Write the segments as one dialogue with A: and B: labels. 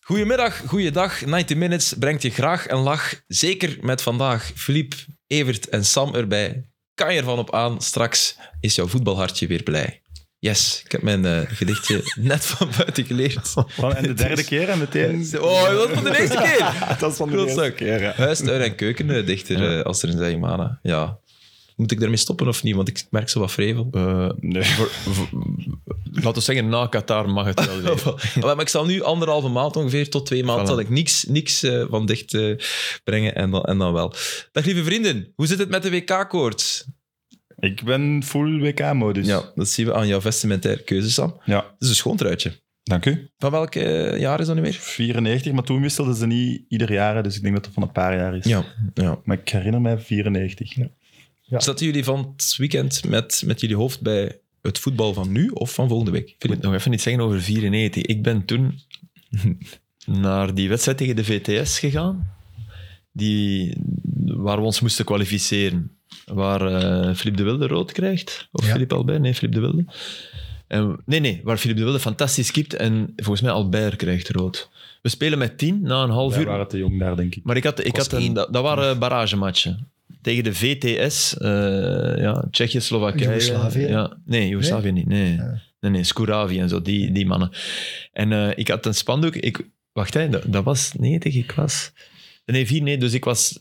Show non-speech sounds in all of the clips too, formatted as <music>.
A: Goedemiddag, goeiedag. 90 Minutes brengt je graag een lach. Zeker met vandaag Filip, Evert en Sam erbij. Kan je ervan op aan, straks is jouw voetbalhartje weer blij. Yes, ik heb mijn eh, gedichtje <laughs> net van buiten geleerd.
B: Van, en <laughs> de derde keer en
A: <laughs>
B: meteen.
A: Oh, dat is voor de eerste keer.
B: Dat is van de
A: Klotzak.
B: eerste keer. ja.
A: Huis, tuin en keuken, eh, dichter, eh, als er een zijn, mannen. Ja. Moet ik daarmee stoppen of niet? Want ik merk zo wat vrevel.
C: Eh,
B: Nee.
C: voor- voor- laten we zeggen, na Qatar mag het wel weer.
A: maar ik zal nu anderhalve maand ongeveer tot twee maanden
C: Voilà.
A: zal ik niks, niks eh, van dicht eh, brengen en dan, en dan wel. Dag lieve vrienden, hoe zit het met de WK-koorts?
B: Ik ben full WK-modus.
A: Ja, dat zien we aan jouw vestimentaire keuze, Sam.
B: Ja,
A: Het is een schoon truitje.
B: dank u.
A: Van welk eh, jaar is dat nu meer?
B: 94, maar toen wisselden ze niet ieder jaar, dus ik denk dat het van een paar jaar is.
A: Ja, ja.
B: Maar ik herinner mij 94.
D: Ja.
A: Zaten jullie van het weekend met, met jullie hoofd bij het voetbal van nu of van volgende week?
C: Ik moet nog even iets zeggen over 94. Ik ben toen naar die wedstrijd tegen de VTS gegaan, die, waar we ons moesten kwalificeren. Waar eh Filip de Wilde rood krijgt. Of
D: Ja.
C: Filip Albert. Nee, Filip de Wilde. En, nee, nee, waar Filip de Wilde fantastisch kipt en volgens mij Albert krijgt rood. We spelen met tien na een half
B: Wij
C: uur.
B: waren te jong daar, denk ik.
C: Maar ik had, ik
A: Was
C: had een,
A: één.
C: dat, dat waren baragematchen. Tegen de VTS, eh, ja, Tsjechië, Slowakije.
D: Joegoslavië?
C: Ja, nee, Joegoslavië niet. Nee.
D: Ja.
C: nee, nee, Skouravi en zo, die, die mannen. En eh, ik had een spandoek. Ik, wacht, hè, dat, dat was 90, ik was... Nee, 4, nee, dus ik was...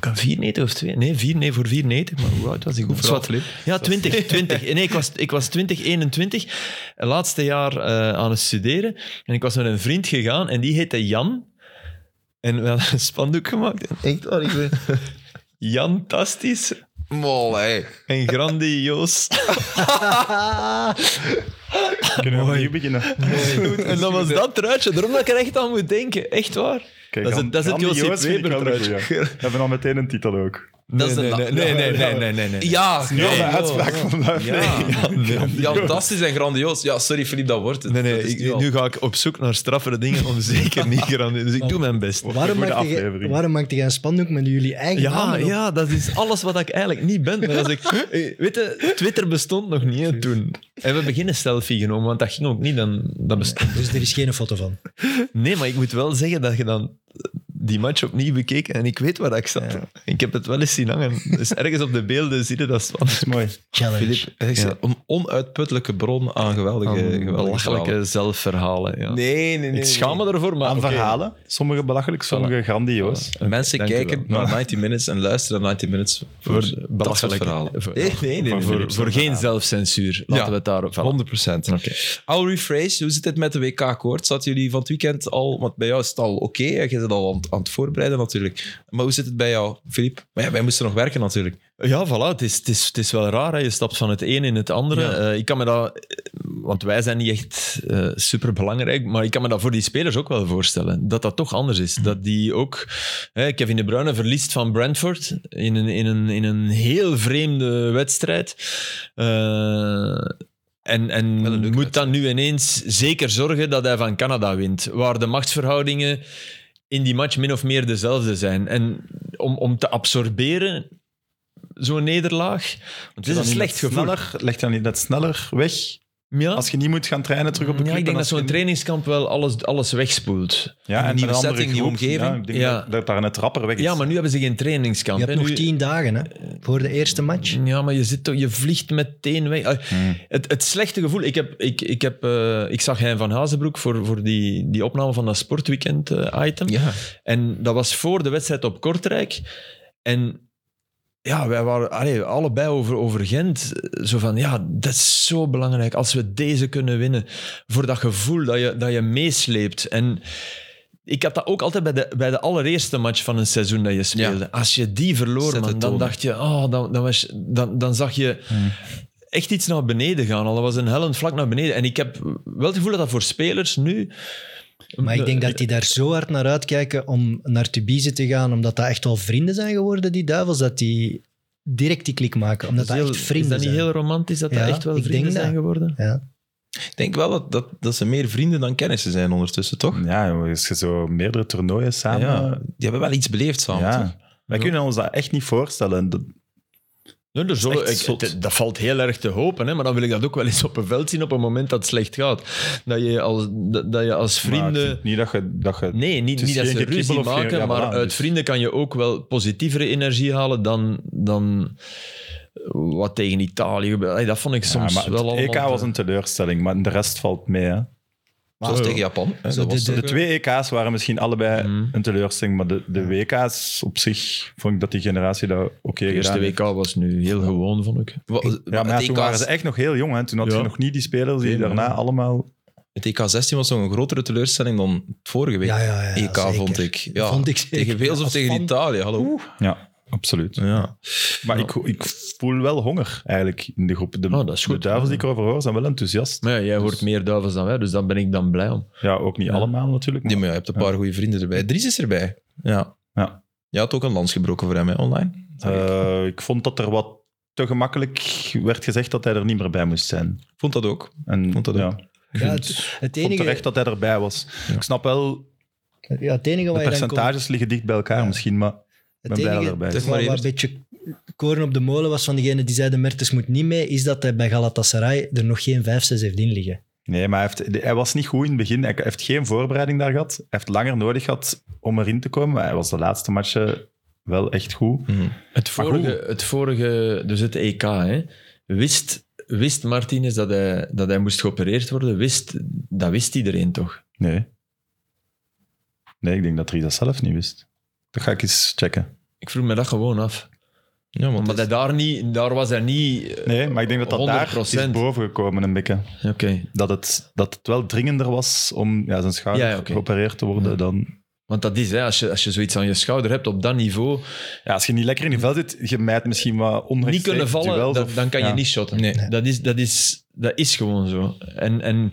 C: Kan 94 of 2? Nee, 4, nee, voor 94. Maar hoe oud was ik?
A: verhaal,
C: Zwat. Ja, 20, 20. Nee, ik was, ik was 20, 21. Laatste jaar eh, aan het studeren. En ik was met een vriend gegaan en die heette Jan. En we hadden een spandoek gemaakt.
D: Echt waar, ik ben...
C: Jan Tastisch
A: Mol, hé.
C: en grandioos.
B: Kunnen we opnieuw beginnen?
C: en dan was dat truitje. Daarom dat ik er echt aan moet denken. Echt waar.
B: Kijk,
C: Dat is het- dat is het
B: grandioos
C: Josip
B: vind ik wel
C: Weber
B: een goeie. We hebben al meteen een titel ook.
A: Dat is de
C: nee,
A: na-
C: nee, nee, nee, nee, nee, nee, nee.
A: Ja,
B: Ja,
A: nee.
B: de uitspraak van de aflevering.
C: Ja, nee.
A: Ja, fantastisch en grandioos. Ja, sorry Filip, dat wordt het.
C: Nee, nee,
A: Dat is
C: ik-
A: nu al.
C: nu ga ik op zoek naar straffere
A: <laughs>
C: dingen om zeker niet grandioos... Dus ik doe mijn best.
B: Goede
D: Waarom maakte, jij,
B: aflevering.
D: waarom maakte jij een spandoek met jullie eigen
C: Ja,
D: namen op?
C: ja, dat is alles wat ik eigenlijk niet ben. Maar als
A: <laughs>
C: ik, eh, weet je, Twitter bestond nog niet hè, toen. En we beginnen selfie genomen, want dat ging ook niet. Dan,
A: <laughs>
C: dat bestond.
D: Dus er is geen foto van.
C: Nee, maar ik moet wel zeggen dat je dan die match opnieuw bekeek en ik weet waar ik zat. Ik heb het wel eens zien hangen. Dus ergens op de beelden zie je dat van.
B: Dat is <laughs> mooi.
D: Challenge.
A: Filip, echt
C: Ja.
A: een onuitputtelijke bron aan geweldige, geweldige verhalen.
C: Belachelijke zelfverhalen. Ja.
A: Nee, nee, nee.
C: ik schaam me ervoor, maar
B: Aan
C: oké.
B: verhalen. Sommige belachelijk, sommige grandioos.
A: Mensen
C: dank u
A: kijken
C: wel.
A: naar 90 Minutes en luisteren naar 90 Minutes voor,
C: Voor
A: dat soort
C: belachelijke
A: verhalen.
C: voor-
A: Nee, nee, nee.
C: Maar
A: nee, nee.
C: voor, voor geen zelfcensuur. Laten
A: Ja.
C: we het daarop vallen.
A: 100 procent. Aurie Fraze, hoe zit het met de WK-koorts? Zaten jullie van het weekend al, want bij jou is het al oké, hè, jij bent al aan, het- aan het voorbereiden natuurlijk. Maar hoe zit het bij jou, Filip? Maar ja, wij moesten nog werken natuurlijk.
C: Ja, voilà. Het is, het is, het is wel raar. Hè. Je stapt van het een in het andere.
A: Ja.
C: Eh, ik kan me dat... Want wij zijn niet echt super superbelangrijk, maar ik kan me dat voor die spelers ook wel voorstellen. Dat dat toch anders is. Dat die ook... Hè, Kevin De Bruyne verliest van Brentford in een, in een, in een heel vreemde wedstrijd. Eh, en en
A: Wel een leuke
C: moet dan nu ineens zeker zorgen dat hij van Canada wint. Waar de machtsverhoudingen in die match min of meer dezelfde zijn. En om, om te absorberen, zo'n nederlaag. Want het is
B: Dan
C: een
B: niet
C: slecht
B: net
C: gevoel.
B: sneller, Leg dan niet net sneller weg
C: Ja.
B: Als je niet moet gaan trainen terug op de
C: ja,
B: club,
C: ik
B: en
C: denk dat
B: als
C: zo'n
B: je-
C: trainingskamp wel alles, alles wegspoelt.
B: ja, en met
A: nieuwe
B: een andere
A: setting, nieuwe
B: groep.
A: omgeving.
B: Ja, ik denk
C: Ja.
B: Dat, dat daar net rapper weg is.
C: Ja, maar nu hebben ze geen trainingskamp.
D: Je hebt
C: hè.
D: nog
C: Nu-
D: tien dagen hè, voor de eerste match.
C: Ja, maar je, zit toch, je vliegt meteen weg. Ah,
B: Hmm.
C: Het, het slechte gevoel, ik, heb, ik, ik, heb, eh, ik zag Hein van Hazenbroek voor, voor die, die opname van dat eh, sportweekend-item.
A: Ja.
C: En dat was voor de wedstrijd op Kortrijk. En ja, wij waren allee, allebei over, over Gent. Zo van, ja, dat is zo belangrijk. Als we deze kunnen winnen, voor dat gevoel dat je, dat je meesleept. En ik had dat ook altijd bij de, bij de allereerste match van een seizoen dat je speelde. Als je die
A: Zet
C: verloor,
A: de
C: man, dan
A: toon.
C: dacht je, oh, dan, dan, was, je- dan, dan zag je
D: Hmm.
C: echt iets naar beneden gaan. Al dat was een hellend vlak naar beneden. En ik heb wel het gevoel dat dat voor spelers nu... Mm,
D: Maar ik denk dat die daar zo hard naar uitkijken om naar Tubize te gaan, omdat dat echt wel vrienden zijn geworden, die duivels, dat die direct die klik maken. Omdat dat,
C: is heel-
D: echt vrienden
C: Is dat niet
D: zijn.
C: heel romantisch dat
D: Ja,
C: dat echt wel
D: ik
C: vrienden
D: denk
C: zijn
D: dat.
C: geworden?
D: Ja.
A: Ik denk wel dat, dat, dat ze meer vrienden dan kennissen zijn ondertussen, toch?
B: Ja, jongen, als je zo meerdere toernooien
A: Ja,
B: samen...
A: die hebben wel iets beleefd
B: Ja.
A: samen, toch?
B: Wij kunnen ons dat echt niet voorstellen. Dat,
C: Nee, er zullen-
A: echt
C: ik-
A: zot.
C: het- dat valt heel erg te hopen, hè? maar dan wil ik dat ook wel eens op een veld zien op een moment dat het slecht gaat. Dat je als, dat, dat je als
B: Maar ik
C: vrienden...
B: vind niet dat je... Dat je
C: Nee, niet,
B: is
C: niet dat
B: geen
C: ze
B: gekibbel
C: ruzie
B: of geen-
C: maken,
B: ja,
C: maar
B: voilà,
C: uit
B: dus-
C: vrienden kan je ook wel positievere energie halen dan, dan wat tegen Italië gebeurt. Allee, dat vond ik
B: Ja,
C: soms
B: maar
C: wel
B: het
C: allemaal... eh.
B: EK was een teleurstelling, maar de rest valt mee. Hè.
A: Zoals tegen Japan. Hè?
D: Zo
A: Dat was
D: de- de
A: toch,
B: De
A: eh,
B: twee EK's waren misschien allebei
C: Mhm.
B: een teleurstelling, maar de, de WK's op zich vond ik dat die generatie dat oké
C: De
B: gedaan
C: eerste
B: heeft.
C: WK was nu heel gewoon, vond ik.
A: wa-
B: Ja, maar ja,
A: het, E
B: toen
A: EK,
B: waren ze echt nog heel jong. Hè. Toen had je
C: E Ja.
B: nog niet die spelers die
C: Nee, maar-
B: daarna allemaal...
A: het EK 16 was nog een grotere teleurstelling dan het vorige week.
D: Ja, ja, ja.
A: EK
D: zeker.
A: vond ik. Ja,
D: Vond ik zeker.
A: tegen Wales of
D: Als
A: tegen
D: fan-
A: Italië, hallo.
B: Ja, absoluut.
A: Ja.
B: Maar ik, ik voel wel honger eigenlijk in de groep. De,
C: Oh, dat is goed.
B: de duivels die ik erover hoor zijn wel enthousiast.
C: Maar ja, jij hoort meer duivels dan wij, dus daar ben ik dan blij om.
B: Ja, ook niet allemaal natuurlijk.
A: Nee,
B: Maar,
A: maar ja, je hebt een paar goede vrienden erbij. Dries is erbij. Ja.
B: Ja.
A: Je had ook een lans gebroken voor hem hè, online.
B: eh, ik vond dat er wat te gemakkelijk werd gezegd dat hij er niet meer bij moest zijn.
A: Ik vond dat ook.
B: En,
A: Vond dat
B: ja,
A: ook.
B: ik
D: Ja, het, het
B: vond
D: enige,
B: terecht dat hij erbij was. Ik snap wel,
D: ja, het enige
B: de
D: wat je dan kon-
B: percentages liggen dicht bij elkaar
D: Ja.
B: misschien, maar ik ben
D: Het
B: blij dat hij
D: enige
B: erbij
A: Zeg
B: is.
A: maar
D: wat, wat
A: eerst.
D: een beetje koren op de molen was van degene die zeiden Mertens moet niet mee, is dat hij bij Galatasaray er nog geen 5, 6 heeft in liggen.
B: Nee, maar hij, heeft, hij was niet goed in het begin. Hij heeft geen voorbereiding daar gehad. Hij heeft langer nodig gehad om erin te komen. Hij was de laatste matchen wel echt goed.
A: Mhm. <laughs>
C: Het
B: Maar
C: vorige, het vorige dus het EK, hè, wist, wist Martinez dat hij, dat hij moest geopereerd worden? Wist, dat wist iedereen toch?
B: Nee. Nee, ik denk dat Ries dat zelf niet wist. Dat ga ik eens checken.
C: Ik vroeg me dat gewoon af.
A: Ja, want
C: Omdat hij daar, niet, daar was hij niet... eh,
B: Nee, maar ik denk dat dat daar
C: 100%.
B: is bovengekomen een beetje.
C: Oké.
B: Dat het, dat het wel dringender was om ja, zijn schouder
C: Ja, ja, oké.
B: geopereerd te worden
C: Ja.
B: dan...
C: Want dat is, hè, als, je, als je zoiets aan je schouder hebt op dat niveau,
B: Ja, als je niet lekker in je vel zit, je mijt misschien wat onrechtstreeks
C: niet kunnen vallen,
B: duels
C: dat-
B: of-
C: dan kan je
B: ja.
C: niet shotten.
A: Nee.
C: Dat, is, dat, is, dat is gewoon zo. En, en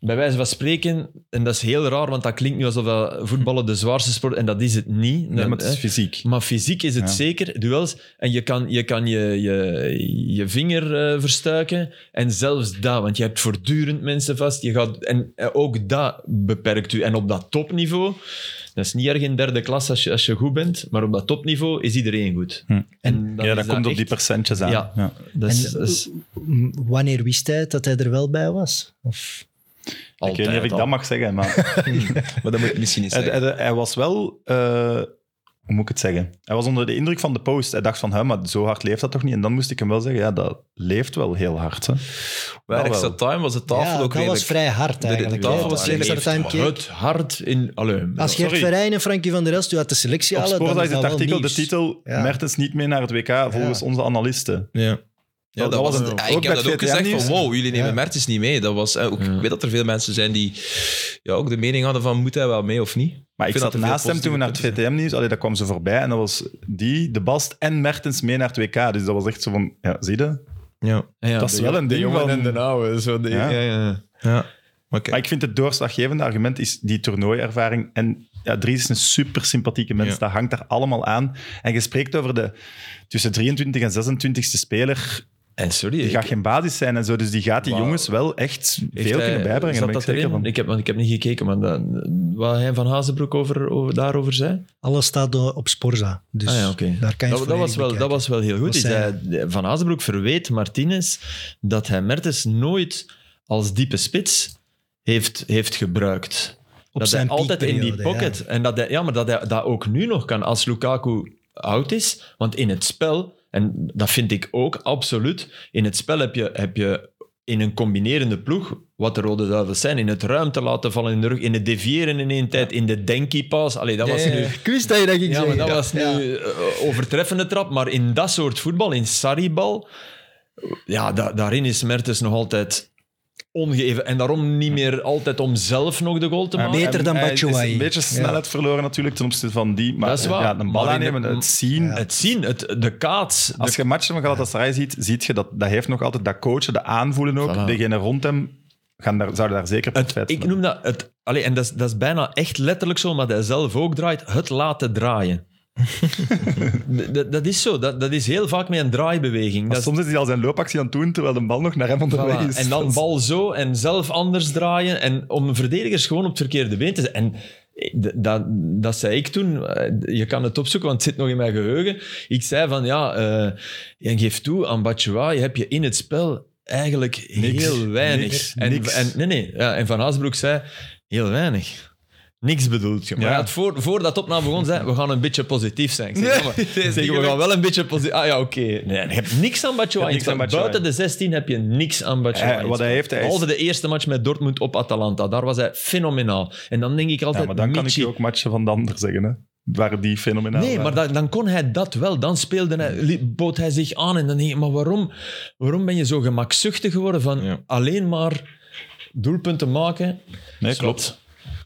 C: bij wijze van spreken, en dat is heel raar, want dat klinkt nu alsof dat voetballen de zwaarste sport en dat is het niet.
B: Nee, maar
C: Dan,
B: het is
C: hè.
B: fysiek.
C: Maar fysiek is het
B: Ja.
C: zeker, duels. En je kan je, kan je, je, je vinger eh, verstuiken. En zelfs dat, want je hebt voortdurend mensen vast. Je gaat, en eh, ook dat beperkt u. En op dat topniveau, dat is niet erg in derde klas als je, als je goed bent, maar op dat topniveau is iedereen goed.
B: Hm.
C: En dan
B: ja,
C: is
B: dat komt op die
C: echt-
B: percentjes aan.
C: Ja.
B: Ja.
C: Dat is,
D: En-
C: dat is
D: M- Wanneer wist hij dat hij er wel bij was? Of,
B: Ik weet
C: altijd
B: niet of ik
C: al.
B: dat mag zeggen, maar...
A: Maar dat moet je misschien niet
B: Hij,
A: zeggen.
B: hij- hij was wel, eh, hoe moet ik het zeggen? Hij was onder de indruk van de post. Hij dacht van, "Hè, maar zo hard leeft dat toch niet? En dan moest ik hem wel zeggen, ja, dat leeft wel heel hard. Hè.
A: Bij
B: Wel, wel.
A: extra time was de tafel
D: ja,
A: ook
D: dat
A: redelijk...
D: was vrij hard
A: de
D: eigenlijk.
A: tafel
D: hè.
A: was
D: Toen ik
A: redelijk
D: Sartijn keek,
C: Het hart in... Allee,
D: Als Gert
B: sorry.
D: Verheyen en Frankie van der Elst u uit de selectie
B: Op
D: halen, dan
B: Sporza
D: is
B: is
D: dat
B: het
D: wel
B: artikel
D: nieuws.
B: de titel
D: Ja.
B: Mertens niet mee naar het WK volgens onze analisten.
A: Ja. Ja, dat,
B: dat
A: was
B: was
A: het.
B: een-
A: Ja,
B: ook
A: ik heb
B: bij
A: dat ook
B: VTM
A: gezegd
B: nieuws.
A: van wow, jullie nemen
D: Ja.
A: Mertens niet mee. Dat was, eh, ook,
C: Ja.
A: Ik weet dat er veel mensen zijn die ja, ook de mening hadden van moet hij wel mee of niet.
B: Maar ik,
A: vind dat
B: zat
A: er veel
B: naast hem toen we naar het
A: positieve
B: VTM-nieuws, allee, dat kwam ze voorbij. En dat was die, De Bast en Mertens mee naar het WK. Dus dat was echt zo van, ja, zie je?
A: Ja.
B: dat is wel een ding
C: van...
B: van-
C: en de oude. Zo de,
B: Ja.
C: ja, ja.
A: ja. Maar kijk,
B: Maar ik vind het doorslaggevende argument is die toernooiervaring. En ja, Dries is een super sympathieke mens.
A: Ja.
B: Dat hangt daar allemaal aan. En je spreekt over de tussen 23 en 26 e speler.
C: En sorry,
B: Die
C: ik-
B: gaat geen basis zijn en zo. Dus die gaat die
C: Wauw.
B: jongens wel echt
C: Heeft
B: veel
C: hij-
B: kunnen bijbrengen.
C: zat
B: Daar ben ik
C: dat
B: zeker
C: erin?
B: van.
C: Ik heb, want ik heb niet gekeken, maar dat, wat hij van Hazenbroek over, over, daarover zei.
D: Alles staat door- op Sporza. Dus
C: Ah ja, oké.
D: daar kan je
C: Dat,
D: het
C: dat, was
D: volledig
C: wel, dat
D: bekijken.
C: was wel heel goed.
D: Wat
C: Hij
D: zei
C: zei- eh, van Hazenbroek verweet Martinez dat hij Mertens nooit als diepe spits heeft, heeft gebruikt.
D: Op
C: dat hij
D: zijn
C: altijd in die
D: piekperiode,
C: pocket. En dat hij, ja, maar dat hij dat ook nu nog kan als Lukaku oud is. Want in het spel, en dat vind ik ook absoluut, in het spel heb je, heb je in een combinerende ploeg, wat de Rode Duivels zijn, in het ruimte laten vallen in de rug, in het deviëren in één tijd, in de denkie-pas. Allee, dat was
A: Ja, ja,
C: nu...
A: ja.
D: Ik wist dat je dat ging
C: Ja, maar dat
D: zeggen.
C: was nu
D: Ja.
C: eh, overtreffende trap. Maar in dat soort voetbal, in sarribal, ja, da- daarin is Mertens nog altijd ongeëven. En daarom niet meer altijd om zelf nog de goal te maken.
D: beter dan
B: Hij
D: Batshuayi.
B: is een beetje snelheid verloren natuurlijk ten opzichte van die. Maar
C: Dat is waar.
B: Ja, een
C: Maar
B: bal
C: in
B: aannemen,
C: de-
B: het zien. Dus-
D: Ja.
C: Het zien, het, de kaats.
B: Als
C: de-
B: je matchen van Galatasaray ziet, ziet je dat dat heeft nog altijd dat coachen, dat aanvoelen ook.
C: Voilà.
B: Degene rond hem gaan daar, zouden daar zeker
C: het,
B: profijt
C: ik
B: van
C: noem dat... Het, allee, en dat is, dat is bijna echt letterlijk zo, maar dat zelf ook draait. Het laten draaien. <laughs> D- dat, dat is zo. Dat, dat is heel vaak met een draaibeweging.
B: Maar
C: Dat is-
B: soms is hij al zijn loopactie aan het doen, terwijl de bal nog naar hem onderweg <laughs>
C: Voilà.
B: is.
C: En dan bal zo en zelf anders draaien. En om verdedigers gewoon op het verkeerde been te zijn. En d- dat, dat zei ik toen, eh, je kan het opzoeken, want het zit nog in mijn geheugen. Ik zei van, ja, eh en geef toe, aan Batjoua heb je in het spel eigenlijk
B: Niks.
C: heel weinig.
B: Niks.
C: en,
B: Niks.
C: En, nee, nee. Ja, en Van Haasbroek zei, heel weinig. Niks bedoelt je. Maar
B: Ja.
C: hij had voor, voordat de opname begon, zei we gaan een beetje positief zijn. Ik
B: <laughs>
C: zeg, ja, maar,
A: Nee,
C: ik zeg, we
A: gelukt.
C: gaan wel een beetje positief... Ah ja, oké. Nee, je hebt niks aan Batjoua.
B: Je hebt niks aan Batshuayi.
C: Buiten de 16 heb je niks aan Batjoua.
B: Hij- Eh, wat hij heeft, hij is-
C: Behalve de eerste match met Dortmund op Atalanta. Daar was hij fenomenaal. En dan denk ik altijd,
B: Ja, maar dan kan ik
C: Michi-
B: je ook matchen van de ander zeggen, hè. Waar die fenomenaal
C: Nee, maar
B: waren.
C: dan, dan kon hij dat wel. Dan speelde hij, li- bood hij zich aan. En dan denk ik, maar waarom, waarom ben je zo gemakzuchtig geworden van
A: Ja.
C: alleen maar doelpunten maken?
B: Nee, klopt.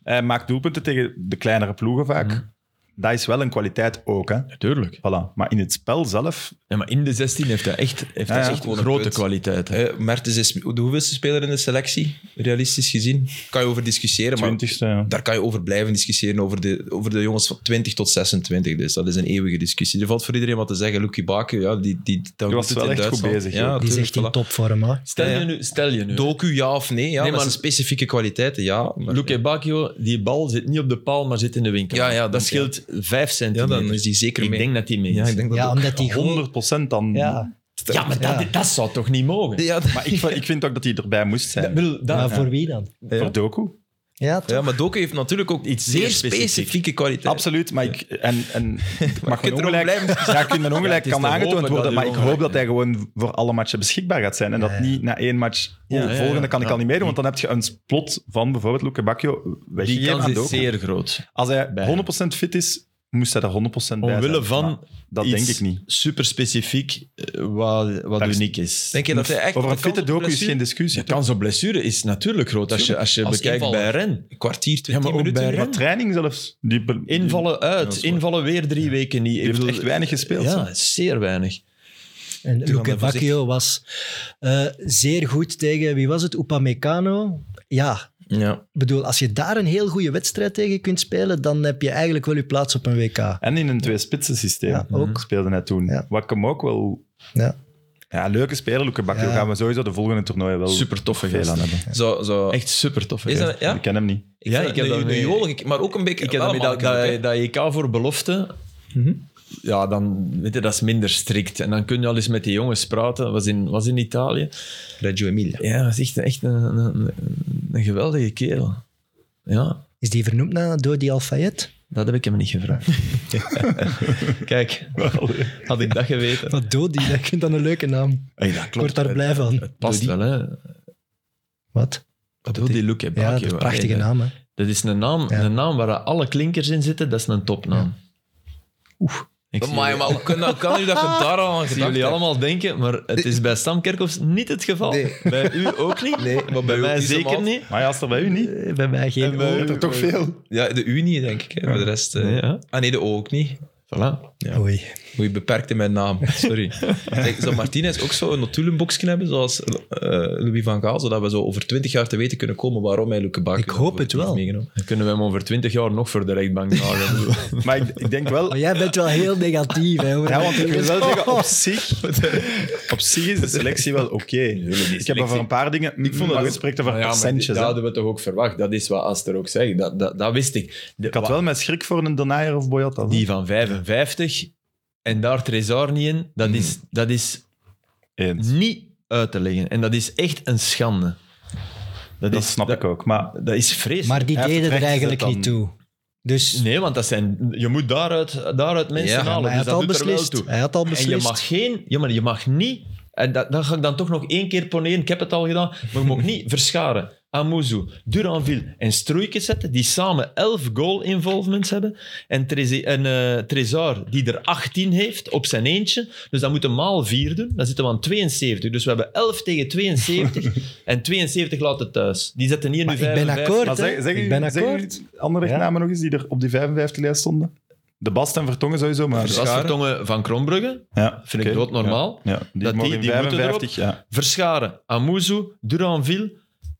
B: Hij maakt doelpunten tegen de kleinere ploegen vaak. Dat is wel een kwaliteit ook, hè.
C: Mhm. Natuurlijk.
B: Voilà. Maar in het spel zelf...
C: Ja, maar in de 16 heeft hij echt, heeft
B: Ja,
C: hij
B: ja.
C: echt
A: Gewoon een
C: grote
A: punt.
C: kwaliteit. hè.
A: Eh, Mertens is de hoeveelste speler in de selectie, realistisch gezien. Kan je over discussiëren, maar
B: Twintigste, ja.
A: daar kan je over blijven discussiëren, over de, over de jongens van 20 tot 26. Dus dat is een eeuwige discussie. Er valt voor iedereen wat te zeggen. Lucky Baken, ja, die, die, dat
B: was
A: doet het
B: wel
A: in
B: echt goed
A: Duitsland.
B: bezig,
A: Ja,
B: joh.
D: Die is
A: tuurlijk,
D: echt in
A: voilà.
D: topvorm. hè.
C: Stel
A: Ja,
C: je
A: ja.
C: nu... Stel je nu
A: Docu, ja of nee? Ja,
C: Nee,
A: dat
C: maar-
A: zijn specifieke kwaliteiten, ja. Maar-
C: Luke Bakio, die bal zit niet op de paal, maar zit in de winkel.
A: Ja, ja, dat
C: dat
A: is-
C: scheelt 5
A: ja,
C: centimeter.
A: dan is die zeker
C: ik
A: mee.
C: denk dat die mee
A: ja,
C: is.
A: ik denk dat
D: Ja,
A: ook.
D: omdat die gewoon...
B: 100% dan...
D: Ja,
C: Ja, maar dat,
D: Ja.
C: dat zou toch niet
A: <laughs>
C: mogen?
A: Ja,
B: Maar ik, vind- ik vind ook dat hij erbij moest
C: Dat-
B: zijn.
C: bedoel, dat-
D: maar voor wie dan?
B: Voor Doku.
D: Ja, toch?
A: ja, maar Doku heeft natuurlijk ook iets zeer
C: zeer specifiek.
A: specifieke kwaliteiten.
B: Absoluut, maar ik... En,
C: <laughs>
B: en, maar
A: kunt
B: mijn
A: er ook
B: ongelijk,
A: blijven
B: ja, ik vind mijn ongelijk
C: het is
B: kan
C: te
B: aangetoond
C: hopen dat
B: worden,
C: hij
B: maar ik hoop
C: ongelijk
B: dat hij gewoon voor alle matchen beschikbaar gaat zijn. En dat
D: Ja.
B: niet na één match... Oh,
C: Ja, ja,
B: volgende
C: ja.
B: kan ik
C: Ja.
B: al niet meedoen, want dan heb je een plot van bijvoorbeeld Luke Bacchio
C: die
B: weggegeven
C: kans
B: aan
C: is
B: Doku.
C: zeer groot.
B: Als hij
C: Bij
B: 100% fit is, moest hij er 100% bij zijn.
C: Omwille van
B: Maar dat
C: iets
B: denk ik niet.
C: Super specifiek wat, wat
B: Daar is-
C: uniek is.
A: Denk je dat hij echt...
B: Over een
A: dat kan
B: fitte
A: op de
B: docu is
A: blessure?
B: geen discussie.
C: de kans op blessure is natuurlijk groot als je, als je
A: Als
C: bekijkt
A: invaller.
C: bij Ren.
A: Een kwartier,
C: Ja,
A: twintig
C: maar ook
A: minuten.
C: bij
B: Maar training zelfs. Die, die-
C: Invallen
A: dat
C: uit,
A: is waar.
C: invallen weer drie weken niet.
B: Die heeft echt weinig gespeeld.
C: Ja,
B: hè.
C: zeer weinig.
D: En Luke
A: maar voorzichtig.
D: Bacchio was eh, zeer goed tegen, wie was het, Upamecano? Ja,
A: Ja.
D: ik bedoel, als je daar een heel goede wedstrijd tegen kunt spelen, dan heb je eigenlijk wel je plaats op een WK.
B: En in een twee-spitsen systeem
D: Ja, ook.
B: speelde hij toen.
D: Ja.
B: Wat ik hem ook wel...
D: Ja.
B: Ja, leuke speler, Luke Bakio.
D: Ja.
B: Gaan we sowieso de volgende toernooien wel
C: Super toffe
B: veel aan
C: gast.
B: hebben.
A: Zo, zo.
C: Echt super toffe
A: Is
C: gast.
A: dat, ja?
B: Ik ken hem niet.
A: Ik,
C: Ja,
A: vind het
C: ik heb
A: een,
C: dat
A: een
C: mee-
A: jolige, maar ook een beetje...
C: Ik heb
A: wel
C: dat, Mhm. met dat,
A: makkelijk, hè.
C: dat, dat EK voor belofte. Ja, dan weet je, dat is minder strikt. En dan kun je al eens met die jongens praten. Was in, was in Italië.
A: Reggio Emilia.
C: Ja, dat is echt, echt een, een, een geweldige kerel. Ja,
D: Is die vernoemd naar Dodi Al-Fayed?
C: dat heb ik hem niet gevraagd. Kijk, had ik dat geweten.
D: Dat Dodi, dat vind dan een leuke naam. Ik word daar blij van.
C: Het <laughs> past wel, hè.
D: Wat?
C: Dat wil die look hebben.
D: Ja,
C: Oké,
D: dat is een
C: maar-
D: prachtige
C: nee,
D: naam. Hè.
C: Dat is een naam,
D: Ja.
C: een naam waar alle klinkers in zitten, dat is een topnaam. Oeh. Ik zie
A: Maar,
C: jullie-
A: maar hoe kan, hoe kan u dat
C: <laughs>
A: je daar al aan
C: ik zie
A: gedacht
C: jullie
A: hebt?
C: allemaal denken, maar het is bij Sam Kerkhoffs niet het geval.
A: Nee.
C: <laughs> Bij u ook niet.
A: maar bij
C: bij
A: u
C: mij
A: ook niet,
C: zeker
A: Sam.
C: niet.
B: Maar ja, als er bij u niet...
D: Eh, Bij mij geen
C: bij
D: oor.
C: u-
B: Er toch veel.
A: Ja, de Unie, denk ik. Hè. Voor de rest... eh.
C: Nee, ja.
A: Ah nee, de O ook niet.
C: Voilà.
A: Ja.
D: Oei.
A: Hoe je beperkt in mijn naam.
C: <laughs>
A: Sorry. Kijk, zou Martinez ook zo een notulenboxje hebben, zoals eh, Louis van Gaal, zodat we zo over twintig jaar te weten kunnen komen waarom hij Luke Bakker
D: Ik hoop het wel.
A: meegenomen.
C: Dan kunnen we hem over twintig jaar nog voor de rechtbank dragen.
B: Maar ik, ik denk
A: Oh,
B: wel...
D: Maar jij bent wel heel negatief. Hè, over-
B: Ja, want ik wil wel zeggen,
A: <laughs>
B: op zich, op zich is de selectie wel oké. Ik heb over een paar dingen... Ik vond dat... gesprek over
C: Maar ja, maar
B: percentjes.
C: dat
B: hè.
C: hadden we toch ook verwacht. Dat is wat Aster ook zegt. Dat, dat, dat wist ik. De-
B: Ik had wel mijn schrik voor een Denayer of Boyata. hè.
C: Die van 55 en daar Trezor niet in, dat is, dat is
B: Eens.
C: niet uit te leggen. En dat is echt een schande. Dat,
B: Dat
C: is,
B: snap
C: dat,
B: ik ook. Maar
C: Dat is vreselijk.
D: Maar die
B: Hij heeft
D: deden
B: het
D: er
B: recht
D: eigenlijk
B: gezet
D: niet
B: dan.
D: toe. Dus
C: Nee, want dat zijn, je moet daaruit, daaruit mensen
A: Ja, maar
C: halen.
D: maar hij
C: dus
D: had
C: dat
D: al
C: doet er wel
D: beslist.
C: toe.
D: Hij had al
C: En je
D: beslist.
C: mag geen... Ja, maar je mag niet... En dat, dat ga ik dan toch nog één keer poneren. Ik heb het al gedaan. Maar je mag niet <laughs> verscharen. Amuzu, Duranville en Stroeike zetten, die samen 11 goal involvements hebben. En, Treze, en eh Trezor, die er 18 heeft op zijn eentje. Dus dat moeten we maal 4 doen. Dan zitten we aan 72. Dus we hebben 11 tegen
D: <laughs>
C: 72. en 72 laten thuis. Die zetten hier
D: Maar
C: nu
D: ik ben
C: 55.
D: akkoord.
B: Maar
D: hè.
B: zeg, zeg,
D: ik
B: u-
D: ben
B: zeg
D: akkoord.
B: u andere
D: Ja.
B: namen nog eens die er op die 55 lijst stonden? De Bast en Vertongen sowieso, maar...
C: Dat was Vertongen van Krombrugge.
B: Ja,
C: Vind
B: oké.
C: ik doodnormaal.
B: Ja, ja, die
C: Dat
B: mogen
C: die-
B: in
C: die moeten
B: 55, ja.
C: Verscharen, Amuzu, Duranville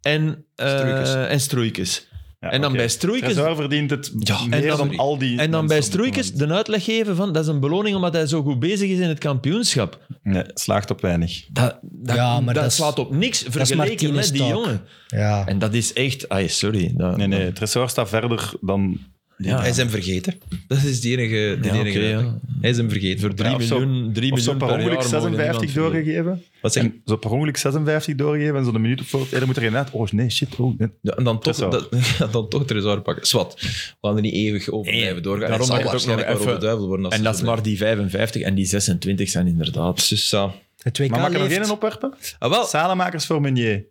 C: en, eh
A: Stroeikens.
C: en Stroeikens.
B: Ja,
C: en dan
B: oké.
C: bij Stroeikens...
B: Trezor verdient het
C: Ja,
B: meer
C: en
B: dan,
C: dan-
B: al die...
C: En dan
B: mensen
C: bij
B: op dit
C: Stroeikens
B: moment.
C: de uitleg geven van dat is een beloning omdat hij zo goed bezig is in het kampioenschap.
B: Nee, slaagt op weinig.
C: Dat, dat,
D: Ja, maar
C: dat,
D: dat is-
C: slaat op niks
D: is
C: vergeleken met die
D: Martinez-talk.
C: jongen.
D: Ja.
C: En dat is echt... Ay, sorry. Dat,
B: Nee, nee, Trezor staat verder dan
C: Ja.
A: Hij is hem vergeten. Dat is de enige. De
C: Ja,
A: enige
C: oké, ja.
A: uitleg. Hij is hem vergeten.
C: Voor 3
B: Ja, of zo-
C: miljoen, drie
B: Of zo
C: miljoen
B: per
C: per
B: ongeluk
C: jaar mogen
B: 56
C: niemand vergeten.
B: doorgegeven.
A: Wat zeg je?
B: En zo per ongeluk 56 doorgegeven en zo'n minuut of zo. Ja, dan moet er inderdaad... Oh nee, shit. Oh, nee.
A: Ja, en dan toch,
B: Tresor.
A: dat, <laughs> ja, dan toch Tresor pakken. Swat, we gaan er niet eeuwig over
C: Nee,
A: blijven doorgaan.
C: daarom
A: zal
C: dat ik het ook nog
A: waarschijnlijk wel
C: even-
A: rode duivel worden. als
C: En
A: het
C: dat is maar
A: gebeurt.
C: die 55 en die 26 zijn inderdaad.
A: Dus, ja.
D: Het WK
B: Maar mag ik er nog
D: leeft.
B: één opwerpen?
A: ah, wel,
B: Salemakers voor Meunier.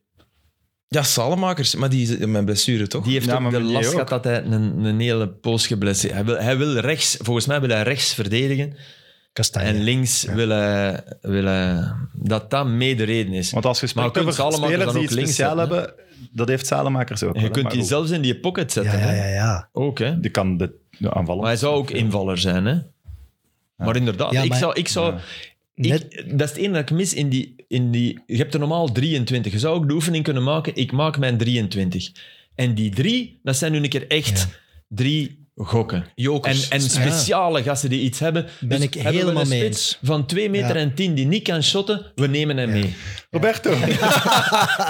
A: ja, Salemakers, maar die is mijn blessure toch?
C: Die heeft
B: Ja,
C: ook
B: maar
C: de
B: Meunier
C: last
B: ook.
C: gehad dat hij een, een hele poos geblesseerd hij wil, hij wil rechts, volgens mij wil hij rechts verdedigen.
D: Kastanje.
C: En links wil, hij, wil hij- dat dat mee de reden is.
B: Want als je
C: Maar
B: spreekt
C: kun je
B: over
C: Salemakers
B: spelers
C: dan
B: die
C: ook
B: iets
C: links
B: speciaal
C: zetten,
B: hebben, dat heeft Salemakers ook. wel,
C: En je
B: hè.
C: kunt
B: Maar
C: die
B: goed,
C: zelfs in die pocket
D: ja,
C: zetten.
D: ja,
C: hè.
D: ja, ja.
C: Ook, hè.
B: Die kan de, de aanvallen.
C: Maar hij zou ook invaller zijn, hè. Maar inderdaad,
D: Ja,
C: ik
D: maar-
C: zou... Ik zou
B: Ja.
C: ik- <laughs>
D: Net-
C: dat is het enige dat ik mis in die, in die... Je hebt er normaal 23. Je zou ook de oefening kunnen maken, ik maak mijn 23. En die drie, dat zijn nu een keer echt drie gokken. En,
A: Jokers.
C: en speciale gasten die iets hebben. Dus
D: Ben ik
C: hebben we
D: helemaal
C: een
D: mee
C: spits
D: eens.
C: Van 2 meter
D: Ja.
C: en 10 die niet kan shotten, we nemen hem mee.
B: Roberto, <laughs>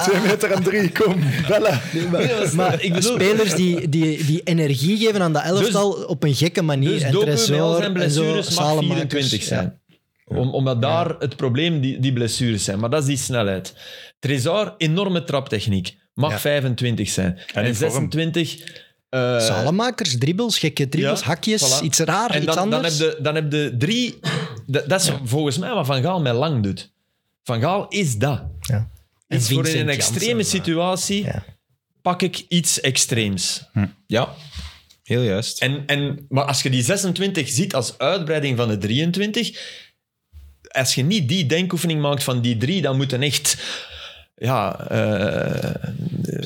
B: 2 meter en 3, kom, bellen.
D: Maar
C: ik bedoel-
D: spelers die, die, die energie geven aan dat elftal op een gekke manier.
C: Dus
D: en
C: Doku bij al
D: Tresor
C: zijn
D: en zo,
C: blessures mag
D: Salemakers.
C: 24 zijn. Om, omdat daar het probleem die, die blessures zijn. Maar dat is die snelheid. Trezor, enorme traptechniek. Mag
D: Ja.
C: 25 zijn. En,
B: in vorm.
C: 26... eh,
D: Ja. Salemakers, dribbles, gekke dribbles,
C: Ja,
D: hakjes,
C: voilà.
D: iets raar,
C: en
D: iets
C: dan, dan, heb
D: anders.
C: je, dan heb je drie... Dat, dat is volgens mij wat Van Gaal met Lang doet. Van Gaal is dat.
D: Ja. En
C: Iets voor in
D: Vincent
C: een
D: Janssen.
C: extreme situatie
D: Ja.
C: pak ik iets extreems.
A: Ja, heel juist.
C: En, en, maar als je die 26 ziet als uitbreiding van de 23, als je niet die denkoefening maakt van die drie, dan moeten echt ja, eh,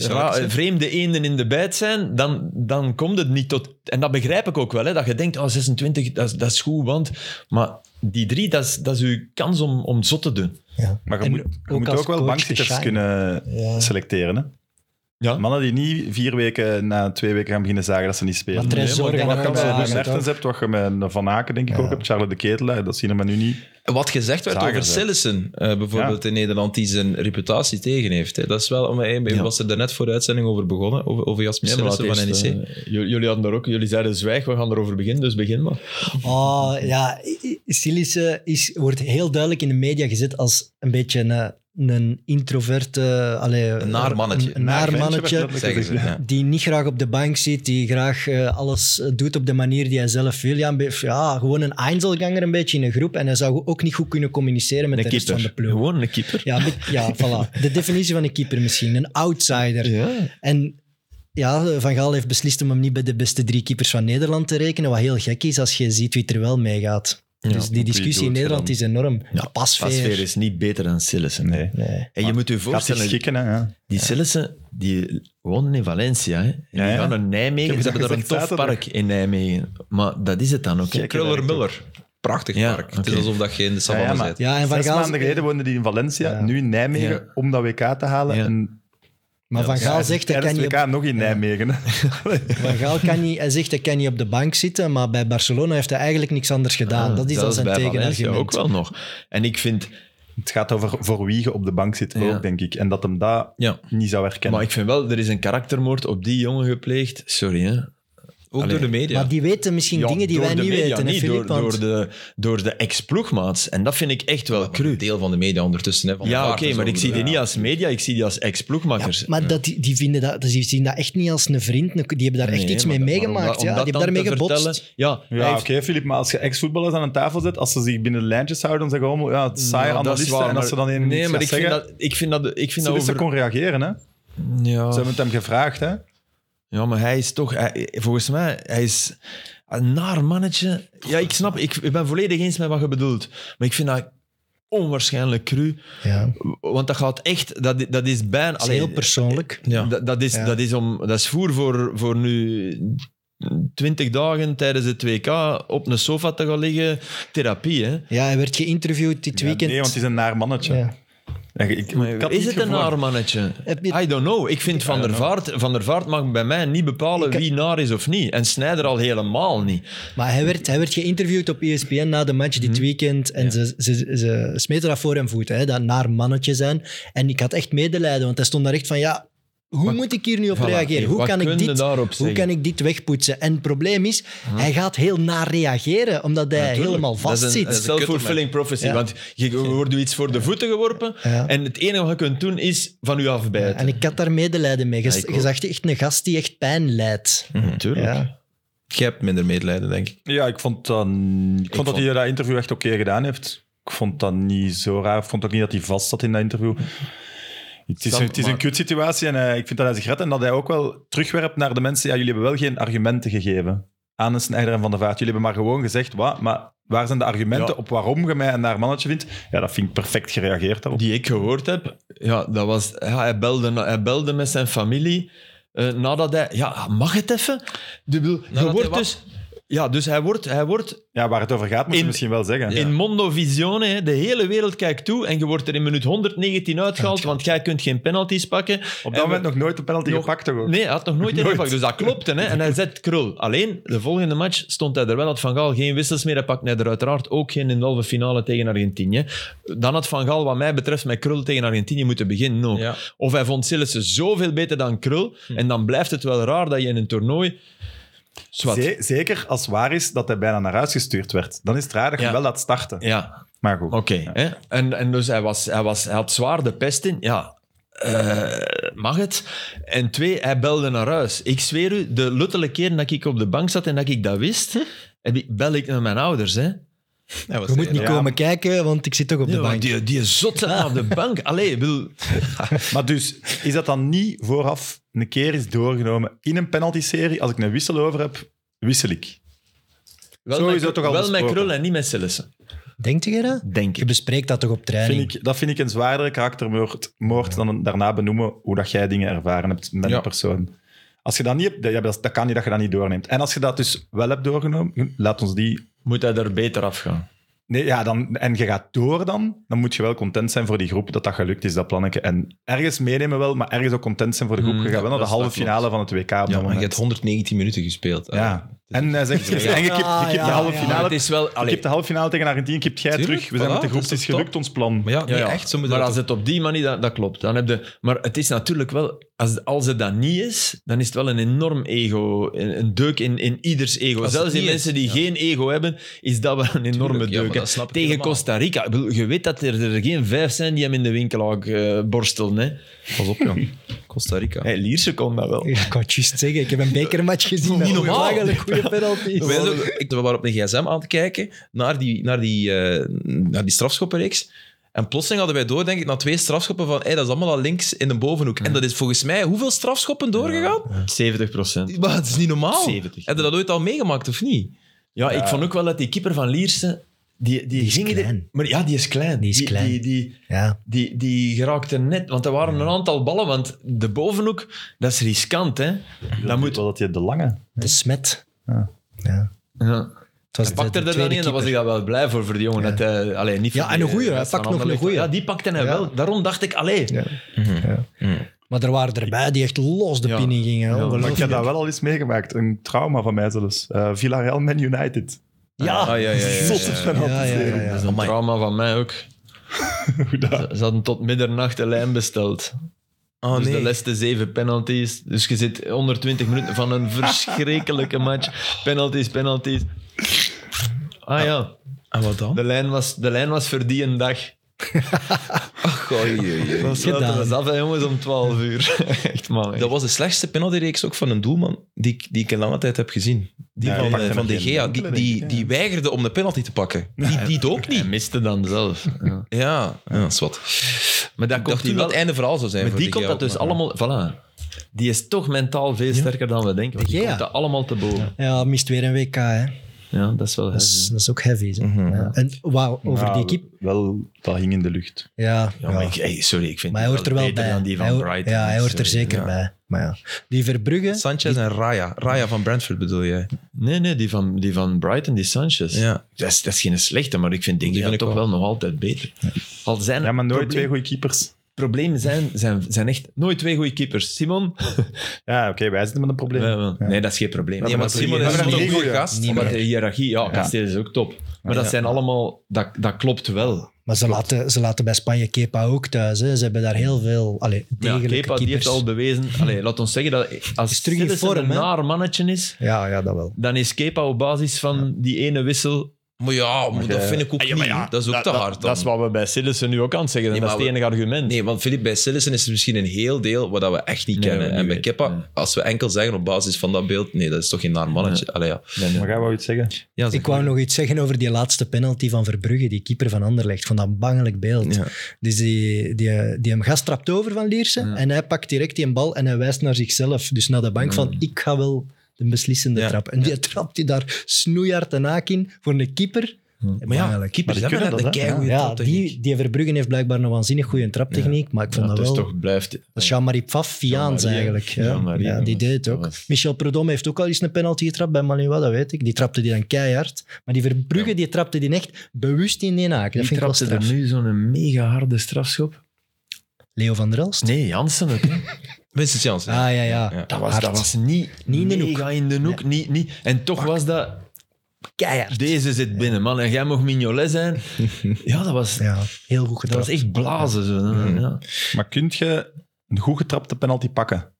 C: ra-
A: zijn.
C: vreemde eenden in de bijt zijn, dan, dan komt het niet tot... En dat begrijp ik ook wel, hè, dat je denkt, oh, 26, dat, is- dat is goed, want... Maar die drie, dat is, dat is uw kans om, om zot te doen.
D: Ja.
B: Maar je
D: En
B: moet je
D: ook
B: moet
D: als
B: ook wel
D: coach te
B: bankzitters
D: shine.
B: kunnen
D: Ja.
B: selecteren. Hè?
C: Ja.
B: Mannen die niet vier weken na twee weken gaan beginnen zagen dat ze niet spelen.
D: Maar Trezor
C: Nee, maar
D: kan
C: dat kan
D: ook wel
C: zo
B: Als je dus
D: zagen,
B: Mertens
D: toch?
B: hebt, wat je met Van Aken denk ik
D: Ja.
B: ook hebt, Charles de Ketelaar, dat zien we maar nu niet.
A: Wat gezegd werd
B: Zagen
A: over
B: ze.
A: Sillissen, eh, bijvoorbeeld in Nederland, die zijn reputatie tegen heeft. Hè. Dat is wel, om, eh,
C: Ja.
A: was er daarnet voor de uitzending over begonnen, over, over Jasmin Sillissen van E
D: E
A: NEC.
C: eh, jullie hadden er ook, jullie zeiden zwijg, we gaan erover beginnen, dus begin maar.
D: Oh, ja. Silice is, wordt heel duidelijk in de media gezet als een beetje een, een introverte... Allee,
A: Een naar mannetje.
D: Een, een naar
B: Een
D: mannetje.
B: mannetje
A: zeggen ze.
B: Ja.
A: Ja.
D: die niet graag op de bank zit, die graag eh, alles eh, doet op de manier die hij zelf wil. Ja, een be- ja, gewoon een einzelganger een beetje in een groep. En hij zou ook niet goed kunnen communiceren met
C: Een
D: de rest van de
C: keeper.
D: ploeg.
C: Gewoon een keeper.
D: Ja, met- ja, voilà. De definitie van een keeper misschien. Een outsider. En ja, Van Gaal heeft beslist om hem niet bij de beste drie keepers van Nederland te rekenen. Wat heel gek is als je ziet wie er wel meegaat. dus die
B: doet
D: discussie
B: je
D: in Nederland
B: dan?
D: is enorm.
C: Ja,
D: De pasfeer.
C: Pasveer is niet beter dan Sillissen.
B: Nee.
D: Nee.
C: En je moet je
B: Gaat zich
C: voorstellen,
B: schikken, hè. ja.
C: die Sillissen die wonen in Valencia. Hè? En die
B: Ja, ja.
C: gaan naar
B: Ik
C: Nijmegen.
B: heb
C: Ze hebben
B: het
C: daar een tof
B: gezegd zaterdag.
C: park in Nijmegen. Maar dat is het dan ook. hè.
B: Gek.
A: Kruller-Muller, prachtig
C: Ja,
A: park. Het is
C: oké.
A: alsof dat je in de
B: Ja,
A: savanne
B: ja, maar-
A: zit.
D: Ja, en Van
B: Zes
D: Gaal,
B: maanden geleden woonde die in Valencia,
D: Ja.
B: nu in Nijmegen,
C: Ja.
B: om dat WK te halen.
C: Ja.
B: En
D: maar Van Gaal
B: Ja,
D: zegt, dat kan
B: tijdens
D: je
B: het WK nog in Nijmegen. hè.
D: Van Gaal
C: <laughs>
D: kan niet, hij zegt hij kan niet op de bank zitten, maar bij Barcelona heeft hij eigenlijk niks anders gedaan. dat is dan zijn
C: Ah, bij
D: tegenargument.
C: Valencia ook wel nog. En ik vind,
B: Het gaat over voor wie je op de bank zit
C: Ja.
B: ook, denk ik. En dat hem dat
A: Ja.
B: niet zou herkennen.
C: maar ik vind wel, er is een karaktermoord op die jongen gepleegd. Sorry, hè.
A: Ook
C: Allee.
A: door de media.
D: Maar die weten misschien
C: Ja,
D: dingen die
C: door
D: wij
C: de
D: niet
C: media
D: weten, hè,
C: niet,
D: Filip?
C: door, door
D: Want
C: de, door de ex-ploegmaats. En dat vind ik echt wel cru.
A: Een deel van de media ondertussen. Hè, van
C: Ja,
A: de
C: oké,
A: vaart en zo.
C: maar ik zie die
A: Ja.
C: niet als media, ik zie die als ex-ploegmakers.
D: maar dat, die, die vinden dat, dus die zien dat echt niet als een vriend. een- Die hebben daar echt
C: Nee,
D: iets
C: maar
D: mee
C: dat- maar
D: meegemaakt.
C: om
D: ja.
C: dat
D: Die
C: dan
D: hebben daarmee
C: te
D: gebotst.
C: vertellen- Ja, hij
B: Ja,
C: heeft-
B: oké, Filip, maar als je ex-voetballers aan een tafel zit, als ze zich binnen de lijntjes houden, dan zeggen ze allemaal, ja, het is saaie
C: Ja, Nou, dat is
B: analisten.
C: waar,
B: en
C: maar-
B: als ze dan in
C: Nee, maar ik vind,
B: zeggen,
C: dat, ik vind dat... Ik vind dat
B: Sillissen
C: over... Oh.
B: kon reageren, hè. Ze
C: ja.
B: hebben het hem gevraagd, hè.
C: ja, maar hij is toch... hij- volgens mij, hij is een naar mannetje. Ja, ik snap, ik, ik ben volledig eens met wat je bedoelt. Maar ik vind dat onwaarschijnlijk cru.
D: Ja, dat
C: Want dat gaat echt... Dat, dat is bijna...
D: is
C: allee,
D: heel persoonlijk.
A: Ja.
C: Dat, dat is,
D: Ja.
C: dat, is om, dat is voer voor, voor nu 20 dagen tijdens het WK op een sofa te gaan liggen. Therapie, hè.
D: Ja, hij werd geïnterviewd dit
B: Ja,
D: weekend.
B: nee, want hij is een naar mannetje.
D: Ja.
B: Ja, ik- ik- ik had
C: Is
B: niet
C: het een
B: gevoel-
C: naar mannetje?
D: Heb je-
C: I don't know. Ik vind Van der Vaart... Van der Vaart mag bij mij niet bepalen wie naar is of niet. En Snijder al helemaal niet.
D: Maar hij werd, hij werd geïnterviewd op E ESPN na de match
C: Mhm.
D: dit weekend. En ze, ze, ze smeten dat voor hem voet, hè, dat naar mannetje zijn. En ik had echt medelijden, want hij stond daar echt van, ja, hoe
C: Wat-
D: moet ik hier nu op
C: Voilà.
D: reageren? Hoe
C: Wat
D: kan,
C: kun
D: ik
C: je
D: dit,
C: daarop
D: hoe
C: zeggen? Mhm.
D: kan ik dit wegpoetsen? En het probleem is, hij gaat heel naar reageren, omdat hij helemaal
C: Dat is een-
D: vastzit.
C: een self-fulfilling prophecy.
D: Ja.
C: Want je wordt door iets voor de voeten geworpen.
D: Ja.
C: En het enige wat je kunt doen is van u afbijten.
D: En ik had daar medelijden mee. Je,
C: ik ook.
D: je zag echt een gast die echt pijn lijdt.
C: Natuurlijk.
D: Ja.
A: Jij hebt minder medelijden, denk ik.
B: Ja, ik vond, dat- ik vond dat
A: vond-
B: hij dat interview echt oké gedaan heeft. Ik vond dat niet zo raar. Ik vond ook niet dat hij vast zat in dat interview. Het is,
A: Dan-
B: het is een
A: maar-
B: kut situatie en eh, ik vind dat hij zich redt. En dat hij ook wel terugwerpt naar de mensen. Ja, jullie hebben wel geen argumenten gegeven aan een Snijder en Van der Vaart. Jullie hebben maar gewoon gezegd, wat, maar waar zijn de argumenten
C: Ja.
B: op waarom je mij een naar mannetje vindt? Ja, dat vind ik perfect gereageerd daarop.
C: Die ik gehoord heb, ja, dat was, ja, hij, belde, na- hij belde met zijn familie eh, nadat hij... Ja, mag het even? Ik bedoel, je
A: hij
C: wordt
A: wat?
C: dus... Ja, dus hij wordt, hij wordt
B: Ja, waar het over gaat, moet je
C: In-
B: misschien wel zeggen.
C: in Mondo Visione, hè, de hele wereld kijkt toe en je wordt er in minuut 119 uitgehaald, want jij kunt geen penalties pakken.
B: Op
C: En
B: dat
C: we-
B: moment nog nooit een penalty
C: Nog-
B: gepakt, toch? ook?
C: Nee, hij had
B: <laughs>
C: nog nooit
B: Nooit.
C: ingepakt. Dus dat klopte. Hè? En hij zet krul. Alleen, de volgende match stond hij er wel. Had Van Gaal geen wissels meer. Hij pakte er uiteraard ook geen in de halve finale tegen Argentinië. Dan had Van Gaal, wat mij betreft, met krul tegen Argentinië moeten beginnen ook.
A: Ja.
C: Of hij vond Sillissen zoveel beter dan krul.
B: Hm.
C: En dan blijft het wel raar dat je in een toernooi... Zwat.
B: Ze- zeker als waar is dat hij bijna naar huis gestuurd werd. Dan is het raar dat je
C: Ja.
B: wel laat starten.
C: Ja,
B: Maar goed.
C: oké. hè. En, en dus hij, was, hij, was, hij had zwaar de pest in. Ja, eh, mag het? En twee, hij belde naar huis. Ik zweer u, de luttele keer dat ik op de bank zat en dat ik dat wist, heb ik, bel ik naar mijn ouders. Hè.
A: Hij was
D: Je moet
A: er,
D: niet
A: ja.
B: Ja.
D: komen kijken, want ik zit toch op de
C: Ja, want
D: bank.
C: die, die zot
B: <laughs>
C: zat op de bank. Allee, ik bedoel,
B: Maar dus, is dat dan niet vooraf een keer is doorgenomen in een penalty-serie? Als ik een wissel over heb, wissel ik.
C: wel,
B: Zo
C: met,
B: is dat toch al
C: wel met
B: besproken?
C: krullen en niet met Sillissen.
D: Denkt je dat?
C: Denk
D: Je
C: ik.
D: bespreekt dat toch op training?
B: Vind ik, dat vind ik een zwaardere karaktermoord moord dan een- daarna benoemen hoe dat jij dingen ervaren hebt met
A: Ja.
B: een persoon. Als je dat niet hebt, ja, dat, dat kan niet dat je dat niet doorneemt. En als je dat dus wel hebt doorgenomen, laat ons die...
C: Moet hij er beter afgaan?
B: Nee, ja, dan, en je gaat door dan, dan moet je wel content zijn voor die groep dat dat gelukt is, dat plannetje. En ergens meenemen wel, maar ergens ook content zijn voor de groep. Je
C: Mm,
B: gaat wel naar de
A: Hm, dat-
B: halve
A: dat klopt.
B: finale van het WK op dat
A: Ja, maar je
B: moment.
A: hebt 119 minuten gespeeld.
B: Ja. En hij zegt, en je
A: Ja.
B: kipt- je kipt
D: Ah,
B: de
D: ja,
B: halve
D: ja.
C: Maar
B: finale
C: het is wel...
B: Ik
C: Allee,
B: heb de halve finale tegen Argentinië, kipt jij
A: Tuurlijk,
B: terug. We zijn
A: voilà,
B: met de groep,
A: dat
B: het
A: is
B: is
A: toch
B: gelukt, ons plan.
A: Maar ja,
C: Ja,
A: nee,
C: ja.
A: echt. Zo moet je
C: maar
A: dat
C: als het op die manier, dat, dat klopt. Dan heb je, maar het is natuurlijk wel, als, als het dat niet is, dan is het wel een enorm ego, een, een deuk in, in ieders ego.
A: Als het
C: Zelfs in
A: niet is,
C: mensen die
A: ja.
C: geen ego hebben, is dat wel een enorme
A: Tuurlijk, ja,
C: deuk.
A: maar
C: hè.
A: dat snap ik
C: Tegen
A: helemaal.
C: Costa Rica, Ik bedoel, je weet dat er, er geen vijf zijn die hem in de winkelhaak eh, borstelen.
D: <laughs>
C: Hè.
A: Pas op, jong. Costa Rica.
C: Hey, Lierse kon dat
B: Oh.
C: wel.
D: <laughs> Ik kan het juist zeggen, ik heb een
C: <laughs>
D: bekermatch gezien.
A: Niet
D: dat
A: normaal.
D: was Eigenlijk goede penalty.
A: We waren ook- ik we waren op een gsm aan het kijken naar die, naar die, eh, naar die strafschoppenreeks. En plotseling hadden wij door, denk ik, na twee strafschoppen van hey, dat is allemaal al links in de bovenhoek. En dat is volgens mij hoeveel strafschoppen doorgegaan?
C: 70 procent.
A: eh, <laughs> Maar het is niet normaal.
C: 70.
A: Heb je dat ooit al meegemaakt of niet?
C: Ja, ik vond ook wel dat die keeper van Lierse... Die, die,
D: is
C: ging er-
D: klein.
C: maar ja, die is klein.
D: Die is klein.
C: die, die,
D: Ja,
C: Die, die geraakte net, want er waren een aantal ballen, want de bovenhoek, dat is riskant, hè. Dat moet...
B: wel dat je de lange...
D: de smet.
B: Ja.
D: Ja.
C: Ja.
D: Het
C: Hij
D: was de-
C: pakte
D: de
C: er dan
D: tweede
C: in, daar was ik
D: keeper.
C: dat wel blij voor, voor die jongen.
D: Ja.
C: Dat hij, allee, niet
D: Ja,
C: voor
D: en
C: die
D: een goeie, hij
C: rest van
D: pakt nog
C: Anderlecht.
D: een goeie.
C: Ja, die pakte hij
D: Ja.
C: wel. Daarom dacht ik, allee.
D: Ja. Maar er waren erbij die echt los de
C: Ja.
D: pinning
C: Ja,
D: gingen.
C: maar
B: Maar ik
D: ongelooflijk.
B: heb dat wel al eens meegemaakt. Een trauma van mij zelfs. Eh, Villarreal Man United.
A: Ja. Ah, ja, ja, ja, ja,
B: Zotte
A: ja.
D: Ja, ja,
B: penalty-serie.
D: ja, ja.
C: Dat is een
A: Amai.
C: trauma van mij
D: <laughs>
C: ook.
B: Hoe dat?
C: Ze hadden tot middernacht de lijn besteld.
A: Oh,
C: dus
A: nee.
C: de laatste zeven penalties. Dus je zit 120 minuten van een verschrikkelijke match. Penalties, penalties. Ah ja,
A: En wat dan?
C: de lijn was, de lijn was voor die een dag.
A: Goh, jee, jee.
C: Dan sluiten we
D: Gedaan.
C: eens af, hè, jongens, om 12 uur. <laughs> Echt man. <laughs> echt.
A: Dat was de slechtste penaltyreeks ook van een doelman die ik, die ik in lange tijd heb gezien. Die
B: Ja, die
A: van, eh,
B: pakte
A: van
B: nog
A: De
B: geen
A: Gea. Die,
B: enkele,
A: die,
B: denk ik, ja.
A: die weigerde om de penalty te pakken. Die, die dook
C: Hij
A: niet.
C: miste dan zelf. Ja.
A: Ja, ja dat is wat.
C: Maar dat
A: Ik
C: komt
A: dacht
C: die
A: niet dat
C: wel...
A: het einde verhaal zou zijn
C: Maar
A: voor
C: die
A: De Gea
C: komt dat
A: ook,
C: dus
A: maar-
C: allemaal... Voilà. Die is toch mentaal veel sterker dan we denken. want die
D: Ja.
C: komt dat allemaal te boven.
D: Ja, mist weer een WK. Hè.
C: Ja, dat is wel...
D: Dat, is, dat is ook heavy. Hè. Ja. En wauw, over
B: Nou,
D: die kip.
B: Wel, dat hing in de lucht.
D: Ja,
C: Ja, maar ik- hey, sorry, ik vind
D: Maar hij
C: die
D: hoort er wel
C: beter
D: bij.
C: dan die van
D: hij, hoort-
C: Brighton. eh,
D: Ja, hij hoort er
C: Sorry.
D: zeker
A: ja.
D: bij. Maar ja. Die Verbrugge,
A: Sanchez en Raya. Raya van Brentford bedoel jij?
C: Nee, nee, die van, die van Brighton, die Sanchez.
A: Ja.
C: Dat, is, dat is geen slechte, maar ik vind die
A: Die vind ik
C: toch
A: wel.
C: wel nog altijd beter. Al zijn
B: Ja, maar nooit
C: probleem-
B: twee goede keepers.
C: problemen zijn, zijn, zijn echt nooit twee goede keepers. Simon?
D: <laughs>
B: Ja, oké, wij zitten met een probleem.
C: Ja, wel. Nee, dat is geen probleem.
A: Nee, maar
B: dat
A: Simon
B: is-
A: is
B: maar
A: een
B: dat is
A: goede
B: niet goed, ja.
A: gast.
D: Niet
C: Maar
D: meer.
C: de hiërarchie, ja, Castells is ook top. Maar dat
A: Ja.
C: zijn allemaal, dat, dat klopt wel.
D: Maar ze laten, ze laten bij Spanje Kepa ook thuis. Hè. Ze hebben daar heel veel allee,
C: Ja,
D: degelijke
C: Kepa die
D: keepers.
C: heeft al bewezen. Allee, laat ons zeggen dat als
D: Is terug in
C: Sillissen
D: vorm,
C: een
D: hè?
C: naar mannetje is,
D: Ja, ja, dat wel.
C: dan is Kepa op basis van die ene wissel.
A: Maar ja, maar dat
B: jij-
A: vind ik ook
C: Ah, ja,
A: niet.
C: maar ja,
A: dat is ook te hard dan.
C: Dat is wat we bij Sillissen nu ook aan het zeggen. en
A: Nee,
C: dat is het
A: maar
C: enige argument.
A: Nee, want Filip, bij Sillissen is er misschien een heel deel wat dat we echt niet
C: Nee,
A: kennen.
C: wat we
A: en
C: niet
A: bij
C: weten,
A: Kepa,
C: nee.
A: als we enkel zeggen op basis van dat beeld, nee, dat is toch geen naar mannetje. Allee, ja.
C: Nee, nee.
B: Maar jij wou iets zeggen?
A: Ja, zeg
D: Ik wou
A: maar.
D: nog iets zeggen over die laatste penalty van Verbrugge, die keeper van Anderlecht. Ik vond dat een bangelijk beeld.
A: Ja.
D: Dus die, die, die hem gast trapt over van Liersen en hij pakt direct die bal en hij wijst naar zichzelf. Dus naar de bank van,
C: Mm.
D: ik ga wel de beslissende
A: Ja.
D: trap. En die trapt die daar snoeihard de haak in voor een keeper.
A: Maar ja,
D: Bangelijk.
A: keepers
B: Maar die
A: hebben
B: kunnen
A: een
B: dat, hè?
A: keigoede
D: ja,
A: traptechniek.
D: die, die Verbruggen heeft blijkbaar een waanzinnig goede traptechniek, maar ik vond
C: Ja,
D: dat
C: het is
D: wel...
C: toch, blijft...
D: Dat is Jean-Marie Pfaff, Fiaans
C: Jean-Marie,
D: eigenlijk. Ja.
C: Jean-Marie,
D: Ja, die
C: ja.
D: deed het ook.
C: Dat was-
D: Michel Prudhomme heeft ook al eens een penalty getrapt bij Malinwa, dat weet ik. Die trapte die dan keihard. Maar die Verbrugge, die trapte die echt bewust in die haak. Dat
C: Die
D: vind ik wel
C: trapte er
D: straf.
C: nu zo'n mega harde strafschop.
D: Leo van der Elst?
C: Nee, Jansen het. hè.
A: Vincent Janssen.
D: Ah, ja, ja.
A: Ja.
C: Dat was,
D: Hard.
C: dat was niet,
D: Niet in de hoek.
C: mega in de hoek. Niet, niet. En toch was dat...
D: Keihard.
C: Deze zit binnen, man. En jij mag mignolet <laughs> zijn. Ja, dat was,
D: Ja, heel goed
C: dat
D: getrapt.
C: was echt blazen. Zo.
A: Mhm.
C: Ja.
B: Maar kunt je een goed getrapte penalty pakken?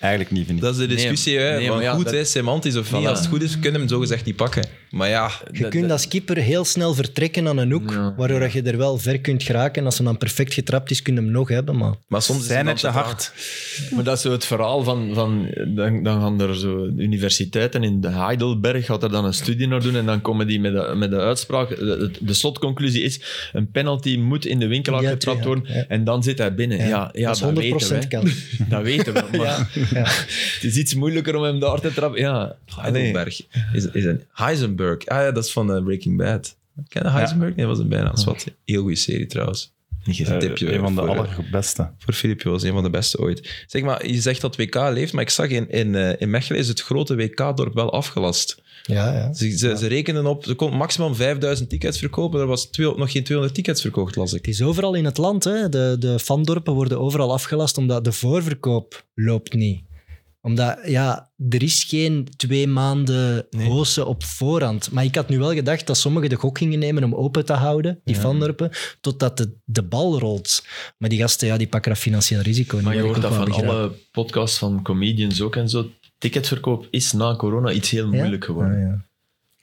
B: Eigenlijk niet, vind ik.
A: Dat is de discussie,
C: Nee,
A: hè.
C: nee,
A: van
C: maar ja,
A: goed,
C: dat-
A: hè, semantisch of niet.
C: Voilà.
A: Als het goed is, kunnen we hem zogezegd niet pakken. Maar ja,
D: Je kunt als keeper heel snel vertrekken aan een hoek,
C: Ja.
D: waardoor dat je er wel ver kunt geraken. Als hem dan perfect getrapt is, kun je hem nog hebben. Maar
A: maar soms is
B: Zijn
A: dan
B: het te hard?
C: Maar dat is zo het verhaal van... van dan, dan gaan er zo universiteiten in de Heidelberg gaat er dan een studie naar doen en dan komen die met de, met de uitspraak. De, de slotconclusie is, een penalty moet in de winkelaar
D: Ja,
C: getrapt
D: ja,
C: worden
D: ja.
C: en dan zit hij binnen. Ja, ja,
D: dat is 100%
C: weten we.
D: kans.
C: Dat weten we,
D: <laughs>
C: maar
D: Ja.
C: het is iets moeilijker om hem daar te trappen. Ja,
A: Heidelberg. Is, is een Heisenberg. Ah ja, dat is van eh, Breaking Bad. Ken je Heisenberg? Nee, dat was een bijnaam. Dat is wat. Heel goede serie trouwens. Niet
B: Eh,
A: een tipje.
B: een van de
A: voor, eh,
B: allerbeste.
A: Voor Filip was een van de beste ooit. Zeg maar, je zegt dat WK leeft, maar ik zag in, in, eh, in Mechelen is het grote WK-dorp wel afgelast.
D: Ja, ja.
A: Ze, ze, ze rekenen op, ze kon maximaal 5000 tickets verkopen, er was 200 nog geen 200 tickets verkocht, las ik.
D: Het is overal in het land. Hè. De, de fandorpen worden overal afgelast omdat de voorverkoop loopt niet. Omdat, ja, er is geen twee maanden
A: Nee.
D: hozen op voorhand. Maar ik had nu wel gedacht dat sommigen de gok gingen nemen om open te houden, die fandorpen, totdat de, de bal rolt. Maar die gasten, ja, die pakken dat financieel risico. niet,
C: Maar je
D: wat ik
C: hoort
D: ook
C: dat
D: wel
C: van
D: begrijp.
C: alle podcasts van comedians ook en zo. Ticketverkoop is na corona iets heel
D: Ja?
C: moeilijk geworden.
D: Ah, ja.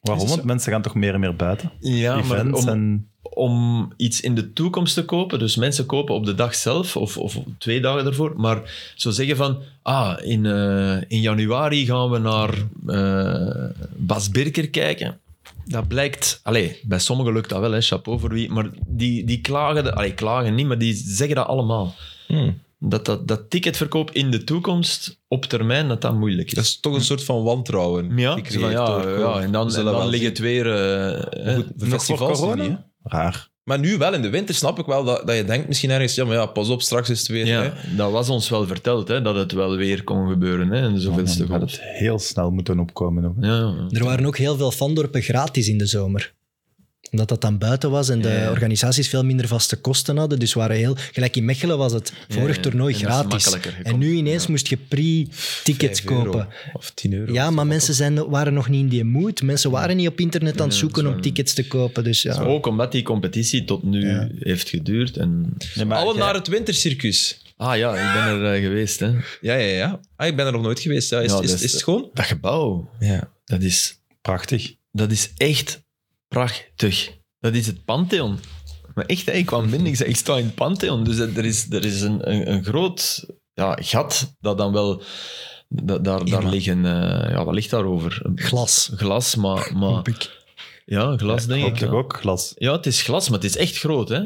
B: Waarom?
C: Is het
B: Want mensen gaan toch meer en meer buiten?
C: Ja, maar
B: Events
C: om,
B: en...
C: om iets in de toekomst te kopen, dus mensen kopen op de dag zelf of, of twee dagen daarvoor, maar zo zeggen van, ah, in, eh, in januari gaan we naar eh, Bas Birker kijken. Dat blijkt, allee, bij sommigen lukt dat wel, hè, chapeau voor wie, maar die, die klagen, de- allee, klagen niet, maar die zeggen dat allemaal.
A: Hmm.
C: dat, dat, dat ticketverkoop in de toekomst op termijn dat dat moeilijk is.
A: Dat is toch een soort van wantrouwen.
C: ja,
A: gecreëerd
C: zo van, ja,
A: door-
C: ja, en dan,
A: We
C: en
A: zullen
C: dan
A: wel
C: ligt
A: zien.
C: het weer... eh, eh,
A: Goed, de
B: Nog voor
A: festivals
B: corona?
A: doen niet, hè.
B: Raar.
A: Maar nu wel in de winter snap ik wel dat, dat je denkt misschien ergens, ja, maar ja, pas op, straks is het weer. hè.
C: ja, dat was ons wel verteld, hè, dat het wel weer kon gebeuren. Hè, en
B: Dan
C: zoveelste
B: gaat
C: golf.
B: het heel snel moeten opkomen. Nog.
C: Ja, ja.
D: Er waren ook heel veel fandorpen gratis in de zomer omdat dat dan buiten was en de
C: Ja, ja.
D: organisaties veel minder vaste kosten hadden. Dus waren heel... Gelijk in Mechelen was het vorig
C: ja.
D: toernooi
C: En dat is
D: gratis.
C: makkelijker gekomen.
D: En nu ineens moest je pre-tickets
A: Vijf euro
D: kopen.
A: Of 10 euro.
D: Ja, maar mensen zijn, waren nog niet in die mood. Mensen waren niet op internet aan het
C: Nee, dat
D: zoeken
C: is
D: om
C: waar.
D: tickets te kopen. Dus ja.
C: Ook omdat die competitie tot nu
D: Ja.
C: heeft geduurd. En...
A: Alle naar het wintercircus.
C: Ah ja, ik ben er eh, geweest. Hè.
A: Ja, ja, ja. Ah, ik ben er nog nooit geweest. Ja, is,
C: Ja,
A: is,
C: dus-
A: is het schoon?
C: Dat gebouw,
A: Ja.
C: dat is,
B: Prachtig.
C: dat is echt prachtig. Dat is het Pantheon. Maar echt, hè, ik kwam binnen, ik zei, ik sta in het Pantheon. Dus dat- er is, er is een, een, een groot ja, gat dat dan wel... da- daar, daar
A: maar-
C: liggen... eh, ja, wat ligt daarover?
D: Glas.
C: Glas, maar... maar
D: Hoop ik.
C: ja, glas, denk
B: Ook
C: ik.
B: toch
C: Ja.
B: ook glas.
C: Ja, het is glas, maar het is echt groot, hè.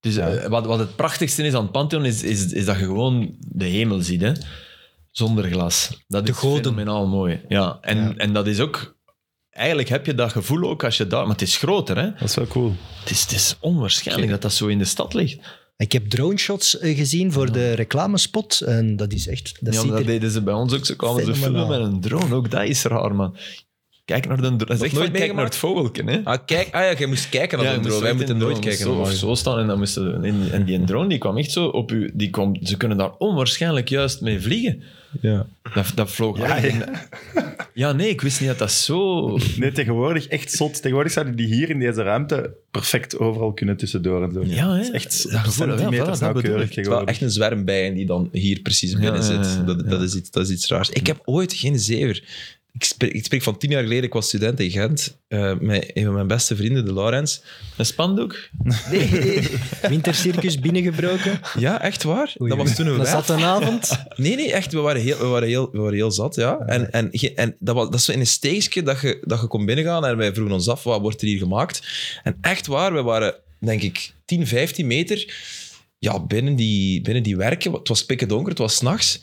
C: Dus
B: Ja.
C: eh, wat, wat het prachtigste is aan het Pantheon, is, is, is dat je gewoon de hemel ziet, hè. Zonder glas. Dat
D: De
C: is
D: goden.
C: fenomenaal mooi. Ja, en,
D: Ja.
C: en dat is ook... Eigenlijk heb je dat gevoel ook als je daar... Maar het is groter, hè.
B: Dat is wel cool.
C: Het is, het is onwaarschijnlijk dat dat zo in de stad ligt.
D: Ik heb droneshots eh, gezien voor de reclamespot. En dat is echt... Dat
C: ja,
D: ziet
C: maar dat
D: er
C: deden ze bij ons ook. Ze kwamen ze
D: fenomenaal.
C: filmen met een drone. Ook dat is raar, man. Kijk naar de Dat is
A: nooit
C: echt van, kijk naar
A: meegemaakt?
C: het vogelken, hè.
A: Ah, kijk, ah ja, jij moest kijken naar de
C: dus
A: drone. Wij
C: echt
A: moeten
C: in
A: nooit
C: drone.
A: kijken
C: Zo-
A: naar de drone.
C: Zo staan en dan moesten we... in- En die drone, die kwam echt zo op u... Die kwam, ze kunnen daar onwaarschijnlijk juist mee vliegen.
A: Ja.
C: Dat, dat vloog
B: Ja,
C: ja,
B: ja.
C: ja, nee, ik wist niet dat dat zo...
B: Nee, tegenwoordig echt zot. Tegenwoordig zouden die hier in deze ruimte perfect overal kunnen tussendoor en zo.
C: Ja, hè.
B: Dat is echt
C: Ja, voilà, ja, voilà,
B: centimeters
C: dat bedoel
A: Het is
B: nauwkeurig
C: ik.
A: wel
B: tegenwoordig.
A: echt een zwerm bijen die dan hier precies binnen
C: Ja, ja,
A: zit.
C: ja, ja.
A: Dat, dat, is iets, dat is iets raars. Ik heb ooit geen zever. Ik spreek, ik spreek van tien jaar geleden, ik was student in Gent. eh, met een van mijn beste vrienden, de Laurens.
C: Een spandoek?
D: <laughs> Wintercircus
C: <laughs>
D: binnengebroken.
A: Ja, echt waar.
D: Oei,
A: dat was toen een
D: Dat
A: wijf.
D: zat een avond.
A: Nee, nee, echt. We waren heel, we waren heel, we waren heel zat, ja. En, en, ge- en dat, was, dat is zo in een steegje dat je, dat je kon binnengaan en wij vroegen ons af, wat wordt er hier gemaakt? En echt waar, we waren, denk ik, 10, 15 meter ja, binnen, die, binnen die werken. Het was pikken donker, het was s'nachts.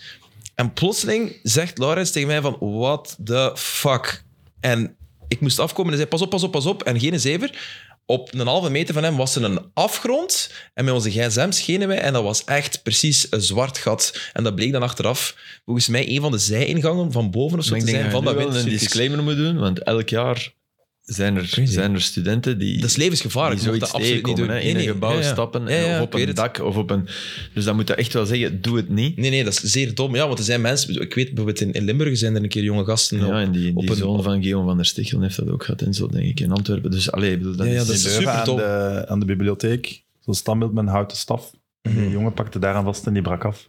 A: En plotseling zegt Laurens tegen mij van, what the fuck? En ik moest afkomen en hij zei, pas op, pas op, pas op. En geen zever. Op een halve meter van hem was er een afgrond. En met onze gsm schenen wij. En dat was echt precies een zwart gat. En dat bleek dan achteraf, volgens mij, een van de zijingangen van boven of zo
C: Maar ik
A: te
C: denk
A: zijn. Van
C: dat
A: dat
C: we nu wel een
A: windcircus.
C: disclaimer moeten doen, want elk jaar zijn er, zijn er studenten die...
A: Dat is levensgevaarlijk.
C: Die
A: Je moet
C: zoiets
A: dat absoluut niet
C: tegenkomen,
A: doen.
C: hè.
A: Nee,
C: in een
A: nee.
C: gebouw
A: Ja, ja.
C: stappen
A: Ja, ja,
C: of
A: ik
C: op
A: weet
C: een
A: het.
C: dak of op een... Dus dan moet je echt wel zeggen, doe het niet.
A: Nee, nee, dat is zeer dom. Ja, want er zijn mensen... Ik weet, bijvoorbeeld in, in Limburg zijn er een keer jonge gasten op-
C: Ja, en die,
A: op
C: die
A: een-
C: zoon van Guillaume van der Stichel heeft dat ook gehad en zo, denk ik, in Antwerpen. Dus allee, ik bedoel, dat
A: Ja, ja,
C: is...
A: dat is-
B: In Leuven aan
A: supertom.
B: de, aan de bibliotheek, zo'n standbeeld met een houten staf. En
C: Mhm.
B: die jongen pakte daaraan vast en die brak af.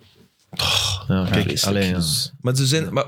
C: ja, kijk,
A: vreselijk.
C: allee, ja.
A: Maar zo zijn, maar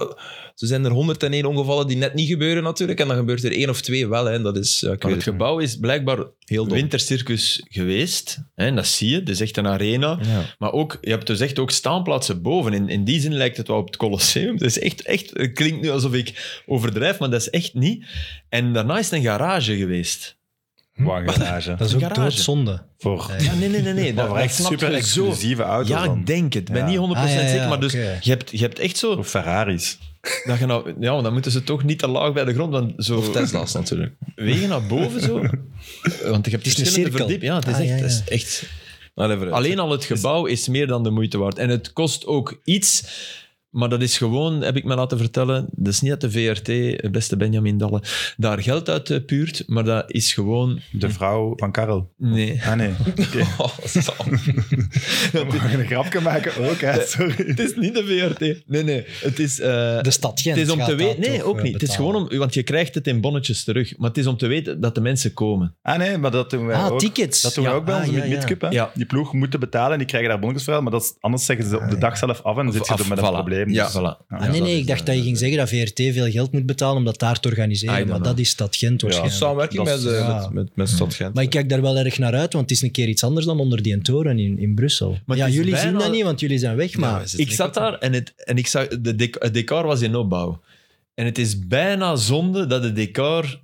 A: zo zijn er 101 ongevallen die net niet gebeuren natuurlijk. En dan gebeurt er één of twee wel. Hè. En dat is... ja, ik
C: Maar
A: weet
C: het
A: het.
C: gebouw is blijkbaar
A: Heel dom.
C: wintercircus geweest. Hè, en dat zie je. Het is echt een arena. Maar ook, je hebt dus echt ook staanplaatsen boven. In, in die zin lijkt het wel op het Colosseum. Het, is echt, echt, het klinkt nu alsof ik overdrijf, maar dat is echt niet. En daarna is het een garage geweest. <laughs>
B: Wagengarage.
D: Dat is
C: Een
D: ook
C: garage.
D: doodzonde.
B: Voor
C: Hm? Ja, nee, nee, nee. nee.
B: <laughs> maar
C: Dat,
B: voor
C: dat
B: echt
C: snap
B: super
C: je zo.
B: exclusieve auto's
C: Ja,
B: dan.
C: ik denk het. Ik ben
B: Ja.
C: niet 100%
D: Ah, ja, ja,
C: zeker, maar dus
D: oké.
C: je, hebt, je hebt echt zo...
B: Voor Ferraris.
C: Dat je nou, ja, want dan moeten ze toch niet te laag bij de grond, want zo...
A: Of Tesla's natuurlijk.
C: wegen naar boven zo. <laughs> Want je hebt
D: is een
C: verschillende
D: cirkel.
C: verdiepingen. Ja, het is
D: Ah,
C: echt,
D: ja, ja.
C: het is echt...
A: Allee, vooruit.
C: Alleen al het gebouw is meer dan de moeite waard. En het kost ook iets, maar dat is gewoon, heb ik me laten vertellen, dat is niet dat de VRT, beste Benjamin Dalle, daar geld uit eh, puurt, maar dat is gewoon...
B: De vrouw van Karel.
C: Nee. <laughs>
B: Ah nee,
A: Oh, dat
B: <laughs>
A: is al-
B: we mogen een grapje maken ook, hè. sorry.
C: Het is niet de VRT. Nee, nee. Het is... eh,
D: De stad Gent
C: het is om
D: gaat
C: te
D: dat
C: weten. Nee,
D: toch,
C: ook
D: eh,
C: niet. Het is
D: betalen.
C: gewoon om. Want je krijgt het in bonnetjes terug. Maar het is om te weten dat de mensen komen.
B: Ah nee, maar dat doen wij
D: Ah,
B: ook.
D: tickets.
B: Dat doen we
D: Ja,
B: ook bij
D: ah,
B: onze
D: ja,
B: mid
D: ja.
B: midcup. hè.
C: Ja.
B: Die ploeg moeten betalen en die krijgen daar bonnetjes voor. Maar dat is, anders zeggen ze op de dag zelf af en dan zit je er
C: Af,
B: met een
C: voilà.
B: probleem.
C: Ja,
B: Dus-
C: voilà.
D: Ah, nee, nee, ik dacht dat je ging zeggen dat VRT veel geld moet betalen om dat daar te organiseren.
C: I don't
D: maar
C: know.
D: dat is stad Gent waarschijnlijk.
A: Samenwerking
B: Dat
A: met, eh,
B: is-
D: ja.
A: met, met, met Stad Gent.
D: Maar ik kijk daar wel erg naar uit, want het is een keer iets anders dan onder die toren in, in Brussel.
C: Maar
D: ja,
C: het is
D: jullie
C: bijna-
D: zien dat niet, want jullie zijn weg, maar...
A: is het
C: Ik zat daar en, het, en ik zag, de dec- het decor was in opbouw. En het is bijna zonde dat het decor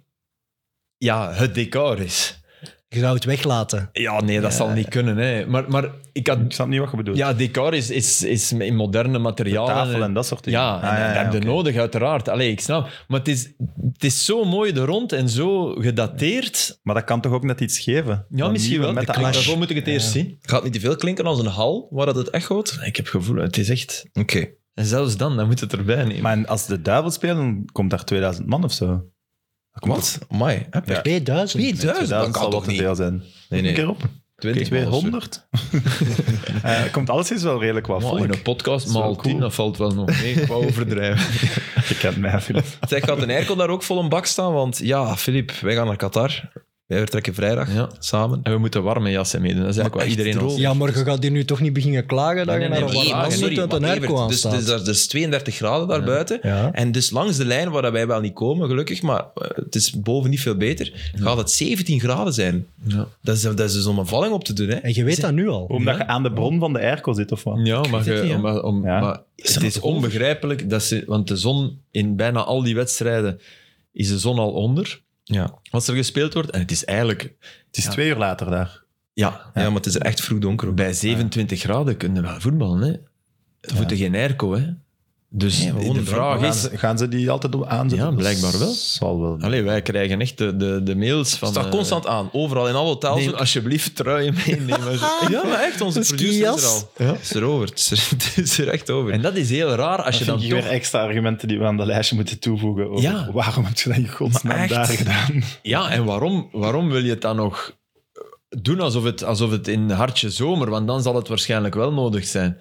C: ja, het decor is.
D: je zou het weglaten.
C: Ja, nee, dat zal niet kunnen. Hè. Maar, maar ik
B: Ik
C: had...
B: snap niet wat je bedoelt.
C: Ja, decor is, is, is in moderne materialen.
B: Tafel en dat soort dingen.
C: Ja, en
B: Ah,
C: dat heb je
B: oké.
C: nodig, uiteraard. Allee, ik snap. Maar het is, het is zo mooi er rond en zo gedateerd.
B: Maar dat kan toch ook net iets geven?
C: Ja,
B: Dat
C: misschien
B: nieuwe
C: wel.
B: Met de
C: Ik-
B: clash.
C: Daarvoor moet ik het eerst zien.
A: Gaat niet te veel klinken als een hal waar dat het echoot?
C: Ik heb gevoel, het is echt...
A: Oké.
C: En zelfs dan, dan moet het erbij nemen.
B: Maar en als de duivel speelt, dan komt daar 2000 man of zo.
A: Wat? Amai. Epic.
B: Ja.
D: 2000.
A: 2000? Dat
B: 2000
A: kan
B: zal wel
A: toch
B: te
A: niet?
B: veel zijn.
A: Nee, nee.
B: Een keer op.
A: 20 man of zo.
B: 200. <laughs> Eh, komt alles eens wel redelijk wat
C: Maar
B: volk.
C: in een podcast
B: wel
C: maal
B: cool.
C: 10, dat valt wel nog mee. Ik
A: <laughs>
C: wou overdrijven.
B: Je kent mij, <laughs> Filip.
A: Zeg, gaat een airco daar ook vol een bak staan? Want ja, Filip, wij gaan naar Qatar. Wij vertrekken vrijdag
C: Ja.
A: samen.
C: En we moeten warme jassen meedoen. Dat is eigenlijk
A: Maar
C: wat
A: echt
C: iedereen ons...
A: droog.
D: Ja, morgen gaat hier nu toch niet beginnen klagen dat
C: Nee,
D: je
C: nee,
D: naar een
C: nee,
D: warm
C: maar
D: land
C: sorry,
D: moet uit een
A: maar
D: airco
A: Evert, dus,
D: aanstaat.
A: dus daar is dus 32 graden daar buiten.
D: Ja.
A: En dus langs de lijn, waar dat wij wel niet komen, gelukkig, maar eh, het is boven niet veel beter, gaat het 17 graden zijn.
C: Ja.
A: Dat, is, dat is dus om een valling op te doen. Hè.
D: En je weet dat nu al.
B: Omdat je aan de bron van de airco zit, of wat?
C: Ja, maar,
A: weet het
C: ge-
A: niet, ja.
C: maar, om,
B: Ja.
C: maar
A: er
C: het is
A: nog over?
C: onbegrijpelijk dat ze... Want de zon, in bijna al die wedstrijden, is de zon al onder.
A: Ja.
C: Als er gespeeld wordt. En het is eigenlijk...
B: Het is
C: Ja.
B: twee uur later daar.
C: Ja,
A: Ja, maar het is er echt vroeg donker. ook.
C: bij 27 graden kunnen we wel voetballen, hè. We moeten geen airco, hè. Dus
A: Nee, we wonnen
C: de
A: de
C: vraag
B: gaan,
C: is...
B: ze, gaan ze die altijd op aanzetten?
C: Ja, blijkbaar wel.
B: Dat Zal wel.
C: Allee, wij krijgen echt de, de, de mails van...
A: Het staat
C: eh,
A: constant aan, Oh, overal in alle hotels.
C: Neem
A: ook.
C: alsjeblieft truien meenemen.
A: <laughs> Ja, maar echt, onze
D: Een
A: producer is er
D: skijas.
A: al. Het is erover, het is er, het is er echt over.
C: en dat is heel raar als
B: Dat
C: je
B: vind
C: dan
B: ik
C: toch...
B: weer extra argumenten die we aan de lijstje moeten toevoegen. over
C: Ja.
B: Waarom heb je dat in
A: Maar
B: godsnaam
A: echt?
B: daar gedaan?
C: Ja, en waarom, waarom wil je het dan nog doen alsof het, alsof het in hartje zomer, want dan zal het waarschijnlijk wel nodig zijn.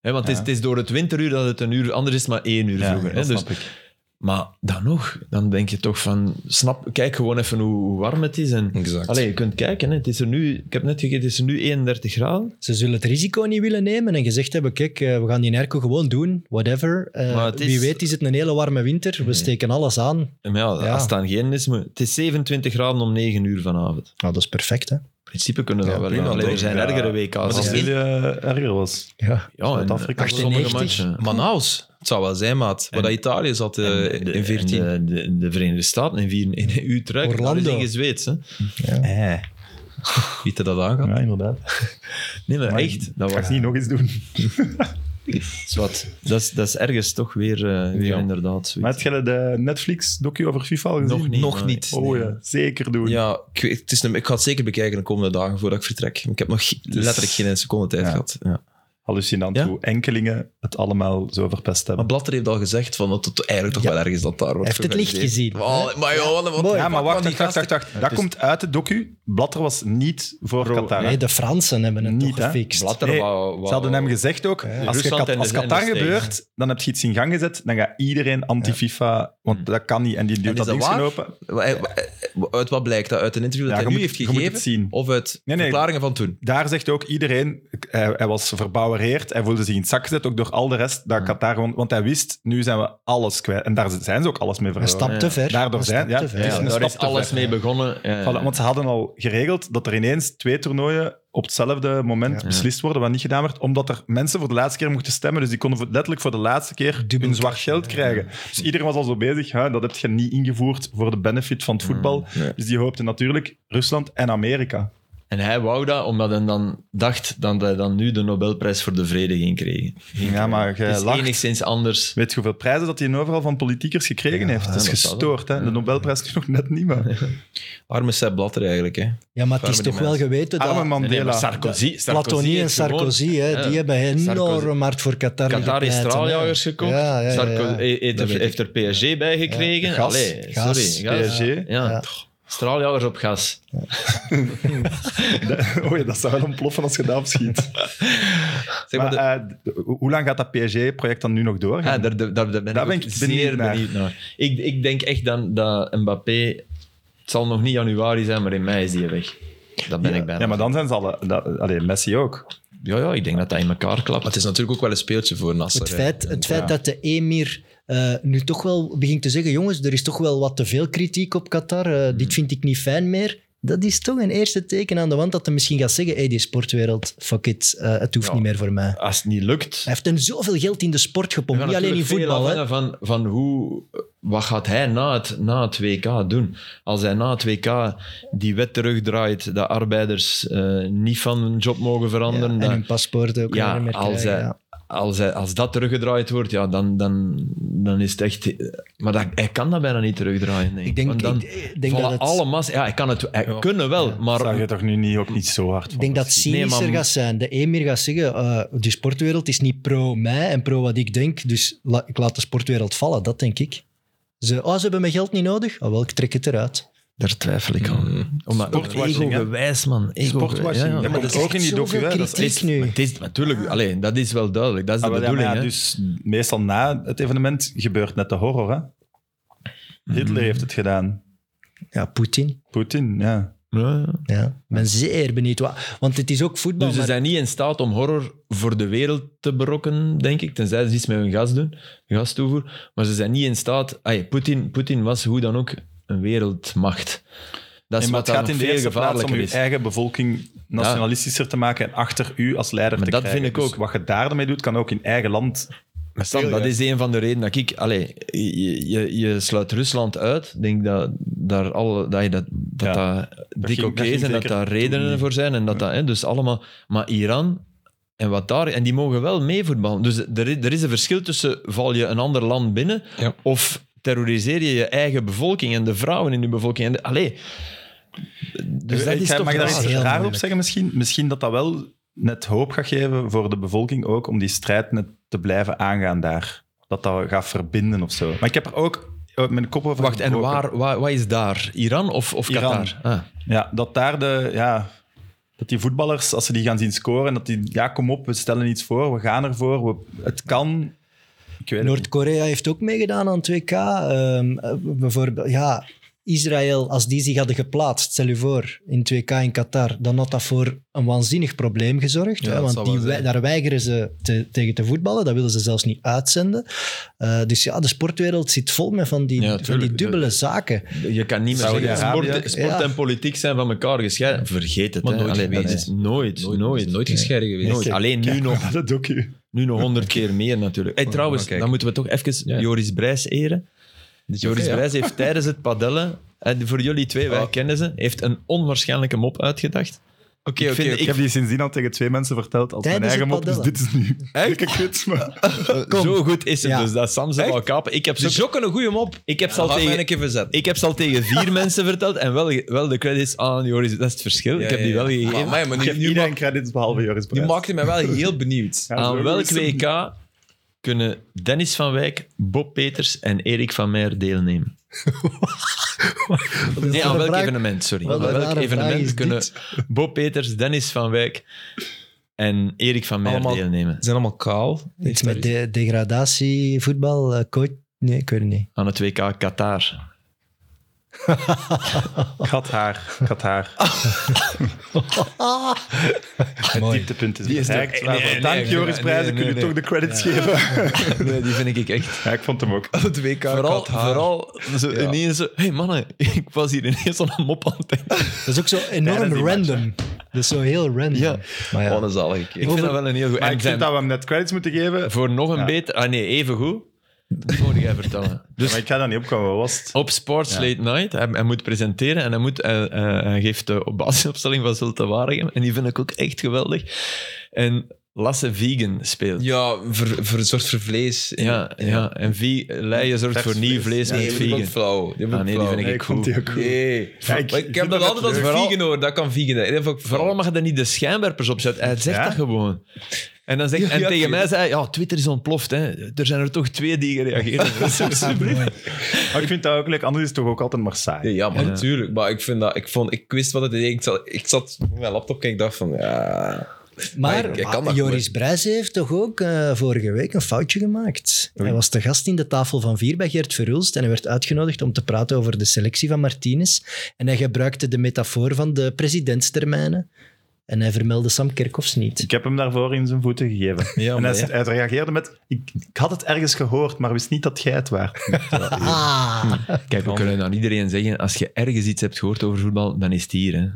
C: Hè, want het, is,
B: Ja.
C: het is door het winteruur dat het een uur, anders is het maar één uur vroeger. Hè?
B: dat
C: Dus,
B: snap ik.
C: maar dan nog, dan denk je toch van, snap, kijk gewoon even hoe, hoe warm het is. En,
A: Exact.
C: allee, je kunt kijken, hè, het is er nu, ik heb net gekeken, het is er nu 31 graden.
D: Ze zullen het risico niet willen nemen en gezegd hebben, kijk, eh, we gaan die airco gewoon doen, whatever. Eh,
C: Maar het is-
D: Wie weet is het een hele warme winter, we steken alles aan.
C: En ja,
D: Ja.
C: als het dan geen is, maar het is 27 graden om 9 uur vanavond.
D: Nou, dat is perfect, hè.
C: In principe kunnen we
D: Ja,
C: dat wel.
A: prima,
C: ja. Allee, er
A: toch?
C: zijn
B: Ja.
C: ergere
B: Als
C: WK's.
A: dat
C: dan
A: is
C: dit.
A: niet-
B: Brazilië erger was.
D: Ja.
C: ja, en eh,
B: Zuid-Afrika
C: sommige
D: 98.
C: matchen.
A: Manaus, het zou wel zijn, maat. Waar
C: En-
A: dat Italië zat eh,
C: En de-
A: in 14.
C: en De, de, de Verenigde Staten in, vier, in <laughs> Utrecht.
D: Orlando.
C: Dat is in Zweeds. Hè?
A: Eh. Wie te dat aangaat.
B: Ja, inderdaad.
C: Nee, maar,
B: Maar
C: echt. Dat
B: Ik ga het
C: was
B: niet nog eens doen.
C: Zwat, Dat is, dat is ergens toch weer, eh, weer
A: Ja.
C: inderdaad zoiets.
B: Maar heb je de Netflix-docu over FIFA al gezien?
C: nog niet.
A: Nog
C: maar-
A: niet.
B: Oh ja, zeker doen.
A: Ja, ik, weet- het is een- ik ga het zeker bekijken de komende dagen voordat ik vertrek. Ik heb nog ge- letterlijk geen seconde tijd
B: Ja.
A: gehad. Ja.
B: Hallucinant
A: Ja?
B: hoe enkelingen het allemaal zo verpest
A: Maar
B: hebben.
A: Blatter heeft al gezegd van dat het eigenlijk toch
D: Ja.
A: wel ergens dat daar wordt
D: Hij heeft het licht
A: georganiseerd.
D: gezien.
A: Oh, maar joh, wat-
D: Mooi.
B: Ja, maar wacht,
A: Van die
B: wacht, wacht, wacht.
A: gasten-
B: wacht. Dat komt uit de docu. Blatter was niet voor Qatar. hè?
D: Nee, de Fransen hebben het
B: Niet,
D: toch
B: hè?
D: gefixt.
C: Blatter
B: Nee,
C: wou- wou-
B: Ze hadden hem gezegd ook, als, je,
C: Rusland
B: Kat-
C: en de-
B: als
C: en de
B: Qatar
C: Steden.
B: gebeurt, dan heb je iets in gang gezet, dan gaat iedereen anti-FIFA, want dat kan niet. En die duwt
A: is
B: dat
A: dat
B: ding
A: waar?
B: open.
A: Wa- wa- Uit wat blijkt dat? Uit een interview dat
B: Ja, je
A: hij nu
B: moet-
A: heeft
B: je moet het
A: gegeven?
B: zien.
A: Of uit
B: Nee, nee.
A: verklaringen van toen?
B: Daar zegt ook iedereen, hij, hij was verbouwereerd, hij voelde zich in het zak gezet, ook door al de rest, dat Qatar gewoon... Want hij wist, nu zijn we alles kwijt. En daar zijn ze ook alles mee
D: Een
B: verloren.
D: stap te ver.
B: Daardoor
D: Een
B: zijn-
D: stap
B: ja,
D: te ver.
B: het
C: Ja,
B: is een
C: daar
B: stap
C: is
B: te
C: alles
B: ver.
C: mee begonnen. eh.
B: Voilà, want ze hadden al geregeld dat er ineens twee toernooien op hetzelfde moment
C: Ja.
B: beslist worden, wat niet gedaan werd, omdat er mensen voor de laatste keer mochten stemmen. Dus die konden voor- letterlijk voor de laatste keer
D: Dubbel
B: hun zwart geld krijgen. Dus iedereen was al zo bezig. Hè, dat heb je niet ingevoerd voor de benefit van het
C: Mm,
B: voetbal.
A: nee.
B: Dus die hoopte natuurlijk Rusland en Amerika.
C: En hij wou dat, omdat hij dan dacht dat hij dan nu de Nobelprijs voor de Vrede ging krijgen.
B: Ja, maar
C: Het
B: jij
C: is
B: lacht.
C: enigszins anders.
B: Weet je hoeveel prijzen dat hij overal van politiekers gekregen heeft? Dat is
C: dat zou
B: gestoord. Hè? De Nobelprijs is nog net niet,
C: <laughs>
B: maar...
A: Arme Sepp Blatter eigenlijk. Hè.
D: Ja, maar het is
A: Arme die
D: toch wel
A: mensen.
D: geweten dat...
B: Arme
C: Nee, nee, maar
B: Mandela.
C: Sarkozy, Sarkozy
D: Platoni en
C: heeft gewoon-
D: Sarkozy, hè,
C: Ja.
D: die hebben
C: Sarkozy.
D: enorm hard voor Qatar
C: Qatar heeft
D: gepleit, hè.
C: straaljagers gekocht.
D: Ja, ja, ja, ja.
C: Sarko- eh, he- heeft,
A: Dat
C: er,
A: weet ik.
C: heeft er PSG bij gekregen.
B: Ja. Gas.
C: Allee,
D: Gas.
C: sorry. gas.
B: PSG.
C: Ja.
D: Ja.
C: Straaljagers op gas.
B: Oh ja, dat <laughs> zou wel ontploffen als je dat opschiet.
A: Zeg maar,
B: maar
A: de-
B: eh, ho- hoe lang gaat dat PSG-project dan nu nog doorgaan?
C: Ja, daar, daar, daar ben ik,
B: Daar ben
C: ook
B: ik
C: zeer
B: benieuwd naar.
C: benieuwd naar. Ik, ik denk echt dan dat Mbappé... Het zal nog niet januari zijn, maar in mei is hij weg. Dat ben ik bijna.
B: Ja, maar dan zijn ze alle... Dat, allee, Messi ook.
C: ja, ja, ik denk dat hij in elkaar klapt.
A: maar het is natuurlijk ook wel een speeltje voor Nasser.
D: Het
A: hè.
D: feit, het feit dat de emir eh, nu toch wel begint te zeggen, jongens, er is toch wel wat te veel kritiek op Qatar, eh,
C: Mm.
D: dit vind ik niet fijn meer. Dat is toch een eerste teken aan de wand dat hij misschien gaat zeggen, hey, die sportwereld, fuck it, eh, het hoeft
C: Ja.
D: niet meer voor mij.
C: Als het niet lukt...
D: Hij heeft hem zoveel geld in de sport
C: we
D: gepompt,
C: gaan
D: niet alleen in
C: natuurlijk veel
D: voetbal. Hè.
C: afhangen Van, van hoe, wat gaat hij na het, na het WK doen? Als hij na het WK die wet terugdraait, dat arbeiders eh, niet van hun job mogen
D: Ja,
C: veranderen...
D: en
C: dat-
D: hun paspoort ook
C: Ja,
D: niet meer
C: als
D: krijgen,
C: hij-
D: ja.
C: als, hij- als dat teruggedraaid wordt, ja, dan, dan, dan is het echt... Maar dat, hij kan dat bijna niet terugdraaien. Nee.
D: Ik denk,
C: Want dan
D: ik- ik denk dat
C: vallen
D: het...
C: alle massa... Ja, hij kan het hij
A: Ja.
C: kunnen wel, maar...
B: Zou je toch nu niet, ook niet zo hard van
D: Ik denk dat
B: verschieten?
D: cynischer
C: Nee, maar-
D: gaat zijn. De emir gaat zeggen, eh de sportwereld is niet pro mij en pro wat ik denk, dus la- ik laat de sportwereld vallen. Dat denk ik. Ze, oh, ze hebben mijn geld niet nodig? Ah, wel, ik trek het eruit.
C: Daar twijfel ik aan.
A: Mm.
C: Omdat,
B: Sportwashing, hè?
C: ego-gewijs, man. Ego
B: Sportwashing. Ja, maar dat is ook in die docu, hè. Dat is
D: Dat is
C: is,
D: nu.
C: maar het is natuurlijk... Alleen, dat is wel duidelijk. Dat is de
B: Ah, wel, ja, maar ja,
C: bedoeling, hè.
B: Dus meestal na het evenement gebeurt net de horror. Hè? Hitler heeft het gedaan.
D: Ja, Poetin.
B: Poetin, ja.
C: Ja, ja.
D: Ja, ik ben zeer benieuwd. wat- Want het is ook voetbal.
C: Dus ze
D: maar-
C: zijn niet in staat om horror voor de wereld te berokken, denk ik. Tenzij ze iets met hun gas doen, gastoevoer. Maar ze zijn niet in staat... Ay, Poetin, Poetin was hoe dan ook een wereldmacht. Dat
B: Nee,
C: is
B: maar
C: wat
B: het
C: dan
B: gaat
C: nog
B: in de
C: veel
B: eerste plaats om
C: gevaarlijker
B: je
C: is.
B: eigen bevolking nationalistischer te maken en achter u als leider
C: Maar
B: te
C: dat
B: krijgen.
C: vind ik
B: Dus
C: ook.
B: wat je daarmee doet, kan ook in eigen land.
C: Maar Sam, dat is een van de redenen dat ik... Allee, je, je, je sluit Rusland uit. Ik denk dat, daar alle, dat, je dat, dat,
B: Ja.
C: dat dik
B: ging-
C: oké
B: dat
C: is
B: ging
C: en dat
B: zeker
C: daar redenen
B: toen niet.
C: voor zijn. En dat dat, hè, dus allemaal, maar Iran... En, wat daar, en die mogen wel meevoetballen. Dus er, i- er is een verschil tussen val je een ander land binnen
A: Ja.
C: of terroriseer je je eigen bevolking en de vrouwen in je bevolking. En de, allee. Dus dat
B: ik
C: is
B: ga,
C: toch
B: mag ik daar
C: raar.
B: iets
D: heel
B: raar op
D: moeilijk.
B: zeggen misschien? Misschien dat dat wel net hoop gaat geven voor de bevolking ook om die strijd net te blijven aangaan daar. Dat dat gaat verbinden of zo. Maar ik heb er ook eh, mijn kop over
C: Wacht, en
B: gebroken.
C: waar, waar, wat is daar? Iran of, of
B: Iran.
C: Qatar? Ah.
B: Ja, dat daar de... Ja, dat die voetballers, als ze die gaan zien scoren, dat die... Ja, kom op, we stellen iets voor, we gaan ervoor, we, het kan. Ik weet het niet.
D: Noord-Korea heeft ook meegedaan aan 2K. Ehm, eh, bijvoorbeeld, ja, Israël, als die zich hadden geplaatst, stel je voor, in 2K in Qatar, dan had dat voor een waanzinnig probleem gezorgd.
A: Ja,
D: hè,
A: dat
D: want
A: zou
D: die,
A: wel
D: wij-
A: zijn.
D: daar weigeren ze te- tegen te voetballen, dat willen ze zelfs niet uitzenden. Eh, dus ja, de sportwereld zit vol met van die,
C: Ja,
D: van die
C: tuurlijk.
D: dubbele zaken.
C: Je kan niet meer zeggen,
B: Saudi-Arabië.
C: sport, sport
D: Ja.
C: en politiek zijn van elkaar gescheiden. Vergeet het.
A: Maar
C: hè.
A: nooit
C: Allee, dat
A: geweest.
C: is nooit, nooit,
A: nooit,
C: nooit,
A: nooit gescheiden geweest.
C: Nooit. Alleen nu nog
B: Dat docu.
C: Nu nog honderd keer meer natuurlijk. Hey, trouwens,
A: maar kijk.
C: dan moeten we toch even
A: Ja.
C: Joris Brijs eren. Joris
A: oké, ja.
C: Brijs heeft tijdens het padellen, en voor jullie twee, wij
A: Oh.
C: kennen ze, heeft een onwaarschijnlijke mop uitgedacht.
A: Oké,
B: ik, vind- ik heb die sindsdien al tegen twee mensen verteld als
D: Tijdens
B: mijn eigen
D: het
B: mop, dus dit is nu. Dikke <laughs> kut, maar...
C: Zo goed is het
D: Ja.
C: dus, dat Sam ze
A: Echt?
C: wel kapen. Ik heb
A: Ze
C: ze,
A: jokken een goede mop.
C: Ah, ik heb ze
A: zal
C: al
A: tegen...
C: tegen...
A: een keer verzetten.
C: Ik heb ze al tegen <laughs> vier mensen verteld en wel, wel de credits aan Joris. Dat is het verschil.
A: Ja,
C: ik heb die
A: ja, ja.
C: wel gegeven.
A: Maar, maar, maar
B: Ik
A: nu,
B: heb
A: nu, ma-
B: iedereen credits behalve Joris
A: nu
B: Brijs.
A: maakte mij wel heel benieuwd.
B: Ja,
C: Aan
B: zo
C: welk
B: is het.
C: WK kunnen Dennis van Wijk, Bob Peters en Erik van Meijer deelnemen? nee, aan
D: een
C: welk
D: vraag?
C: evenement, sorry.
D: Wat
C: Aan
D: een
C: welk
D: rare vraag
C: evenement
D: is
C: kunnen
D: dit?
C: Bob Peters, Dennis van Wijk en Erik van Meijer
A: Allemaal-
C: deelnemen?
A: Ze zijn allemaal kaal.
D: Iets met de, degradatie, voetbal, eh, coach. Nee, ik weet het niet.
C: Aan het WK Qatar.
B: Ik had haar. Ik had haar. Het
D: Mooi.
B: dieptepunt is
C: Die is
B: bereikt.
C: toch- nee,
B: Waarvoor
C: nee,
B: dank
C: nee,
B: Joris
C: nee,
B: Prijzen,
C: nee,
B: kun je
C: nee,
B: toch de credits geven.
C: Nee, die vind ik echt...
B: Ja, ik vond hem ook.
A: Het WK
C: <laughs> Vooral,
A: Qatar.
C: vooral zo ineens zo... Hé hey mannen, <laughs> ik was hier ineens aan een mop aan het denken.
D: Dat is ook zo enorm
B: Tijdens die
D: random. Dat is zo heel random.
C: Ja.
D: Maar ja.
A: Wat een zalige keer.
C: Ik vind dat wel een heel goed...
B: Maar
C: en
B: ik
C: zijn-
B: vind dat we hem net credits moeten geven.
C: Voor nog een
B: Ja.
C: beter... Ah nee, even goed. Dat moet jij vertellen. Dus
B: Maar ik ga dat niet opkomen, wat was het?
C: Op Sports Late Night. Hij, hij moet presenteren en hij, moet, eh, eh, hij geeft de op basisopstelling van Zulte Waregem. En die vind ik ook echt geweldig. En Lasse Vegan speelt. Ja,
A: Ja, voor, voor een soort vervlees.
C: ja. En Vi- Leijen zorgt voor nieuw vlees
A: Nee, die
C: met
A: vond ik
C: vegan.
A: flauw. Die vond
C: Ah, nee, die
A: flauw.
C: vind ik
B: Nee,
C: ook
B: ik vond
C: goed.
B: die ook goed.
A: Nee.
B: Ja, ik-
A: Maar ik,
B: ik
A: heb
B: vind
A: dat
B: dat
A: altijd als
B: leuk.
A: vegan hoor, dat kan vegan zijn. Dat vond ik
C: Vooral
A: flauw.
C: mag je er niet de schijnwerpers op zetten. Hij zegt
B: Ja?
C: dat gewoon. En, dan zegt,
A: Ja,
C: en
A: ja,
C: tegen mij
A: tuurlijk.
C: zei hij, ja, Twitter is ontploft. Hè. Er zijn er toch twee die gereageerd <laughs> hebben.
B: Maar ik vind dat ook leuk. Anders is het toch ook altijd maar saai.
A: Nee, ja, maar
C: Ja.
A: natuurlijk. Maar ik, vind dat, ik, vond, ik wist wat het deed. Ik zat, ik zat op mijn laptop en ik dacht van, ja...
D: Maar
A: Maar ik- ik kan dat
D: Joris Brijs heeft toch ook eh, vorige week een foutje gemaakt. Hij was te gast in de tafel van vier bij Geert Verhulst en hij werd uitgenodigd om te praten over de selectie van Martinez. En hij gebruikte de metafoor van de presidentstermijnen. En hij vermeldde Sam Kerkhoffs niet.
B: Ik heb hem daarvoor in zijn voeten gegeven.
C: Ja,
B: en hij,
C: maar ja.
B: hij reageerde met... Ik, ik had het ergens gehoord, maar wist niet dat jij het waard.
D: Ah,
C: Kijk, we kunnen aan iedereen zeggen, als je ergens iets hebt gehoord over voetbal, dan is het hier. Hè.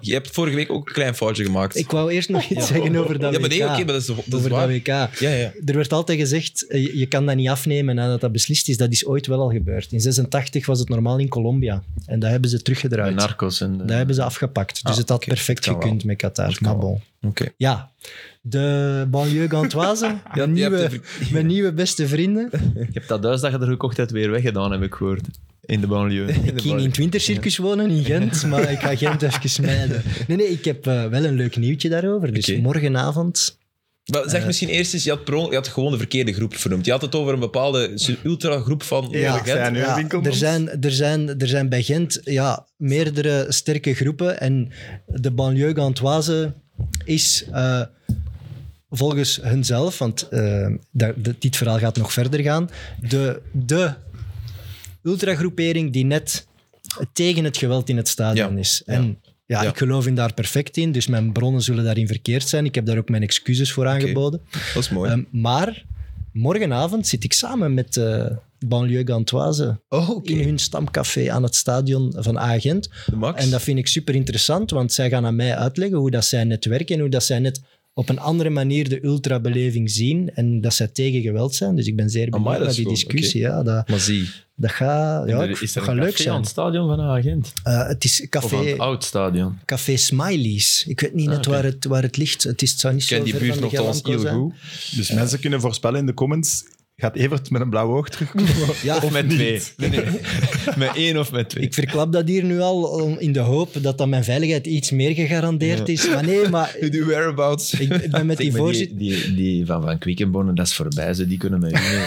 A: Je hebt vorige week ook een klein foutje gemaakt.
D: <laughs> ik wou eerst nog iets zeggen over dat
A: ja,
D: WK.
A: maar nee, oké, maar dat is, dat is
D: over dat
A: waar.
D: WK.
A: Ja, ja.
D: Er werd altijd gezegd, eh, je je kan dat niet afnemen nadat dat beslist is. Dat is ooit wel al gebeurd. In 86 was het normaal in Colombia. En dat hebben ze
C: De
D: teruggedraaid.
C: narcos en eh, de-
D: Dat hebben ze afgepakt. Dus
A: eh, Ah,
D: het had
A: oké.
D: perfect
A: Dat kan
D: gekund met Qatar. Maar bon.
A: Oké.
D: Ja, de banlieue
A: <laughs>
D: gantoise, mijn,
A: je hebt
D: nieuwe, <laughs> mijn nieuwe
A: <laughs>
D: beste vrienden.
C: Ik heb dat huis dat je er gekocht hebt weer weggedaan, heb ik gehoord. In de banlieue.
D: Ik ging <laughs> in het wintercircus wonen
A: <laughs>
D: in Gent, maar ik ga Gent even smijden. Nee, nee, ik heb eh, wel een leuk nieuwtje daarover. Dus
A: Oké.
D: morgenavond...
A: Maar zeg misschien eerst eens, je had, per ongeluk- je had gewoon de verkeerde groep vernoemd. Je had het over een bepaalde su- ultragroep van...
B: Eerlijk
A: Gent.
B: zijn, hè, Winkelmans?
D: er, zijn, er, zijn, er zijn bij Gent ja, meerdere sterke groepen. En de banlieue gantoise is eh, volgens hunzelf, want eh, daar- dit- dit verhaal gaat nog verder gaan, de, de ultragroepering die net tegen het geweld in het stadion
A: Ja,
D: is. En ja.
A: Ja.
D: ik geloof in daar perfect in, dus mijn bronnen zullen daarin verkeerd zijn. Ik heb daar ook mijn excuses voor aangeboden.
A: Dat is mooi.
D: Ehm, maar morgenavond zit ik samen met eh Banlieue Gantoise
A: oh,
D: in hun stamcafé aan het stadion van Agent.
A: De Max.
D: En dat vind ik super interessant, want zij gaan aan mij uitleggen hoe dat zij net werken en hoe dat zij net op een andere manier de ultrabeleving zien en dat zij tegen geweld zijn. Dus ik ben zeer benieuwd
A: Amai, dat
D: naar
A: is
D: die
A: cool.
D: discussie. Ja, dat,
A: Maar zie,
D: Dat gaat, ja,
C: En er-
D: ik-
C: is
D: dat
C: er
D: gaat
C: een
D: leuk
C: café aan
D: zijn.
C: het stadion van Agent?
D: Eh, het is
C: Of aan het
D: café,
C: oud stadion?
D: café Smileys. Ik weet niet
C: Ah,
D: net
C: oké.
D: waar, het, waar het ligt. Het, is, het zou niet
A: Ik
D: zo
A: ken die
D: ver
A: buurt
D: van de
A: nog als
D: Galanco
A: heel
D: zijn.
A: goed.
B: <laughs> Dus mensen kunnen voorspellen in de comments, gaat Evert met een blauw oog terugkomen?
D: Ja,
A: Of met
B: niet.
A: twee. Nee,
C: <laughs>
A: nee. met één of met twee.
D: Ik verklap dat hier nu al om- in de hoop dat dan mijn veiligheid iets meer gegarandeerd is. Maar
C: <laughs>
D: nee, maar ik,
A: Die whereabouts.
D: ik ben met die
C: Zeg maar, die,
D: voorzitter...
C: die, die van Van Quickenborne, dat is voorbij. Ze, die kunnen eh, mee.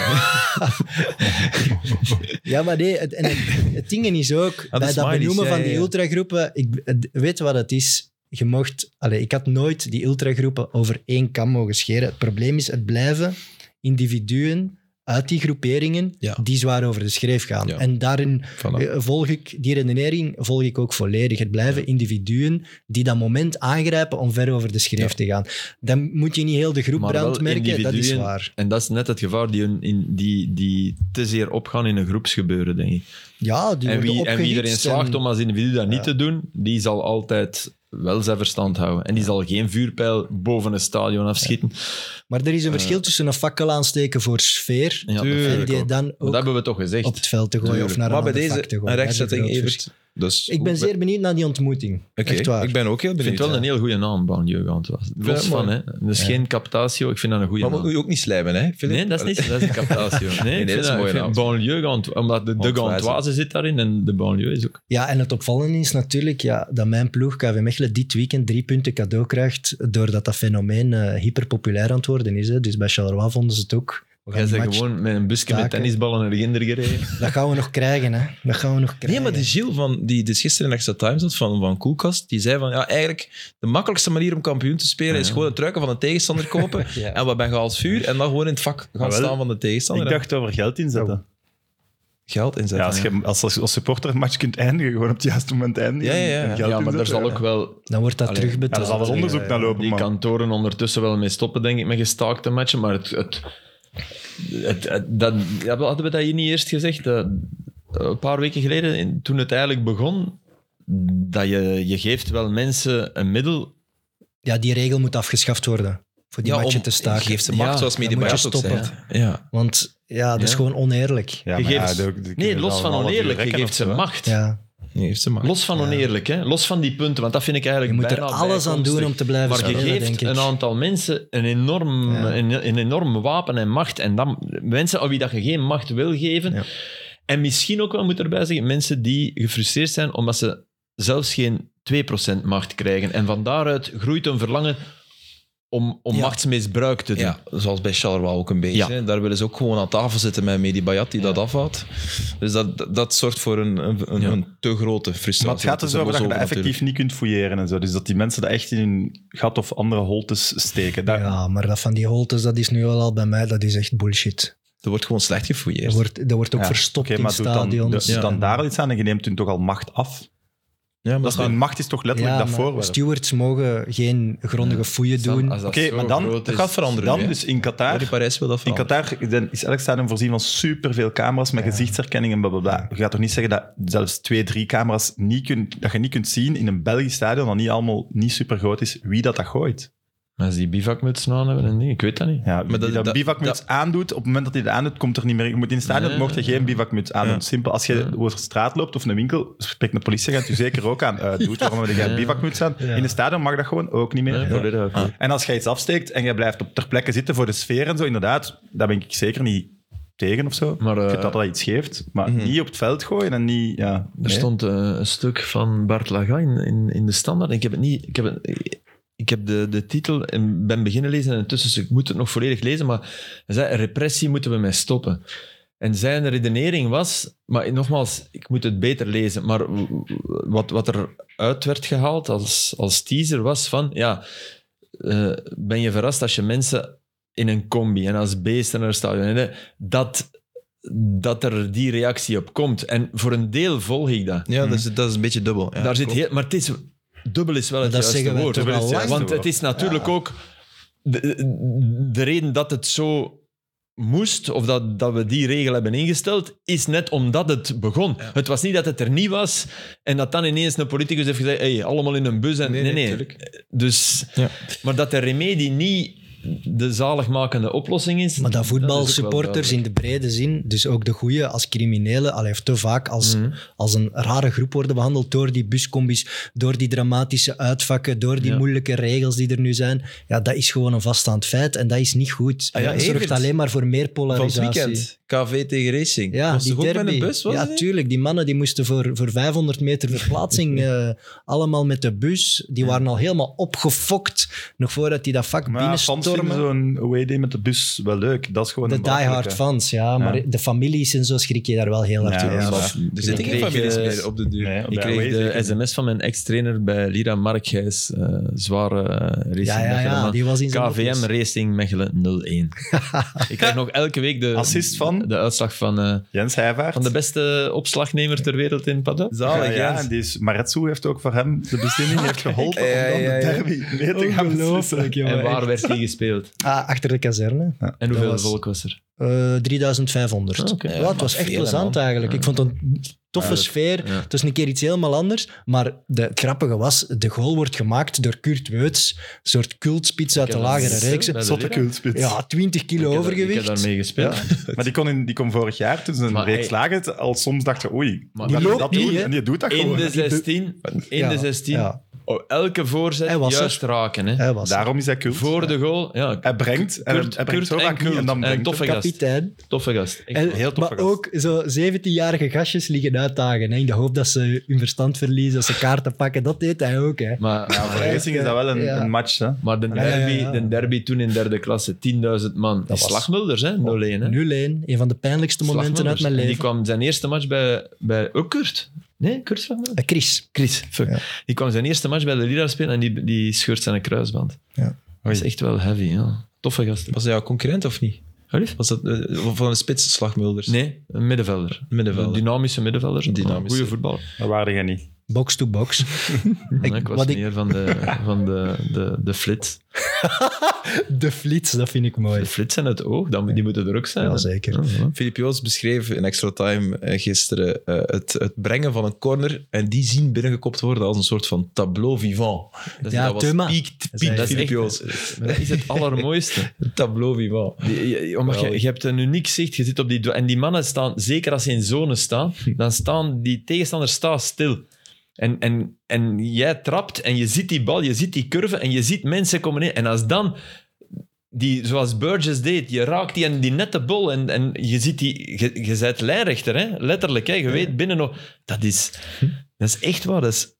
D: <laughs> Ja, maar nee, het, en het, het ding is ook,
C: Ah,
A: dat
D: bij
A: is
D: dat
A: Smileys,
D: benoemen
A: ja,
D: van
A: ja,
D: die
A: ja.
D: ultragroepen, ik het- weet wat het is. Je mocht, allez, ik had nooit die ultragroepen over één kam mogen scheren. Het probleem is, het blijven individuen uit die groeperingen
A: Ja.
D: die zwaar over de schreef gaan.
A: Ja.
D: En daarin
A: Voilà.
D: eh, volg ik, die redenering volg ik ook volledig. Het blijven individuen die dat moment aangrijpen om ver over de schreef te gaan. Dan moet je niet heel de groep
C: Maar wel
D: brandmerken, dat is
C: individuen.
D: waar.
C: En dat is net het gevaar die, hun- in, die, die te zeer opgaan in een groepsgebeuren, denk ik.
D: Ja, die
C: En
D: worden
C: wie, en wie erin
D: opgehitst
C: slaagt
D: en-
C: om als individu dat
D: Ja.
C: niet te doen, die zal altijd wel zijn verstand houden. En die zal geen vuurpijl boven een stadion afschieten.
D: Maar er is een verschil tussen een fakkel aansteken voor sfeer
C: Ja, dat
D: en
C: vind ik
D: die
C: ook.
D: dan
C: Maar
D: ook
C: dat hebben we toch gezegd.
D: op het veld te gooien
C: Tuurlijk.
D: of naar
A: maar
D: een
A: bij
D: ander vak
A: deze,
D: te gooien.
A: een
D: Dat is
A: rechtzetting,
D: groot
A: Evert.
D: verschil.
A: Dus
D: Ik ben
A: hoe-
D: zeer benieuwd naar die ontmoeting.
A: Oké,
D: Echt waar.
A: Ik ben ook heel
C: Ik
A: benieuwd.
C: vind het wel
A: ja.
C: een heel goede naam, Banjo Antwerpen. Los
A: Ja, maar-
C: van, hè. Dus geen captatio, ik vind dat een goede
A: Maar
C: naam.
A: moet je ook niet slijmen, hè? Philip?
C: Nee, dat is
A: <laughs>
C: niet dat is een captatio. Nee,
A: nee,
C: ik
A: dat
C: vind
A: is een mooie
C: ik vind
A: naam.
C: Banlieue Gant- omdat de, de
A: Gantoise.
C: Gantoise zit daarin en de banlieue is ook.
D: Ja, en het opvallende is natuurlijk ja, dat mijn ploeg, KV Mechelen, dit weekend drie punten cadeau krijgt doordat dat fenomeen eh, hyperpopulair aan het worden is. Hè. Dus bij Charleroi vonden ze het ook. We gaan
C: Jij
D: die
C: bent
D: match-
C: gewoon met een busje met
D: staken.
C: tennisballen naar de ginder gereden.
D: Dat gaan we nog krijgen, hè. Dat gaan we nog krijgen.
A: Nee, maar de Gilles van, die dus gisteren in Extra Time zat van, van Koelkast, die zei van ja, eigenlijk de makkelijkste manier om kampioen te spelen is
C: Ja.
A: gewoon het truiken van een tegenstander
C: <laughs>
A: kopen.
D: <laughs> Ja.
A: En wat ben je als vuur? En dan gewoon in het vak gaan
B: Jawel.
A: staan van de tegenstander.
B: Ik dacht over geld inzetten.
A: en geld
B: Ja,
A: inzetten.
B: als, je, als, als, als supporter een match kunt eindigen, gewoon op het juiste moment eindigen.
A: Ja, ja, ja.
B: en geld
C: Ja, maar daar
B: inzetten,
C: zal
B: ja.
C: ook wel
D: Dan wordt dat
C: Allee,
D: terugbetaald.
B: Ja, daar zal wel onderzoek naar lopen,
C: die
B: man.
C: kantoren ondertussen wel mee stoppen, denk ik, met gestaakte matchen. Maar het, het, het- het- dat, ja, hadden we dat hier niet eerst gezegd? Dat, een paar weken geleden, in- toen het eigenlijk begon, dat je, je geeft wel mensen een middel.
D: Ja, die regel moet afgeschaft worden voor die
A: Ja,
D: matchen
A: om-
D: te staken.
A: Geef ze macht,
C: Ja,
A: zoals
D: dan
A: Medi
D: moet je
A: Bayat ook zei.
D: stoppen.
A: Ja.
D: Want ja, dat is
C: Ja.
D: gewoon oneerlijk.
B: Ja,
C: Je
B: maar ja,
C: geeft-
B: die- die
C: Nee,
B: kunnen
C: los
B: dan
C: van
B: een half uur
C: oneerlijk, je
B: rekken
C: geeft
B: of
C: ze
B: zo, hè.
C: macht.
D: Ja.
A: Nee, heeft ze macht.
C: Los van oneerlijk, hè? los van die punten, want dat vind ik
D: Je
C: eigenlijk
D: moet er
C: bijna
D: alles aan doen om
C: bijkomstig.
D: te blijven
C: Maar je
D: spelen, denk
C: geeft
D: ik.
C: een aantal mensen een enorm,
D: Ja.
C: een, een enorm wapen en macht. En dan, mensen aan wie dat je geen macht wil geven.
D: Ja.
C: En misschien ook wel, moet erbij zeggen, mensen die gefrustreerd zijn omdat ze zelfs geen 2% macht krijgen. En van daaruit groeit een verlangen om, om
D: Ja.
C: machtsmisbruik te doen.
A: Ja, zoals bij Charleroi ook een beetje.
C: Ja.
A: hè. Daar willen ze ook gewoon aan tafel zitten met Medi Bayat die dat afhoudt. Dus dat, dat zorgt voor een, een, een,
C: Ja.
A: een te grote frustratie.
B: Maar het gaat
A: Dat
B: er
A: is
B: zo over dat je
A: losover
B: dat effectief
A: natuurlijk.
B: niet kunt fouilleren en zo. Dus dat die mensen dat echt in hun gat of andere holtes steken. Daar,
D: Ja, maar dat van die holtes, dat is nu wel al bij mij, dat is echt bullshit.
A: Er wordt gewoon slecht gefouilleerd.
D: Dat wordt, dat wordt ook
B: Ja,
D: verstopt
B: oké,
D: in
B: doe dan, dus
D: stadions.
B: doe dan
D: Ja.
B: daar al iets aan en je neemt hun toch al macht af.
A: Ja, maar
B: Dat is,
A: dat-
B: hun macht is toch letterlijk
D: Ja,
B: dat
D: maar
B: voorwerp.
D: stewards mogen geen grondige fouille
C: Sam,
D: doen.
C: als dat
B: Oké,
C: zo
B: maar dan-
C: groot
A: dat
C: is-
A: gaat veranderen.
B: Dan
A: nu, hè.
B: dus in
A: Ja, die
B: Qatar.
A: Parijs wil dat
B: In
A: van.
B: Qatar dan is elk stadion voorzien van superveel camera's met gezichtsherkenning en blablabla. Je gaat toch niet zeggen dat zelfs twee, drie camera's niet kunt, dat je niet kunt zien in een Belgisch stadion dat niet allemaal niet super groot is, wie dat dat gooit.
C: Maar als die bivakmuts aan hebben en dingen, ik weet dat niet.
B: Ja,
A: dat-
B: wie dat,
A: dat-
B: bivakmuts aandoet, op het moment dat hij dat aandoet, komt er niet meer... Je moet in het stadion,
C: Nee,
B: mocht je geen bivakmuts aandoen.
A: Ja.
B: Simpel, als je
C: Ja.
B: over straat loopt of een winkel, spreekt een politieagent u zeker ook aan.
C: <laughs>
B: Eh, doet, waarom heb jij een
C: Ja.
B: bivakmuts aan?
D: Ja.
B: In een stadion mag dat gewoon ook niet meer.
C: Nee, voor dit ook.
A: Ah.
B: En als jij iets afsteekt en jij blijft op ter plekke zitten voor de sfeer en zo, inderdaad, daar ben ik zeker niet tegen of zo.
C: Maar, eh,
B: ik vind dat dat iets geeft, maar
A: Mhm.
B: niet op het veld gooien en niet... Ja,
C: Er
B: nee.
C: stond eh, een stuk van Bart Laga in, in, in de standaard. Ik heb het niet. Ik heb, het- ik heb de, de titel en ben beginnen lezen en een tussenstuk. Ik moet het nog volledig lezen, maar hij zei: repressie moeten we mee stoppen. En zijn redenering was, maar nogmaals, ik moet het beter lezen, maar w- w- wat, wat eruit werd gehaald als, als teaser was van, ja, eh, ben je verrast als je mensen in een combi en als beesten naar het stadion, en, eh, dat, dat er die reactie op komt. En voor een deel volg ik dat.
A: Ja, dat is, dat is een beetje dubbel. Ja,
C: Daar zit
A: klopt.
C: heel, maar het is, dubbel is wel het
D: dat
C: juiste
D: zeggen wij
C: woord.
D: toch
B: Dubbel is
D: al
B: het
D: lang.
B: juiste
C: Want het is natuurlijk ook de, de reden dat het zo moest, of dat, dat we die regel hebben ingesteld, is net omdat het begon. Het was niet dat het er niet was en dat dan ineens een politicus heeft gezegd: hey, allemaal in een bus. En, nee, nee.
A: tuurlijk.
C: Dus,
A: Ja.
C: Maar dat de remedie niet de zaligmakende oplossing is.
D: Maar dat
C: dat
D: voetbalsupporters
C: is
D: in
C: ook
D: de brede zin, dus ook de goeie als criminelen, allee, of te vaak als,
C: Mhm.
D: als een rare groep worden behandeld door die buscombis, door die dramatische uitvakken, door die
C: Ja.
D: moeilijke regels die er nu zijn. Ja, dat is gewoon een vaststaand feit en dat is niet goed.
A: Ah ja,
D: dat zorgt
A: Evert.
D: alleen maar voor meer
A: Van
D: polarisatie.
A: het weekend. KV tegen Racing.
D: Ja,
A: was
D: die
A: toch ook
D: derby.
A: met een bus? Was
D: ja,
A: het niet?
D: tuurlijk. Die mannen die moesten voor, voor 500 meter
A: <laughs>
D: verplaatsing eh, allemaal met de bus. Die waren al helemaal opgefokt, nog voordat die dat vak
B: Maar soms vinden
D: binnenstormen.
B: zo'n away day met de bus wel leuk. Dat is gewoon
D: De
B: een belachelijke.
D: diehard fans, ja. Maar de families en zo schrik je daar wel heel Dus hard
B: Ja,
D: van.
B: ja,
A: Ja,
B: dat
A: maar
B: is-
A: Er zitten
C: ik
A: geen
C: kreeg,
A: families
C: eh,
A: meer op de duur.
B: Nee, op
C: Ik
B: de
C: kreeg
B: away
C: de
B: zeker niet.
C: sms van mijn ex-trainer bij Lira Markgijs. eh zware eh, racing
D: Ja, ja,
C: Mechelen,
D: ja,
C: maar
D: die was in zijn
C: KVM
D: doppels.
C: Racing Mechelen
D: <laughs>
C: 0-1. ik krijg nog elke week de,
B: Assist van?
C: de uitslag van, eh,
B: Jens Heijvaart.
C: van de beste opslagnemer ter wereld in Padda.
B: ja,
A: Zalig,
B: ja,
A: Jens.
B: en die is, Maretsu heeft ook voor hem de bezinning heeft geholpen
A: Ja,
B: om dan
A: ja,
B: de
A: ja.
B: derby mee te gaan beslissen.
D: Ongelooflijk, jongen.
C: En waar werd die
D: <laughs>
C: gespeeld?
D: Ah, achter de kazerne.
C: En hoeveel
D: was-
C: volk was er?
D: Eh, 3500.
C: Ah, oké.
D: Ja,
A: Ja,
D: het
A: maar
D: was echt
A: veel,
D: plezant
A: man.
D: eigenlijk. Ik vond het een toffe
C: Ja, dat-
D: sfeer.
C: ja.
D: Het was een keer iets helemaal anders. Maar de, het grappige was, de goal wordt gemaakt door Kurt Weuts. Een soort cultspits uit de
C: heb dat
D: lagere
C: gezien.
D: reeks.
C: Bij de
B: Zotte
C: Lira.
B: kultspits.
D: Ja, 20 kilo
C: Ik heb
D: overgewicht.
C: daarmee gespeeld.
D: <laughs>
B: Maar die kon, in, die kon vorig jaar, toen ze een
C: Maar
B: reeks
C: hij-
B: lagen, het al soms dacht je, oei,
C: Maar
B: die
C: die
B: dat
D: loopt
B: doen.
D: niet, hè?
B: en die doet dat
C: In
B: gewoon.
C: de 16, in
D: Ja,
C: de 16
D: ja.
C: oh, elke voorzet
D: Hij was er.
C: juist raken. Hè.
D: Hij was
B: Daarom is hij kult.
C: Voor de goal, ja,
B: Hij brengt, en
C: Kurt-
B: hij brengt
C: Kurt
B: zo vaak
C: en
B: niet, en dan
C: Kurt.
B: brengt
C: En
B: hij.
C: toffe gast.
D: kapitein.
C: Toffe gast. Echt
D: En,
C: waar.
B: heel toffe
D: maar
B: gast.
D: ook zo 17-jarige gastjes liggen uitdagen. Hè, in de hoop dat ze hun verstand verliezen, dat ze kaarten pakken. Dat deed hij ook. Hè.
C: Maar,
B: Ja, voor Racing is dat wel een,
D: Ja.
B: een match. Hè.
C: maar de,
D: Ah, ja, ja,
C: derby,
D: ja.
C: de derby toen in derde klasse, 10.000 man. Die
D: was-
C: slagmulders, hè? 0-1. Hè?
D: 0-1, een van de pijnlijkste momenten uit
C: Slagmulders.
D: mijn
C: En
D: leven.
C: Die kwam zijn eerste match bij, bij ook Kurt. Nee, Kurt Slagmulder?
D: Eh, Chris.
C: Chris, fuck.
D: Ja.
C: Die kwam zijn eerste match bij de Lira spelen en die, die scheurt zijn kruisband.
D: Ja.
C: Dat is echt wel heavy, ja. Toffe gast.
A: Was hij jouw concurrent of niet?
C: Alsjeblieft.
A: Was dat eh, van de spits slagmulders?
C: Nee, een middenvelder.
A: Middenvelder.
C: Een dynamische middenvelder. Een
A: Dynamische.
C: Goeie voetballer.
B: Dat waren jij niet.
D: Box to
C: <laughs>
D: box.
C: Ik, ik was
D: wat ik-
C: meer van
D: <laughs>
C: de, van de, de, de flits.
D: De flits, dat vind ik
C: De
D: mooi.
C: flits en het oog, dan, die moeten er ook zijn.
D: Ja, zeker.
C: ja.
A: Filip Joos beschreef in Extra Time eh, gisteren eh, het, het brengen van een corner en die zien binnengekopt worden als een soort van tableau vivant. Dus Dat,
D: Ja,
A: was
D: Thuma.
A: piek,
D: Dat is
A: piek
D: echt-
C: Dat is,
A: Filip
C: echt,
A: Joos.
C: dat is het allermooiste.
A: Tableau vivant.
C: Die- je- omdat je, je hebt een uniek zicht. Je zit op die, do- en die mannen staan, zeker als ze in zone staan, dan staan die tegenstanders staan stil. En, en, en jij trapt en je ziet die bal, je ziet die curve en je ziet mensen komen in. En als dan, die, zoals Burgess deed, je raakt die en die nette bol en, en je ziet die, je, je bent lijnrechter, hè? letterlijk. Hè? Je weet binnen nog, dat is, dat is echt waar. Dat is,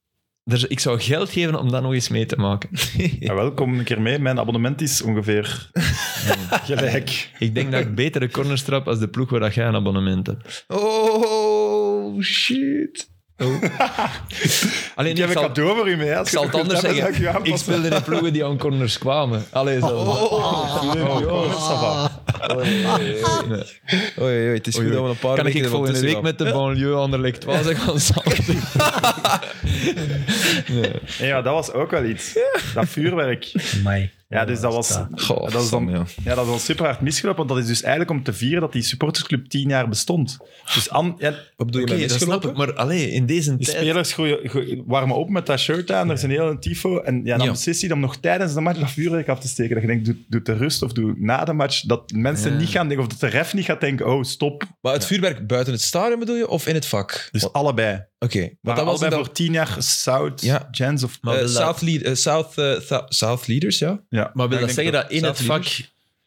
C: daar- ik zou geld geven om dat nog eens mee te maken.
B: Ja, Ah, wel, kom een keer mee. Mijn abonnement is <laughs> ongeveer eh, gelijk.
C: Ik denk <laughs> dat ik betere corners trap als de ploeg waar dat jij een abonnement hebt.
A: Oh, shit.
C: <laughs> Alleen,
B: Ik
C: ik,
B: heb een
C: zal,
B: cadeau voor u mee. hè. Als
C: ik zal
B: je
C: het <laughs> anders
B: kunt hebben,
C: zeggen.
B: dank u wel.
C: Ik speelde in ploegen die aan corners kwamen. Allee, zo.
B: Nee, nee, nee, Oh, ça va.
A: Oei, oei, het is goed
C: oei.
A: dat we een paar
C: Kan
A: weken
C: ik volgende
A: ertussen
C: week met de banlieue Anderlecht <laughs> 12 zijn gaan samen?
B: Nee, Ja, dat was ook wel iets. Dat vuurwerk.
D: Amai.
B: Ja, dus dat was...
A: gaan. Goh,
B: Dat is dan,
A: Sam, ja.
B: ja, dat is dan super hard misgelopen, want dat is dus eigenlijk om te vieren dat die supportersclub tien jaar bestond. Dus an, ja,
A: Wat bedoel je
C: Oké,
A: met
C: dat snap
A: misgelopen?
C: ik. Maar allee, in deze
B: die
C: tijd...
B: spelers groeien, groeien- warmen op met dat shirt aan, er is een hele tifo. En ja, dan
A: Ja.
B: beslist hij om nog tijdens de match dat vuurwerk af te steken. Dat je denkt, doe, doe de rust of doe na de match. Dat mensen niet gaan denken, of dat de ref niet gaat denken, oh stop.
A: Maar het vuurwerk buiten het stadion bedoel je of in het vak?
B: Dus
A: Oké,
B: allebei.
A: maar
B: Maar
A: dat was
B: allebei
A: dan...
B: voor tien jaar South,
A: Ja.
B: Gens of...
C: Maar
A: eh,
C: wil dat-
A: South, lead, eh, South, eh, Thou- South Leaders, ja?
B: ja.
C: Maar wil
B: Ja, ik
C: dat
B: denk
C: zeggen dat in het vak...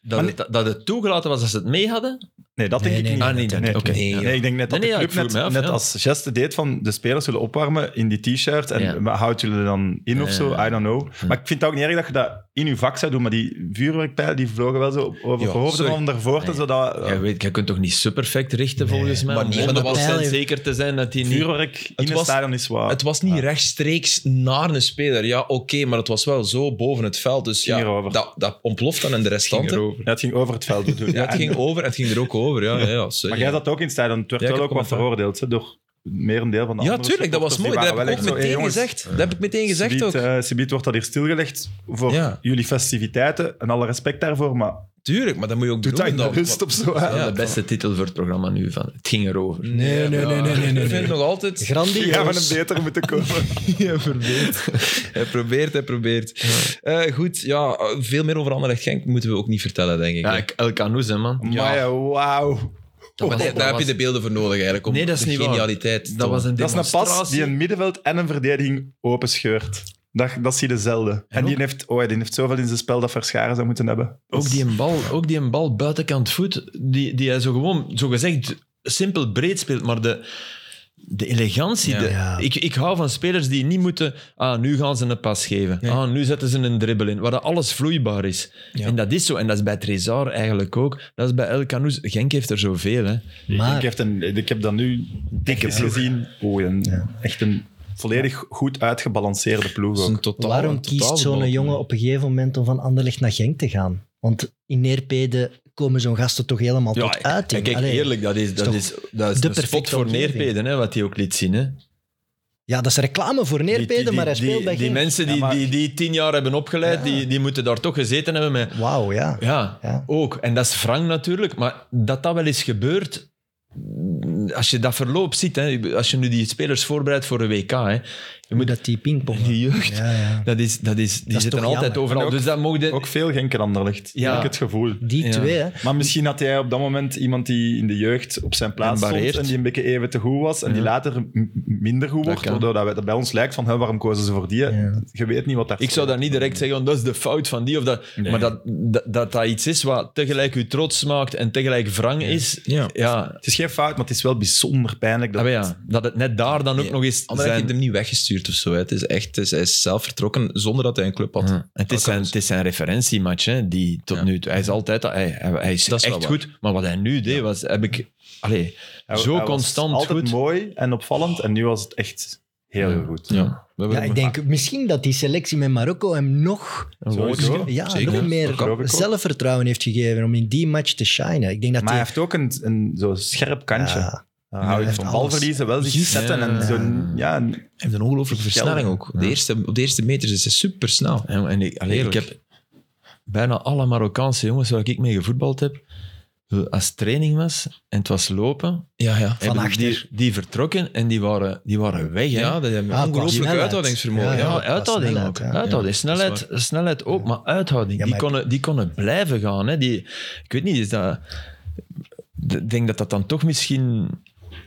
C: Dat het, dat het toegelaten was als ze het mee hadden?
B: Nee, dat denk
D: Nee, nee,
B: ik niet.
C: ah, nee, dat
B: nee,
C: niet. Oké.
A: nee,
C: Ja.
A: nee.
B: Nee, ik denk net dat
C: Nee, nee,
B: de
C: ja,
B: club
C: ik
B: net,
C: voel me af,
B: net
C: ja.
B: als geste deed van de spelers zullen opwarmen in die t-shirt en
C: Ja.
B: maar houdt jullie er dan in of
C: Ja,
B: zo,
C: ja,
B: I don't know. Maar ik vind het ook niet erg dat je dat in je vak zou doen, maar die vuurwerkpijlen die vlogen wel zo over
A: Ja,
B: de hoofden
A: sorry.
B: van ervoor en
C: Nee.
B: zo dat
C: Jij weet, jij kunt toch niet super perfect richten, volgens mij?
A: maar
C: om
A: niet
C: 100%
A: van de
D: pijl.
C: zeker te zijn dat die niet...
B: vuurwerk in het
A: was-
B: stadion is waar.
A: Het was niet rechtstreeks naar een speler. Ja, oké, maar het was wel zo boven het veld. Dus
B: Ging
A: ja,
B: erover.
A: dat, dat ontploft dan en de restanten.
B: Ja, het ging over het veld. bedoel ik.
A: Ja, het ging over en het ging er ook over. Ja, ja, ja, sorry.
B: Maar jij zat ook in het stadion. Het werd
A: Ja, ik
B: wel
A: heb
B: ook wat
A: commentaar.
B: veroordeeld hè, door meer een deel van de
A: ja,
B: andere
A: tuurlijk, dat was mooi.
B: supporters.
A: Dat
B: Die
A: heb
B: waren
A: ik ook meteen
B: wel echt zo, hey, jongens, eh,
A: gezegd. Dat heb ik meteen gezegd
B: Subiet,
A: ook.
B: eh, subiet wordt dat hier stilgelegd voor
A: Ja.
B: jullie festiviteiten en alle respect daarvoor, maar
A: Tuurlijk, maar dat moet je ook
B: Doet dat in de
A: Bloemendaal-
B: rust of zo. hè?
C: Ja, de beste titel voor het programma nu van. Het ging erover.
D: Nee, nee, nee, nee, nee, nee,
A: Ik vind
D: nee.
A: het nog altijd...
D: Grandioos.
B: Die gaan
A: dus.
B: we een
A: <laughs>
B: beter moeten komen.
A: hij probeert. Hij probeert, hij probeert. Eh, goed, ja, eh, veel meer over Anderlecht Genk moeten we ook niet vertellen, denk ik.
C: Ja,
A: hè.
C: ik- El Canoes, hè, man.
B: Maar ja, wauw.
C: Dat
A: Maar
C: was-
A: daar
C: dat
A: heb je
C: was-
A: de beelden voor nodig, eigenlijk. Om
C: Nee, dat is
A: de
C: niet waar.
A: genialiteit. te
C: Dat was een
B: Dat is een
C: demonstratie.
B: pas die een middenveld en een verdediging openscheurt. Dat, dat zie je zelden. En die heeft, oh, ja, die heeft zoveel in zijn spel dat Verscharen zou moeten hebben.
C: Ook die een bal, ook die een bal buitenkant voet, die, die hij zo gewoon, zo gezegd, simpel breed speelt. Maar de, de elegantie.
A: Ja.
C: de-
D: Ja.
C: Ik, ik hou van spelers die niet moeten. Ah, nu gaan ze een pas geven.
A: Nee.
C: Ah, nu zetten ze een dribbel in. Waar dat alles vloeibaar is.
A: Ja.
C: En dat is zo. En dat is bij Trezor eigenlijk ook. Dat is bij El Canoes. Genk heeft er zoveel. Hè.
B: Ik,
D: Maar
B: heeft een, ik heb dat nu dikke gezien. Oh, een, Echt een volledig goed uitgebalanceerde ploeg
A: Dat is
B: ook.
A: een totaal,
D: waarom
A: een
D: kiest
A: totaal
D: zo'n
A: bal.
D: jongen op een gegeven moment om van Anderlecht naar Genk te gaan? Want in Neerpede komen zo'n gasten toch helemaal tot uiting.
C: en kijk,
D: Allee,
C: eerlijk, dat is, dat
D: toch
C: is, dat is
D: de
C: de een spot
D: perfecte
C: voor
D: omgeving.
C: neerpeden, hè, wat hij ook liet zien. Hè.
D: Ja, dat is reclame voor
C: Die- die-
D: Neerpede,
C: die-
D: maar hij
C: die-
D: speelt bij
C: Die
D: Genk.
C: mensen die,
B: Ja, maar-
C: die, die tien jaar hebben opgeleid,
D: Ja.
C: die, die moeten daar toch gezeten hebben met...
D: Wauw, ja.
C: Ja,
D: Ja.
C: ook. En dat is Frank natuurlijk. Maar dat dat wel eens gebeurt, als je dat verloop ziet, hè, als je nu die spelers voorbereidt voor een WK, hè, je
D: Hoe
C: moet
D: dat die pingpong.
C: die jeugd,
D: Ja, ja.
C: dat is, dat is, die
D: Dat is
C: zitten
D: toch
C: altijd
D: jammer.
C: overal.
B: En ook-
C: dus dat mogen de-
B: Ook veel Genken anderlicht,
C: Ja.
B: heb ik het gevoel.
D: Die
C: Ja.
D: twee, hè.
B: Maar misschien had hij op dat moment iemand die in de jeugd op zijn plaats
C: En
B: stond
C: barreert.
B: en die een beetje even te goed was en die
C: Ja.
B: later m- minder goed wordt,
C: kan.
B: waardoor dat, wij- dat bij ons lijkt van, hè, waarom kozen ze voor die?
D: Ja.
B: Je weet niet wat daar
C: ik zou dat niet direct zeggen, want dat is de fout van die of dat. Maar dat dat, dat dat iets is wat tegelijk u trots maakt en tegelijk wrang is.
A: Ja.
C: Ja,
B: Het is geen fout, maar het is wel bijzonder pijnlijk. Dat,
C: Ah, maar ja, dat het net daar dan ook nog eens
A: Anderlecht
C: zijn...
A: heeft hem niet weggestuurd of zo. Hè. Het is echt, het is, hij is zelf vertrokken zonder dat hij een club had.
C: Ja, en het, is zijn, het is zijn referentiematch, hè, die tot
A: Ja.
C: nu toe... Hij is altijd... Hij, hij, hij is
A: Dat is wel
C: echt
A: waar.
C: goed, maar wat hij nu deed, was, heb ik... Allee,
B: Hij-
C: zo
B: hij was
C: constant
B: altijd
C: goed.
B: mooi en opvallend en nu was het echt heel, heel goed.
A: Ja.
D: Ja, ik denk misschien dat die selectie met Marokko hem nog,
B: Sowieso.
C: Sowieso.
D: ja,
A: Zeker,
D: nog
A: dat
B: geloof
D: meer
B: ik ook.
D: zelfvertrouwen heeft gegeven om in die match te shinen. Ik denk dat
B: Maar hij
D: die-
B: heeft ook een, een zo scherp kantje.
D: Ja.
B: Hij houdt
D: heeft
B: van
D: alles.
B: balverliezen, wel zich
C: Juist.
B: zetten en
C: Ja.
B: zo... Ja,
A: Hij heeft een ongelooflijke versnelling ook. De
C: Ja.
A: eerste, op de eerste meters is hij supersnel.
C: En, en ik, allee, ik
A: Heerlijk.
C: heb bijna alle Marokkaanse jongens waar ik mee gevoetbald heb, als het training was en het was lopen,
A: Ja, ja.
D: Van
C: hebben die,
D: achter.
C: die vertrokken en die waren, die waren weg. Hè.
A: Ja, dat hebben
D: Ah, qua
A: ongelooflijk
D: snelheid.
A: uithoudingsvermogen. Ja,
D: Ja,
C: Ja,
D: qua
C: uithouding
D: snelheid,
C: ook.
D: ja.
C: Uithouding.
A: Ja, dat is
C: Snelheid, snelheid ook, maar uithouding.
D: Ja,
C: die,
D: maar ik-
C: konden, die konden blijven gaan. Hè. Die, ik weet niet, is dat... Ik denk dat dat dan toch misschien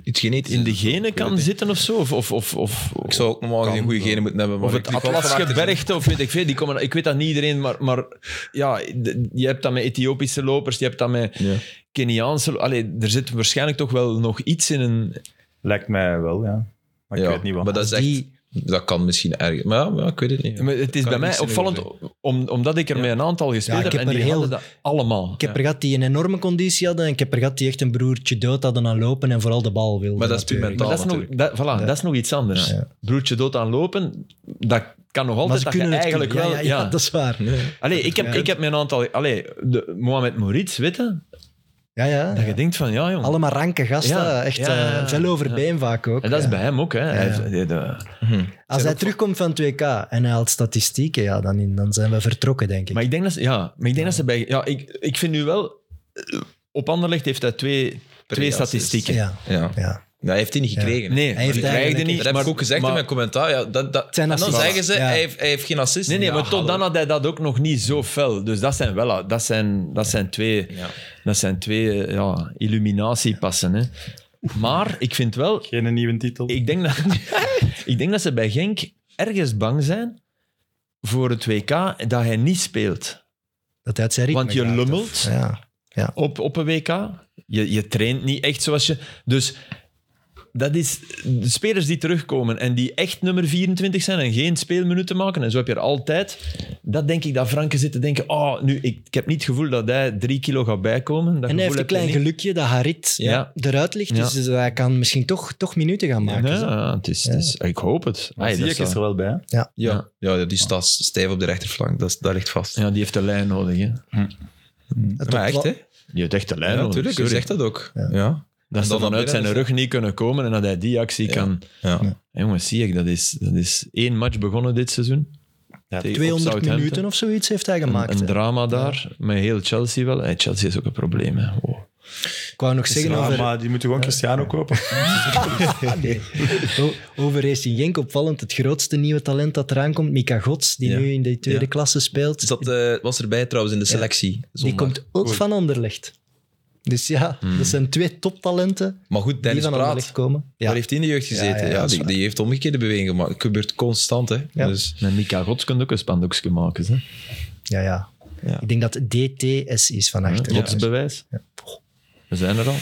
A: Iets genetisch.
C: in de genen kan zitten of zo. Of, of, of, of,
A: Ik zou ook normaal gezien goede genen moeten hebben. Maar
C: of het
A: ik liep wel van achter.
C: Atlasgebergte, of weet ik veel. Die komen, ik weet dat niet iedereen, maar, maar ja, de- je hebt dat met Ethiopische lopers, je hebt dat met
A: Ja.
C: Keniaanse... lo- Allee, er zit waarschijnlijk toch wel nog iets in een...
B: lijkt mij wel, ja. Maar ik
A: Ja,
B: weet niet wat.
A: Maar dat is echt...
D: Die-
A: Dat kan misschien erg. Maar ja, ja, ik weet het niet.
C: Maar het is
A: Kan
C: bij
A: ik niks
C: mij
A: in
C: opvallend, om, omdat ik er
A: Ja.
C: met een aantal gespeeld
D: Ja, ik
C: heb, en
D: heb er
C: die
D: heel-
C: hadden dat allemaal.
D: Ik heb er gehad die een enorme conditie hadden en ik heb er gehad die echt een broertje dood hadden aan lopen en vooral de bal wilden.
A: Maar dat is puur
D: natuurlijk.
C: Maar
A: mentaal.
C: dat is, nog,
A: natuurlijk.
C: dat, voilà, dat is nog iets anders.
D: Ja.
C: Broertje dood aan lopen, dat kan nog
D: Maar
C: altijd.
D: ze
C: Dat je
D: kunnen het
C: eigenlijk
D: kunnen.
C: wel.
D: Ja, ja, ja, dat is waar.
C: Allee, ik, heb,
D: Ja.
C: ik heb mijn aantal. Allee, de, Mohamed Moritz, weten?
D: Ja, ja.
C: Dat je denkt van ja, jong.
D: Allemaal ranke gasten,
C: Ja,
D: echt
C: ja, ja, ja.
D: eh, veel over been vaak ook.
C: En dat is
D: ja.
C: bij hem ook. Hè. Hij heeft- die- de-
D: Als hij terugkomt van 2K en hij haalt statistieken, ja, dan, in, dan zijn we vertrokken, denk ik.
C: Maar ik denk dat ze. Ja, maar ik denk dat ze bij. Ja, ik, ik vind nu wel. eh, Op Anderlecht heeft hij twee, twee
A: assists.
C: statistieken.
D: ja,
A: Ja.
D: ja.
A: Nou, hij heeft die niet gekregen.
C: Nee,
D: Hij heeft
C: die
D: eigenlijk-
C: krijg je niet.
A: Dat heb
C: maar-
A: ik ook gezegd
C: maar-
A: in mijn commentaar. Ja, dat, dat,
D: zijn
A: en dan
D: assists.
A: zeggen ze,
D: Ja.
A: hij, heeft, hij heeft geen assist.
C: Nee, nee,
A: Ja,
C: maar tot
A: hallo.
C: dan had hij dat ook nog niet zo fel. Dus dat zijn wel, dat zijn, dat zijn twee,
A: Ja.
C: dat zijn twee eh, ja, illuminatiepassen. Hè. Maar ik vind wel,
B: Geen nieuwe titel.
C: ik denk, dat, <laughs> ik denk dat ze bij Genk ergens bang zijn voor het WK dat hij niet speelt.
D: Dat hij uit zijn ritme
C: Want je
D: gaat, of-
C: lummelt.
D: Ja.
C: op, op een WK. Je, je traint niet echt zoals je. Dus dat is. De spelers die terugkomen en die echt nummer 24 zijn en geen speelminuten maken, en zo heb je er altijd. Dat denk ik dat Franken zit te denken: oh, nu, ik, ik heb niet het gevoel dat hij drie kilo gaat bijkomen. Dat
D: En hij
C: gevoel
D: heeft een
C: heb je
D: klein
C: niet.
D: gelukje dat Harit
C: Ja.
D: eruit ligt, dus eh, hij kan misschien toch, toch minuten gaan maken.
C: Ja, ja, het is, het is- ik hoop het.
B: Maar
C: Ai, dat
B: zie ik
C: zou-
B: is er wel bij. hè.
A: Ja. ja, die staat stijf op de rechterflank. Dat, is- dat ligt vast.
C: ja, die heeft de lijn nodig. Hè.
D: Het
A: Maar
D: opla-
A: echt, hè?
C: Die heeft echt de lijn
A: Ja,
C: nodig.
A: natuurlijk. Hij
C: sorry.
A: zegt dat ook. Ja.
C: Dat
A: En
C: ze
A: dan
C: vanuit
A: naar
C: zijn
A: binnen,
C: rug niet kunnen komen en dat hij die actie kan.
A: Ja.
C: Jongens, zie ik, dat is, dat is één match begonnen dit seizoen.
A: Ja, tegen- op
D: 200
C: Southampton.
D: minuten of zoiets heeft hij
C: Een,
D: gemaakt.
C: een
D: hè.
C: drama daar, met heel Chelsea wel. En Chelsea is ook een probleem. Hè. Wow.
D: Ik wou nog zeggen
B: Ja,
D: over, <laughs>
B: maar die moeten gewoon Cristiano
A: <laughs>
B: kopen.
D: o- over Racing Genk, opvallend het grootste nieuwe talent dat eraan komt, Mika Gods, die
A: Ja.
D: nu in de tweede
A: Ja.
D: klasse speelt.
A: Dus dat eh, was erbij trouwens in de selectie.
D: die
A: zondag.
D: komt ook van Anderlecht. Dus ja,
C: Hmm.
D: dat zijn twee toptalenten
A: Maar goed,
D: die
A: Dennis
D: van
A: Praat,
D: Anderlecht komen. Ja.
A: daar heeft hij in de jeugd
D: Ja,
A: gezeten. Ja,
D: ja, dat is
A: die,
D: waar.
A: die heeft omgekeerde beweging gemaakt. Het gebeurt constant, hè.
D: Ja.
A: Dus,
C: Met Mika Rots kunt ook een spandoekje maken. Hè.
D: Ja, ja.
C: Ja.
D: Ik denk dat DTS is van achter.
C: Godsbewijs. We zijn er al.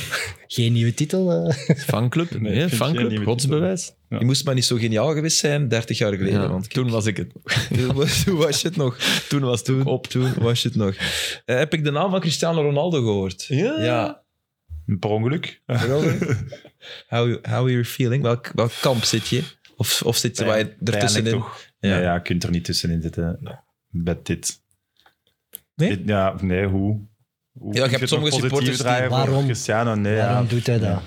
D: Geen nieuwe titel. eh.
C: Fanclub.
B: Nee,
C: Nee,
B: ik vind geen
C: fanclub.
B: nieuwe
C: Godsbewijs.
B: Ja.
A: Je moest maar niet zo geniaal geweest zijn 30 jaar geleden.
C: Ja,
A: Want
C: toen was ik het.
A: toen was- <laughs> toen was je het nog. Toen was het toen, op. Toen was je het nog. Eh, heb ik de naam van Cristiano Ronaldo gehoord?
C: Ja.
A: ja.
B: Per ongeluk.
A: Ronaldo? How, you- how are you feeling? Welk, welk kamp zit je? Of, of zit je waar je
B: Pijnlijk
A: ertussenin?
B: toch?
A: Ja.
B: Ja. ja, je kunt er niet tussenin zitten met dit.
A: Nee?
B: Dit- ja, nee, hoe? hoe
A: je hebt
B: kun het
A: sommige
B: nog positief
A: supporters die-
B: draaien voor
D: waarom?
B: Cristiano, nee, ja.
D: Waarom doet hij dat?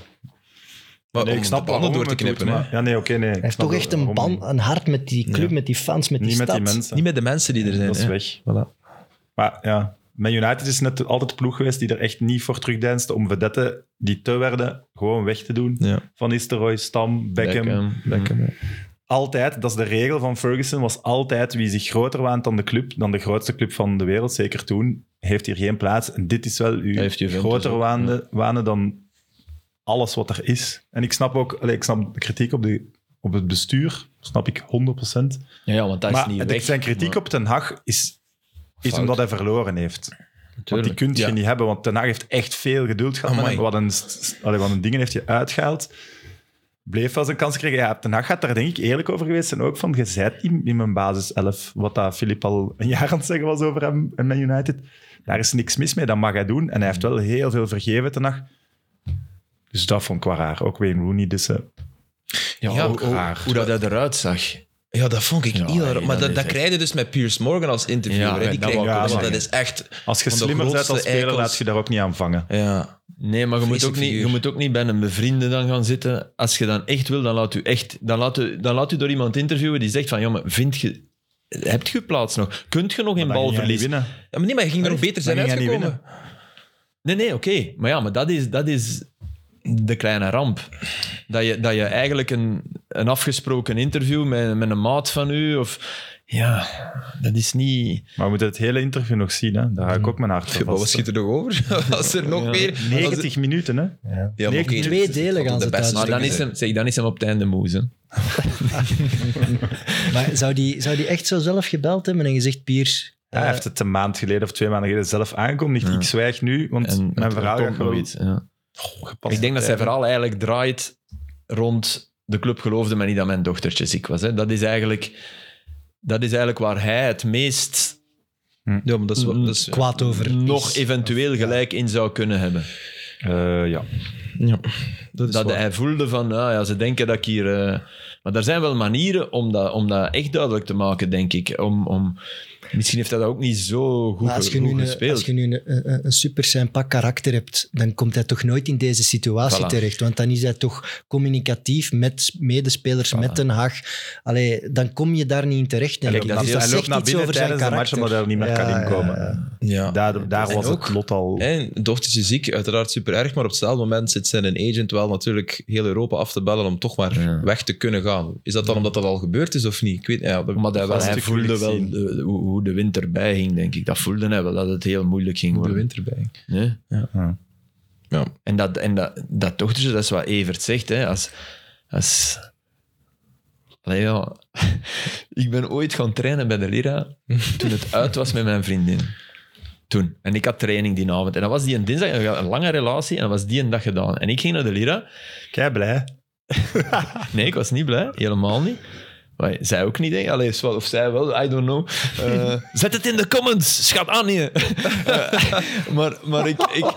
A: Maar
B: Nee,
A: om
B: ik
A: de
B: snap
A: banden
B: waarom
A: door
B: het
A: te
B: doet,
A: knippen. hè.
B: maar- Ja, nee, oké, nee. ik
D: Hij heeft
B: snap
D: toch echt een,
B: waarom
D: band,
B: niet.
D: een hart met die club, met die fans, met die
B: Niet met
D: stad.
B: die mensen.
A: Niet met de mensen die er zijn.
B: dat is
A: hè.
B: weg.
A: Voilà.
B: Maar ja, Man United is net altijd de ploeg geweest die er echt niet voor terugdeinste om vedetten die te werden gewoon weg te doen.
A: Ja.
B: Van Nistelrooy, Stam, Beckham.
C: Beckham, ja.
B: Altijd, dat is de regel van Ferguson, was altijd wie zich groter waant dan de club, dan de grootste club van de wereld, zeker toen, heeft hier geen plaats. En dit is wel uw
C: Hij heeft Juventus
B: groter
C: ook,
B: waande, wanen dan alles wat er is. En ik snap ook, allee, ik snap de kritiek op, de, op het bestuur, snap ik 100%.
C: Ja, ja, want dat is
B: Maar
C: niet
B: het-
C: weg.
B: zijn kritiek
C: maar-
B: op Ten Hag is, is
C: Fout.
B: omdat hij verloren heeft. Want die
C: Tuurlijk.
B: kunt je
A: Ja.
B: niet hebben, want Ten Hag heeft echt veel geduld gehad.
A: Amai.
B: met hem. Wat een, st- st- allee, wat een dingen heeft je uitgehaald. Bleef wel zijn kans krijgen. Ja, Ten Hag gaat daar denk ik eerlijk over geweest zijn ook van, je zijt in, in mijn basis 11, wat dat Filip al een jaar aan het zeggen was over hem en Man United. Daar is niks mis mee, dat mag hij doen. En hij heeft wel heel veel vergeven Ten Hag. Dus dat vond ik wel raar. Ook Wayne Rooney, dus... eh,
A: Ja,
C: Ja, hoe,
B: ook raar.
C: hoe, hoe dat hij eruit zag.
A: Ja, dat vond ik
C: Ja,
A: heel
C: nee,
A: raar. Maar
C: dat
A: dat,
C: is
A: dat
C: echt-
A: krijg je dus met Piers Morgan als
C: Ja,
A: interviewer. hè.
C: dat
A: die
C: wou
A: krijg je
B: ik
A: ook,
B: ook
A: want dat
B: zeggen.
A: is echt...
B: als je
A: van de
B: slimmer bent als
A: grootste
B: speler,
A: eikels.
B: laat je daar ook niet aan vangen.
A: Ja.
C: Nee, maar je moet,
A: Vreselijk
C: ook niet, je
A: figuur.
C: moet ook niet bij een bevriende dan gaan zitten. Als je dan echt wil, dan laat u, echt, dan laat u, dan laat u door iemand interviewen die zegt van, jongen, vind je... Heb je plaats nog? Kunt je nog in
B: Dan ging
C: bal
B: hij niet
C: verliezen?
B: winnen.
A: Ja, maar nee, maar je ging er ook beter zijn
B: ging hij niet
A: uitgekomen.
C: Nee, nee, oké. Maar ja, maar dat is, dat is de kleine ramp. Dat je, dat je eigenlijk een, een afgesproken interview met, met een maat van u of... Ja, dat is niet...
B: Maar we moeten het hele interview nog zien, hè. Daar ga ik ook mijn hart
A: Ja,
B: voor
A: maar <laughs> Hm. wat
B: vast.
A: schiet er nog over? <laughs> Als er nog
C: Ja.
A: meer... als er-
B: 90 minuten, hè.
A: Ja, maar oké,
B: Negen-
D: twee
A: dit is
D: delen
A: altijd
D: gaan
A: de
D: ze
A: beste
D: thuis
C: Maar dan
A: stukken
C: is
A: zijn.
C: hem, zeg, dan is hem op het einde moes, hè.
D: Maar zou die, zou die echt zo zelf gebeld hebben en gezegd, Piers,
B: Ja, hij heeft het een maand geleden of twee maanden geleden zelf aangekondigd. Ik zwijg nu, want
C: En
B: mijn
C: er
B: verhaal
C: komt
B: gaat
C: nog
B: wel
C: iets. Ja.
B: gepast Eh,
C: Ik denk dat zijn
D: eh,
B: zijn.
C: verhaal eigenlijk draait rond de club geloofde mij niet dat mijn dochtertje ziek was. Hè. Dat, is eigenlijk, dat is eigenlijk waar hij het meest
A: Ja, maar dat is... wel- dat is-
D: eh, kwaad over
C: nog
D: is.
C: eventueel gelijk in zou kunnen hebben.
B: Eh, ja.
A: Ja, dat
C: Dat,
A: is waar.
C: hij voelde van, nou ja, ze denken dat ik hier... eh, Maar er zijn wel manieren om dat, om dat echt duidelijk te maken, denk ik. Om, om... Misschien heeft hij dat ook niet zo goed,
D: Maar als je,
C: goed
D: nu een,
C: gespeeld.
D: als je nu een, een, een super sympa karakter hebt, dan komt hij toch nooit in deze situatie
C: Voilà.
D: terecht. Want dan is hij toch communicatief met medespelers, met Den Haag. Allee, dan kom je daar niet in terecht. denk
B: Hij
D: ik.
B: loopt
D: Dus
B: naar binnen,
D: dat
B: hij loopt
D: zegt
B: naar
D: iets
B: binnen
D: over zijn
B: tijdens de match,
D: karakter.
B: omdat hij er niet meer kan
D: Ja,
B: inkomen.
D: ja, ja.
A: Ja.
B: Daar, daar
D: En
B: was
D: ook-
B: het lot al...
A: En dochtertje ziek, uiteraard super erg, maar op hetzelfde moment zit zijn agent wel natuurlijk heel Europa af te bellen om toch maar
C: Ja.
A: weg te kunnen gaan. Is dat dan omdat dat al gebeurd is of niet? Ik weet ja, dat-
C: Maar dat wel,
B: was
C: hij
B: natuurlijk
C: voelde wel
B: niet
C: de- de- hoe hoe de wind erbij ging, denk ik. Dat voelde hij wel, dat het heel moeilijk ging
A: de
C: worden.
A: winter bij.
C: Nee?
B: Ja.
A: Ja.
C: En, dat, en dat, dat dochtertje, dat is wat Evert zegt. Hè, als, als, Allee, ja. <laughs> Ik ben ooit gaan trainen bij de
A: <laughs>
C: Lira toen het uit was met mijn vriendin. Toen. En ik had training die avond. En dat was die een dinsdag. en we hadden Een lange relatie en dat was die een dag gedaan. En ik ging naar de Lira.
B: Kei blij.
C: Nee, ik was niet blij. Helemaal niet. Maar zij ook niet, denk ik. Allee, is wel- of zij wel, I don't know. Eh, zet het in de comments, schat aan je. Eh, maar maar ik, ik,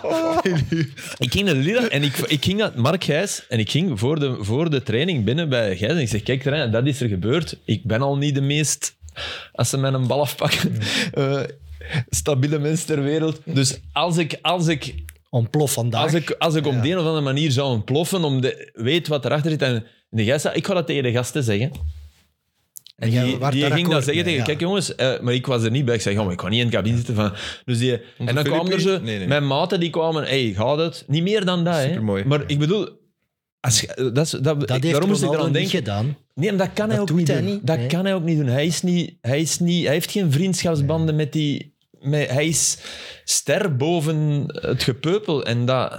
C: ik ging naar de Lidl en ik, ik ging naar Mark Gijs en ik ging voor de, voor de training binnen bij Gijs. En ik zeg, kijk, Terijn, dat is er gebeurd. Ik ben al niet de meest, als ze mij een bal afpakken, eh, stabiele mens ter wereld. Dus als ik, als ik
D: Ontplof vandaag.
C: als ik, als ik op de een of andere manier zou ontploffen, om de, weet wat erachter zit. En de gast, zei, ik ga dat tegen de gasten zeggen. En
D: jij
C: die,
D: werd
C: die
D: daar
C: ging dat
D: akkoord
C: zeggen
D: mee,
C: tegen,
D: ja.
C: kijk jongens, eh, maar ik was er niet bij. Ik zei, "Ja, maar ik kan niet in het cabine zitten. Van. Dus die, en dan
A: Filip
C: kwamen er
A: niet?
C: ze,
A: Nee, nee.
C: mijn maten die kwamen, hey, gaat het? Niet meer dan dat. hè.
A: Supermooi.
C: Maar ik bedoel, als, je- dat, is- dat,
D: Dat
C: ik-
D: heeft
C: daarom moest ik
D: Ronaldo
C: eraan
D: niet
C: denken.
D: gedaan.
C: Nee, maar dat kan hij
D: Dat
C: ook niet
D: doet hij
C: doen.
D: niet,
C: Dat
D: nee.
C: kan hij ook niet doen. Hij, is niet, hij, is niet, hij heeft geen vriendschapsbanden met die... Met, hij is ster boven het gepeupel. En dat...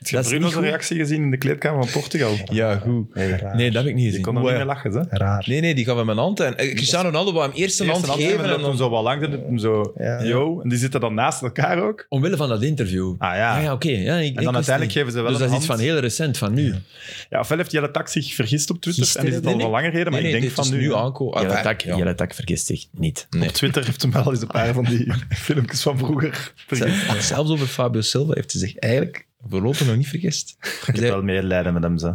B: Heb je
C: dat is
B: Bruno's
C: niet goed.
B: reactie gezien in de kleedkamer van Portugal?
A: Ja, goed.
D: Raar.
C: Nee, dat heb ik niet
B: Je
C: gezien.
B: kon er niet meer lachen, hè?
D: Raar.
A: Nee, nee, die gaf hem een hand. En, eh, Cristiano Ronaldo wou hem eerst een
B: Eerst
A: hand
B: en
A: geven.
B: dan
A: En
B: hem
A: dan,
B: zo wat lang, dan doet hem zo,
D: Ja.
B: yo. En die zitten dan naast elkaar ook.
C: Omwille van dat interview.
B: Ah ja.
C: Ah ja, oké. Ja, ik- ik
B: En
C: wist
B: dan uiteindelijk
C: niet.
B: geven ze wel
C: Dus dat
B: een
C: is iets van
B: hand.
C: heel recent, van nu.
B: Ja, ofwel heeft Jelle Tak zich vergist op Twitter.
D: Gisteren,
B: en is het al
A: nee,
B: wel langer geleden, maar
A: Nee,
B: ik
A: nee,
B: denk
A: dit
B: van
A: is
B: nu.
A: nu
B: hè.
A: aankomen. Ah,
C: Jelle
A: ja,
C: Tak,
A: ja.
C: Jelle Tak vergist zich niet.
B: Op Twitter heeft hem wel eens een paar van die <laughs> filmpjes van vroeger <laughs> vergist.
A: Zelf- Zelfs over Fabio Silva heeft hij zich eigenlijk voorlopig nog niet vergist.
B: Ik heb wel medelijden met hem, ze.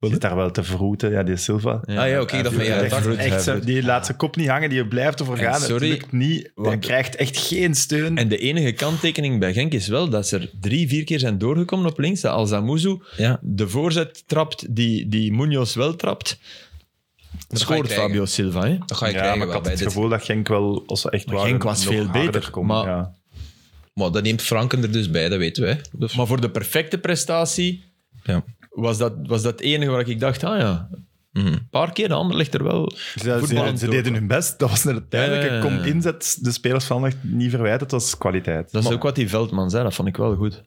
B: Zit daar wel te verroeten, ja, die Silva.
A: Ah ja, oké, ik dacht van ja,
B: echt,
A: dat
C: Ruud
B: echt zo,
C: Huibert.
B: die laat zijn kop niet hangen, die blijft ervoor gaan.
C: sorry,
B: het lukt niet. Hij
C: want-
B: krijgt echt geen steun.
C: En de enige kanttekening bij Genk is wel dat ze er drie, vier keer zijn doorgekomen op links. Dat Alzamuzu
A: Ja.
C: de voorzet trapt die, die Munoz wel trapt.
A: je
C: Scoort
A: krijgen.
C: Fabio Silva. Hè?
A: dat ga je
B: ja,
A: krijgen
B: maar
A: wel
B: ik had
A: bij
B: het
A: dit.
B: gevoel dat Genk wel, als ze echt
C: Maar
B: waren,
C: Genk was
B: nog
C: veel
B: harder
C: beter,
B: kon,
C: maar-
B: ja.
A: Maar dat neemt Franken er dus bij, dat weten we. hè. Dus,
C: Maar voor de perfecte prestatie
A: ja.
C: was dat, was dat het enige waar ik dacht, ah ja,
A: Mhm.
C: een paar keer, de ander ligt er wel.
B: Ze, ze,
C: Voetballend
B: ze
C: door.
B: deden hun best. Dat was uiteindelijk
C: Ja, ja,
B: een
C: ja.
B: komt inzet. De spelers van echt niet verwijten. Het was kwaliteit.
C: Dat is
B: Maar-
C: ook wat die Veldman zei, dat vond ik wel goed.
A: Ja,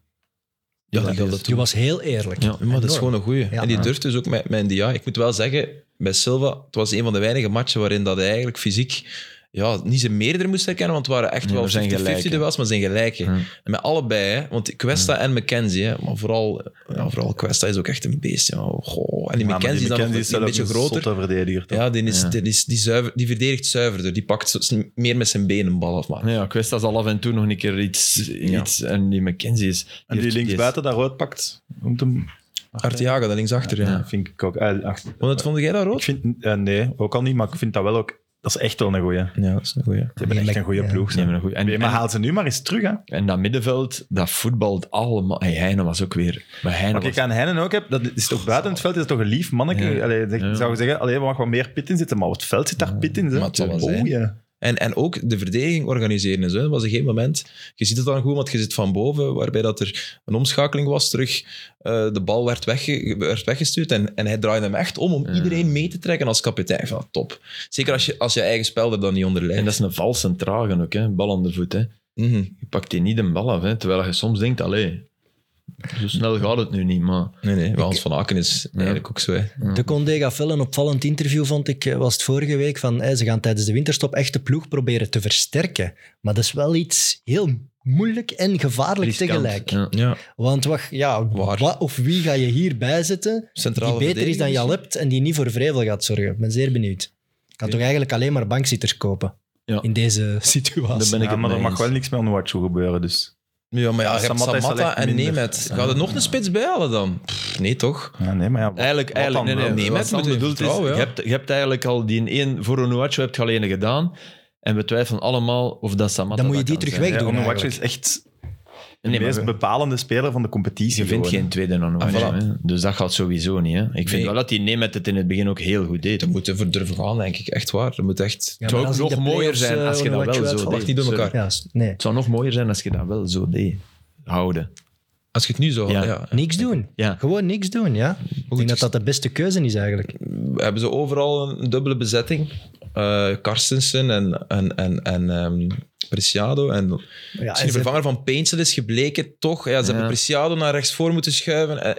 A: die had dat
D: Je was heel eerlijk.
C: Ja,
A: Ja, maar dat is
D: Enorm.
A: gewoon een goeie.
D: Ja.
A: en die durft dus ook met, met NDI. Ik moet wel zeggen, bij Silva, het was een van de weinige matchen waarin dat hij eigenlijk fysiek ja, niet zijn meerdere moest herkennen, want het waren echt
C: Nee,
A: wel
C: er zijn
A: 50-50
C: gelijken.
A: duels, maar zijn gelijke.
C: Hmm.
A: En met allebei, hè, want Questa en McKenzie, hè, maar vooral, ja, vooral Questa is ook echt een beest. Ja. Goh. En die
B: Ja, maar
A: McKenzie is dan nog
B: McKenzie
A: een, beetje
B: zelf
A: groter.
B: zotte verdediger. toch?
A: Ja, die, is,
C: Ja.
A: Die, is, die, zuiver, die verdedigt zuiverder. Die pakt zo- meer met zijn benen een bal af. Maar.
C: Ja, Questa zal af en toe nog een keer iets... iets en die McKenzie is...
B: En die
C: heeft-
B: linksbuiten dat rood pakt. Om hem,
A: Arteaga, daar linksachter. Ja.
B: ja, vind ik ook. eh, ach,
A: Vond, het, vond jij dat
B: ik
A: rood?
B: vind, eh, nee, ook al niet. Maar ik vind dat wel ook... Dat is echt wel een goeie. Ze
A: Ja, dat is een goeie.
B: hebben echt
D: Mac-
B: een goede
D: ja.
B: ploeg.
C: Die
B: ze.
C: hebben een goeie- en-
B: Nee, maar
C: en-
B: haal ze nu maar eens terug. Hè.
C: En dat middenveld, dat voetbalt allemaal. Hey, Heine was ook weer. Maar Heine
B: Wat ik
C: was,
B: aan Hennen ook heb, dat is toch buiten het veld, is dat toch een lief manneke.
C: Ja.
B: Allee, zeg-
C: Ja.
B: zou je zeggen, allee, er mag wat meer pit in zitten, maar op het veld zit daar pit in. Hè.
A: Maar het zal wel
B: Oh,
A: zijn.
B: ja.
A: En, en ook de verdediging organiseren. en Zo. Dat was een gegeven moment. Je ziet het dan goed, want je zit van boven, waarbij dat er een omschakeling was terug. Eh, de bal werd, wegge- werd weggestuurd en, en hij draaide hem echt om om iedereen mee te trekken als kapitein. Van, top. Zeker als je, als je eigen spel er dan niet onder lijdt.
C: en dat is een valse tragen ook, hè? bal aan de voet. Hè?
A: Mhm.
C: Je pakt die niet een bal af, hè? terwijl je soms denkt: allee, zo snel gaat het nu niet. Maar
A: Nee, nee. Bij Hans van Aken is eigenlijk ook zo. hè.
D: De Condé gaf wel een opvallend interview, vond ik, eh, was het vorige week, van eh, ze gaan tijdens de winterstop echt de ploeg proberen te versterken. Maar dat is wel iets heel moeilijk en gevaarlijk
C: riskant,
D: tegelijk.
C: ja.
A: Ja,
D: Want wat, ja,
A: Waar?
D: wat of wie ga je hierbij zetten
A: centrale
D: die beter is dan
A: verdediging
D: Jalep en die niet voor vrevel gaat zorgen? Ik ben zeer benieuwd. Ik kan toch eigenlijk alleen maar bankzitters kopen
C: Ja.
D: in deze <laughs>
C: Daar
D: situatie.
C: ben ik
B: Ja,
C: het
B: maar er
C: mee
B: mag
C: eens.
B: wel niks meer aan Wachu gebeuren, dus.
A: misschien. Ja, maar ja, je hebt
B: Samatta is
A: Samatta,
B: wel echt
A: en
B: minder.
A: Nemet. Ga je nog een spits bijhalen dan? Pff, nee, toch?
B: Ja, nee, maar ja, wat-
C: Eigenlijk,
B: wat
C: eigenlijk nee,
B: dan
C: nee,
B: wel?
A: nee, met
C: wat Oh, Sam
A: moet je
C: bedoelt is,
A: vertrouwen, ja.
C: je, hebt, je hebt eigenlijk al die één voor Onuachu heb je al ene gedaan. En we twijfelen allemaal of dat Samatta
D: Dan moet je
C: dat kan
D: die terug
C: zijn.
D: weg-
B: Ja,
D: doen
B: Onuachu
D: eigenlijk.
B: is echt de
C: Nee, maar
B: meest
C: we-
B: bepalende speler van de competitie.
C: Je vindt
B: gewoon.
C: geen tweede Onuachu.
A: Ah, voilà.
C: hè. Dus dat gaat sowieso niet. Hè? Ik vind
A: Nee.
C: wel dat die Nemet het in het begin ook heel goed deed.
A: Daar moet je voor durven gaan, denk ik. Echt waar. Dat moet echt...
D: Ja,
C: Het zou
D: maar
C: ook
D: als in
C: nog
D: de
C: mooier
D: play-offs,
C: zijn
D: eh,
C: als je dat
D: Onuachu
C: wel zo
D: uitvalt.
C: deed.
A: Wacht, die doen
C: Sorry.
A: elkaar.
D: Ja, nee.
C: Het zou nog mooier zijn als je dat wel zo deed. Houden.
A: Als je het nu zo had,
C: Ja.
A: ja.
D: Niks doen.
C: Ja.
D: Gewoon niks doen, ja. Ik denk dat dat de beste keuze is eigenlijk.
A: hebben ze overal een dubbele bezetting. Eh Carstensen en, en, en, en ehm, Preciado. En misschien
D: Ja,
A: de vervanger van Peensel is gebleken toch. Ja, ze
C: Ja.
A: hebben Preciado naar rechts voor moeten schuiven. Eh,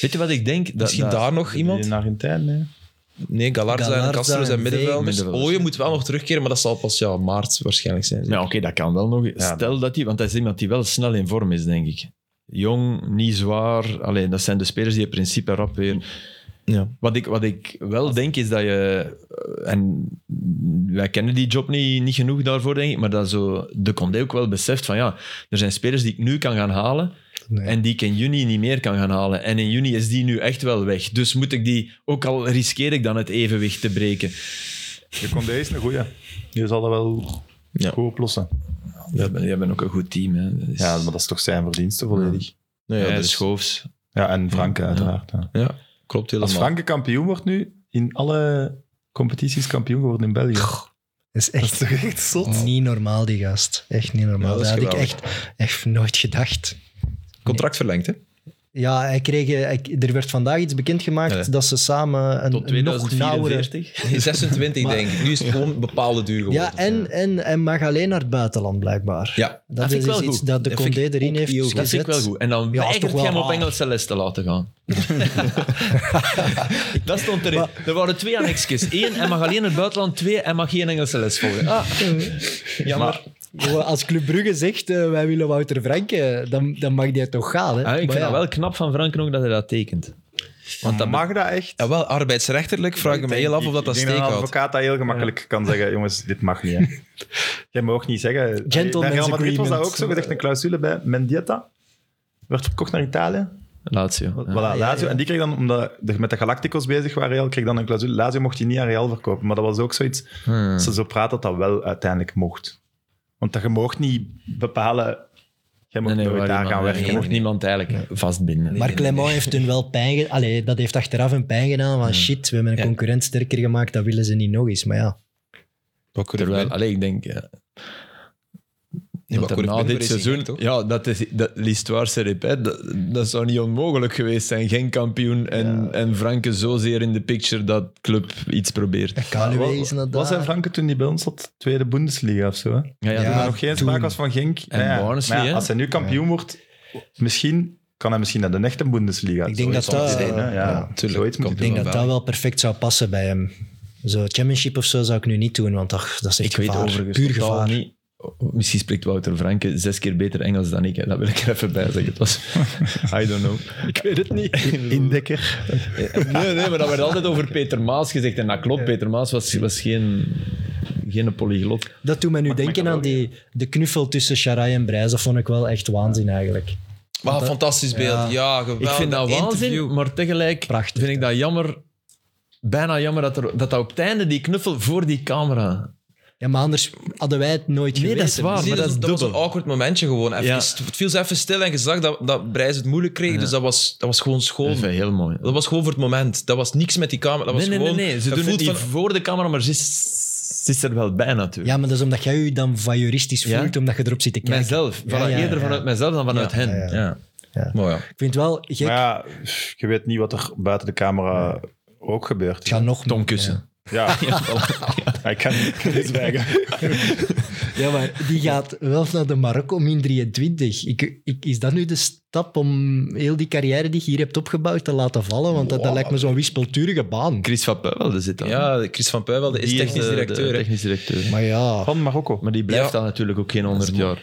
C: Weet je wat ik denk? Dat-
A: misschien
C: dat-
A: daar nog iemand?
B: In Argentijn, nee.
A: Nee, Galarza en
D: Galarza
A: Castro
D: en
A: zijn middenvelders.
C: middenvelders.
A: Oje moet wel nog terugkeren, maar dat zal pas ja, maart waarschijnlijk zijn.
C: Ja, oké, dat kan wel nog. Stel dat hij... Want dat is iemand die wel snel in vorm is, denk ik. Jong, niet zwaar. Alleen dat zijn de spelers die in principe rap weer...
A: Ja.
C: Wat ik, wat ik wel denk is dat je... En wij kennen die job niet, niet genoeg daarvoor, denk ik. Maar dat zo de Condé ook wel beseft van ja, er zijn spelers die ik nu kan gaan halen.
D: Nee.
C: En die ik in juni niet meer kan gaan halen. En in juni is die nu echt wel weg. Dus moet ik die, ook al riskeer ik dan het evenwicht te breken.
B: Je kon deze een goeie. Je zal dat wel
A: Ja.
B: goed oplossen.
C: Jij bent, jij bent ook een goed team. Hè. Dat is-
B: Ja, maar dat is toch zijn verdienste volledig.
A: Nee,
C: Ja,
A: ja,
C: de
A: dus-
C: schoofs.
B: Ja, en Franke uiteraard. ja.
A: ja, klopt helemaal.
B: Als Franke kampioen wordt nu, in alle competities kampioen geworden in België.
D: Dat is
B: Dat is
D: echt
B: toch echt zot?
D: niet normaal, die gast. Echt niet normaal.
A: Ja, dat
D: dat
A: is
D: had ik
A: geweldig.
D: echt, echt nooit gedacht.
A: Contract verlengd, hè?
D: Ja, hij kreeg, hij- er werd vandaag iets bekendgemaakt
A: Ja.
D: dat ze samen een,
C: Tot
D: een nog nauwere...
C: 2044.
A: 26,
D: Maar-
A: denk ik. Nu is het gewoon een bepaalde duur geworden.
D: Ja, en, en, en mag alleen naar het buitenland, blijkbaar.
A: Ja.
D: Dat,
C: vind
D: is dus
C: ik wel
D: iets
C: goed.
D: dat de
A: Dat vind
D: Condé
A: ik
D: erin
A: ook
D: heeft
A: heel goed.
D: gezet.
A: Dat
C: Dat vind ik wel goed. En dan
D: Ja, is
C: weigert
D: toch
C: hij hem
D: wel
C: op
D: raar. <laughs>
C: Engelse les te laten gaan. <laughs> dat stond erin. Er waren twee annexjes. Eén, hij mag alleen naar het buitenland. Twee, hij mag geen Engelse les volgen. Ah, jammer.
D: Als Club Brugge zegt, eh, wij willen Wouter Franke, dan, dan mag die toch gaan. Hè?
C: Ah, ik
D: Maar
C: vind
D: ja.
C: dat wel knap van Franken ook dat hij dat tekent.
B: Want dat mag dat echt.
A: Ja, wel, arbeidsrechterlijk vraag ik me heel af of dat dat
B: Ik
A: steek
B: denk een
A: houdt.
B: advocaat dat heel gemakkelijk kan zeggen, jongens, dit mag niet. <laughs> Hè. Jij mag niet zeggen.
D: Gentleman's
B: Bij Real Madrid was dat
D: agreement.
B: ook zo. Je zegt een clausule bij Mendieta. Werd verkocht naar Italië.
C: Lazio.
B: Voilà,
C: Ah, Ja.
B: Lazio. En die kreeg dan, omdat er met de Galacticos bezig waren, Real, kreeg dan een clausule. Lazio mocht die niet aan Real verkopen. Maar dat was ook zoiets,
C: Hmm.
B: ze zo praat dat dat wel uiteindelijk mocht. Want dat je mocht niet bepalen, jij mocht
C: Nee, nee,
B: nooit
C: waar
B: daar
C: iemand-
B: gaan werken.
C: Je mocht niemand eigenlijk vastbinden.
D: Maar Clement heeft hun wel pijn gedaan. Allee, dat heeft achteraf een pijn gedaan van shit, we hebben een
A: Ja.
D: concurrent sterker gemaakt, dat willen ze niet nog eens. Maar ja,
C: Terwijl, allee, ik denk... eh, ja,
A: maar
C: dat er na
A: Corribeur
C: dit
A: is in
C: seizoen...
A: Genk, toch?
C: ja, dat is... Dat, L'histoire se répète. Dat, dat zou niet onmogelijk geweest zijn. Geen kampioen en, en Franke zozeer in de picture dat club iets probeert.
D: Kaluwe
B: Wa-
D: is inderdaad...
B: Was hij Franke toen hij bij ons zat? Tweede Bundesliga of zo? Hè?
C: Ja, ja,
B: Toen
D: Ja,
B: er nog geen
D: toen.
B: sprake was van Genk.
C: En
B: Ja, ja.
C: Barnsley,
B: Maar ja,
C: hè?
B: als hij nu kampioen wordt, misschien kan hij misschien naar de echte Bundesliga.
D: Ik denk dat
B: Zoiets
D: dat-
B: moet hij doen, hè.
D: ja,
B: ja,
A: tuurlijk.
B: zoiets moet hij
A: Komt
D: Ik
B: doen.
D: denk dat dat wel perfect zou passen bij hem. Zo championship of zo zou ik nu niet doen, want ach, dat is echt
C: Ik weet
D: gevaar.
C: overigens
D: Puur
C: totaal
D: gevaar.
C: niet. Misschien spreekt Wouter Franke zes keer beter Engels dan ik. Hè. Dat wil ik er even bij zeggen. Het was, I don't know. Ik weet het niet.
B: Indekker.
C: <laughs> Nee, nee, maar dat werd altijd over Peter Maas gezegd. En dat klopt, Peter Maas was, was geen, geen polyglot.
D: Dat doet me nu denken aan die, de knuffel tussen Sharai en Brijs. Dat vond ik wel echt waanzin eigenlijk.
A: Maar een fantastisch beeld. Ja, geweldig.
C: Ik vind dat
A: interview.
C: waanzin, maar tegelijk
D: Prachtig,
C: vind ik dat jammer. Bijna jammer dat, er, dat, dat op het einde die knuffel voor die camera.
D: Ja, maar anders hadden wij het nooit
C: Nee,
D: geweten.
C: dat is waar,
A: Zie
C: maar
A: je,
C: dat is
A: dat was een
C: dubbel.
A: awkward momentje gewoon. Even,
C: Ja.
A: Het viel ze even stil en gezag dat, dat Brijs het moeilijk kreeg. Dus dat was, dat was gewoon
C: Dat is
A: schoon.
C: wel heel mooi.
A: Dat was gewoon voor het moment. Dat was niks met die camera. Dat was
C: Nee, nee, nee,
A: gewoon,
C: nee. Ze
A: dat
C: doen het
A: voelt
C: niet
A: van-
C: voor de camera, maar ze is, ze is er wel bij natuurlijk.
D: Ja, maar dat is omdat jij je dan voyeuristisch
C: Ja?
D: voelt, omdat je erop zit te kijken.
C: Mijzelf.
D: Ja,
C: Voilà,
D: ja,
C: eerder
D: ja.
C: vanuit mijzelf dan vanuit
A: Ja,
C: hen.
D: ja, ja.
C: Ja.
A: Maar ja.
D: Ik vind het wel gek.
B: Maar ja, je weet niet wat er buiten de camera ook gebeurt.
D: het gaat nog
C: Tom
D: meer,
C: kussen. <laughs>
B: Ja, <laughs> ik kan niet zwijgen.
D: Ja. Ja, maar die gaat wel naar de Marokko min 23. Ik, ik, is dat nu de stap om heel die carrière die je hier hebt opgebouwd te laten vallen? Want dat, dat lijkt me zo'n wispelturige baan.
C: Chris van Puywelde zit daar.
A: ja, Chris van Puijwelde is
C: Die eh,
A: technisch
C: de-
A: directeur.
C: de
A: hè.
C: technisch directeur.
D: Maar ja,
B: Van Marokko.
C: Maar die blijft
A: Ja.
C: dan natuurlijk ook geen 100 jaar.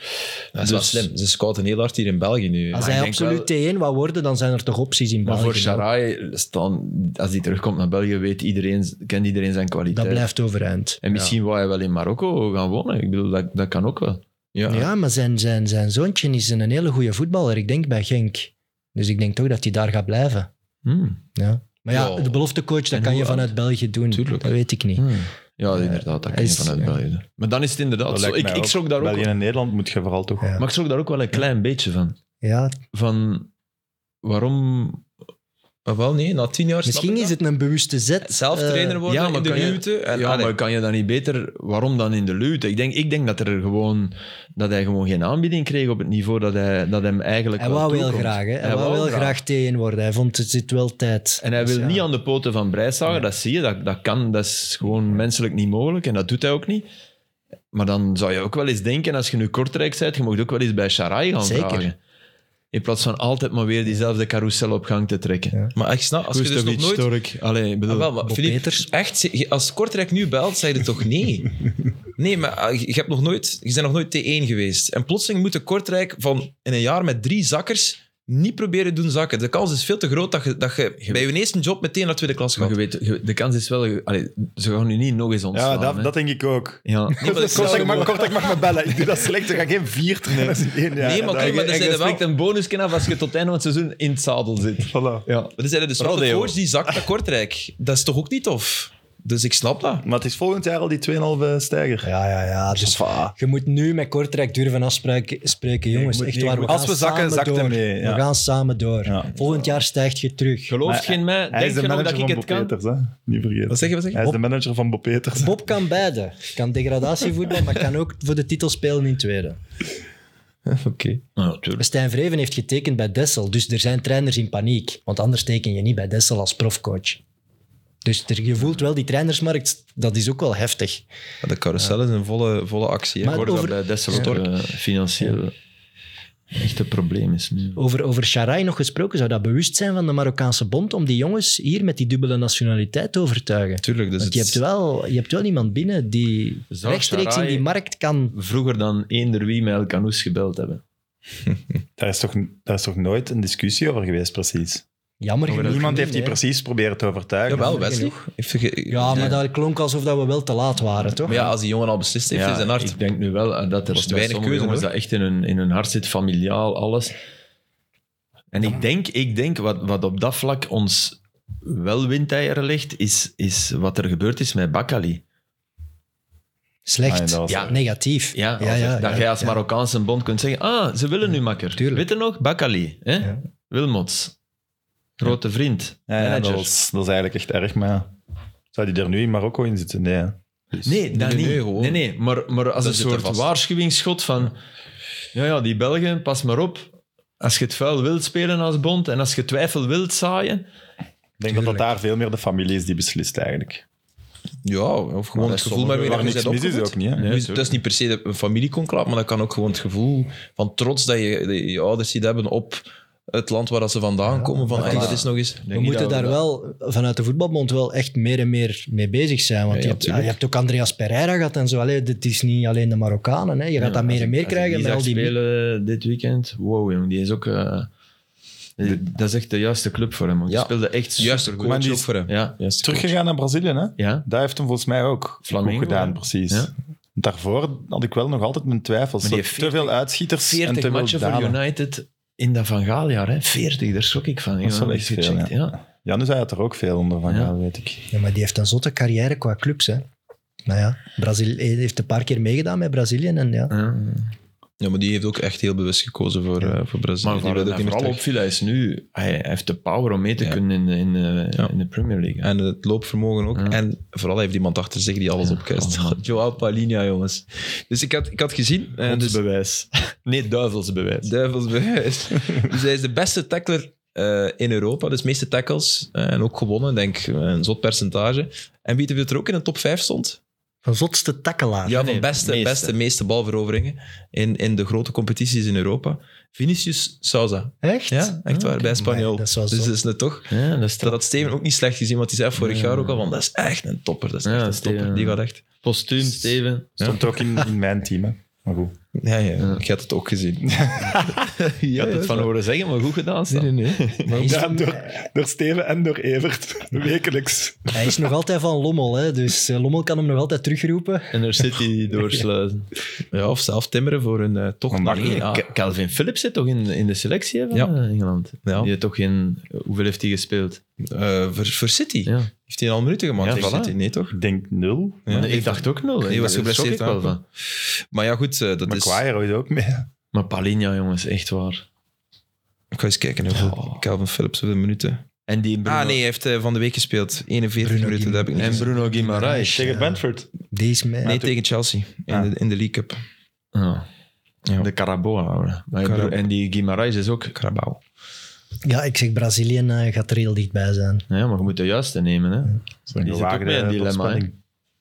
A: Dat is wel
C: Dus- Ah.
A: slim. Ze scouten heel hard hier in België nu.
D: als
C: ik
D: hij
C: denk
D: absoluut T1 wou worden, dan zijn er toch opties in
C: Maar
D: België.
C: voor
D: hè?
C: Sharai, staan, als hij terugkomt naar België, weet iedereen, kent iedereen zijn kwaliteit.
D: Dat blijft overeind.
C: En misschien wou hij wel in Marokko gaan wonen. Ik bedoel, dat, dat kan ook wel.
A: Ja.
D: Ja, maar zijn, zijn, zijn zoontje is een hele goede voetballer, ik denk bij Genk. Dus ik denk toch dat hij daar gaat blijven.
C: Hmm.
D: Ja. Maar ja,
A: Ja.
D: de beloftecoach, dat
C: En
D: kan
C: hoe
D: je
C: oud?
D: vanuit België doen.
A: Tuurlijk.
D: Dat weet ik niet.
C: Ja, inderdaad, dat
D: hij
C: kan je
D: is-
C: vanuit
D: Hmm. ja.
C: België. doen. Maar dan is het inderdaad
B: Dat
C: zo.
B: lijkt
C: Ik,
B: mij
C: ik schrok daar ook,
B: België en Nederland moet je vooral toch...
D: Ja.
C: maar ik schrok daar ook wel een klein beetje van.
D: Ja,
C: Van, waarom Ah,
A: Maar wel, nee, na tien jaar snap
D: misschien
A: ik
D: is
A: dat.
D: het een bewuste zet.
A: Zelf
D: eh,
A: trainer worden
C: ja,
A: in
C: maar
A: de
C: kan je-
A: Luwte. En,
C: ja,
A: allee,
C: maar kan je dan niet beter... Waarom dan in de luwte? Ik denk, ik denk dat, er gewoon, dat hij gewoon geen aanbieding kreeg op het niveau dat, hij, dat hem eigenlijk
D: Hij
C: wel
D: wou heel
C: toekomt.
D: graag, hè. Hij, wou heel graag T1 worden. Hij vond het zit wel tijd.
C: En hij
D: Dus
C: wil
D: ja.
C: niet aan de poten van Brijs zagen, dat zie je. Dat, dat kan, dat is gewoon menselijk niet mogelijk en dat doet hij ook niet. Maar dan zou je ook wel eens denken, als je nu Kortrijk bent, je mag ook wel eens bij Sharai gaan
D: Zeker.
C: vragen. In plaats van altijd maar weer diezelfde carousel op gang te trekken.
D: Ja.
A: maar ik snap, als je dus nog
C: Kustovic,
A: nooit...
C: Stork, allee, ik bedoel...
A: Ah, wel, maar
D: Bob
A: Philippe,
D: Peters.
A: echt, ze- als Kortrijk nu belt, zei je toch <laughs> nee? Nee, maar ah, je, je hebt nog nooit, je bent nog nooit T1 geweest. En plotseling moet de Kortrijk van in een jaar met drie zakkers niet proberen doen zakken. De kans is veel te groot dat je, dat je bij je eerste job meteen naar tweede klas
C: maar
A: gaat.
C: je weet, je- de kans is wel... Allee, ze gaan nu niet nog eens ontslaan.
B: Ja,
C: hè.
B: dat, dat denk ik ook.
C: <laughs> Ja.
A: Nee, maar, dat is-
B: Kortrijk mag, Kortrijk mag me bellen. Ik doe dat slecht. Er gaan geen vier trainers in één jaar.
A: Nee, maar
B: Dat-
A: kijk, maar er
C: En
A: zijn
C: je
A: er wel...
C: spreekt een bonus af als je tot het einde van het seizoen in het zadel zit.
B: Voilà.
C: Ja.
A: Maar er zijn er dus wel de
C: Rodeo.
A: coach die zakt naar Kortrijk. Dat is toch ook niet tof? Dus ik snap dat.
B: Maar het is volgend jaar al die 2,5 stijger.
D: Ja, ja, ja. Dus
B: va.
D: je moet nu met Kortrijk durven afspreken, spreken, jongens.
B: moet
D: Echt
B: niet-
D: waar, we
B: als
D: gaan
B: we zakken,
D: samen
B: zakt hij
D: door.
B: mee, ja.
D: We gaan samen door.
B: Ja.
D: Volgend jaar stijgt je terug.
C: Gelooft
B: Maar
C: geen mij?
B: Hij is
C: Denk
B: de
C: je nog dat
B: manager
C: ik
B: van
C: het
B: Bob
C: kan?
B: Peters, hè? Niet vergeten.
A: Wat zeg je? Wat zeg je?
B: Hij is de manager van Bob Peters.
D: Bob kan beide. Kan degradatievoetbal, maar kan ook voor de titel spelen in tweede.
B: <laughs>
A: Oké.
C: Nou, natuurlijk.
D: Stijn Vreven heeft getekend bij Dessel, dus er zijn trainers in paniek. Want anders teken je niet bij Dessel als profcoach. Dus er- je voelt wel die trainersmarkt, dat is ook wel heftig.
A: Maar De carousel is een volle, volle actie. hè.
D: Maar-
A: Hoor-
C: Hoorde dat
D: Over-
C: bij Dessel ook
A: Stork.
C: eh, financieel echt een probleem is nu.
D: Over, over Sharai nog gesproken, zou dat bewust zijn van de Marokkaanse bond om die jongens hier met die dubbele nationaliteit te overtuigen?
A: Tuurlijk, dus
D: Want je
A: het-
D: hebt, wel, je hebt wel iemand binnen die
C: Zou
D: rechtstreeks in
C: Shaarawy-
D: die markt kan...
C: Vroeger dan eender wie met El Canoes gebeld hebben.
B: Daar is, toch, daar is toch nooit een discussie over geweest, precies?
D: Jammer genoeg
B: Niemand
D: niet,
B: heeft die
D: hè.
B: precies proberen te overtuigen.
A: Jawel,
D: Ja,
A: Wesley.
D: genoeg.
A: Heeft ge-
D: Ja, maar dat klonk alsof dat we wel te laat waren, toch?
A: Maar ja, als die jongen al beslist heeft,
C: Ja,
A: is zijn hart.
C: Ik denk nu wel eh, dat er
A: Was het
C: bij
A: weinig
C: sommige
A: keuze,
C: jongens
A: hoor.
C: dat echt in hun, in hun hart zit, familiaal, alles. En ik denk, ik denk wat, wat op dat vlak ons wel windeieren ligt, is, is wat er gebeurd is met Bakali.
B: Ah,
D: Slecht.
B: ja, dat was-
D: ja. Negatief.
C: Ja, als- dat jij als
D: ja.
C: Marokkaanse bond kunt zeggen, ah, ze willen nu makker.
D: Tuurlijk.
C: Weet je nog? Bakali, hè?
D: Ja.
C: Wilmots. Grote vriend,
B: Ja, ja, dat,
C: manager.
B: was, dat is eigenlijk echt erg, maar ja. zou die er nu in Marokko in zitten? Nee. hè.
C: Nee, dat
A: dus Nee,
C: niet.
A: nee,
C: Nee,
A: gewoon.
C: nee, maar, maar als
A: Dat
C: een
A: zit er
C: soort
A: vast.
C: waarschuwingsschot van... Ja, ja, die Belgen, pas maar op. Als je het vuil wilt spelen als bond en als je twijfel wilt zaaien...
B: Ik denk dat dat daar veel meer de familie is die beslist eigenlijk.
A: Ja, of gewoon
B: Maar
A: het
B: bij
A: gevoel met wie
B: sommigen
A: dat
B: waar
A: je
B: niks
A: bent
B: mis is
A: opgevoed.
B: ook niet. hè.
C: Nee,
A: Dus
C: tuurlijk.
A: dat is niet per se de- een familieconklaat, maar dat kan ook gewoon het gevoel van trots dat je, dat je ouders die dat hebben op het land waar dat ze vandaan komen. Van,
D: dat
A: "Hey,
D: is-
A: dat is nog eens...
D: We moeten daar wel vanuit de voetbalbond wel echt meer en meer mee bezig zijn. Want
A: Ja,
D: je,
A: ja,
D: hebt, ja, je
A: tuurlijk.
D: hebt ook Andreas Pereira gehad en zo. Allee, het is niet alleen de Marokkanen. Hè. Je gaat dat meer en meer krijgen met al die...
C: spelen eh, dit weekend... Wow, jong, die is ook... eh, dat is echt de juiste club voor hem. man. Die
A: Ja.
C: speelde echt
A: Juist,
C: supergoed.
B: Maar
A: coach
B: die
A: ook
B: is-
A: voor hem.
C: Ja,
A: Juist, coach.
B: Teruggegaan naar Brazilië, hè?
C: ja.
B: Daar heeft hem volgens mij ook
C: Flamengo,
B: goed gedaan,
C: hè?
B: precies.
C: Ja.
B: Daarvoor had ik wel nog altijd mijn twijfels.
C: Maar die
B: Zo
C: heeft
B: te veel uitschieters en
C: 40
B: te veel
C: matchen voor
B: dalen.
C: United in dat Van Gaal jaar. Hè. 40, daar schrok ik van.
B: Dat is
C: jongen.
B: wel echt
C: Ik heb
B: veel,
C: gecheckt, ja.
B: Janus hij had er ook veel onder van,
C: Ja.
B: ja, weet ik.
D: Ja, maar die heeft een zotte carrière qua clubs. Hè. Maar ja, Brazilië heeft een paar keer meegedaan met Brazilië. En ja.
C: Ja.
A: Ja, maar die heeft ook echt heel bewust gekozen voor, eh, voor Brazilië.
C: Maar
A: die
C: waar
A: wilde
C: het
A: ook niet meer
C: vooral
A: terug.
C: opviel, hij is nu... Hij, hij heeft de power om mee te
A: Ja.
C: kunnen in, in, eh,
A: Ja.
C: in de Premier League. hè.
A: En het loopvermogen ook.
C: Ja.
A: En vooral hij heeft iemand achter zich die alles
C: Ja,
A: opkijst.
C: oh man.
A: <laughs> Joao Palinha, jongens. Dus ik had, ik had gezien... eh, dus-
C: bewijs. Nee, duivels bewijs.
A: Duivels bewijs.
C: <laughs>
A: dus hij is de beste tackler eh, in Europa. Dus de meeste tackles. eh, en ook gewonnen, denk ik, een zot percentage. En wie er ook in de top 5 stond.
D: Van zotste takkelaar.
A: ja,
C: Ah, nee,
A: van beste,
C: meeste.
A: beste, meeste balveroveringen in, in de grote competities in Europa. Vinicius Souza.
D: Echt?
A: Ja, echt waar, bij Espanyol.
D: Maar dat
A: Dus
D: is wel
A: dat
D: zo.
A: is net toch.
C: Ja, dat is
A: Dat
C: dat
A: had Steven ook niet slecht gezien, want die zei vorig
C: Ja.
A: jaar ook al van, dat is echt een topper. Dat is
C: Ja,
A: echt een
C: Steven,
A: topper. Die
C: ja.
A: gaat echt...
C: postuum, Steven.
B: Stond ook in, in mijn team, hè. Maar goed.
A: Ja, ja,
C: Ja.
A: ik had het ook gezien.
C: Je had
A: dat
C: het
A: is
C: van
A: waar.
C: horen zeggen, maar goed gedaan. Stan.
D: Hij is,
B: Ja, door, door Steven en door Evert. Wekelijks.
D: hij is nog altijd van Lommel. Hè. Dus eh, Lommel kan hem nog altijd terugroepen.
C: En er zit hij doorsluizen.
A: Ja, of zelf timmeren voor een eh, tocht
B: Maar
A: naar
B: nee,
A: EA.
C: Ke- Calvin Phillips zit toch in, in de selectie hè, van
A: Ja.
C: eh, Engeland?
A: Ja.
C: Die heeft toch geen... Hoeveel heeft hij gespeeld?
A: Eh, voor, voor City.
C: Ja.
A: Heeft hij al minuten gemaakt?
C: Ja,
A: tegen
C: voilà.
A: City? Nee, toch?
B: Ik denk nul.
A: Ja.
C: ik dacht ook nul.
A: Nee,
C: Ik-
A: was
C: daar schrok
A: geblesseerd
C: ik wel
A: aan.
C: van.
A: Maar ja, goed, eh, dat
B: Maar
A: is...
B: Maguire is ook mee.
C: Maar Palinha, jongens, echt waar.
A: Ik ga eens kijken hoeveel Calvin Phillips hoeveel minuten.
C: En die Bruno,
A: Ah nee, hij heeft eh, van de week gespeeld. 41
D: Bruno
A: minuten, dat heb ik niet
C: en
A: gezien.
C: Bruno Guimaraes.
B: Tegen Brentford.
D: Die is mee.
A: Nee, tegen Chelsea. In,
B: Ah.
A: de, in de League Cup.
C: Ja.
A: Ja.
C: De Caraboa. hoor. Maar ik
A: Carab-
C: bedoel, en die Guimaraes is ook...
A: Carabao.
D: Ja, ik zeg Brazilië eh, gaat er heel dichtbij zijn.
C: Ja, maar je moet de juiste nemen. Hè.
B: Een
C: Die zit ook mee in het dilemma,
B: voorspelling.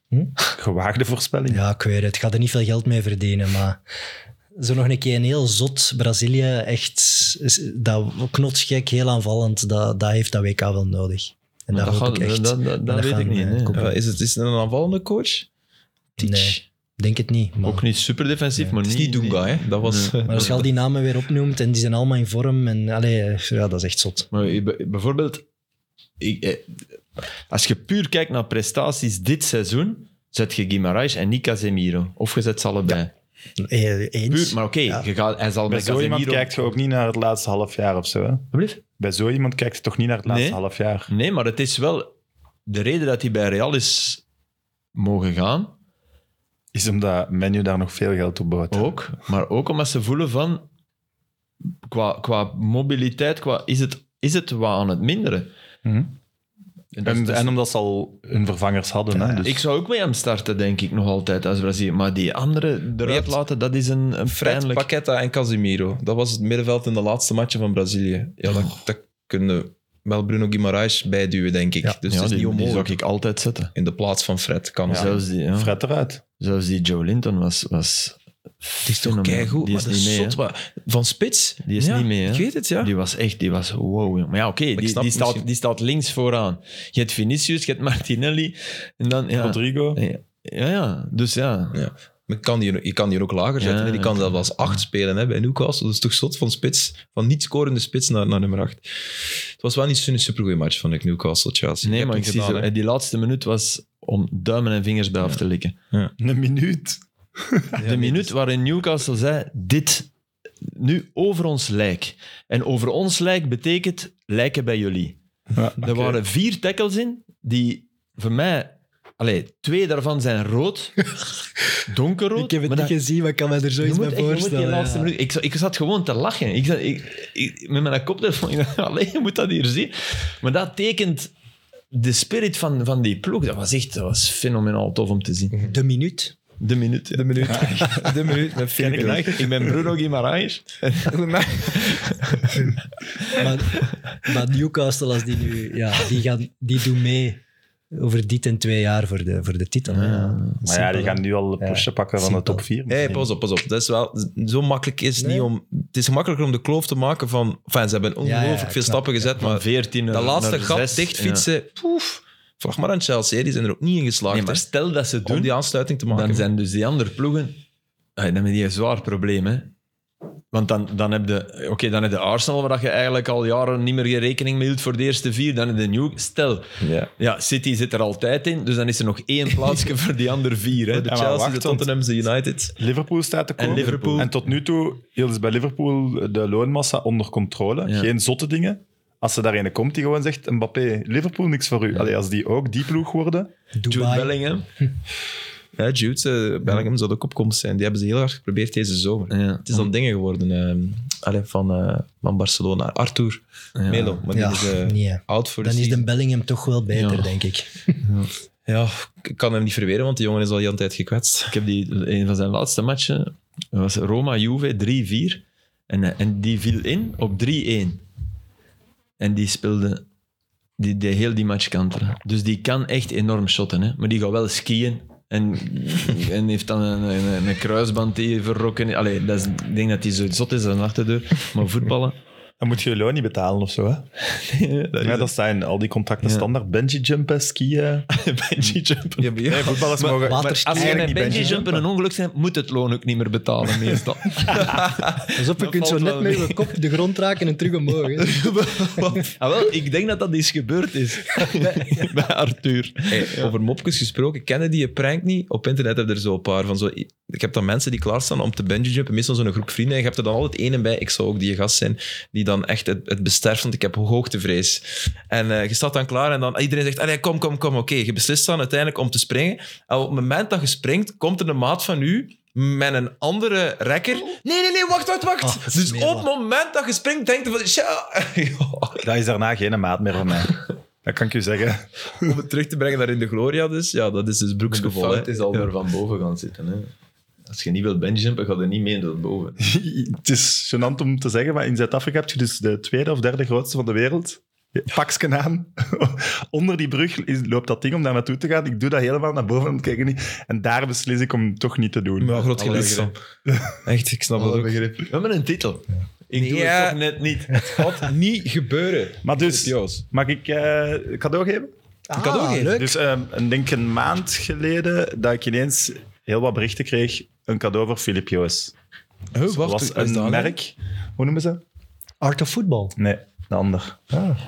B: Hm?
D: hè.
B: Gewaagde voorspelling.
D: Ja, ik weet het. Ik ga er niet veel geld mee verdienen, maar... Zo nog een keer een heel zot Brazilië, echt is- dat knotsgek, heel aanvallend, dat, dat heeft dat WK wel nodig. En
C: Maar
D: dat, hoop
C: gaat-
D: ik echt.
C: dat- dat- dat
D: dat
C: weet
D: gaan
C: ik
D: we,
C: niet.
D: eh,
C: nee.
D: kopen.
A: Ja, is, het, is het een aanvallende coach? Teach.
D: Nee. eh, Denk het niet. Maar,
C: Ook niet super defensief, maar
A: Het is niet Dunga, hè. Dat was... eh,
C: Nee.
D: maar als je al die namen weer opnoemt en die zijn allemaal in vorm, en, allee, eh, ja, dat is echt zot.
C: Maar je be- bijvoorbeeld, ik, eh, als je puur kijkt naar prestaties dit seizoen, zet je Guimaraes en niet Casemiro. Of je zet ze allebei.
D: Eh, Eens.
C: Puur, maar oké,
D: Ja.
C: je gaat- hij zal
B: Bij
C: met
B: zo iemand
C: Casemiro...
B: kijkt je ook niet naar het laatste half jaar of zo. Hè?
C: Alsjeblieft.
B: Bij zo iemand kijkt je toch niet naar het laatste
C: Nee.
B: half jaar.
C: Nee, maar het is wel... de reden dat hij bij Real is mogen gaan,
B: Is omdat Menu daar nog veel geld op bouwt.
C: ook, maar ook omdat ze voelen van, qua, qua mobiliteit, qua, is, het, is het wat aan het minderen.
B: Mhm.
C: En dat is-
B: En,
C: dat is-
B: en omdat ze al hun vervangers hadden. hè, dus.
C: Dus- ik zou ook mee hem starten, denk ik, nog altijd als Brazilië. Maar die andere eruit
A: hebt-
C: laten, dat is een, een
A: Fred,
C: pijnlijk...
A: Paqueta en Casimiro. Dat was het middenveld in de laatste match van Brazilië. Ja, dat,
C: Oh.
A: dat kunnen we wel Bruno Guimaraes bijduwen, denk ik. dus
C: Ja,
A: het is
C: die,
A: niet
C: die zou
A: onmogelijk.
C: ik altijd zetten.
A: In de plaats van Fred kan het.
C: Zelfs, die, ja.
B: Fred eruit.
C: Zelfs die Joe Linton was... was
A: Het is toch keigoed,
C: Die
A: maar
C: is
A: dat
C: niet
A: is
C: mee,
A: zot.
C: hè.
A: wat- Van spits?
C: Die is
A: Ja,
C: niet mee, hè.
A: Ik weet het, ja.
C: Die was echt, die was wow. jong. Maar ja, oké,
A: ik
C: die,
A: snap
C: die,
A: misschien-
C: staat, die staat links vooraan. Je hebt Vinicius, je hebt Martinelli. En dan, ja.
B: Rodrigo.
C: Ja, ja, ja. dus ja.
A: Ja. Maar je kan die, je kan die ook lager zetten.
C: Ja,
A: hè. die kan
C: ja,
A: zelfs als acht spelen hè, bij Newcastle. Dat is toch zot van spits, van niet scorende spits naar, naar nummer acht. Het was wel niet zo'n supergoeie match, vond ik, Newcastle-Chelsea.
C: Nee,
A: hebt
C: maar ik
A: het
C: zie
A: gedaan,
C: zo,
A: hè.
C: die laatste minuut was om duimen en vingers bij af te likken.
B: Een minuut.
C: de
A: dus-
C: minuut waarin Newcastle zei, dit nu over ons lijk. En over ons lijk betekent lijken bij jullie.
B: Ja,
C: Er waren vier tackles in die voor mij... Allee, twee daarvan zijn
A: <laughs>
C: rood. Donkerrood.
D: Ik heb het
C: maar
D: niet
C: dat-
D: gezien, maar ik kan me er
C: je
D: zoiets
C: moet
D: bij
C: echt- je moet die
D: voorstellen.
C: laatste
D: ja.
C: minuut- ik, zat- ik zat gewoon te lachen. Ik zat, ik, ik- met mijn koptelefoon. <laughs> Ik dacht, allee, je moet dat hier zien. Maar dat tekent de spirit van, van die ploeg. Dat was echt dat was fenomenaal tof om te zien.
D: De minuut. <laughs>
C: De minuut. De <laughs> minuut. De minuut met
B: Ken ik
C: Philippe. Ik, ben Bruno Guimaraes.
D: Maar, maar Newcastle, als die nu... Ja, die, gaan, die doen mee over dit en twee jaar voor de, voor de titel. hè.
B: Maar ja, die gaan nu al de
D: Ja.
B: pushje pakken van de
D: Simpel.
B: top 4.
A: Hey, pas op, pas op. Dat is wel, zo makkelijk is het
D: Nee.
A: niet om... Het is makkelijker om de kloof te maken van... Enfin, ze hebben ongelooflijk
D: Ja, ja, ik
A: veel
D: snap,
A: stappen gezet, maar
C: 14
A: dat laatste
C: naar
A: gat
C: zes,
A: dichtfietsen... Poef. Vraag maar aan Chelsea, hè. die zijn er ook niet in
C: ja.
A: geslaagd
C: Nee, maar
A: hè,
C: stel dat ze het
A: om
C: doen,
A: die aansluiting te maken.
C: dan zijn dus die andere ploegen... Hey, dan heb je een zwaar probleem, hè. Want dan, dan heb je... Oké, dan heb je Arsenal, waar je eigenlijk al jaren niet meer geen rekening mee hield voor de eerste vier. Dan heb je New... Stel,
A: ja.
C: Ja, City zit er altijd in, dus dan is er nog
A: <laughs>
C: één plaatsje voor die andere vier. Hè.
A: De
B: maar
A: Chelsea,
B: wacht,
A: de
B: want-
A: Tottenham, de United.
B: Liverpool staat te komen.
C: Liverpool.
B: En tot nu toe hielden ze bij Liverpool de loonmassa onder controle.
C: Ja.
B: Geen zotte dingen. Als ze daarin komt die gewoon zegt, Mbappé, Liverpool niks voor u. Allee, als die ook die ploeg worden.
C: Jude
D: Dubai.
C: Bellingham.
A: <laughs> Ja, Jude, eh, Bellingham zou ook opkomst zijn. Die hebben ze heel hard geprobeerd deze zomer.
C: Ja.
A: Het is dan dingen geworden ehm, allee, van, eh, van Barcelona. Arthur
C: Ja.
A: Melo, maar die
D: Ja,
A: is eh,
D: nee.
A: oud voor
D: Dan
A: de
D: is de
A: season.
D: Bellingham toch wel beter,
C: Ja.
D: denk ik.
A: Ja, ik kan hem niet verweren, want die jongen is al heel een tijd gekwetst.
C: Ik heb die, een van zijn laatste matchen, dat was Roma-Juve, 3-4. En, eh, en die viel in op 3-1. En die speelde die, die heel die match kantelen. Dus die kan echt enorm shotten, hè. maar die gaat wel skiën. En, <laughs> en heeft dan een, een, een kruisband die verrokken. Allee, dat is, ik denk dat hij zo zot is als een achterdeur. Maar voetballen...
B: Dan moet je je loon niet betalen of zo.
C: <laughs>
B: Hè?
C: dat
B: ja, dat zijn al die contracten
C: Ja.
B: standaard. Bungee jumpen, skiën.
C: <laughs> Benji jumpen.
A: Ja, maar ja.
B: eh. Nee, voetballers mogen
D: water-
B: maar
C: Als je
B: eigenlijk
C: met
B: niet
C: bungee
B: bungee
C: jumpen een ongeluk zijn, moet het loon ook niet meer betalen meestal.
D: Alsof Dus je kunt zo
C: valt
D: net
C: wel
D: met
C: mee.
D: je kop de grond raken en terug omhoog. hè.
A: <laughs>
C: ah, wel, ik denk dat dat eens gebeurd is bij, bij Arthur.
A: Hey, Over mopjes gesproken, kennen die je prank niet? Op internet heb je er zo een paar van. Zo, ik heb dan mensen die klaarstaan om te bungeejumpen, meestal zo'n groep vrienden. En je hebt er dan altijd ene bij, ik zou ook die gast zijn, die dan echt het, het besterft, want ik heb hoogtevrees. En eh, je staat dan klaar en dan iedereen zegt, "Allee, kom, kom, kom, oké. Je beslist dan uiteindelijk om te springen. En op het moment dat je springt, komt er een maat van u met een andere rekker. Nee, nee, nee, wacht, wacht, wacht.
D: Ah, dat is
A: dus
D: smerig.
A: op het moment dat je springt, denkt je van... "Tja." <laughs>
B: Dat is daarna geen maat meer van
C: <laughs>
B: mij. Dat kan ik u zeggen.
A: om het terug te brengen naar in de Gloria dus. Ja, dat is dus Broeks
C: De
A: geval. hè.
C: fout is al door van boven gaan zitten. Hè. Als je niet wilt benjumpen, ga je niet mee door boven.
B: <laughs> Het is gênant om te zeggen, maar in Zuid-Afrika heb je dus de tweede of derde grootste van de wereld. Paksken aan. <laughs> Onder die brug is- loopt dat ding om daar naartoe te gaan. Ik doe dat helemaal naar boven om te kijken. niet. En daar beslis ik om toch niet te doen.
A: Maar groot
C: Alle
A: gelijk dan. Echt, ik snap dat ook.
C: We hebben een titel. Ik doe
A: Ja.
C: het toch net niet.
A: Het gaat niet gebeuren.
B: Maar dus,
A: Joost.
B: mag ik eh, cadeau geven?
D: Ah,
A: kan ook, hè.
D: leuk.
B: Dus ehm, ik denk een maand geleden dat ik ineens heel wat berichten kreeg. Een cadeau voor Filip Joos. Dus
A: Huh, wacht,
B: was
A: wat is dat,
B: een
A: hè?
B: merk. Hoe noemen ze?
D: Art of Football.
B: Nee, een ander.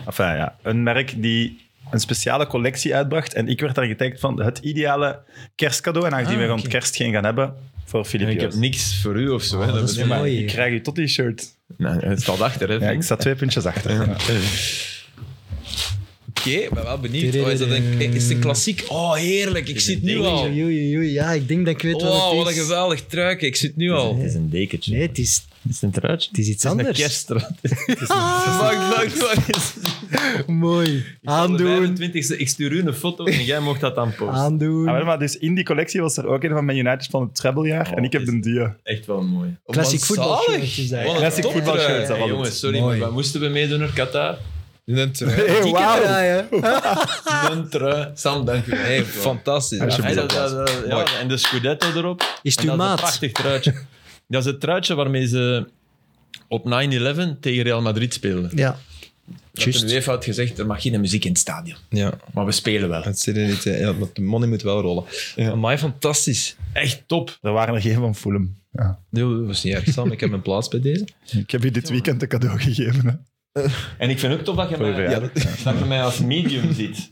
B: Enfin, ja. Een merk die een speciale collectie uitbracht. En ik werd daar getagd van het ideale kerstcadeau. En aangezien
A: Ah,
B: we rond
A: oké.
B: kerst geen gaan hebben, voor Filip
C: ik heb
B: Joos.
C: niks voor u of zo. Hè.
D: dat is
C: Dat
B: Nee, maar
D: Mooi.
B: ik krijg je tot die shirt.
C: nee, het staat achter. Hè,
B: Ja, ik sta twee puntjes achter. Ja.
A: maar wel benieuwd. Oh, is, dat een, is het een klassiek? Oh, heerlijk. Ik zit nu al.
D: Oei, oei, oei. Ja, ik denk dat ik weet
A: Oh,
D: wat
A: wat een
D: het is.
A: geweldig truikje. Ik zit nu
C: Het
A: al.
C: is een dekentje.
D: Nee, het is,
C: Het is een truitje.
D: het is iets
C: een
D: anders.
C: kerststraat.
A: Dank, dank, dank.
D: <laughs> Mooi. Aandoen.
C: 25e, ik stuur u een foto en jij mocht dat dan posten.
D: Aandoen.
B: Ah, wel, maar dus in die collectie was er ook een van mijn United van het trebeljaar.
C: Oh,
B: en ik heb
C: is-
B: een die.
C: Echt wel mooi.
D: Classic
A: Wat
D: voetbal.
A: zalig.
D: shirtjes daar.
A: Wat een
B: Classic
A: toptrui.
B: voetbalshirt, dat
C: eh,
B: was
C: Hey,
B: het.
C: jongens, sorry,
D: Mooi.
C: maar wat moesten we meedoen naar Qatar?
A: In een trui.
B: Hey,
D: Ja, ja.
C: Een trui. Sam, dank u.
A: Hey, fantastisch.
C: Hey,
A: Alsjeblieft.
C: dat- dat- dat- ja, en de Scudetto erop.
D: Is het
C: En
D: uw
C: dat is een
D: maat?
C: prachtig
A: <laughs>
C: truitje. Dat is het truitje waarmee ze op 9-11 tegen Real Madrid speelden.
D: Ja.
C: Dat de UEFA had gezegd, er mag geen muziek in het stadion.
A: Ja,
C: Maar we spelen wel.
A: het zit er niet in. Ja, want de money moet wel rollen. Ja. Amai, fantastisch.
C: Echt top.
B: Er waren er geen van Fulham. Ja.
A: Nee, dat was niet erg, Sam. Ik heb mijn plaats bij deze.
B: Ik heb je dit weekend een cadeau gegeven. Hè.
C: En ik vind ook top dat je,
B: Voor je
C: mij,
B: verjaardag.
C: dat je mij als medium ziet.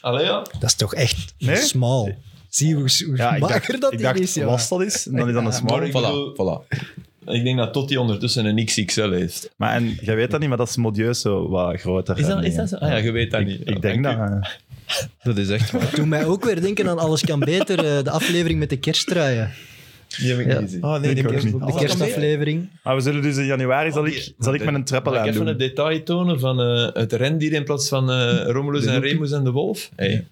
C: Allee, ja.
D: Dat is toch echt
B: Nee?
D: smal. Zie je hoe, hoe
B: Ja, ik
D: mager
B: dacht,
D: dat
B: ik
D: die
B: dacht
D: is. ja.
B: was dat is, en dan is dat een small.
C: Ik
A: Voilà,
C: bedoel-
A: voilà.
C: Ik denk dat Totti ondertussen een XXL heeft.
B: Maar en, jij weet dat niet, maar dat is modieus zo wat groter.
C: Is dat,
B: en
C: is dat zo?
B: dingen.
C: Ah ja, je weet dat niet.
B: Ik denk dat. eh,
A: Dat is echt waar.
D: Doe mij ook weer denken aan Alles kan beter, eh, de aflevering met de kersttruien.
C: Die heb ik
D: Ja.
C: niet gezien.
A: Oh nee,
B: Ik
A: die
B: ook
A: kerst-
B: niet.
A: de
D: De
A: kerst-
D: kerstaflevering.
B: Maar we zullen dus in januari, zal ik, zal ik met een treppel
C: Mag
B: aan
C: ik even
B: doen.
C: het detail tonen van eh, het rendier in plaats van eh, Romulus en Remus en de wolf? Hey.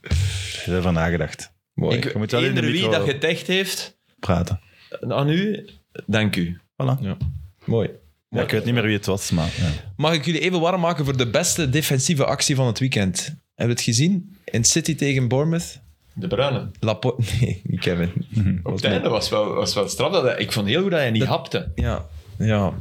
B: Ik heb ervan nagedacht.
A: Mooi.
C: Ik,
B: je moet wel in de
C: eender wie
B: micro-
C: dat getecht heeft,
B: Praten.
C: aan u, dank u.
B: Voilà.
A: Mooi.
B: Ja, ik weet niet meer wie het was, maar... Ja.
A: Mag ik jullie even warm maken voor de beste defensieve actie van het weekend? Hebben we het gezien? In City tegen Bournemouth.
C: De bruine.
A: Laporte... <laughs> Nee, niet Kevin.
C: Op het einde was wel, was wel straf. Dat hij- ik vond heel goed dat hij niet hapte.
A: Ja. Ja.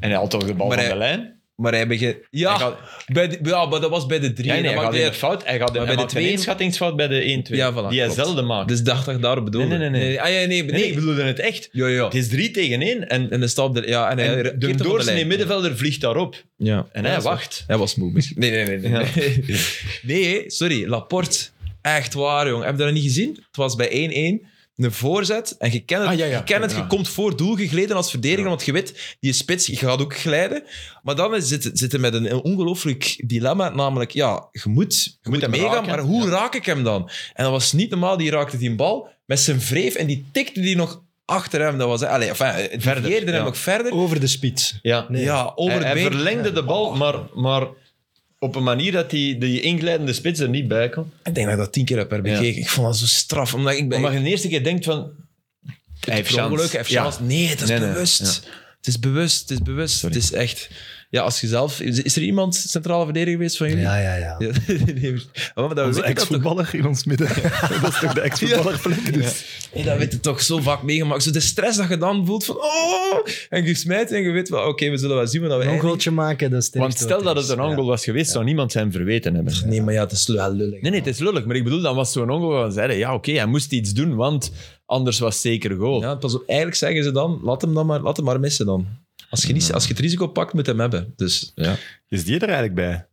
C: En hij had toch de bal
A: Maar
C: aan de
A: hij-
C: lijn?
A: Maar hij begint... Ja,
C: Hij
A: bij de- ja, maar dat was bij de drie.
C: Ja, nee,
A: Dan
C: hij
A: maakt
C: gaat in
A: hij-
C: de fout. Hij gaat
A: Maar
C: bij
A: bij de
C: de
A: twee-
C: inschattingsfout bij de 1-2.
A: Ja, voilà,
C: die hij
A: klopt.
C: zelden maakt.
A: Dus dacht dat ik daarop bedoelde.
C: Nee, nee, nee, nee.
A: Ah, ja, nee, nee.
C: nee, ik bedoelde het echt.
A: Ja, ja.
C: Het is 3 tegen 1 en,
A: En de stap... De... Ja, en hij
C: en de
A: keert hem op de
C: doorsnee
A: lijn.
C: middenvelder vliegt daarop.
A: Ja.
C: En
A: Ja,
C: hij
A: dat is waar.
C: wacht.
A: Hij was moe misschien. <laughs> Nee, nee, nee. Nee, nee. Nee, sorry. Laporte. Echt waar, jong. Heb je dat niet gezien? Het was bij 1-1. Een voorzet. En je kent het.
C: Ah, ja, ja.
A: Je, kent het, je
C: Ja.
A: komt voor doel gegleden als verdediger. Want je weet, die spits je gaat ook glijden. Maar dan is- zit- zitten met een ongelooflijk dilemma. Namelijk, ja, je moet, je moet,
C: hem
A: meegaan.
C: raken.
A: Maar hoe raak ik hem dan? En dat was niet normaal. Die raakte die bal met zijn wreef. En die tikte die nog achter hem. Dat was... Allee, enfin, die
C: Verder,
A: vereerde
C: ja.
A: hem nog verder.
D: Over de spits.
C: Ja.
D: Nee.
A: Ja, over het
C: Hij, hij
A: been.
C: verlengde de bal, maar, maar op een manier dat die, die ingeleidende spits er niet bij kon.
A: Ik denk dat ik dat tien keer heb herbekeken. Ik vond dat zo straf. Omdat ik ben...
C: Omdat je de eerste keer denkt van... Hij heeft
A: Per ongeluk,
C: chance.
A: hij heeft
C: Ja.
A: chance. Nee, het is
C: Nee, nee,
A: bewust. Het is bewust, het is bewust. Het is echt... Ja, als je zelf... Is, is er iemand centrale verdediger geweest van jullie?
D: Ja, ja, ja.
A: Ja, nee, maar- maar dat
B: Onze
A: weet ik dat toch?
B: ex-voetballer in ons <laughs> midden. dat is toch de ex-voetballer van dus.
A: Nee, dat weet je toch zo vaak meegemaakt. Zo de stress dat je dan voelt van... Oh! En je smijt en je weet wel... Oké, we zullen wel zien wat we
D: Een
A: eindigen.
D: goaltje maken, dat is terecht
C: Want stel
D: wat
C: dat het
D: is.
C: een ongoal was geweest, zou niemand zijn verweten hebben.
A: Nee, maar ja, het is wel lullig.
C: Nee, nee, het is lullig. Maar ik bedoel, dan was zo'n ongoal waarvan zeiden, ja, oké, hij moest iets doen, want anders was zeker goal.
A: Ja, pas op. Eigenlijk zeggen ze dan... Laat hem, dan maar, laat hem maar missen dan. Als je, niet, als je het risico pakt, moet je hem hebben. Dus ja,
B: Is die er eigenlijk bij?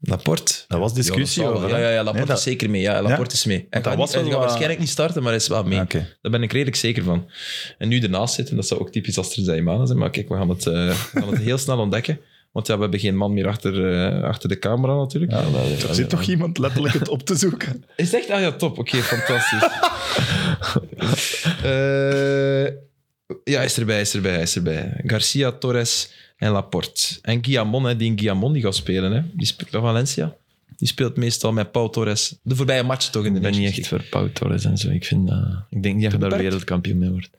A: Laporte...
B: Dat was discussie
A: ja, dat zal wel.
B: over. hè?
A: Ja, ja, ja, Laporte
B: Nee, dat-
A: is zeker mee. Ja, Laporte is mee. Hij
B: dat
A: gaat,
B: was
A: niet- hij
B: wel
A: gaat
B: wat-
A: waarschijnlijk niet starten, maar hij is wel mee.
B: Ja, oké.
A: Daar ben ik redelijk zeker van. En nu ernaast zitten, dat zou ook typisch Astrid Zaimana zijn. Maar kijk, we gaan het, eh, we gaan het heel snel ontdekken. Want ja, we hebben geen man meer achter, eh, achter de camera natuurlijk.
B: Er zit toch iemand letterlijk het op te zoeken?
A: Is het echt? Ah ja, top. Oké,
C: <laughs>
A: fantastisch. Eh, ja, hij is erbij, hij is erbij, hij is erbij. Garcia, Torres en Laporte. En Guillamon, hè, die in Guillamon die gaat spelen. Hè. Die speelt bij Valencia. Die speelt meestal met Pau Torres. De voorbije match toch in de
C: Ik ben niet
A: Nations
C: echt voor Pau Torres en zo. Ik, vind, dat- ik denk niet dat je daar
A: beperkt.
C: wereldkampioen mee wordt.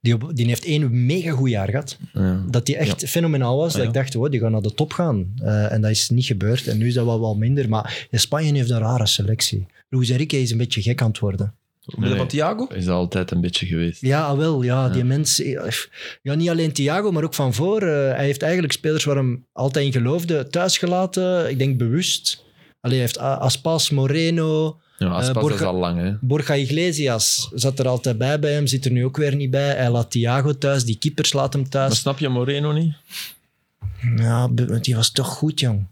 D: Die, op- die heeft één mega goed jaar gehad.
C: Ja. Ah,
D: Dat die echt fenomenaal was. Dat
C: ja.
D: ik dacht, wow, die gaan naar de top gaan. Eh, en dat is niet gebeurd. En nu is dat wel wat minder. Maar ja, Spanje heeft een rare selectie. Luis Enrique is een beetje gek aan het worden.
A: League. Omwille van
C: Nee.
A: Thiago?
C: Is dat altijd een beetje geweest.
D: Ja, ah, wel. Ja, die mens... eh, Ja, niet alleen Thiago, maar ook van voor. Eh, hij heeft eigenlijk spelers waar hem altijd in geloofde thuisgelaten. Ik denk bewust. Allee, hij heeft A- Aspas, Moreno...
C: Ja, Aspas
D: Eh, Borja-
C: is al lang, hè.
D: Borja Iglesias zat er altijd bij bij hem, zit er nu ook weer niet bij. Hij laat Thiago thuis, die keeper slaat hem
C: Maar
D: thuis.
C: snap je Moreno niet?
D: Ja, be- want die was toch goed, jong.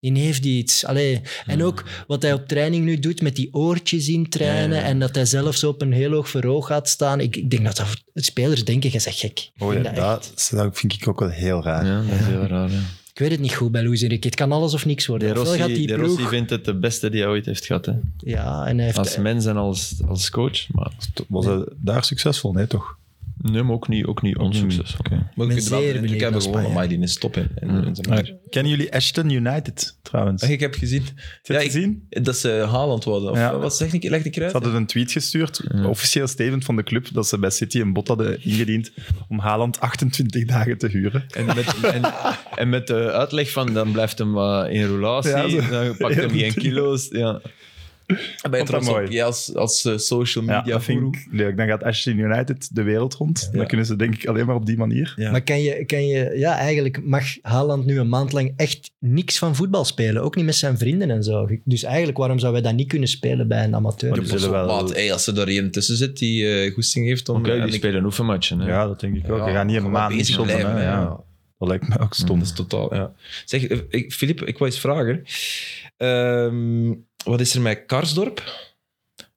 D: Die heeft die iets. Allee. En ook wat hij op training nu doet, met die oortjes in trainen
C: Ja, ja.
D: en dat hij zelfs op een heel hoog verhoog gaat staan. Ik, ik denk dat, dat spelers denken, je bent gek. Ik
B: Oh ja,
D: vind dat
B: dat,
D: echt-
B: dat vind ik ook wel heel raar.
C: Ja, dat is heel raar, ja.
D: Ik weet het niet goed bij Luis Enrique. Het kan alles of niks worden.
C: De
D: Ofwel gaat
C: Rossi,
D: die
C: de
D: ploeg...
C: Rossi vindt het de beste die hij ooit heeft gehad. Hè.
D: Ja, en hij heeft...
C: Als mens en als, als coach. Maar
B: Was hij daar succesvol? Nee, toch?
C: nee, maar ook niet, ook niet onsuccesvol.
A: Maar
D: ben
A: je kunt wel de
D: zeer
A: indruk
D: benieuwd
A: hebben
D: naar
A: gewoon,
D: Spanje.
A: amai, die is top in. in- in zijn manier.
B: Kennen jullie Ashton United, trouwens?
A: Ik heb gezien.
B: Heb je het gezien?
A: Dat ze Haaland worden. Of
B: Ja.
A: wat zeg ik? Leg ik
B: Ze
A: eruit?
B: hadden een tweet gestuurd, officieel statement van de club, dat ze bij City een bod hadden ingediend om Haaland 28 dagen te huren.
C: En <laughs> met, en, en met de uitleg van dan blijft hem wat in roulatie,
B: Ja, zo.
C: dan pakt hem geen kilo's. Ja.
A: Ben je
B: Vond dat
A: trots op
B: mooi.
A: jij als, als eh, social
B: Ja,
A: media
B: dat vind
A: guru?
B: ik leuk. Dan gaat Ashton United de wereld rond. Dan kunnen ze denk ik alleen maar op die manier.
A: Ja.
D: Maar kan je, kan je... Ja, eigenlijk mag Haaland nu een maand lang echt niks van voetbal spelen. Ook niet met zijn vrienden en zo. Dus eigenlijk, waarom zou wij dat niet kunnen spelen bij een amateur?
B: Maar die zullen wel-
A: Maat, hey, als er daar iemand tussen zit die eh, goesting heeft om...
C: Kijk,
A: en
C: die
A: ik-
C: spelen oefenmatchen. Hè.
B: Ja, dat denk ik ook.
A: Ja,
B: Je gaat niet een
A: gewoon
B: maand niet
A: bezig
B: shoppen,
A: blijven,
B: hè.
A: hè.
B: Ja. Dat lijkt me ook stom.
A: Dat is totaal, ja. Zeg, eh, ik- Filip, ik wou eens vragen. Ehm, wat is er met Karsdorp?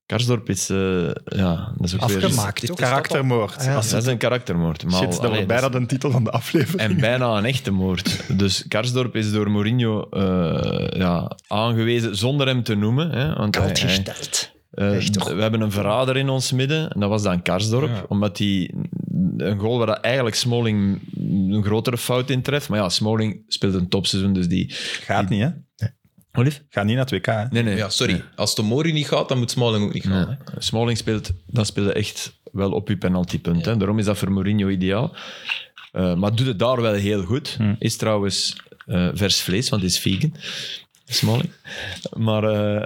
C: Karsdorp is... eh, ja, dat is ook weer-
D: Afgemaakt,
A: Dus-
D: toch?
B: Karaktermoord.
D: Ah, ja.
B: Als-
C: Dat is een karaktermoord. Maar,
B: Shit, dat
C: allee,
B: wordt
C: dat
B: bijna de titel van de aflevering.
C: En bijna een echte moord. Dus Karsdorp is door Mourinho eh, ja, aangewezen zonder hem te noemen. Hè, want hij-
D: Koud
C: hij-
D: gesteld.
C: eh,
D: Echt, toch?
C: we hebben een verrader in ons midden. En dat was dan Karsdorp.
A: Ja.
C: Omdat hij een goal waar dat eigenlijk Smalling een grotere fout in treft. Maar ja, Smalling speelt een topseizoen, dus die...
B: Gaat niet, hè?
C: Olief?
B: Gaat niet naar het WK, hè?
C: Nee, nee.
A: Ja, sorry. Als Tomori niet gaat, dan moet Smalling ook niet gaan.
C: Ja. Smalling speelt, dat speelde echt wel op uw penaltypunt. Hè? Daarom is dat voor Mourinho ideaal. Eh, maar doet het daar wel heel goed. Is trouwens eh, vers vlees, want het is vegan. Smalling. Maar eh,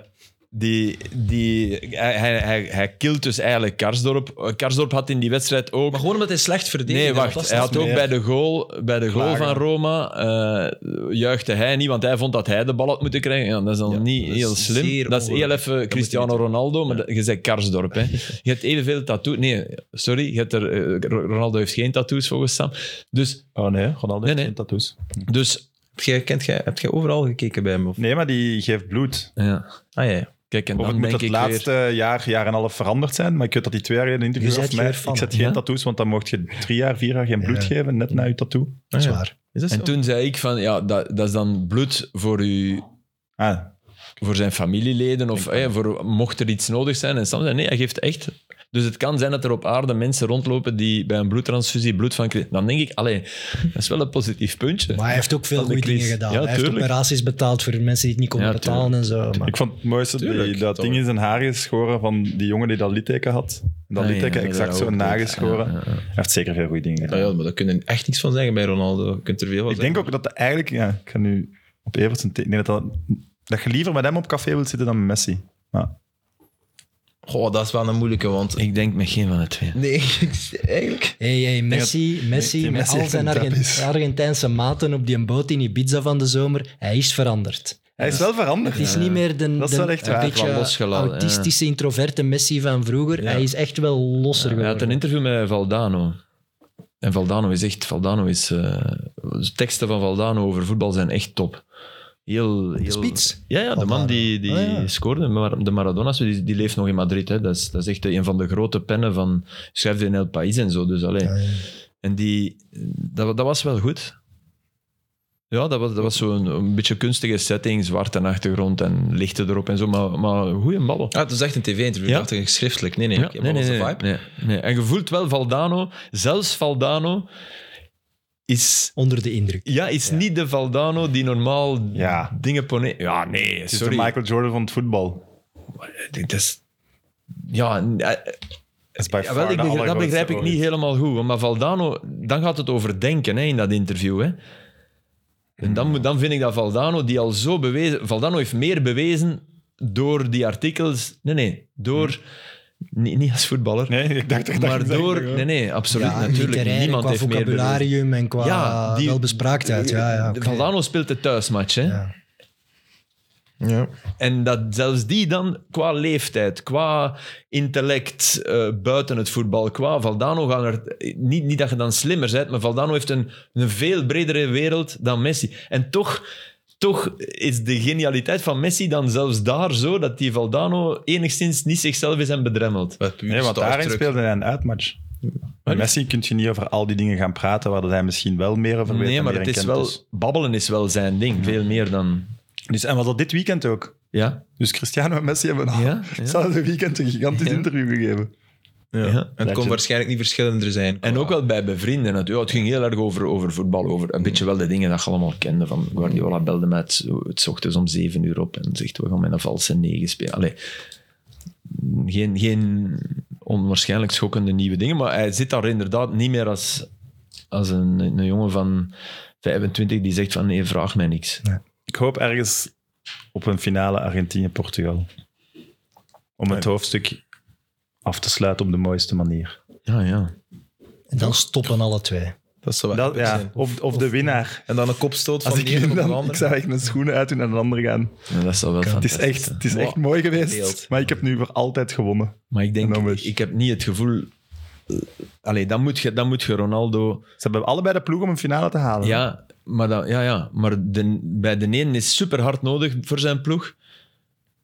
C: die, die, hij, hij, hij, hij kilt dus eigenlijk Karsdorp. Eh, Karsdorp had in die wedstrijd ook...
A: Maar gewoon omdat hij slecht verdedigt.
C: Nee,
A: en
C: wacht.
A: dat
C: Hij had
A: lastig
C: ook
A: is.
C: bij de goal, bij de goal
B: Klagen.
C: van Roma eh, juichte hij niet, want hij vond dat hij de bal had moeten krijgen. Ja, dat is dan niet
A: dat is
C: heel
A: zeer
C: slim. Dat is heel
A: ongelukkig.
C: even Cristiano Ronaldo, maar dat- je zegt Karsdorp. Hè. Je hebt evenveel tattoos. Nee, sorry. Je hebt er, eh, Ro- Ronaldo heeft geen tattoos volgens Sam. Dus,
B: Oh nee, Ronaldo
C: Nee,
B: heeft
C: nee.
B: geen tattoos.
C: dus
A: Heb jij, kent jij, heb jij overal gekeken bij hem? Of?
B: Nee, maar die geeft bloed.
C: ja.
A: Ah ja, ja.
C: kijk, en
B: Of het
C: dan
B: moet
C: denk
B: het
C: ik
B: laatste
C: weer...
B: jaar, jaar en een half veranderd zijn. Maar ik weet dat die twee jaar in een interview
D: Je
B: gaf
D: bent
B: mij,
D: geen fan,
B: ik zet
D: hè?
B: geen
C: Ja.
B: tattoos, want dan mocht je drie jaar, vier jaar geen bloed
D: Ja.
B: geven, net na je tattoo.
D: Dat is
A: Ah, ja.
D: waar.
A: Is dat zo?
C: Oh En toen zei ik van, ja, dat, dat is dan bloed voor u,
B: Ah,
C: voor zijn familieleden of hè, voor, mocht er iets nodig zijn. En Sam zei, nee, hij geeft echt. Dus het kan zijn dat er op aarde mensen rondlopen die bij een bloedtransfusie bloed van krijgen. Dan denk ik, allee, dat is wel een positief puntje.
D: Maar hij heeft ook veel
C: Van de
D: goede dingen
C: crisis.
D: gedaan.
C: Ja,
D: hij heeft
C: tuurlijk.
D: operaties betaald voor mensen die het niet konden
C: Ja,
D: betalen en zo. Maar
B: ik vond het mooiste die,
C: Tuurlijk,
B: dat
C: toch.
B: ding in zijn haar geschoren van die jongen die dat litteken had. En dat
C: Ah, ja,
B: litteken
C: dat
B: exact
C: dat
B: zo
C: ook deed.
B: nageschoren.
C: Ja, ja, ja.
B: Hij heeft zeker veel goede dingen gedaan.
A: Ah, ja, maar daar kun je echt niks van zeggen bij Ronaldo. Je kunt er veel van
B: ik denk
A: zeggen.
B: ook dat eigenlijk, ja, ik ga nu op Everton te- ik denk dat, dat, dat je liever met hem op café wilt zitten dan met Messi. Ja.
A: Goh, dat is wel een moeilijke, want...
C: Ik denk met geen van de twee.
A: Nee, ik- eigenlijk...
D: hey, hey, Messi, Messi
B: die
D: met
B: Messi
D: al
B: echt
D: zijn
B: een
D: Argen-
B: tap is.
D: Argentijnse maten op die boot in Ibiza van de zomer, hij is veranderd.
B: Hij is wel veranderd.
D: Het is niet meer de,
B: Dat is
D: de-
B: wel echt
D: een
B: waar,
D: beetje
C: van losgelaten, ja.
D: autistische, introverte Messi van vroeger. Hij is echt wel losser
C: Hij
D: geworden.
C: had een interview met Valdano. En Valdano is echt, Valdano is, eh, de teksten van Valdano over voetbal zijn echt top. Heel, heel...
D: Spits?
C: Ja, ja de
D: Valdano.
C: man die, die
D: Ah, ja.
C: scoorde, Mar- de Maradona, die, die leeft nog in Madrid. Hè. Dat, is, dat is echt een van de grote pennen van... Schrijft in El País en zo, dus alleen. En die, dat, dat was wel goed. Ja, dat was, dat was zo'n een beetje kunstige setting, zwarte achtergrond en lichten erop en zo, maar, maar goede ballen.
A: Ah, het is echt een tv-interview.
C: Ja.
A: Ik dacht schriftelijk. Nee, nee.
C: Ja,
A: ik heb wel onze vibe.
C: nee, nee. En je voelt wel Valdano, zelfs Valdano is,
D: Onder de indruk.
C: ja, is niet de Valdano die normaal
B: Ja.
C: dingen pone. Ja, nee,
B: Het is de
C: sorry.
B: Michael Jordan van het voetbal.
C: Dat is, ja, eh,
B: Dat is bij
C: Ja,
B: far
C: wel, ik
B: de
C: begrijp, dat
B: allergrootste
C: begrijp ik niet
B: ooit.
C: helemaal goed. want Maar Valdano, dan gaat het over denken hè, in dat interview. Hè. En
D: Hmm.
C: dan, moet- dan vind ik dat Valdano, die al zo bewezen... Valdano heeft meer bewezen door die artikels... Nee, nee, door...
D: Hmm.
C: Niet, niet als voetballer.
B: Nee, <laughs> ik dacht echt dat
C: maar
B: je het
C: door...
B: zeggen wil.
C: Nee, nee, absoluut.
D: Ja,
C: natuurlijk,
D: literair,
C: niemand
D: qua
C: heeft meer bewezen.
D: vocabularium en qua
C: Ja, die-
D: welbespraaktheid. Ja, ja, oké.
C: Valdano speelt de thuismatch. Hè?
D: Ja.
A: Ja.
C: En dat zelfs die dan qua leeftijd, qua intellect eh, buiten het voetbal, qua Valdano gaan er... Niet, niet dat je dan slimmer bent, maar Valdano heeft een, een veel bredere wereld dan Messi. En toch, toch is de genialiteit van Messi dan zelfs daar zo dat die Valdano enigszins niet zichzelf is en bedremmelt.
A: Wat puur
B: Nee, want daarin
A: starstruck.
B: speelde hij een uitmatch.
C: dus-
B: Met Messi kun je niet over al die dingen gaan praten waar dat hij misschien wel meer over weet.
C: Nee,
B: en
C: maar
B: meer
C: het
B: in
C: is
B: kent
C: wel, babbelen is wel zijn ding. Veel meer dan...
B: Dus, en was dat dit weekend ook?
C: Ja,
B: Dus Cristiano en Messi hebben al <laughs>
C: ja, ja.
B: hetzelfde weekend een gigantisch
C: Ja.
B: interview gegeven.
A: Ja.
C: Ja.
A: En het kon
B: je-
A: waarschijnlijk niet verschillender zijn.
C: En ook wel bij, bij vrienden. natuurlijk. Ja, het ging heel erg over, over voetbal. Over een beetje wel de dingen dat je allemaal kende. Van Guardiola belde mij het, het 's ochtends om zeven uur op en zegt, we gaan met een valse negen spelen. Allee, geen, geen onwaarschijnlijk schokkende nieuwe dingen, maar hij zit daar inderdaad niet meer als, als een, een jongen van 25 die zegt van, nee, vraag mij niks.
B: Ik hoop ergens op een finale Argentinië-Portugal. Om het hoofdstuk af te sluiten op de mooiste manier.
C: Ja, ja.
D: En dan stoppen alle twee.
A: Dat zou wel
B: Dat,
A: epic
B: ja,
A: zijn.
B: of, of de winnaar.
A: En dan een kopstoot van
B: Als
A: de
B: ik
A: ene
B: win,
A: op de
B: dan
A: andere.
B: ik zou echt mijn schoenen uitdoen en een ander gaan.
C: Ja, dat is wel
B: Het
C: fantastisch
B: is echt,
C: zijn.
B: het is echt
A: Wow.
B: mooi geweest,
A: Beeld.
B: maar ik heb nu voor altijd gewonnen.
C: Maar ik denk,
B: En dan
C: ik,
B: is-
C: heb niet het gevoel... eh, Allee, dan moet je, dan moet je Ronaldo...
B: Ze hebben allebei de ploeg om een finale te halen.
C: Ja, maar, dan, ja, ja. maar de, bij de een is super hard nodig voor zijn ploeg.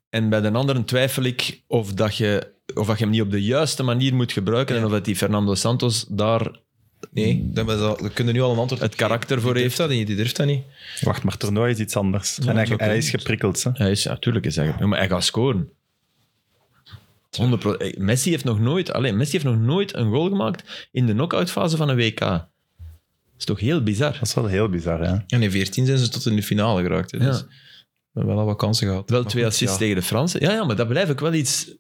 C: En bij de andere twijfel ik of dat je, of dat je hem niet op de juiste manier moet gebruiken. En of dat die Fernando Santos daar
A: Nee, dat is al- we kunnen nu al een antwoord
C: het karakter voor
A: Die durft
C: heeft.
A: dat niet, die durft dat niet.
B: Wacht, maar toernooi is iets anders. en hij,
C: dat
B: hij
C: kan.
B: is geprikkeld. Hè?
C: Hij is, natuurlijk is hij, maar hij gaat scoren. 100%. Messi heeft nog nooit, alleen Messi heeft nog nooit een goal gemaakt in de knock-outfase van een WK. Dat is toch heel bizar.
B: Dat is wel heel bizar, hè?
A: En in 14 zijn ze tot in de finale geraakt. hè,
C: Ja.
A: Dus we hebben wel al wat kansen gehad.
C: Wel
A: Maar
C: twee
A: goed,
C: assists
A: ja. Mhm.
C: tegen de Fransen. Ja, ja, maar dat blijf ik wel iets.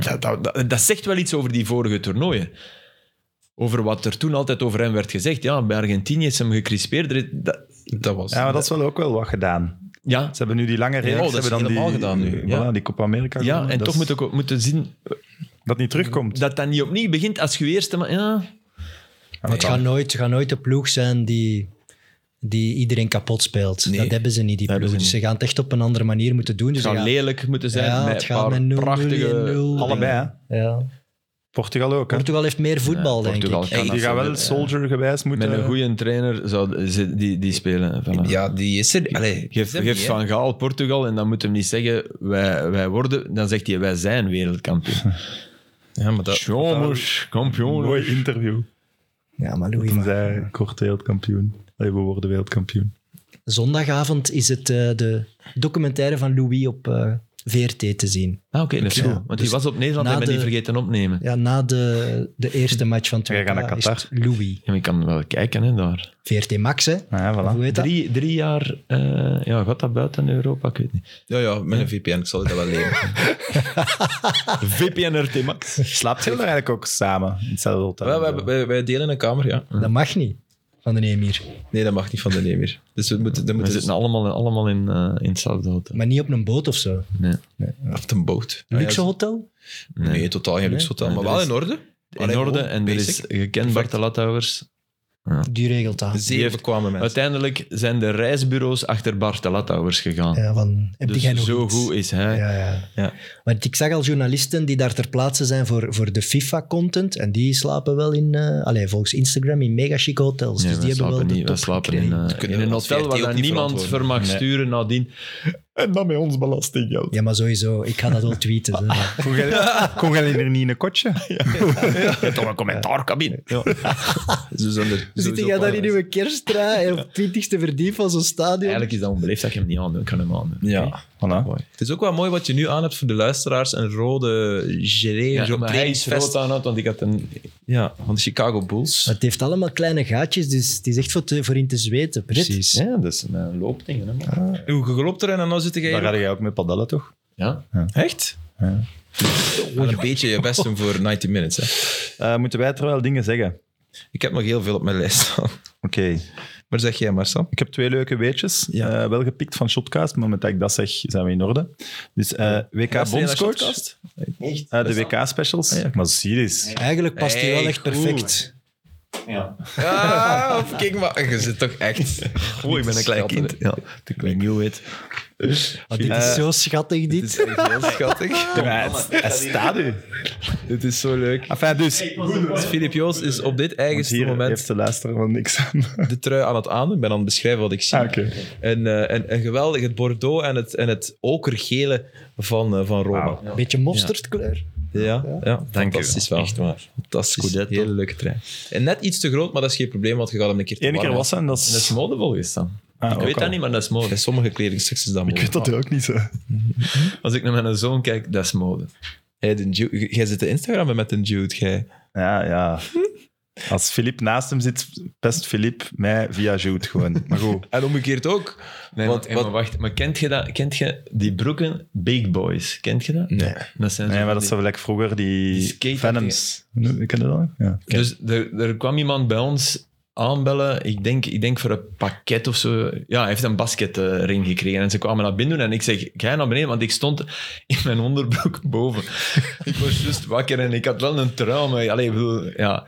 C: Dat, dat, dat, dat zegt wel iets over die vorige toernooien. Over wat er toen altijd over hem werd gezegd. Ja, bij Argentinië is hem gecrispeerd. Er is- dat-
A: Dat was.
B: Ja, maar dat is wel ook wel wat gedaan.
C: ja,
B: Ze hebben nu die lange reeks.
A: oh, dat
B: ze
A: is
B: hebben dan
A: helemaal
B: die,
A: gedaan nu,
B: voilà,
A: ja.
B: die Copa America.
C: ja,
B: gewonnen.
C: en
B: Dat
C: toch
B: is-
C: moet ik ook moeten zien
B: Dat niet terugkomt.
C: dat dat niet opnieuw begint als je eerste. Maar ja,
D: Maar het gaat nooit, het gaat nooit de ploeg zijn die, die iedereen kapot speelt.
C: Nee,
D: dat hebben ze niet, die
C: dat
D: ploeg.
C: hebben
D: Dus
C: ze
D: ze gaan het echt op een andere manier moeten doen. Dus
C: het
D: ze
C: zou
D: gaan-
C: lelijk moeten zijn.
D: Ja,
C: met
D: het
C: een
D: gaat
C: paar
D: met 0-0
C: prachtige.
D: 1-0.
B: Allebei, hè?
D: Ja.
B: Portugal ook, hè?
D: Portugal heeft meer voetbal,
C: Ja,
D: denk
C: Portugal
D: ik.
C: kan
B: Die
C: dat
B: gaan
C: zo
B: wel
C: met-
B: soldier-gewijs
C: Met
B: moeten...
C: een goede trainer zou, ze- die, die spelen. Voilà.
A: Ja, die is er. Allee,
C: Geef,
A: is hem
C: geef
A: niet, hè.
C: Van Gaal Portugal en dan moet hem niet zeggen wij, wij worden. Dan zegt hij wij zijn
D: <laughs>
C: wereldkampioen.
A: Ja, maar dat,
C: Jongens, kampioen.
B: <laughs> Mooi interview.
D: Ja, maar Louis
B: Toen
D: van-
B: zei hij, kort wereldkampioen. Allee, We worden wereldkampioen.
D: Zondagavond is het eh, de documentaire van Louis op eh, VRT te zien.
C: Ah, oké, dat is
D: Oké.
C: goed. Want
D: Dus
C: die was op Nederland
D: na
C: en ben
D: de-
C: die vergeten opnemen.
D: Ja, na de, de eerste match van het
B: Jij gaat
D: WK
B: naar
D: is
B: Qatar.
D: het Louis.
C: Ja, maar ik kan wel kijken hè, daar.
D: VRT Max, hè?
B: Ja, voilà.
D: Hoe heet dat?
C: Drie, drie jaar, eh, ja, gaat dat buiten Europa? Ik weet niet.
A: ja, ja, met een VPN, ik zal dat wel leren.
C: VPN RT <laughs> Max.
B: Slaapt heel eigenlijk ook samen? in Hetzelfde hotel.
A: wel, wij, wij, wij delen een kamer, ja.
D: Dat mag niet van de Emir.
A: Nee, dat mag niet van de nemer. Dus we moeten, dan
C: We
A: moeten
C: zitten allemaal, allemaal in, eh, in hetzelfde hotel.
D: Maar niet op een boot of zo.
C: Nee.
A: op een boot. Ah, ja,
D: Luxe hotel?
A: Nee, totaal geen luxe hotel,
C: Nee,
A: maar
C: er
A: wel
C: is-
A: in orde.
C: In orde en er is
A: basic.
C: gekend Bart de Lathouwers.
D: Die regelt dat.
A: Zeer
C: heeft-
A: bekwame mensen.
C: Uiteindelijk zijn de reisbureaus achter Bart de Lathouwers gegaan.
D: Ja, van, heb jij
C: Dus
D: nog
C: zo
D: iets?
C: goed is hij.
D: Ja, ja.
A: Ja.
D: Want ik zag al journalisten die daar ter plaatse zijn voor, voor de FIFA-content. En die slapen wel in, eh allee, volgens Instagram, in mega chic hotels.
C: Nee,
D: dus die
C: wij
D: hebben wel
C: slapen
D: de
C: niet.
D: top
C: Wij slapen
D: gekregen.
C: in, eh,
A: Ze kunnen
C: in een
A: ons
C: hotel waar
A: VRT ook
C: dan
A: niet
C: niemand
A: verantwoorden.
C: voor mag
B: Nee.
C: sturen
A: <laughs>
C: nadien.
B: En dan met ons belastinggeld.
D: Ja, maar sowieso. Ik ga dat wel
A: <laughs>
D: tweeten. hè.
B: Kon jij- Kon jij er niet in een kotje?
C: Toch een commentaarcabine.
A: Ze zijn er
D: Zit
A: sowieso
D: jij Dus daar
A: bij.
D: in uw kerstdraai op het twintigste verdiep van zo'n stadion?
C: Eigenlijk is dat onbeleefd dat ik hem niet aan Ik kan hem aan
A: Ja.
B: Voilà.
A: Het is ook wel mooi wat je nu aan hebt voor de luisteraars. Een rode gilet,
C: Ja,
A: zo'n
C: maar hij is
A: trainingsvest.
C: rood aan had, want ik had een...
A: Ja, van de Chicago Bulls.
D: Maar het heeft allemaal kleine gaatjes, dus het is echt voor, te- voor in te zweten. Brit.
A: Precies.
C: Ja, dat is een loopding. Hè, man.
A: Hoe geloopt erin en dan zit
B: Daar
A: jij...
B: had jij ook met padellen, toch?
C: nou Ja.
A: Echt?
B: Ja.
A: Wel een beetje je best
C: <laughs>
A: doen voor 90 minutes. Hè.
B: Eh, moeten wij er wel dingen zeggen?
A: Ik heb nog heel veel op mijn lijst staan. <laughs>
B: Oké.
A: Maar zeg jij maar, Sam.
B: Ik heb twee leuke weetjes.
A: Ja.
B: Eh, wel gepikt van Shotcast. Maar met dat ik dat zeg, zijn we in orde. Dus eh, WK
A: Luister je naar
B: Bondscoach.
A: Shotcast?
B: Eh, de WK-specials.
A: Ah, ja.
B: Maar serieus.
D: Eigenlijk past hij
A: Hey,
D: wel echt
A: goed.
D: perfect.
A: <laughs> Ah, of kijk maar. Je zit toch echt...
C: Oh, ik ben een klein
A: Schatten.
C: kind. Ja, ik knew it.
D: Ah, dit
B: Eh,
D: is zo schattig,
A: Dit
D: dit.
A: is echt heel schattig.
B: Ja, maar het- het staat u.
A: Dit is zo leuk.
B: Enfin, dus...
A: Dus Filip Joos is op dit
B: Want
A: eigenste
B: hier
A: moment
B: heeft de luisteraar wel niks aan.
A: <laughs> de trui aan het aandoen. Ik ben aan het beschrijven wat ik zie.
B: Ah, oké.
A: En, eh, en, en geweldig, het bordeaux en het, en het okergele van, eh, van Roma.
B: Wauw.
D: Beetje mosterdkleur.
A: Ja, ja.
C: Dank u.
A: fantastisch wel.
C: Echt waar.
A: Fantastisch.
C: Scudetto.
A: Hele leuke trein. En net iets te groot, maar dat is geen probleem, want je gaat hem een keer te
B: Eén keer
A: warm
B: wassen en dat is...
C: Dat is mode volgens dan.
B: Ah,
C: ik
B: ook
C: weet
B: al.
C: dat niet, maar dat is
A: hebben.
C: mode.
A: Bij sommige kledingstukjes is dat
B: Ik weet
A: mogelijk.
B: dat ook niet, zo.
C: Als ik naar mijn zoon kijk, dat is mode.
A: Hey, de Jude- Jij zit te Instagrammen met een Jude, jij.
B: Ja,
A: <laughs>
B: ja. Als Filip naast hem zit, pest Filip mij via Jude gewoon. Maar
A: <laughs>
B: goed.
A: En omgekeerd ook.
C: Nee,
A: Want-
C: want, maar,
A: wat-
C: wacht, maar kent je, dat, kent je die broeken Big Boys? Kent je dat?
A: Nee.
C: Dat zijn zo
B: Nee, maar
C: van
B: dat is
C: die-
B: zo lekker vroeger
C: Die
B: die,
C: skate-
B: Venoms. Ik ken je dat? Ja.
C: Dus er, er kwam iemand bij ons aanbellen, ik denk, ik denk voor een pakket of zo. Ja, hij heeft een basketring gekregen en ze kwamen naar binnen doen en ik zeg, ga naar beneden, want ik stond in mijn onderbroek <laughs> boven. ik was juist wakker en ik had wel een trui, maar allee, ik bedoel, ja,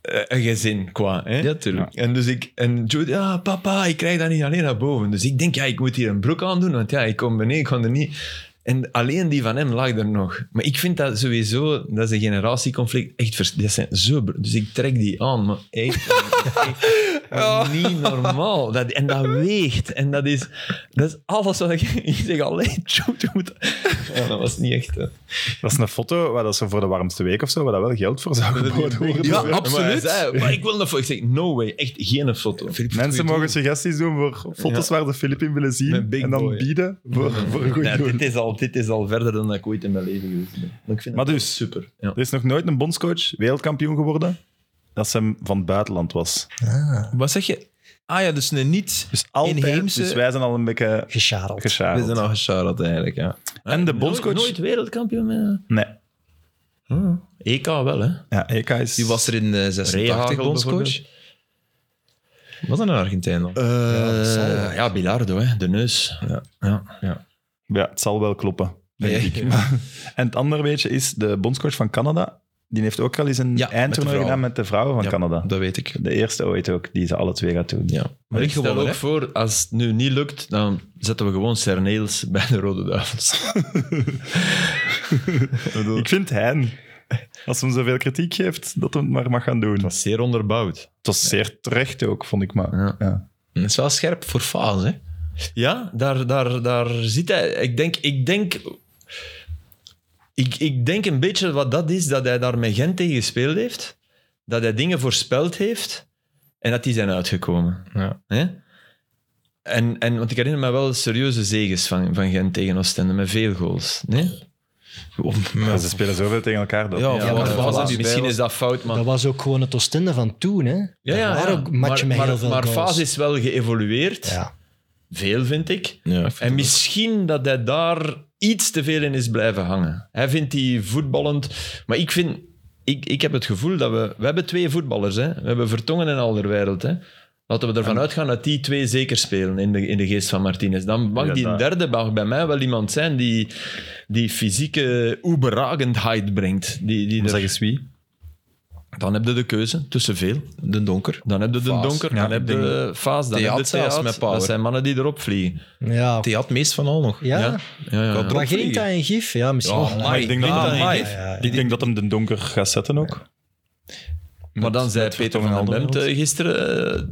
C: eh, een gezin qua. Hè?
A: Ja, tuurlijk.
C: En dus ik, en Jude, ja, papa, ik krijg dat niet alleen naar boven. Dus ik denk, ja, ik moet hier een broek aan doen, want ja, ik kom beneden, ik kan er niet. En alleen die van hem lag er nog. Maar ik vind dat sowieso, dat is een generatieconflict, echt, vers- dat zijn zo, br- dus ik trek die aan, maar
A: <laughs>
C: echt, echt, maar niet normaal. Dat, en dat weegt, en dat is, dat is alles wat ik, <laughs> ik zeg, alleen <laughs> Jude, je moet, ja, dat was niet echt. eh.
B: Dat is een foto waar dat ze voor de warmste week of zo, waar dat wel geld voor zou geboden worden.
C: Maar, hij zei, maar ik wil een foto. Ik zeg, no way, echt geen foto.
B: Mensen mogen suggesties doen voor foto's waar ze Filip in willen zien.
C: Met Big
B: En dan
C: Boy.
B: bieden voor, voor een goed
C: Nee,
B: doen.
C: dit, is al, dit is al verder dan dat ik ooit in mijn leven geweest ben. Maar ik vind
B: Maar
C: het
B: dus-
C: super. Ja.
B: Er is nog nooit een bondscoach wereldkampioen geworden dat ze hem van het buitenland was.
A: Wat zeg je? Ah ja, dus een niet.
B: Dus altijd,
A: Inheemse-
B: dus wij zijn al een beetje
D: Gescharreld.
A: We zijn
B: geschareld.
C: Nou,
A: al geshout eigenlijk, ja.
B: En de bondscoach...
C: Nooit, nooit wereldkampioen. Met,
B: Nee.
C: EK wel, hè?
B: Ja, EK is...
A: Die was er in eh, 86
C: Rehagel
A: bondscoach. Was dat een Argentijn dan?
C: Eh, ja, Bilardo, hè? De neus.
A: Ja.
C: ja.
B: Ja, het zal wel kloppen. Denk
A: Ja,
B: ik.
A: ja.
B: En het andere beetje is de bondscoach van Canada. Die heeft ook al eens een
A: Ja, met de
B: eindtoernooi
A: vrouwen.
B: gedaan met de vrouwen van
A: Ja,
B: Canada.
A: <laughs> Dat weet ik.
B: De eerste ooit ook, die ze alle twee gaat doen.
A: Ja.
C: Maar ik stel
A: gewonnen,
C: ook
A: hè?
C: voor, als het nu niet lukt, dan zetten we gewoon Serneels <laughs> bij de Rode Duivels.
B: Ik vind hen, als ze hem zoveel kritiek geeft, dat hij het maar mag gaan doen. Het was,
C: Zeer onderbouwd.
B: het was zeer terecht ook, vond ik maar.
C: Ja.
B: Ja.
A: Het is wel scherp voor faas, hè?
C: Ja, daar, daar, daar zit hij. Ik denk, ik denk, ik, ik denk een beetje wat dat is, dat hij daar met Gent tegen gespeeld heeft. Dat hij dingen voorspeld heeft en dat die zijn uitgekomen.
A: Ja.
C: Hè? En, en, want ik herinner me wel serieuze zegens van, van Gent tegen Oostende, met veel goals. Nee?
B: Maar ze spelen zoveel tegen elkaar. Dat
A: Ja,
B: niet.
A: ja, maar
C: voilà,
A: voilà.
C: voilà. misschien is dat fout, maar...
D: Dat was ook gewoon het Oostende van toen, hè?
C: ja, ja,
D: Dat waren
C: ja.
D: ook matchen met
C: maar,
D: heel
C: maar,
D: veel
C: maar
D: goals.
C: Faas is wel geëvolueerd.
D: Ja.
C: Veel, vind ik.
A: Ja.
C: En misschien dat hij daar iets te veel in is blijven hangen. Hij vindt die voetballend... Maar ik vind... Ik, ik heb het gevoel dat we... We hebben twee voetballers, hè. We hebben Vertongen en Alderweireld, hè. Laten we ervan uitgaan dat die twee zeker spelen in de, in de geest van Martinez. Dan mag
B: Ja,
C: die
B: daar-
C: derde mag bij mij wel iemand zijn die, die fysieke oeberagendheid brengt. Die, die er-
B: Zeg eens wie.
C: Dan heb je de keuze tussen veel.
A: De donker.
C: Dan heb je de
A: Faas.
C: donker,
A: Ja,
C: dan heb
A: ik
C: je Faas, dan heb je
A: Theat zelfs
C: Theat.
A: met power.
C: Dat zijn mannen die erop vliegen.
D: Ja.
A: Die had het meest van al nog.
D: Ja?
C: Ja, ja, ja.
A: Kan
D: Maar Grinta en Gif? Ja, misschien
A: Ja,
D: wel.
A: amai.
B: Ik denk, dat,
A: Ah,
B: hem-
A: amai.
B: Ik denk dat hem de donker gaat zetten ook.
C: Maar dan zei Peter van den Bemte gisteren, eh,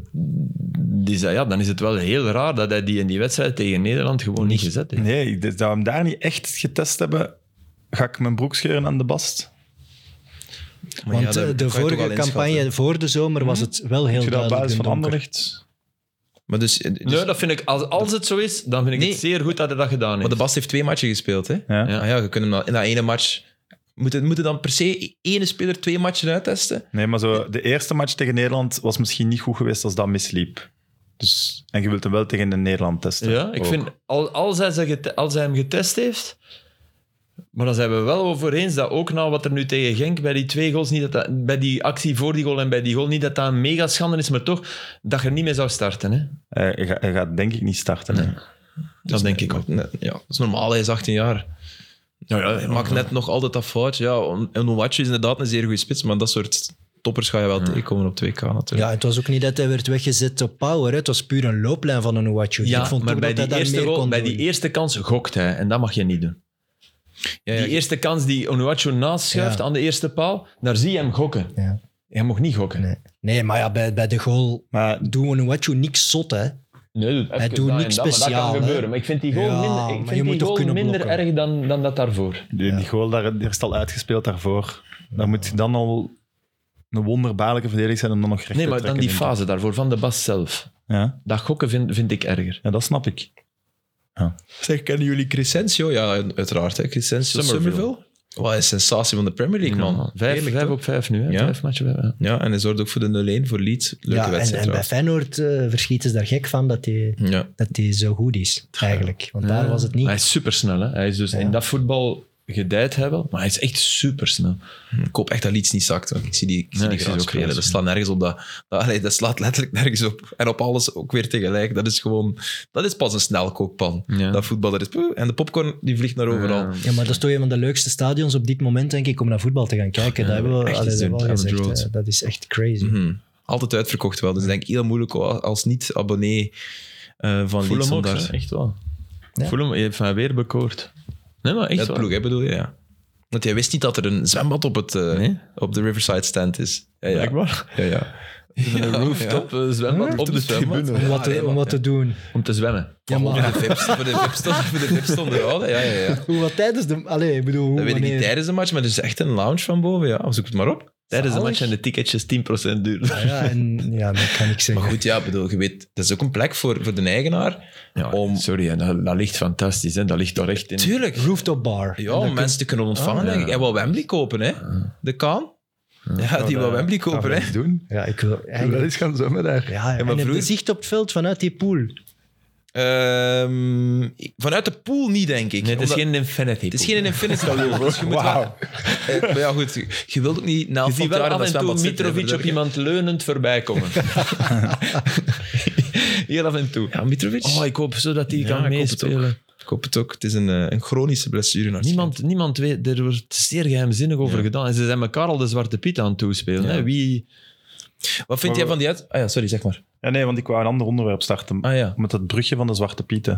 C: die zei ja, dan is het wel heel raar dat hij die in die wedstrijd tegen Nederland gewoon niet gezet heeft.
B: Nee, dus dat we hem daar niet echt getest hebben, ga ik mijn broek scheuren aan de bast.
A: Maar ja,
D: Want
A: dat
D: eh,
A: kan je
D: de
A: toch wel
D: vorige
A: inschatten.
D: campagne voor de zomer was het wel heel
B: Heb je dat op
D: duidelijk
B: basis
D: een
B: van
D: donker.
B: Anderlecht?
A: Maar, dus, dus-
C: nee, dat vind ik, als, als het zo is, dan vind ik
A: Nee.
C: het zeer goed dat hij dat gedaan
A: maar
C: heeft.
A: de Bast heeft twee matchen gespeeld, hè?
B: Ja.
A: Ah ja, je kunt hem dan in dat ene match... Moeten moeten dan per se ene speler twee matchen uittesten?
B: Nee, maar zo, de eerste match tegen Nederland was misschien niet goed geweest als dat misliep. Dus, en je wilt hem wel tegen de Nederland testen.
C: ja, ik
B: ook.
C: vind, al- als hij, ze gete- als hij hem getest heeft, maar dan zijn we wel over eens dat ook na wat er nu tegen Genk, bij die twee goals, niet dat dat, bij die actie voor die goal en bij die goal, niet dat dat een mega schande is, maar toch dat je er niet mee zou starten. Hè?
B: Hij, hij gaat- hij gaat denk ik niet starten. hè.
C: dat denk ik ook.
A: Nee, Dus ja, dat is normaal, hij is 18 jaar.
C: Ja, ja,
A: Hij maakt net nog altijd dat fout. Ja, en Onuwatje is inderdaad een zeer goede spits, maar dat soort toppers ga je wel tegenkomen op 2K natuurlijk.
D: Ja, het was ook niet dat hij werd weggezet op power. hè. Het was puur een looplijn van een Ouachu.
C: Ja,
D: Dus ik vond
C: maar
D: toch
C: bij,
D: dat
C: die
D: hij daar
C: eerste
D: meer
C: goal,
D: kon
C: bij
D: doen.
C: die eerste kans gokt hij. En dat mag je niet doen.
A: Ja, ja,
C: Die eerste kans die Onuachu naast schuift
D: Ja.
C: aan de eerste paal, daar zie je hem gokken.
D: Ja.
C: Hij mocht niet gokken.
D: Nee. nee, maar ja, bij, bij de goal
B: Maar
D: doen we Ouachu niks zot, hè.
C: Nee, doet even
D: doet
C: dat en
D: niks
C: dat, maar
D: speciaal,
C: Dat
D: hè.
C: kan gebeuren. Maar ik vind die goal
D: Ja,
C: minder,
D: maar
C: ik
D: je
C: vind
D: moet
C: die
D: toch
C: goal
D: kunnen
C: minder
D: blokken.
C: erg dan, dan dat daarvoor.
B: Die, die goal daar, die is al uitgespeeld daarvoor. Dan moet je dan al een wonderbaarlijke verdediger zijn om dan nog recht
C: Nee,
B: te
C: maar dan
B: trekken,
C: die
B: denk ik.
C: fase daarvoor van de Bas zelf.
B: Ja.
C: Dat gokken vind, vind ik erger.
B: ja, dat snap ik.
A: Zeg, kennen jullie Crescencio? Ja, uiteraard. Hè. Crescencio
C: Summerville.
A: Summerville. Wat een sensatie van de Premier League, man.
C: Ja, Vijf,
A: Heerlijk,
C: vijf
A: toch?
C: op vijf nu. Hè?
A: Ja.
C: Vijf matchen. bij- ja.
A: Ja, en hij zorgt ook voor de 0-1 voor Leeds. Leuke
D: ja, en,
A: wedstrijd
D: en bij
A: trouwens.
D: Feyenoord eh, verschieten ze daar gek van dat hij
A: Ja.
D: dat die zo goed is, eigenlijk. Want daar
C: Ja.
D: was het niet.
C: Hij is supersnel. Hè? Hij is dus in dat voetbal gedijd hebben, maar hij is echt supersnel.
A: Ik hoop echt dat Leeds niet zakt. want ik zie die, ik zie
C: Ja,
A: die
C: ik zie
A: graag
C: ze ook
A: spelen.
C: graag
A: Dat slaat
C: spelen.
A: nergens op. Dat, dat, allee, dat slaat letterlijk nergens op. En op alles ook weer tegelijk. Dat is gewoon... Dat is pas een snelkookpan.
C: Ja.
A: Dat voetbal, dat is... poeh, En de popcorn, die vliegt naar overal.
C: Ja.
D: Ja, maar dat is toch een van de leukste stadions op dit moment, denk ik, om naar voetbal te gaan kijken. dat hebben we
C: echt
D: allee,
C: iets
D: dat
C: doen,
D: wel
C: Abbott
D: gezegd.
C: Road.
D: hè. Dat is echt crazy.
A: Mhm. Altijd uitverkocht wel. Dus ik denk heel moeilijk als niet-abonnee eh van Leeds.
C: Fulham
A: om
C: ook,
A: daar-
C: hè, echt wel.
D: Ja.
C: Fulham heeft mij weer bekoord. Nee, maar echt
A: Ja, het
C: waar.
A: ploeg, hè, bedoel je? Ja. Want jij wist niet dat er een zwembad op, het, eh,
C: Nee.
A: op de Riverside Stand is. Ja, ja.
C: Blijkbaar.
A: Ja, <laughs> ja.
C: Een rooftop eh, zwembad op de tribune.
D: Om wat, te,
A: Ja,
D: om wat te doen.
C: Om te zwemmen.
D: Ja, maar
A: Voor de vips- Voor de vips stonden- voor de vips stonden er al. Ja, ja, ja.
D: hoe wat tijdens de... Allee, ik bedoel, hoe,
A: Dat weet ik niet
D: wanneer-
A: tijdens de match, maar er is echt een lounge van boven. Ja. Zoek het maar op.
C: Tijdens de
D: Zalig.
C: match zijn de ticketjes 10% duurder.
D: Ja, en, ja, dat kan ik zeggen.
A: Maar goed, ja, bedoel, je weet, dat is ook een plek voor, voor de eigenaar.
C: Ja,
A: Om-
C: Sorry, hè, dat, dat ligt fantastisch. Hè. Dat ligt daar echt in.
A: Tuurlijk.
D: Rooftop bar.
A: Ja, om mensen te kunnen ontvangen,
C: Ah, ja.
A: denk ik. Hij wil Wembley kopen, hè. De Kaan. Ah.
D: Oh,
A: Ja, die wil Wembley kopen, hè.
B: doen.
D: Ja, ik wil
B: Dat
D: eigenlijk...
B: is gaan zwemmen daar.
D: Ja, ja.
A: maar
D: En heb je
A: vroeger-
D: zicht op het veld vanuit die pool.
A: Ehm, vanuit de pool niet, denk ik.
C: Nee, het is
A: Omdat-
C: geen Infinity.
A: Het is geen Infinity <laughs> Pool. Dus je moet wel... Eh, maar ja, goed. Je wilt ook niet na
C: Je ziet wel af en toe Mitrovic op iemand leunend voorbij komen. Heel af en toe.
A: <laughs> Ja, Mitrovic.
C: Oh, ik hoop zo dat hij
A: Ja, ik
C: kan
A: hoop het
C: meespelen.
A: ik hoop het ook. Het is een, eh, een chronische blessure. naar
C: Niemand, niemand weet, er wordt zeer geheimzinnig over gedaan. En ze zijn elkaar al de Zwarte Piet aan het toespelen. Hè? Wie...
A: schijnt. Wat vind jij van die uit... Ah ja, sorry, zeg maar.
B: Ja, nee, want ik wou een ander onderwerp starten.
A: Ah ja.
B: Met dat brugje van de Zwarte Pieten.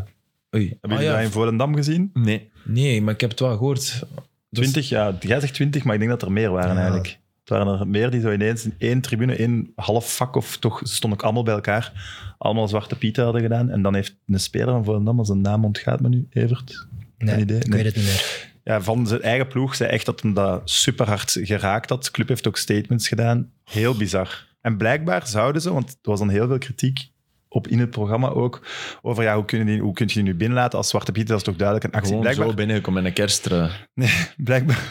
B: Hebben
A: Oei. Ah,
B: jullie dat
A: ja.
B: in Volendam gezien?
C: Nee.
A: Nee, maar ik heb het wel gehoord. Dus-
B: Twintig, ja. Jij zegt twintig, maar ik denk dat er meer waren
D: Ja.
B: eigenlijk. Het waren er meer die zo ineens in één tribune, één half vak of toch, ze stonden ook allemaal bij elkaar, allemaal Zwarte Pieten hadden gedaan. En dan heeft een speler van Volendam, zijn naam ontgaat me nu, Evert.
D: Nee,
B: Geen idee,
D: ik
B: nee.
D: weet het niet meer.
B: Ja, van zijn eigen ploeg zei echt dat hem dat super hard geraakt had. De club heeft ook statements gedaan. Heel bizar. En blijkbaar zouden ze, want er was dan heel veel kritiek op in het programma ook, over ja, hoe, kunnen die, hoe kun je die nu binnenlaten als Zwarte Piet? Dat is toch duidelijk een actie.
C: Gewoon
B: blijkbaar,
C: zo binnengekomen met een kerstrui.
B: blijkbaar,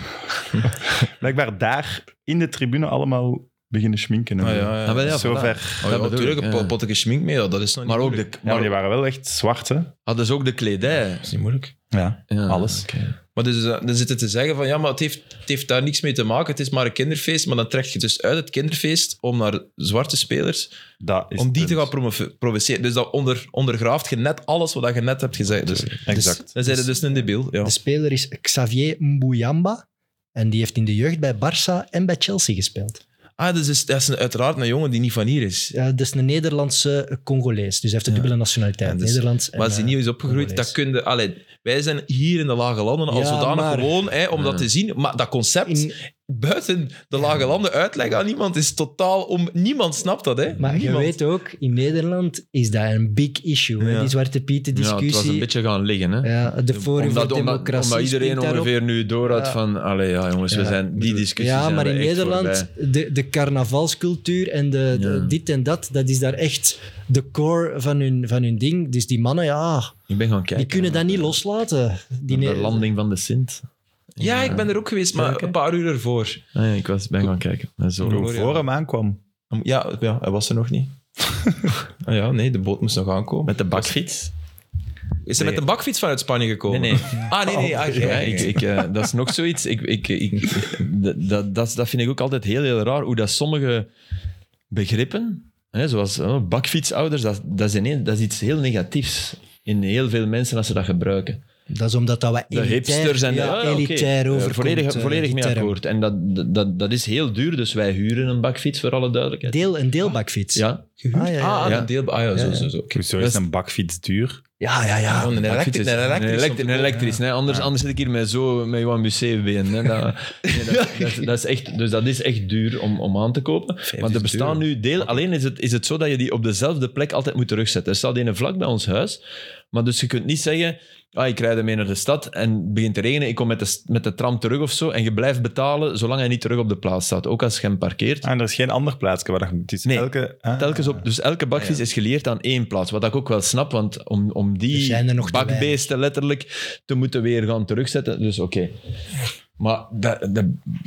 B: <laughs> blijkbaar <laughs> daar in de tribune allemaal beginnen schminken. en
A: Ah,
B: zo.
A: ja, ja.
C: Ah, wel,
A: Oh,
C: ja,
B: Zover.
C: voilà.
A: ja,
C: Dat bedoel
A: natuurlijk,
C: ik,
A: een
C: ja.
A: po- potje schmink mee, ja, dat is nog niet
C: Maar ook de,
A: moeilijk.
B: Ja, maar die
C: maar,
B: waren wel echt zwart, hè?
C: hadden ze ook de kledij.
A: Dat is niet moeilijk.
B: Ja,
C: Ja,
B: alles.
C: oké.
A: Maar dus, eh, dan zitten te zeggen van, ja, maar het heeft, het heeft daar niks mee te maken. Het is maar een kinderfeest. Maar dan trek je dus uit het kinderfeest om naar zwarte spelers
B: Dat is
A: om
B: het
A: die te
B: punt.
A: gaan promo- provoceren. Dus dat onder, ondergraaft je net alles wat je net hebt gezegd. Dus,
B: Exact.
A: dan zijn ze dus een debiel. Ja.
D: De speler is Xavier Mbuyamba. En die heeft in de jeugd bij Barça en bij Chelsea gespeeld.
A: Ah, dus is, dat is een- uiteraard een jongen die niet van hier is.
D: Ja, dat is een Nederlandse Congolees. Dus hij heeft de
A: Ja.
D: dubbele nationaliteit.
A: Ja, dus-
D: Nederlands en,
A: maar als hij
D: eh,
A: nieuw is opgegroeid,
D: Congolees.
A: dat kun je... Allee, wij zijn hier in de lage landen al
D: Ja,
A: zodanig
D: maar-
A: gewoon hè, om dat te zien. Maar dat concept
D: In-
A: buiten de lage landen uitleggen aan iemand is totaal... Om, niemand snapt dat, hè.
D: Maar
A: niemand.
D: je weet ook, in Nederland is dat een big issue. hè,
A: Ja.
D: Die Zwarte
C: Ja, het was
D: Pieten-discussie.
C: een beetje gaan liggen. Hè?
D: Ja, de Forum
C: omdat, omdat-
D: voor Democratie.
C: omdat iedereen
D: springt daarop.
C: ongeveer nu door had
D: Ja.
C: van... Allee, ja, jongens, we
D: Ja.
C: zijn die discussie
D: Ja,
C: zijn
D: maar
C: we
D: in
C: echt
D: Nederland,
C: voorbij.
D: de, de carnavalscultuur en de, de-
C: Ja.
D: dit en dat, dat is daar echt de core van hun, van hun ding. Dus die mannen, ja,
C: Ik ben gaan kijken.
D: die kunnen dat niet loslaten. Die
C: De
D: ne-
C: landing van de Sint.
A: Ja, ik ben er ook geweest, maar
C: Oké.
A: een paar uur ervoor.
C: Ah, ja, ik was, ben gaan kijken. Dat is zo.
B: Hoe voor hem aankwam.
A: Ja, ja hij was er nog niet. Ah ja, nee, de boot moest nog aankomen.
C: Met de bakfiets?
A: Is hij
C: Nee.
A: met een bakfiets vanuit Spanje gekomen?
C: Nee, nee.
A: Ah, nee, nee. ah, ja,
C: Ja,
A: ja,
C: ik,
A: ja.
C: ik, eh, dat is nog zoiets. Ik, ik, ik, dat, dat, dat- dat vind ik ook altijd heel, heel raar. Hoe dat sommige begrippen, hè, zoals eh, bakfietsouders, dat, dat, is ineen- dat is iets heel negatiefs in heel veel mensen als ze dat gebruiken.
D: Dat is omdat dat wat
C: De hipsters en de-
D: ja,
C: ah, ja, oké.
D: elitair
C: Eh,
D: overkomt.
C: volledig
D: eh,
C: volledig
D: die
C: mee
D: term.
C: akkoord. En dat, dat- dat, dat is heel duur, dus wij huren een bakfiets, voor alle duidelijkheid.
D: Deel, een deelbakfiets.
C: Ja,
D: Ah, ja, ja.
A: Ah,
C: Ja.
A: een deel... Ah ja, zo,
C: ja.
A: zo, zo. oké.
B: Zo is een bakfiets duur.
D: ja, ja, ja.
A: Oh, een elektri-
C: bakfiets.
A: een elektrisch.
C: Een elektrisch, een elektrisch, nee, anders, anders zit ik hier met, zo, met Johan Museeuwbeen. Hè. Dat, nee, dat, dat, dat is echt, dus dat is echt duur om, om aan te kopen. Want er bestaan nu deel. Alleen is het, is het zo dat je die op dezelfde plek altijd moet terugzetten. Er staat een vlak bij ons huis. Maar dus je kunt niet zeggen. Ah, ik rijd ermee naar de stad en het begint te regenen. Ik kom met de, s- met de tram terug of zo. En je blijft betalen zolang hij niet terug op de plaats staat. Ook als je hem parkeert.
B: Ah, en er is geen ander plaatsje waar dat je- het is
C: Nee.
B: elke... ah.
C: Telkens op, dus elke
D: Ah,
C: bakfiets is geleerd aan één plaats. Wat ik ook wel snap, want om, om
D: Er
C: die
D: zijn er nog te
C: bakbeesten letterlijk te moeten weer gaan terugzetten. Dus oké. Maar dat, dat,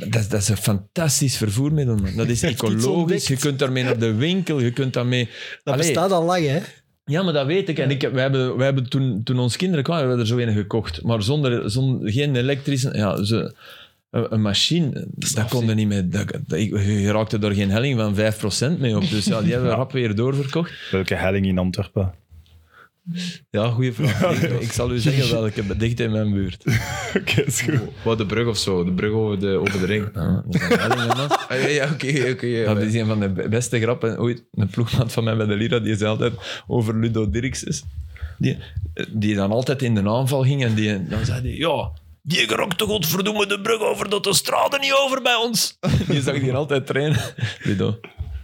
C: dat, dat is een fantastisch vervoermiddel. Man. Dat
D: <laughs>
C: is
D: ontdekt.
C: ecologisch. Je kunt daarmee naar de winkel. Je kunt daarmee.
D: Dat
C: Allee,
D: bestaat al lang, hè?
C: Ja, maar dat weet ik. En ik heb, wij hebben, wij hebben toen, toen onze kinderen kwamen, hebben we er zo een gekocht. Maar zonder, zonder geen elektrische. Ja, ze, een, een machine, dat, kon er niet mee. Dat, dat- ik- je raakte daar geen helling van 5% mee op. Dus ja, die hebben we rap weer doorverkocht.
B: Welke helling in Antwerpen?
C: Ja, goede vraag. Ik, ik zal u zeggen welke dicht in mijn buurt.
B: Oké, is
C: Oh.
B: goed.
E: Wat, de brug of zo? De brug over de, over de ring.
C: Ja, dat is een helling, man.
A: Ah, ja, ja, oké, oké. ja,
C: Dat
A: maar-
C: is een van de beste grappen ooit. Een ploegmaat van mij bij de Lira, die is altijd over Ludo Dirkses. Die, eh, die dan altijd in de aanval ging en die, dan zei hij, ja, die gerokte godverdomme de brug over dat de straten niet over bij
B: <laughs>
C: ons. Die zag die altijd trainen. Ludo.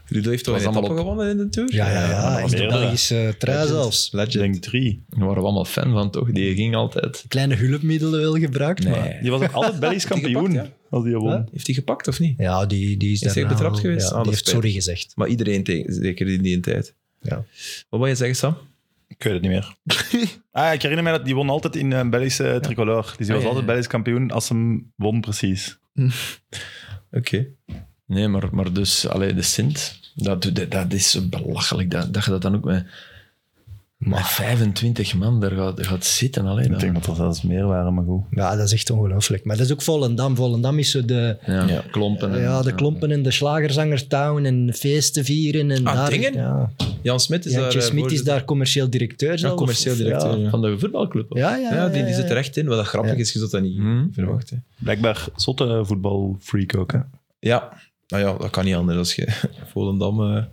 A: Ruud heeft toch
C: was
A: een
C: allemaal
A: etappe
C: op.
A: gewonnen in de Tour?
D: Ja, ja, ja. In eh, de
B: meerdere.
D: Belgische trui zelfs.
B: Ik denk drie.
C: Daar waren we allemaal fan van, toch? Die ging altijd.
D: Kleine hulpmiddelen wel gebruikt, maar...
B: Die was ook altijd <laughs> Belgisch
A: die
B: kampioen
A: gepakt,
B: als die won.
A: Heeft hij gepakt of niet?
D: Ja, die, die is,
A: hij
D: daarna
A: betrapt
D: wel-
A: geweest? Ah,
D: ja,
A: dat
D: die
A: is
D: heeft sorry gezegd.
A: Maar iedereen tegen, zeker in die tijd.
D: Ja.
A: Wat wil je zeggen, Sam?
B: Ik weet het niet <laughs> meer. ah, ik herinner me dat die won altijd in eh, Belgische tricolor. Dus die was
A: ja,
B: altijd
A: ja.
B: Belgisch kampioen als ze hem won, precies.
A: Oké.
C: Nee, maar, maar dus, allee, de Sint, dat, doet- dat, dat is zo belachelijk. Dat, dat je dat dan ook met, met 25 man daar gaat, gaat zitten. Allee,
B: Ik denk dat er zelfs meer waren, maar goed.
D: Ja, dat is echt ongelooflijk. Maar dat is ook Volendam. Volendam is zo de,
C: Ja, klompen. en-
D: ja, de klompen en de slagerzangertown en feesten vieren. En
A: Ah,
D: daar,
A: dingen?
D: Ja.
A: Jan Smit is daar...
D: Jantje
A: eh,
D: Smit is
A: voorzitter.
D: daar commercieel directeur zelf.
A: Ja,
D: of-
A: commercieel
D: of-
A: directeur. Ja,
C: Van de voetbalclub. of?
D: Ja, ja, ja,
A: Ja,
D: ja,
A: die, die
D: ja,
A: zit er
D: ja.
A: echt in. Wat dat grappig
D: Ja.
A: is, je zult dat niet
E: Mhm.
C: Hmm.
A: verwachten.
B: Blijkbaar zotte voetbalfreak ook. Hè?
A: Ja, nou ja, dat kan niet anders als je <laughs> Volendam eh,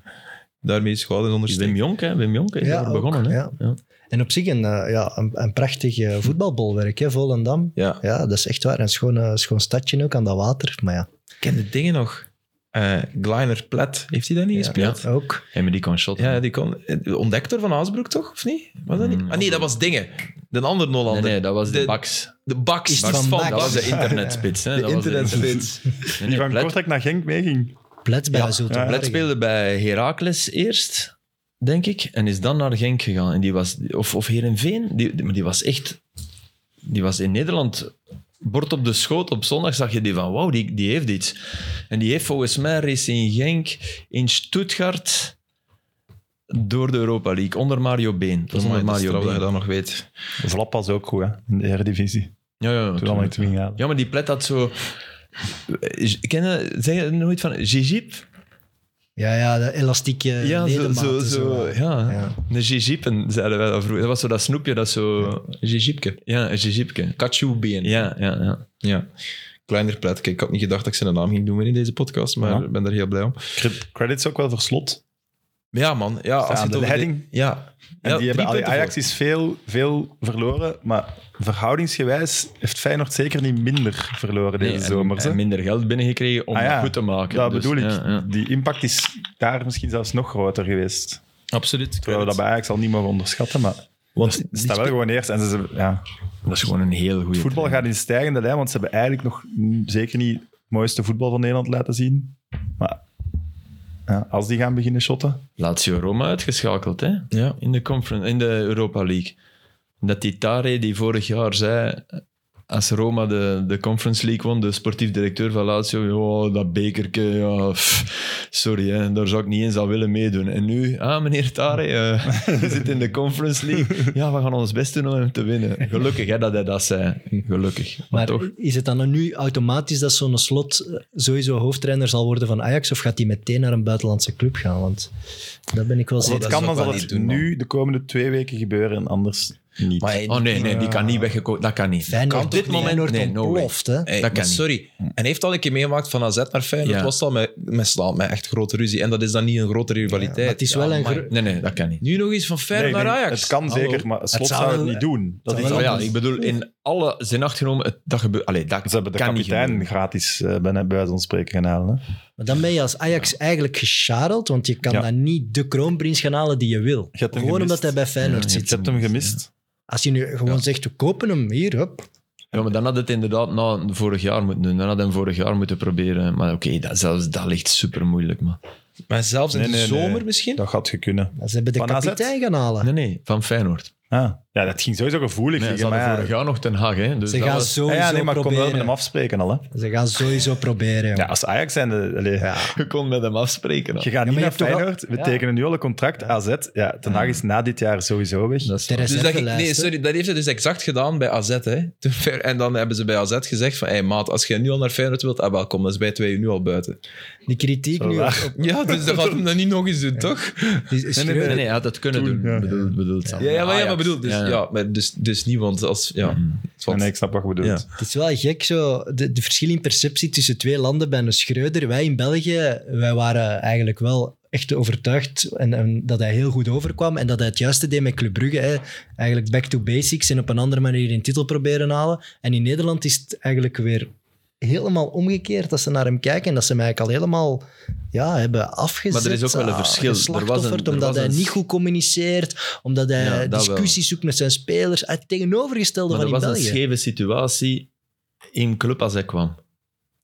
A: daarmee schouders
C: Wim
A: ondersteekt.
C: Jonk, hè? Wim Jonk is
D: Ja,
C: daar
D: ook,
C: begonnen. Hè?
D: ja. En op zich een, eh, ja, een, een prachtig eh,
A: Hm.
D: voetbalbolwerk, hè, Volendam.
A: Ja,
D: Ja, dat is echt waar. Een schoon, eh, schoon stadje ook aan dat water. Maar ja,
A: ik ken de dingen nog. Eh Gleiner Plet, heeft hij dat niet gespeeld? Ja.
D: ook.
C: En met die kon shotten.
A: die kon, eh, ontdekter van Haasbroek toch, of niet? Was dat niet?
C: Hmm.
A: Ah nee, dat was Dingen. De andere
C: nee,
A: Nolander.
C: nee, dat was de,
A: De-
C: Baks.
A: De Baks
D: Is het
A: Baks
D: van
A: van
D: Baks?
C: Dat was de internetspits. Hè?
A: De
C: dat was
A: internetspits.
C: <laughs> Nee,
B: Die
C: nee,
B: van
C: Plet-
B: Kortrijk naar Genk meeging.
D: Plet bij Zulte
B: ja.
C: Plet
D: Waregem.
C: speelde bij Heracles eerst, denk ik. En is dan naar Genk gegaan. En die was, of, of Herenveen. Die, die, maar die was echt. Die was in Nederland. Bord op de schoot op zondag zag je die van wauw, die, die heeft iets. En die heeft volgens mij race in Genk, in Stuttgart, door de Europa League. Onder Mario Been. Dat was onder
A: Amai, dat is
C: Mario
A: straf dat je
C: Been.
A: dat nog weet.
B: Vlap was ook goed hè? in de Eredivisie.
C: Ja, ja,
B: Toen al niet ging halen.
C: Ja, maar die plet had zo... Ken je, zeg je nooit van Gijip?
D: Ja, ja, de elastieke
C: Ja, zo,
D: ledematen.
C: zo,
D: zo.
C: zo, ja.
D: Ja.
C: De Gigipen, zeiden wij dat vroeger. Dat was zo dat snoepje, dat zo...
A: Jijipke.
C: Ja, een Gijipke.
A: Katsjoebeen.
C: Ja, ja, ja.
A: ja. Kleiner Plet. Kijk, ik had niet gedacht dat ik zijn naam ging noemen in deze podcast, maar
B: Ja.
A: ik ben daar heel blij om.
B: Cred- Credits ook wel voor slot.
A: Maar ja, man. Ja, als je
B: aan
A: het
B: de
A: over
B: leiding.
A: ja.
B: En
A: Ja,
B: die
A: drie
B: hebben, allee,
A: punten
B: Ajax
A: voor.
B: is veel, veel verloren, maar verhoudingsgewijs heeft Feyenoord zeker niet minder verloren deze
C: Nee, en-
B: zomer.
C: en
B: hè?
C: minder geld binnengekregen om
B: Ah, ja.
C: dat goed te maken.
B: Dat
C: Dus,
B: bedoel ik.
C: ja, ja.
B: Die impact is daar misschien zelfs nog groter geweest.
A: Absoluut.
B: Terwijl we dat bij Ajax al niet mogen onderschatten, maar
A: Want
B: ze staan wel gewoon eerst. En ze- ze, ja,
C: Dat is gewoon een heel goede...
B: het voetbal gaat in stijgende lijn, want ze hebben eigenlijk nog mm, zeker niet het mooiste voetbal van Nederland laten zien. Maar ja, als die gaan beginnen shotten...
C: Lazio Roma uitgeschakeld, hè?
A: Ja.
C: In de, conference, in de Europa League. Dat die Tare, die vorig jaar zei... Als Roma de, de Conference League won, de sportief directeur van Lazio, "Ja, dat bekerke, ja, pff, sorry, hè, daar zou ik niet eens aan willen meedoen. En nu, ah, meneer Tare, eh, <laughs> je zit in de Conference League. Ja, we gaan ons best doen om hem te winnen. Gelukkig hè, dat hij dat zei. Gelukkig. Maar,
D: Maar
C: toch,
D: is het dan nu automatisch dat zo'n slot eh, sowieso hoofdtrainer zal worden van Ajax? Of gaat hij meteen naar een buitenlandse club gaan? Want dat ben ik wel
B: Als
D: zeker.
B: Oh, dat
A: dat
B: kan,
A: zou
B: dan
A: ik wel
B: zal
A: niet
B: Dus het
A: doen, man.
B: nu de komende twee weken gebeuren. En anders Niet.
A: Maar
C: Oh nee, nee, die kan niet weggekomen. Dat kan niet.
D: Feyenoord
A: Kan dit
D: op dit moment
A: moment-
C: nee, no way.
D: ontploft, hè.
A: Hey,
C: Dat kan
A: maar
C: niet.
A: sorry. En heeft al een keer meegemaakt van AZ naar Feyenoord.
C: Ja.
A: was dat met, met, sla- met echt grote ruzie. En dat is dan niet een grote rivaliteit.
D: maar het is wel een
A: amai.
D: gro-
C: Nee, nee, dat kan niet.
A: Nu nog eens van Feyenoord
B: Nee,
A: naar
B: nee,
A: Ajax.
B: Het kan
D: Hallo.
B: zeker, maar het slot
D: zou
B: zou het
D: wel-
B: niet doen. Dat
D: zou
B: is
D: wel
C: Maar
B: iets
C: ja,
B: anders.
C: ik bedoel, in alle zin afgenomen, het, dat gebeurt... Allee, dat
B: Ze hebben de
C: kan niet
B: kapitein
C: gebeuren.
B: gratis eh, bij, bij wijze van spreken gaan halen. Hè?
D: Maar dan ben je als Ajax eigenlijk gescharreld, want je kan
B: Ja.
D: dan niet de kroonprins gaan halen die je wil.
B: Je hebt hem
D: Gewoon
B: gemist.
D: omdat hij bij Feyenoord
B: Je
D: zit.
B: hebt hem gemist.
D: Als je nu gewoon zegt, we kopen hem hier, hup.
C: Ja, maar dan had het inderdaad na vorig jaar moeten doen. Dan had hij vorig jaar moeten proberen. Maar oké, dat, zelfs dat ligt super moeilijk, man.
A: Maar zelfs in
B: Nee,
A: de
B: nee,
A: zomer
B: nee.
A: misschien?
B: Dat gaat je kunnen.
D: Ze hebben de
B: Van AZ?
D: kapitein gaan halen.
C: Nee, nee, van Feyenoord.
B: Ah. Ja, dat ging sowieso gevoelig
C: Nee, ze
B: liggen.
C: hadden
B: maar ja.
C: vorig jaar nog ten Haag, hè. Dus
D: Ze
C: dat
D: gaan
C: was-
B: Ah
D: sowieso
B: ja, nee, maar ik kon wel met
D: proberen.
B: hem afspreken al. Hè.
D: Ze gaan sowieso proberen, joh.
B: Ja, als Ajax zijn, de, allee,
C: <laughs> Je kon met hem afspreken.
B: je gaat niet
D: je
B: naar
D: hebt toch wel-
B: Feyenoord. We tekenen nu al een contract. AZ, ja, Ten Hag is na dit jaar sowieso weg.
C: Dat is
D: De
A: Dus dat,
D: reservelijst,
A: nee,
D: hè.
A: sorry, dat heeft hij dus exact gedaan bij AZ. Hè. Toen ver- En dan hebben ze bij AZ gezegd van... Hey, maat, als je nu al naar Feyenoord wilt, ah, wel, kom, dat is bij twee uur nu al buiten.
D: Die kritiek
B: Zo
D: nu
B: waar.
D: op...
A: Ja, dus dat gaat hem dan niet nog eens doen, toch?
D: Die is
C: Nee,
D: Schreuder.
C: nee, hij had het kunnen
B: Toen,
C: doen.
B: ja.
C: Bedoel, bedoelt
A: Ja, ja, maar, ja, maar
C: Ajax.
A: bedoel, dus, ja, maar dus, dus niet, want als... Ja,
C: Mm.
A: het was-
B: Nee, ik snap wat je bedoelt.
D: Het is wel gek, zo, de, de verschil in perceptie tussen twee landen bij een Schreuder. Wij in België, wij waren eigenlijk wel echt overtuigd en, en dat hij heel goed overkwam en dat hij het juiste deed met Club Brugge. Hè. Eigenlijk back to basics en op een andere manier een titel proberen halen. En in Nederland is het eigenlijk weer helemaal omgekeerd dat ze naar hem kijken en dat ze hem eigenlijk al helemaal ja, hebben afgezet.
C: Maar er is ook wel een
D: ah,
C: verschil. Er was een-
D: geslachtofferd,
C: er
D: omdat
C: was
D: hij
C: een-
D: niet goed communiceert, omdat hij
C: Ja, dat wel.
D: discussies zoekt met zijn spelers. Het tegenovergestelde
C: Maar
D: van
C: er
D: in
C: was een
D: België.
C: scheve situatie in club als hij kwam.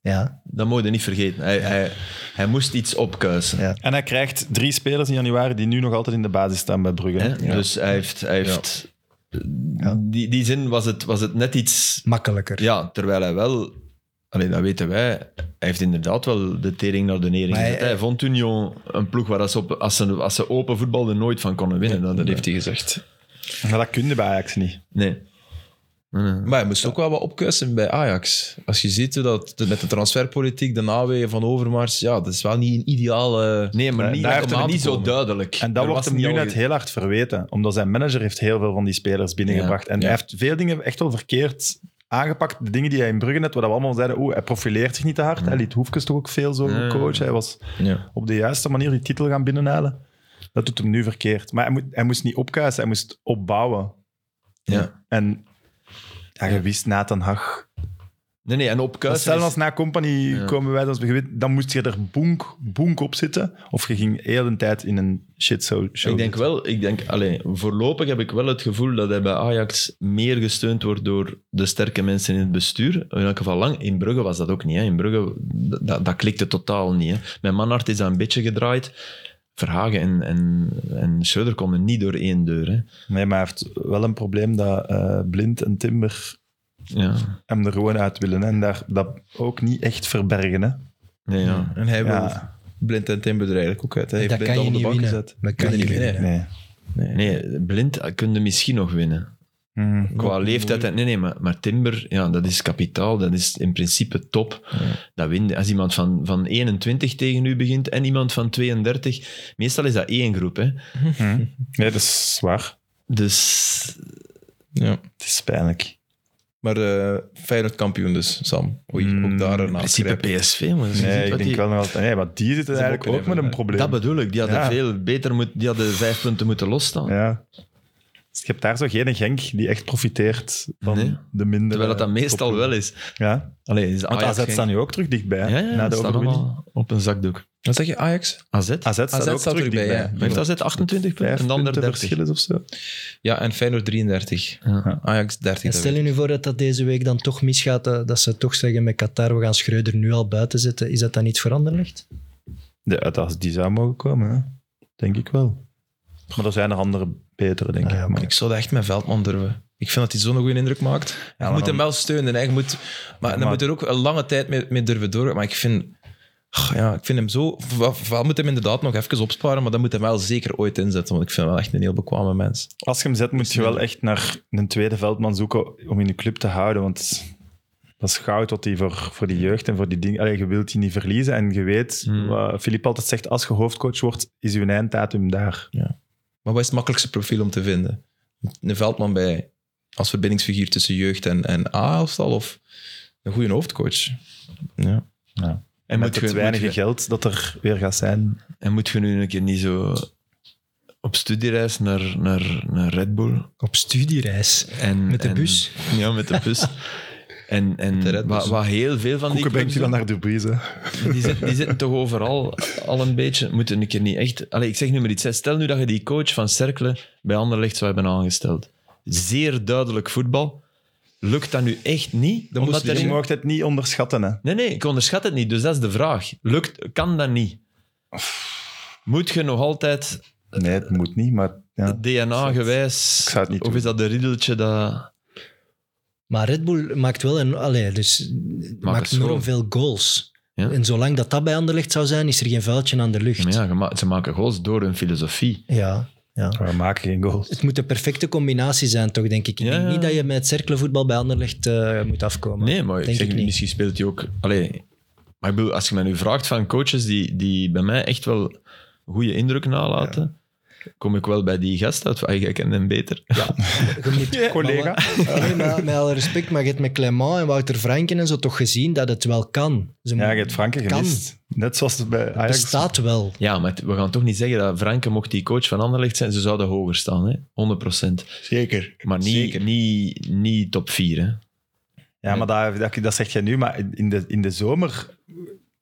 D: Ja.
C: Dat moet je niet vergeten. Hij, hij, hij moest iets opkuisen.
D: Ja.
B: En hij krijgt drie spelers in januari die nu nog altijd in de basis staan bij Brugge.
C: Hè?
B: hè.
C: Dus hij heeft... Hij heeft Die, die zin was het, was het net iets...
D: makkelijker.
C: Ja, terwijl hij wel... Allee, dat weten wij. Hij heeft inderdaad wel de tering naar de nering
D: Maar hij-
C: gezet. Hij vond Union een ploeg waar ze, op, als ze, als ze open voetbalden nooit van konden winnen. Dat,
A: dat heeft hij gezegd.
B: Maar dat kun je bij Ajax niet.
C: Nee. Nee, nee.
A: Maar hij moest ook wel wat opkuisen bij Ajax. Als je ziet hoe dat de- met de transferpolitiek, de naweeën van Overmars, ja, dat is wel niet een ideale...
C: Nee, maar
B: Nee,
C: niet,
B: daar heeft
C: maar
B: hem
C: niet
B: aan te
C: zo
B: komen.
C: duidelijk.
B: En dat
C: Er
B: wordt
C: was
B: hem nu
C: niet al
B: net heel hard verweten. Omdat zijn manager heeft heel veel van die spelers binnengebracht.
C: Ja,
B: En hij
C: ja.
B: heeft veel dingen echt wel verkeerd aangepakt. De dingen die hij in Brugge net, waar we allemaal zeiden, oeh, hij profileert zich niet te hard. Hij liet Hoefkes toch ook veel zo
C: Ja.
B: coachen. Hij was
C: Ja.
B: op de juiste manier die titel gaan binnenhalen. Dat doet hem nu verkeerd. Maar hij, moet, hij moest niet opkuisen, hij moest opbouwen.
C: Ja.
B: En ja, je wist Nathan Hag.
C: Nee, nee, en op Kuijs.
B: Stel als na Company komen wij, als we geweten, dan moest je er boenk, boenk op zitten. Of je ging heel de tijd in een shit show.
C: Ik denk wel, ik denk, alleen voorlopig heb ik wel het gevoel dat hij bij Ajax meer gesteund wordt door de sterke mensen in het bestuur. In elk geval lang. In Brugge was dat ook niet. Hè. In Brugge, d- dat, dat klikte totaal niet. Hè. Met Manhart is dat een beetje gedraaid. Verhagen en, en, en Schöder komen niet door één deur. Hè.
B: Nee, maar hij heeft wel een probleem dat eh, Blind en Timber
C: Ja.
B: hem er gewoon uit willen. hè. En daar, dat ook niet echt verbergen. Hè.
C: Nee, ja.
A: En hij wil
B: Ja.
A: Blind en Timber er eigenlijk ook uit. Hij heeft
D: dat
A: Blind
D: kan
A: al
D: je
A: op de
D: niet
A: bank
D: winnen.
A: gezet.
D: Dat kan je niet winnen.
B: Nee.
C: nee, blind kunde misschien nog winnen.
B: Mhm.
C: Qua leeftijd, en- nee, nee, maar, maar Timber, ja, dat is kapitaal, dat is in principe top. Dat wint, als iemand van, van 21 tegen u begint en iemand van 32, meestal is dat één groep. Hè?
B: Mhm. Nee, dat is zwaar.
C: Dus
A: Ja.
B: Het is pijnlijk.
A: Maar eh Feyenoord kampioen dus, Sam. Oei,
B: Mm,
A: ook daar een
C: in principe
A: afgrijp.
C: PSV, maar je ziet
B: Nee,
C: Dus wat
B: ik denk
C: die-
B: wel nog altijd... Nee, want die zitten
A: hebben
B: eigenlijk
A: ook
B: ook, met een
A: even-
B: probleem.
C: Dat bedoel ik, die hadden
B: Ja.
C: veel beter moet, die hadden vijf punten moeten losstaan.
B: ja. Dus je hebt daar zo geen Genk die echt profiteert van
C: Nee.
B: de minder. eh,
C: Terwijl dat, dat meestal wel is.
B: Ja,
C: Allee, is
B: want
C: Ajax
B: AZ
C: geen-
B: staan nu ook terug dichtbij.
C: ja, ja,
B: na de
C: staan
B: overwinning.
C: allemaal op een zakdoek.
A: Wat zeg je, Ajax?
C: AZ?
B: AZ staat
A: AZ
B: ook
A: staat
B: terug
A: erbij,
B: dichtbij.
A: ja.
C: Heeft AZ 28 punten
B: Vijf
C: en de ander
B: punten
C: 30?
B: verschil is of zo.
A: Ja, en Feyenoord 33.
C: Ja.
A: Ajax 30.
D: En
A: dat
D: stel je nu voor dat dat deze week dan toch misgaat, dat, dat ze toch zeggen met Qatar, we gaan Schreuder nu al buiten zetten. Is dat dan niet voor Anderlecht?
B: De, uit- als die zou mogen komen, hè? denk ik wel. Maar er zijn er andere betere, denk
D: Ah,
B: ik.
D: ja,
B: Maar
A: Ik zou dat echt met Veldman durven. Ik vind dat hij zo'n goede indruk maakt. je
B: maar
A: moet
B: dan-
A: hem wel steunen. Hè. Je moet, maar dan
B: maar-
A: moet er ook een lange tijd mee, mee durven door. Maar ik vind, Ah, ja, ik vind hem zo... Wel, wel moet hem inderdaad nog even opsparen, maar dat moet hem wel zeker ooit inzetten. Want ik vind hem wel echt een heel bekwame mens.
B: als je hem zet, moet je wel echt naar een tweede veldman zoeken om in de club te houden. Want dat is goud wat hij voor, voor die jeugd en voor die dingen. Allee, je wilt die niet verliezen. En je weet, wat Filip altijd zegt, als je hoofdcoach wordt, is je einddatum daar.
A: Maar wat is het makkelijkste profiel om te vinden? een veldman bij als verbindingsfiguur tussen jeugd en, en A-elftal of een goede hoofdcoach. Ja.
C: En
B: Met het weinige
C: moet, je,
B: geld dat er weer gaat zijn.
C: en moet je nu een keer niet zo op studiereis naar, naar, naar Red Bull?
D: Op studiereis.
C: En,
D: Met de
C: en-
D: bus.
C: Ja, met de bus. En,
A: de
C: en
A: Red Bulls.
C: wat, wat heel veel van die
B: Koekenbank
C: clubs
B: die dan naar Dubize.
C: doen, die, zitten, die zitten toch overal al een beetje. Moeten een keer niet echt. Allee, ik zeg nu maar iets. hè. Stel nu dat je die coach van Cercle bij Anderlecht zou hebben aangesteld. Zeer duidelijk voetbal. Lukt dat nu echt niet?
A: Dan
C: Omdat
A: moest
C: er
B: Je
A: Tuurlijk.
B: mag het niet onderschatten. Hè.
C: Nee, nee, ik onderschat het niet. Dus dat is de vraag. Lukt, kan dat niet? Moet je nog altijd
B: Nee, het moet niet, maar... Ja.
C: DNA-gewijs...
B: Ik zou het niet
C: Of
B: doen.
C: is dat de riddeltje dat...
D: Maar Red Bull maakt wel een, allee, dus, maakt
C: schoon.
D: enorm veel goals.
C: Ja.
D: En zolang dat dat bij Anderlecht zou zijn, is er geen vuiltje aan de lucht.
C: Maar ja, je ma- ze maken goals door hun filosofie.
D: Ja.
B: We maken geen goals.
D: Het moet de perfecte combinatie zijn, toch, denk ik. Ik
C: Ja,
D: denk
C: ja.
D: niet dat je met het cirkelvoetbal bij Anderlecht eh, moet afkomen.
C: Nee, maar ik
D: Denk
C: zeg,
D: ik niet.
C: misschien speelt hij ook... Allee, maar ik bedoel, als je mij nu vraagt van coaches die, die bij mij echt wel goede indruk nalaten, kom ik wel bij die gast uit. Ah, Jij kent hem beter.
D: Je moet-
B: Collega.
D: maar wa- <laughs> nee, maar met alle respect, maar je hebt met Clement en Wouter Franken en zo toch gezien dat het wel kan. Ze
B: Ja,
D: mo-
B: je hebt Franken
D: Kan.
B: gemist. Net zoals bij
D: het
B: Ajax.
D: bestaat wel.
C: <laughs> Ja, maar het- we gaan toch niet zeggen dat Franke mocht die coach van Anderlecht zijn, ze zouden hoger staan, hè? 100%.
B: Zeker.
C: Maar niet,
B: Zeker.
C: niet, niet top 4, hè?
B: Ja, maar dat, dat, dat zeg jij nu. Maar in de, in de zomer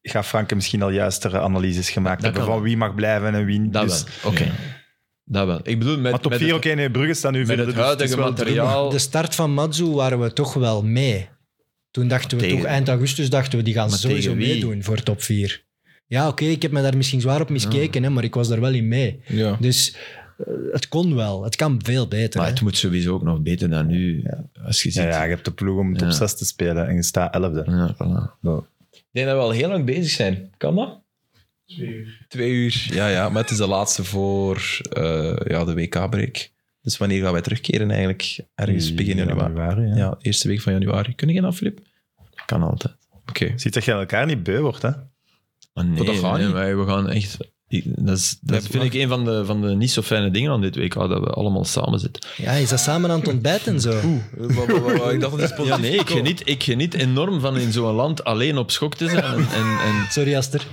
B: gaat Franken misschien al juistere analyses gemaakt
C: Dat
B: hebben
C: kan.
B: van wie mag blijven en wie niet.
C: Dat
B: Dus-
C: wel. Oké. Dat wel. Ik bedoel, met,
B: maar top
C: met
B: 4,
C: het,
B: oké, nee, Brugge staat nu
C: met
B: vierde,
C: het
B: dus is
C: huidige
B: wel te doen.
C: materiaal.
D: De start van Matsu waren we toch wel mee. Toen dachten we
C: Tegen-
D: toch, eind augustus dachten we, die gaan
C: Maar
D: sowieso
C: tegen wie?
D: meedoen voor top 4. Ja, oké, ik heb me daar misschien zwaar op miskeken, hè, maar ik was daar wel in mee.
A: Ja.
D: Dus eh, het kon wel. Het kan veel beter.
C: maar
D: hè.
C: het moet sowieso ook nog beter dan nu. Als je ziet.
B: Ja, ja, je hebt de ploeg om top
C: Ja.
B: 6 te spelen en je staat 11e.
C: Ja, voilà.
A: Ik denk dat we al heel lang bezig zijn. Kan dat? Twee uur. Twee uur. Ja, ja maar het is de laatste voor eh, ja, de WK-break. Dus wanneer gaan wij terugkeren eigenlijk? Ergens begin januari.
B: januari. Ja.
A: Ja, de eerste week van januari. Kun je dat, Filip?
C: Kan altijd.
A: Oké. <laughs>
B: Ziet dat je elkaar niet beu wordt, hè?
C: Maar nee,
A: dat gaat
C: nee,
A: niet.
C: wij- we gaan echt... ik- Dat, is,
A: Wij-
C: dat vind ik een van de, van de niet zo fijne dingen aan dit WK, dat we allemaal samen zitten.
D: Ja, is dat samen aan het ontbijten en zo?
A: Ik dacht dat is
C: Ja, nee, ik geniet, ik geniet enorm van in zo'n land alleen op schok te zijn. En, en, en-
D: Sorry, Aster.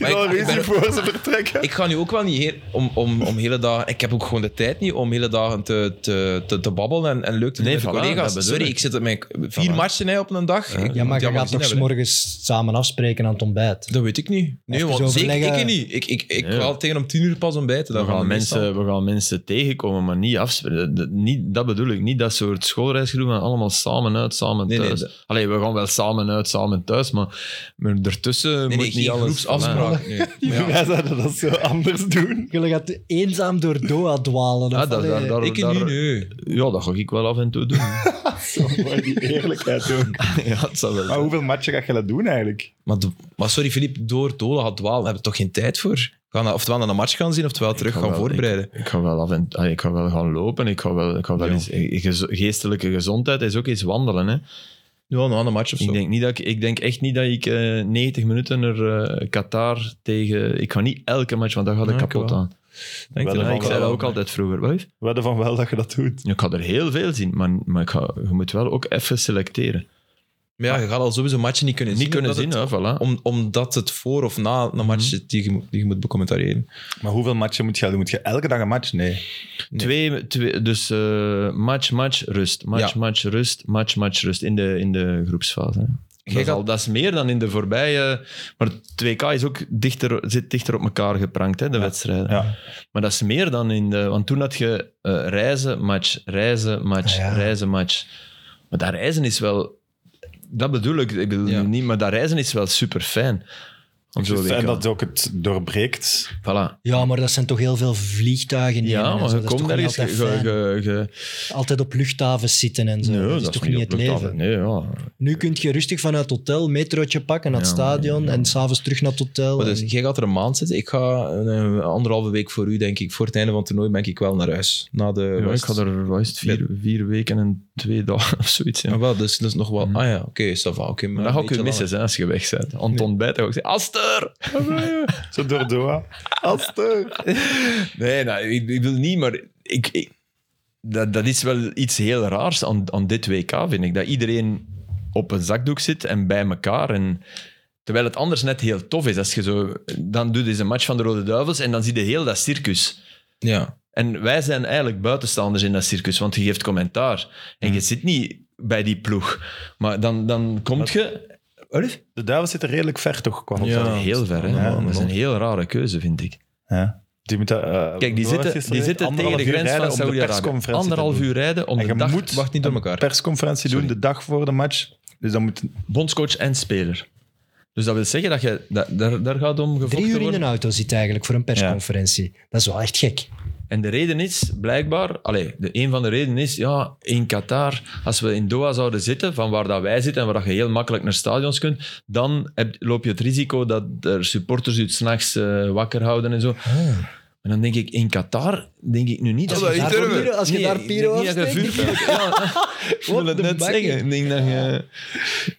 A: Maar ik-
B: Wel
A: ik
B: ruzie
A: ben-
B: voor ze vertrekken.
A: Ik ga nu ook wel niet heer, om, om, om hele dagen... Ik heb ook gewoon de tijd niet om hele dagen te, te, te, te babbelen en, en leuk te doen
C: Nee,
A: met de
C: voilà, dat bedoel
A: collega's. Sorry,
C: ik.
A: ik zit op mijn vier matchen hè, op een dag. Ik moet die
D: Ja, maar je
A: allemaal
D: gaat
A: gezien
D: toch
A: hebben, hè.
D: morgens samen afspreken aan het ontbijt.
A: Dat weet ik niet. Nee,
D: Even
A: want zeker
D: overleggen.
A: ik niet. Ik, ik, ik
C: Nee.
A: ga al tegen om tien uur pas ontbijten. <laughs>
C: we,
A: Dat
C: gaan
A: gaan
C: mensen, we gaan mensen tegenkomen, maar niet afspreken. Dat- Dat, niet, dat bedoel ik. Niet dat soort schoolreisgedoe, maar allemaal samen uit, samen
A: Nee, nee,
C: thuis. Allee, we gaan wel samen uit, samen thuis, maar, maar ertussen
A: Nee, nee,
C: moet niet
A: geen
C: alles...
A: groepsafspraak.
C: <laughs>
A: Nee. Ja.
B: <laughs> Wij zouden dat zo anders doen.
D: Jullie gaat eenzaam door Doha dwalen.
C: Ja,
D: of
C: dat,
D: allee.
C: daar, daar,
A: Ik
C: daar-
A: niet, nee.
C: ja, dat ga ik wel af en toe doen.
B: Zo, voor die eerlijkheid ook.
A: <laughs>
C: ja, dat zal wel.
B: Maar
C: zijn.
B: hoeveel matchen ga je dat doen eigenlijk?
A: Maar, d- maar sorry, Filip, door Dola had dwalen. Daar hebben we toch geen tijd voor? Gaan we oftewel naar de match gaan zien, oftewel terug
C: ga
A: gaan
C: wel-
A: voorbereiden.
C: Ik ga wel af en allee, ik ga wel gaan lopen. Ik ga wel, ik ga wel
A: Ja.
C: eens, eh, gez- geestelijke gezondheid is ook eens wandelen. Hè.
A: Ja, na de match of zo.
C: Ik denk, niet dat ik, ik denk echt niet dat ik eh 90 minuten naar eh, Qatar tegen. Ik ga niet elke match, want daar ga ik
A: Ja, ik
C: kapot
A: wel.
C: aan.
A: Denk
B: Wel,
A: je dat?
B: dan
C: ik zei
A: wel.
C: dat ook altijd vroeger. Wat lief?
B: We hadden van wel dat je dat doet.
C: Ik ga er heel veel zien, maar, maar ik ga, je moet wel ook even selecteren.
A: Maar ja, je gaat al sowieso matchen niet kunnen
C: Niet
A: zien.
C: kunnen
A: omdat
C: zien,
A: het-
C: hè, voilà.
A: om, omdat het voor of na een match zit die je, moet- die je moet becommentariëren.
B: Maar hoeveel matchen moet je gaan doen? Moet je elke dag een match? Nee.
C: Twee, twee, dus eh, match, match, rust. Match,
A: Ja.
C: match, rust. Match, match, rust. In de, in de groepsfase. hè. Dat, is
A: gaat-
C: al, dat is meer dan in de voorbije. Maar het 2K is ook dichter, zit dichter op elkaar geprankt, hè, de wedstrijden.
B: Ja.
C: Maar dat is meer dan in de. Want toen had je eh, reizen, match, reizen, match,
D: Ah, ja.
C: reizen, match. Maar dat reizen is wel. Dat bedoel ik. Ik bedoel
A: Ja.
C: niet, maar dat reizen is wel super fijn. Om zo
B: Dus,
C: weer.
B: en dat ook het doorbreekt.
C: Voilà.
D: Ja, maar dat zijn toch heel veel vliegtuigen nemen
C: Ja,
D: en
C: maar
D: zo.
C: je
D: Dat is
C: komt
D: toch niet
C: ergens. je-
D: altijd,
C: je-
D: fijn?
C: je-
D: altijd op luchthavens zitten en zo.
C: Nee,
D: dat is toch niet het
C: op
D: leven.
C: luchthaven. Nee, ja.
D: Nu kun je rustig vanuit het hotel metrootje pakken naar het
C: Ja,
D: stadion en s'avonds terug naar het hotel.
A: Maar dus,
D: En-
A: jij gaat er een maand zitten. Ik ga een, eh, anderhalve week voor u, denk ik. Voor het einde van het toernooi ben ik wel naar huis. Na de
C: Ja, ik
A: West-
C: had er wat is het, vier, vier weken en twee dagen <laughs> of zoiets. Ja.
A: Ah, wel, dus, dus nog wel.
C: Mhm.
A: Ah ja, oké, ça va. oké, maar
C: Maar dat ga
A: een
C: ik je
A: beetje
C: missen zijn als je weg bent. Aan het ontbijt ga ik zeggen, <laughs> Aster!
B: Zo door
A: Ah,
B: Doha. Aster.
C: nee, nou, ik, ik wil niet, maar ik, ik- dat, dat is wel iets heel raars aan, aan dit WK, vind ik. Dat iedereen op een zakdoek zit en bij elkaar. En, terwijl het anders net heel tof is. Als je zo, dan doet deze match van de Rode Duivels en dan zie je heel dat circus.
A: Ja.
C: En wij zijn eigenlijk buitenstaanders in dat circus, want je geeft commentaar. En je zit niet bij die ploeg. Maar dan, dan kom je... Olaf?
B: De duivel zitten redelijk ver toch? Qua
C: Ja,
B: opstelling.
C: heel ver. Hè?
B: Ja,
C: dat is een heel rare keuze, vind ik.
B: Ja. Die moeten, eh,
C: Kijk, die
B: Boris
C: zitten,
B: gisteren
C: die zitten tegen
B: anderhalf
C: de
B: uur
C: grens
B: rijden
C: van
B: om de
C: Saudi-Arabië.
B: persconferentie te
C: Anderhalf
B: doen.
C: uur rijden om
B: En je
C: de dag...
B: moet
A: Wacht niet door elkaar.
B: persconferentie doen de dag voor de match. Dus dan moet
C: Bondscoach en speler. Dus dat wil zeggen dat je... Dat, daar, daar gaat om gevochten
D: Drie uur in
C: worden.
D: een auto zit eigenlijk voor een persconferentie. Dat is wel echt gek.
C: En de reden is blijkbaar, allee, de, een van de redenen is, ja, in Qatar, als we in Doha zouden zitten, van waar dat wij zitten en waar dat je heel makkelijk naar stadions kunt, dan heb, loop je het risico dat er supporters je s'nachts eh wakker houden en zo.
D: Ah.
C: En dan denk ik, in Qatar, denk ik nu niet
D: Als
C: dat
D: je
C: we-
D: daar
C: durven.
D: piro- als je daar
C: ik
D: piro
C: denk niet dat je
D: afsteekt.
C: vuurwerk-
D: <laughs>
C: Ja, ik wil
D: Op
C: het
D: de
C: net
D: bakken.
C: zeggen. Ik denk dat je...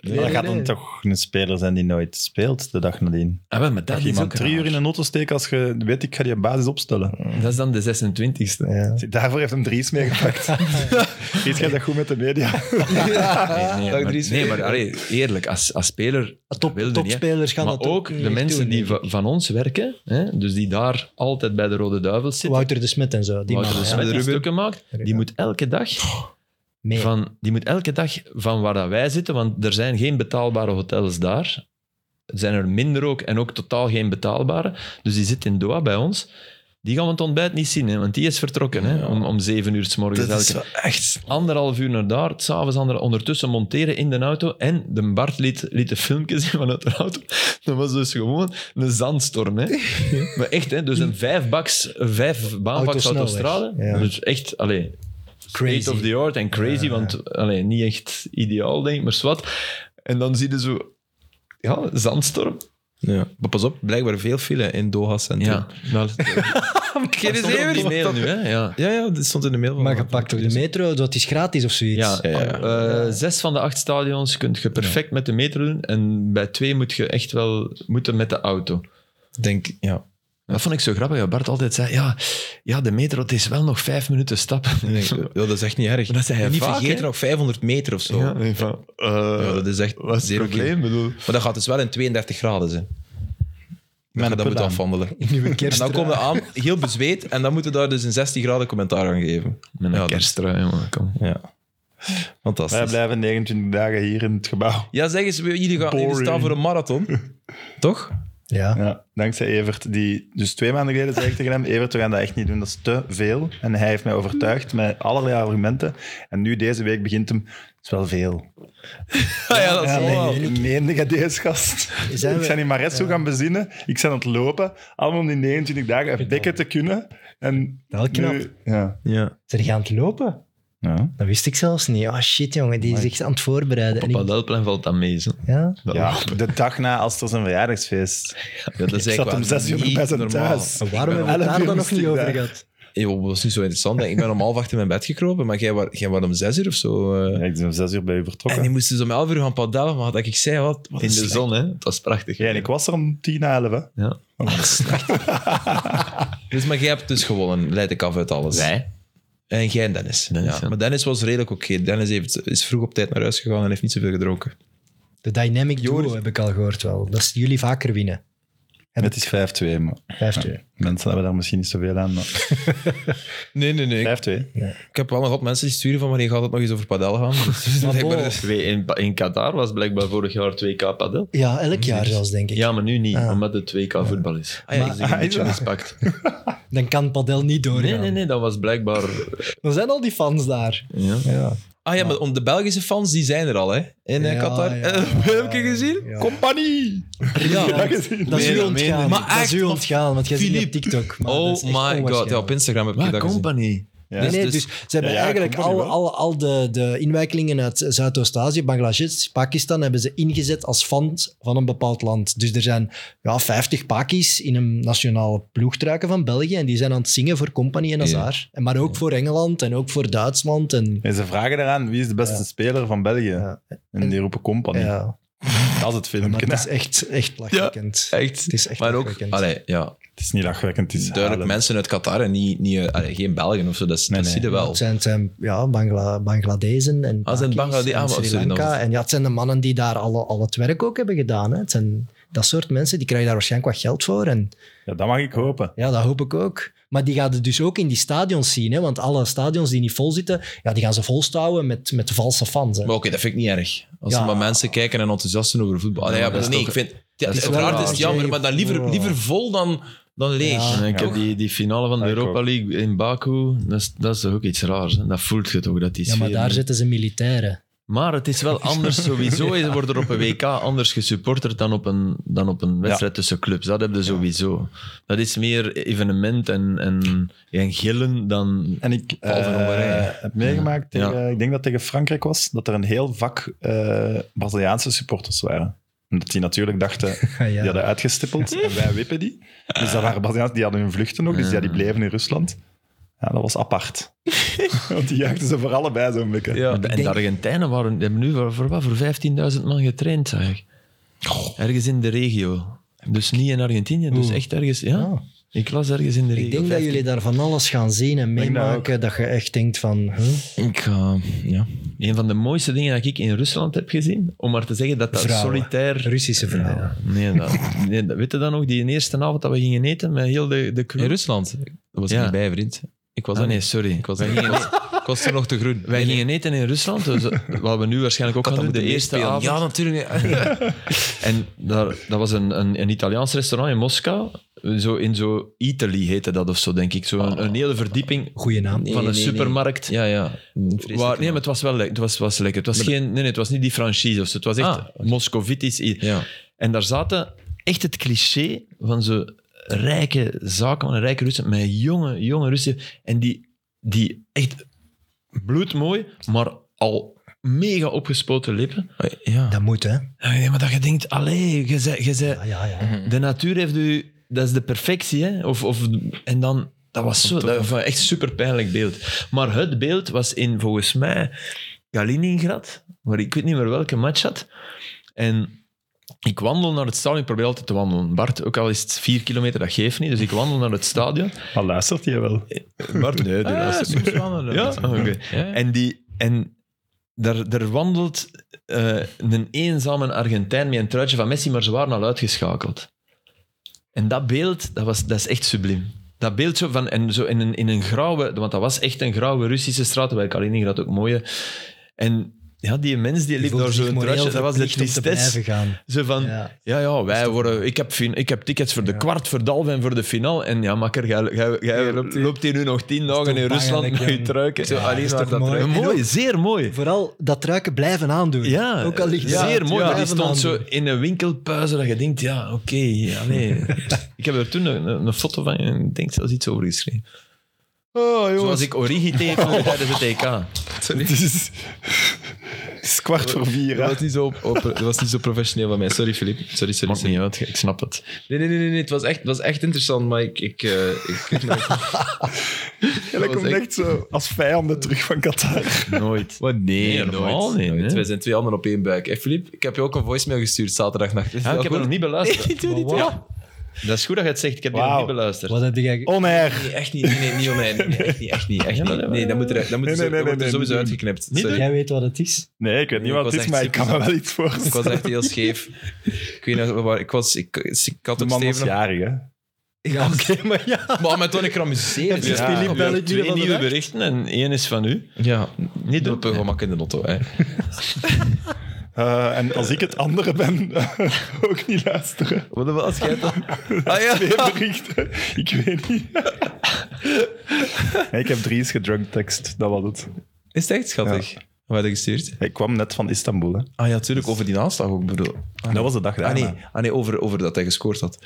B: dat
D: nee,
B: gaat dan
D: nee.
B: toch een speler zijn die nooit speelt de dag nadien.
C: Ah, wel, maar dat,
B: Dat je
C: is
B: iemand
C: ook
B: drie uur in
C: raar.
B: een auto steekt als je weet, ik ga die basis opstellen.
C: Dat is dan de 26e.
B: Zie, Daarvoor heeft hem Dries
C: <laughs>
B: meegepakt. Dries gaat dat goed met de media.
C: Nee, nee, maar, nee, maar allee, eerlijk, als, als speler
D: Ah, Top,
C: wilde niet, hè.
D: topspelers gaan
C: maar
D: dat
C: ook
D: niet
C: de mensen
D: doen,
C: die
D: denk ik.
C: va- van ons werken, hè, dus die daar altijd bij de Rode Duivels zitten,
D: Wouter de Smet en zo.
C: Wouter
D: Die
C: de
D: mannen, Oh,
C: Smet
D: ja.
C: die stukken maakt, die moet elke dag
D: Mee.
C: van, die moet elke dag van waar dat wij zitten, want er zijn geen betaalbare hotels daar. Er zijn er minder ook en ook totaal geen betaalbare. Dus die zit in Doha bij ons. Die gaan we het ontbijt niet zien, hè, want die is vertrokken hè, om, om zeven uur s
A: Dus
C: morgens. elke
A: echt...
C: anderhalf uur naar daar, s'avonds ander, ondertussen monteren in de auto. En de Bart liet, liet de filmpjes zien vanuit de auto. Dat was dus gewoon een zandstorm. Hè? <laughs> maar echt, hè, dus een vijf, baks, vijf baanbaks
D: Autosnelweg,
C: autostrade.
D: ja.
C: Dus echt, allee, state of the art en crazy. Want allee, niet echt ideaal, denk ik, maar zwart. En dan zie je zo... Ja, zandstorm.
A: Ja. Maar pas op, blijkbaar veel file in Doha Centrum.
C: Ja. Dat, <laughs>
A: Geen
C: is
A: idee,
C: die
A: wat
C: mail
A: dat-
C: nu, hè. Ja.
A: Ja, ja, dit stond in de mail. Van Dus
D: Maar
A: Wouter.
D: gepakt door de metro, dat is gratis of zoiets.
C: Ja,
A: Ja, ja.
C: eh, zes van de acht stadions kun je perfect met de metro doen. En bij twee moet je echt wel moeten met de auto.
A: Ik denk, ja.
C: Dat vond ik zo grappig. dat Bart altijd zei, ja, ja de metro, het is wel nog vijf minuten <laughs> stappen.
A: Ik <laughs> denk, ja, dat is echt niet erg.
C: Maar dat zei hij
A: niet
C: vaak,
A: vergeten,
C: hè?
A: nog 500 meter of zo.
C: Ja,
A: Ja.
C: ik van, eh,
A: dat is echt
C: wat is het
A: zeer
C: probleem? Bedoel,
A: Maar dat gaat dus wel in 32 graden zijn. Dat je dat moet
B: pudding.
A: afwandelen.
D: Nieuwe
A: En dan komen we aan, heel bezweet, en dan moeten we daar dus een 16 graden commentaar aan geven.
C: met een
A: Ja, dat-
C: kersttrui, man. Kom.
A: Ja. Fantastisch.
B: Wij blijven 29 dagen hier in het gebouw.
A: Ja, zeg eens, jullie, gaan, jullie staan
B: Boring.
A: voor een marathon. Toch?
D: Ja.
B: Ja, dankzij Evert. Die, dus twee maanden geleden zei ik tegen hem, Evert, we gaan dat echt niet doen, dat is te veel. En hij heeft mij overtuigd met allerlei argumenten. En nu deze week begint hem, het is wel
A: <laughs>
B: veel.
A: Ah ja, dat is
B: Ja,
A: wel.
B: nee, meende je deze gast?
D: Zijn
B: ik
D: we-
B: ben in Maretso gaan bezinnen, ik ben aan het lopen, allemaal om die 29 dagen een bekken te kunnen. En
D: Wel knap.
B: nu, ja.
A: Ja.
D: Zijn die aan het lopen?
B: Ja.
D: Dat wist ik zelfs niet. Oh shit, jongen, die is echt aan het voorbereiden. En
C: Op
D: ik,
C: dat plan valt dat mee. Zo.
D: ja.
B: ja, de dag na Astros een verjaardagsfeest.
A: Ja, dat is
B: Ik zat
A: eigenlijk
B: om
A: wel
B: zes uur
A: niet
B: bij zijn
A: normaal.
B: thuis.
D: En waarom hebben we
B: elf
D: het daar
B: uur
D: dan nog
B: moest
D: niet
B: ik
D: over
B: daar.
D: gehad?
A: Yo, dat is niet zo interessant. hè. Ik ben om half acht in mijn bed gekropen, maar jij was, jij was om zes uur of zo. eh.
B: Ja, ik ben om zes uur bij u vertrokken.
A: En die moesten dus om elf uur gaan padellen, maar dat ik zei, wat, wat
C: In
A: een
C: de
A: slecht-
C: zon, hè. Dat is prachtig.
B: Ja, en ik was er om tien na elf, hè.
C: Ja.
A: <laughs> Dus, maar jij hebt dus gewonnen, leid ik af uit alles.
C: Wij?
A: En jij en Dennis.
C: Dennis,
A: ja.
C: ja.
A: Maar Dennis was redelijk oké. Dennis heeft, is vroeg op tijd naar huis gegaan en heeft niet zoveel gedronken.
D: De dynamic duo heb ik al gehoord wel. Dat is jullie vaker winnen.
B: Het is 5-2, maar
D: 5-2.
B: mensen hebben daar misschien niet zoveel aan.
D: <laughs>
B: maar-
A: Nee, nee, nee.
B: 5-2.
A: Ik heb wel nog wat mensen die sturen van wanneer gaat het nog eens over padel
D: <laughs>
A: gaan. Dus
D: Maar
A: blijkbaar-
D: bo-
C: Twee- In, in Qatar was blijkbaar vorig jaar 2K padel.
D: Ja, elk jaar zelfs, denk ik.
C: Ja, maar nu niet, omdat het 2K voetbal is.
A: Ah, ja,
C: Dat is een beetje mispakt. <laughs>
D: Dan kan Padel niet doorgaan.
C: Nee, nee, nee, dat was blijkbaar...
D: Dan zijn al die fans daar.
C: Ja.
D: Ja.
A: Ah ja, maar om de Belgische fans, die zijn er al, hè? In eh,
D: Ja,
A: Qatar.
D: ja,
A: Eh, <laughs> heb ik je
D: ja,
A: gezien?
D: ja.
A: Compagnie! <laughs> Ja.
D: Dat is u
A: Meen- meen-
D: ontgaan. dat is u
A: Maar
D: ontgaan, want jij ziet op
A: Philippe.
D: TikTok. maar dat
A: Oh
D: is echt
A: my god, ja,
D: onwaarschijnlijk.
A: op Instagram heb ik dat gezien.
B: Ja.
D: Nee, nee,
A: Dus-
D: dus, ze hebben
B: ja,
D: eigenlijk
B: compagnie
D: al,
B: wel.
D: al, al de, de inwijkelingen uit Zuidoost-Azië, Bangladesh, Pakistan, hebben ze ingezet als fans van een bepaald land. Dus er zijn ja, 50 Pakis in een nationale ploegtruiken van België en die zijn aan het zingen voor Company en Azar. en Maar ook voor Engeland en ook voor Duitsland. En,
B: En ze vragen eraan wie is de beste speler van België.
D: Ja.
B: En die roepen Company.
D: ja.
B: Dat is het
D: Maar
B: filmpje.
D: het
B: hè.
D: is echt, echt lachwekkend.
A: Echt.
D: Het is echt
A: maar ook,
D: lachwekkend.
A: allee, ja,
B: Het is niet lachwekkend. Het is
A: duidelijk
B: huilen.
A: mensen uit Qatar en niet, niet, eh, allee, geen Belgen of zo. Dat, is-
B: Nee,
A: dat
B: nee.
A: zie je wel.
D: Het zijn, het zijn ja, Bangla, Bangladezen en
A: Ah, zijn
D: Pakis
A: Banglade-
D: en
A: ah, maar-
D: Sri
A: sorry, dan was
D: Lanka.
A: het-
D: En ja, het zijn de mannen die daar al, al het werk ook hebben gedaan. Hè. Het zijn dat soort mensen, die krijgen daar waarschijnlijk wat geld voor. En
B: Ja, dat mag ik hopen.
D: ja, dat hoop ik ook. Maar die gaan het dus ook in die stadions zien. Hè, want alle stadions die niet vol zitten, ja, die gaan ze volstouwen met, met valse fans. Hè.
A: Maar oké, dat vind ik niet erg. Als
D: Ja.
A: er maar mensen kijken en enthousiast zijn over voetbal. Allee, ja, maar nee, ik vind... Ja,
D: is wel
A: uiteraard is
D: raar,
A: het jammer,
D: Jay.
A: maar dan liever, liever vol dan, dan leeg.
D: Ja.
C: En ik heb die, die finale van de
B: Ja, ik
C: Europa
B: ook.
C: League in Baku, dat is, dat is toch ook iets raars. Hè? Dat voelt je toch, dat die
D: ja, maar
C: sfeer
D: daar
C: niet-
D: zitten ze militairen.
C: Maar het is wel anders sowieso. Je wordt er op een WK anders gesupporterd dan op een, dan op een wedstrijd tussen clubs. Dat heb je sowieso. Dat is meer evenement en, en, en gillen dan...
B: En ik eh,
A: Behalve Hongarije.
B: heb meegemaakt,
C: Ja.
B: tegen- ik denk dat tegen Frankrijk was, dat er een heel vak eh, Braziliaanse supporters waren. Omdat die natuurlijk dachten,
D: Ja, ja.
B: die hadden uitgestippeld <laughs> en wij wippen die. Dus dat waren Braziliaanse, die hadden hun vluchten nog, dus ja, die bleven in Rusland. Ja, dat was <laughs> apart. Want die juichten ze voor allebei zo'n beetje.
C: en de Argentijnen waren, die hebben nu voor, voor wat? Voor 15.000 man getraind, zag ik. Ergens in de regio. Dus niet in Argentinië, dus echt ergens... Ja,
D: Ah.
C: ik las ergens in de regio.
D: Ik denk dat
C: 15.
D: jullie daar van alles gaan zien en
B: denk dat
D: meemaken dat je echt denkt van... huh?
A: Ik ga... ja.
C: Een van de mooiste dingen dat ik in Rusland heb gezien, om maar te zeggen dat dat
D: Vrouwen.
C: solitair...
D: Russische vrouwen.
C: Nee, dat, nee, dat- weet je dan nog, die eerste avond dat we gingen eten met heel de, de crew?
A: In Rusland? Dat was ik
C: Ja.
A: niet bij, vriend. Ik was
C: Ah,
A: er
C: nee,
A: niet.
C: sorry.
A: Ik
C: <laughs>
A: was, er <laughs> niet. Ik was, ik was er nog te groen.
C: Wij gingen eten in Rusland, dus wat we nu waarschijnlijk ook
A: dat
C: gaan doen,
A: moeten
C: de eerste
A: meespelen.
C: avond.
A: Ja, natuurlijk. <laughs> Ja.
C: En daar, dat was een, een, een Italiaans restaurant in Moskou. Zo in zo Italy heette dat of zo, denk ik. Zo een, een hele verdieping
D: Goeie naam.
C: van een
A: nee, nee.
C: supermarkt.
A: ja, ja. Vreselijk.
C: Waar, nee, maar het was wel lekker. Het was, was lekker. Het, was geen, nee, nee, het was niet die franchise of zo. Het was echt
A: Ah.
C: Moscovitisch. i-
A: Ja.
C: En daar zaten echt het cliché van zo'n rijke zakenman, rijke Russen, met jonge, jonge Russen. En die, die echt bloedmooi, maar al mega opgespoten lippen.
A: ja.
D: Dat moet, hè.
C: En ik denk, maar dat je denkt, allee, je zei, je zei,
D: Ja, ja, ja.
C: de natuur heeft u... Dat is de perfectie, hè. Of, of, en dan... Dat was zo, dat was echt super pijnlijk beeld. Maar het beeld was in, volgens mij, Kaliningrad, waar ik weet niet meer welke match had. En ik wandel naar het stadion, ik probeer altijd te wandelen. Bart, ook al is het vier kilometer, dat geeft niet. Dus ik wandel naar het stadion.
B: Maar luistert je wel?
C: Bart, nee, die
A: Ah,
C: luistert
A: soms wel een-
C: ja, oké.
A: Ja, ja.
C: En, die, en daar, daar wandelt eh, een eenzame Argentijn met een truitje van Messi, maar ze waren al uitgeschakeld. En dat beeld, dat, was, dat is echt subliem. Dat beeld zo van, en zo in een, in een grauwe, want dat was echt een grauwe Russische straat, bij Kaliningrad ook mooie. En ja, die mens die liep door
D: Die voelde zich
C: zo'n
D: moreel
C: truitje, dat was de
D: verplicht om te
C: tristesse.
D: blijven gaan.
C: Zo van, ja,
D: Ja.
C: ja, wij worden, ik, heb, fin- ik heb tickets voor de kwart, voor de halve en voor de finale. En ja, makker, jij, jij, jij loopt hier nu nog tien dagen in
D: pijnlijk,
C: Rusland met je
D: jong.
C: truiken.
D: Zo, Ja, alleen dat is maar toch dat mooi?
C: mooi.
D: truiken.
C: Mooi, zeer mooi.
D: Vooral dat truiken blijven aandoen.
C: Ja,
D: ook al ligt
C: zeer mooi. maar die
D: blijven
C: stond zo
D: aandoen.
C: in een winkelpuizen dat je denkt, ja, oké, ja, nee. ik heb er toen een, een foto van, ik denk zelfs iets over geschreven.
B: Oh,
C: Zoals ik Origi
B: <laughs>
C: tekende tijdens het EK.
B: Het is, het is kwart voor vier. hè.
A: Dat was, niet zo op, op- dat was niet zo professioneel van mij. Sorry, Filip. Sorry, sorry.
C: Maakt
A: sorry.
C: niet uit, ik snap het.
A: Nee, nee, nee, nee, nee. Het was echt, het was echt interessant, maar ik... ik, eh, <laughs> ik
B: En dat
A: was
B: komt
A: echt-
B: echt zo als vijanden terug van Qatar.
C: Nooit. <laughs> Wat? Nee, normaal niet, hè.
A: Wij zijn twee handen op één buik. Hè, Filip, ik heb je ook een voicemail gestuurd zaterdagnacht. Is
C: Ja,
A: dat
C: ik heb
A: goed?
C: het nog niet beluisterd.
D: Maar
C: Ja.
D: wat-
C: Dat is goed dat je het zegt, ik heb die
B: Wauw.
C: nog niet beluisterd.
D: Wat heb jij...
B: <laughs>
C: Oh,
B: On air.
A: Nee, echt niet. Nee, nee, niet om mij. Nee, nee, echt niet. Echt niet, echt niet. Nee, dat moet er, dat moet er,
B: Nee, nee, nee,
A: dat wordt er
B: nee,
A: sowieso
B: nee.
A: uitgeknipt.
C: Niet
A: Sorry.
D: Jij weet wat het is.
B: Nee, ik weet
A: Nee,
B: niet
A: ik
B: wat
A: was
B: het is,
A: echt
B: maar ik kan me wel iets
A: Ik was
B: voorstellen.
A: echt heel scheef. Ik weet nog waar... Ik, was, ik, ik had
B: De
A: ook
B: man was
A: Steven... nog-
B: jarig, hè?
D: Ja, oké, maar ja.
A: <laughs> Maar met toen ik er amuseerde.
D: Dus Filip
C: Ja,
D: belt
C: we hebben
D: het nu
C: twee
D: van de
C: nieuwe
D: dag?
C: berichten en één is van u.
A: Ja,
C: Niet
A: niet op
C: doen.
A: een gemak in de lotto. Hè.
B: Eh, en als ik het andere ben, <laughs> ook niet luisteren.
C: Wat was jij dan?
A: Ah <laughs>
B: <laughs>
A: ja.
B: Twee berichten. Ik weet niet. <laughs> Nee, ik heb Dries gedrunk tekst, dat was het.
A: Is het echt schattig? Wat had je gestuurd?
B: Ik kwam net van Istanbul. Hè.
A: Ah ja, tuurlijk, over die aanslag ook bedoel. Ah,
B: Dat was de dag daarna.
A: ah, nee, ah, nee over, over dat hij gescoord had.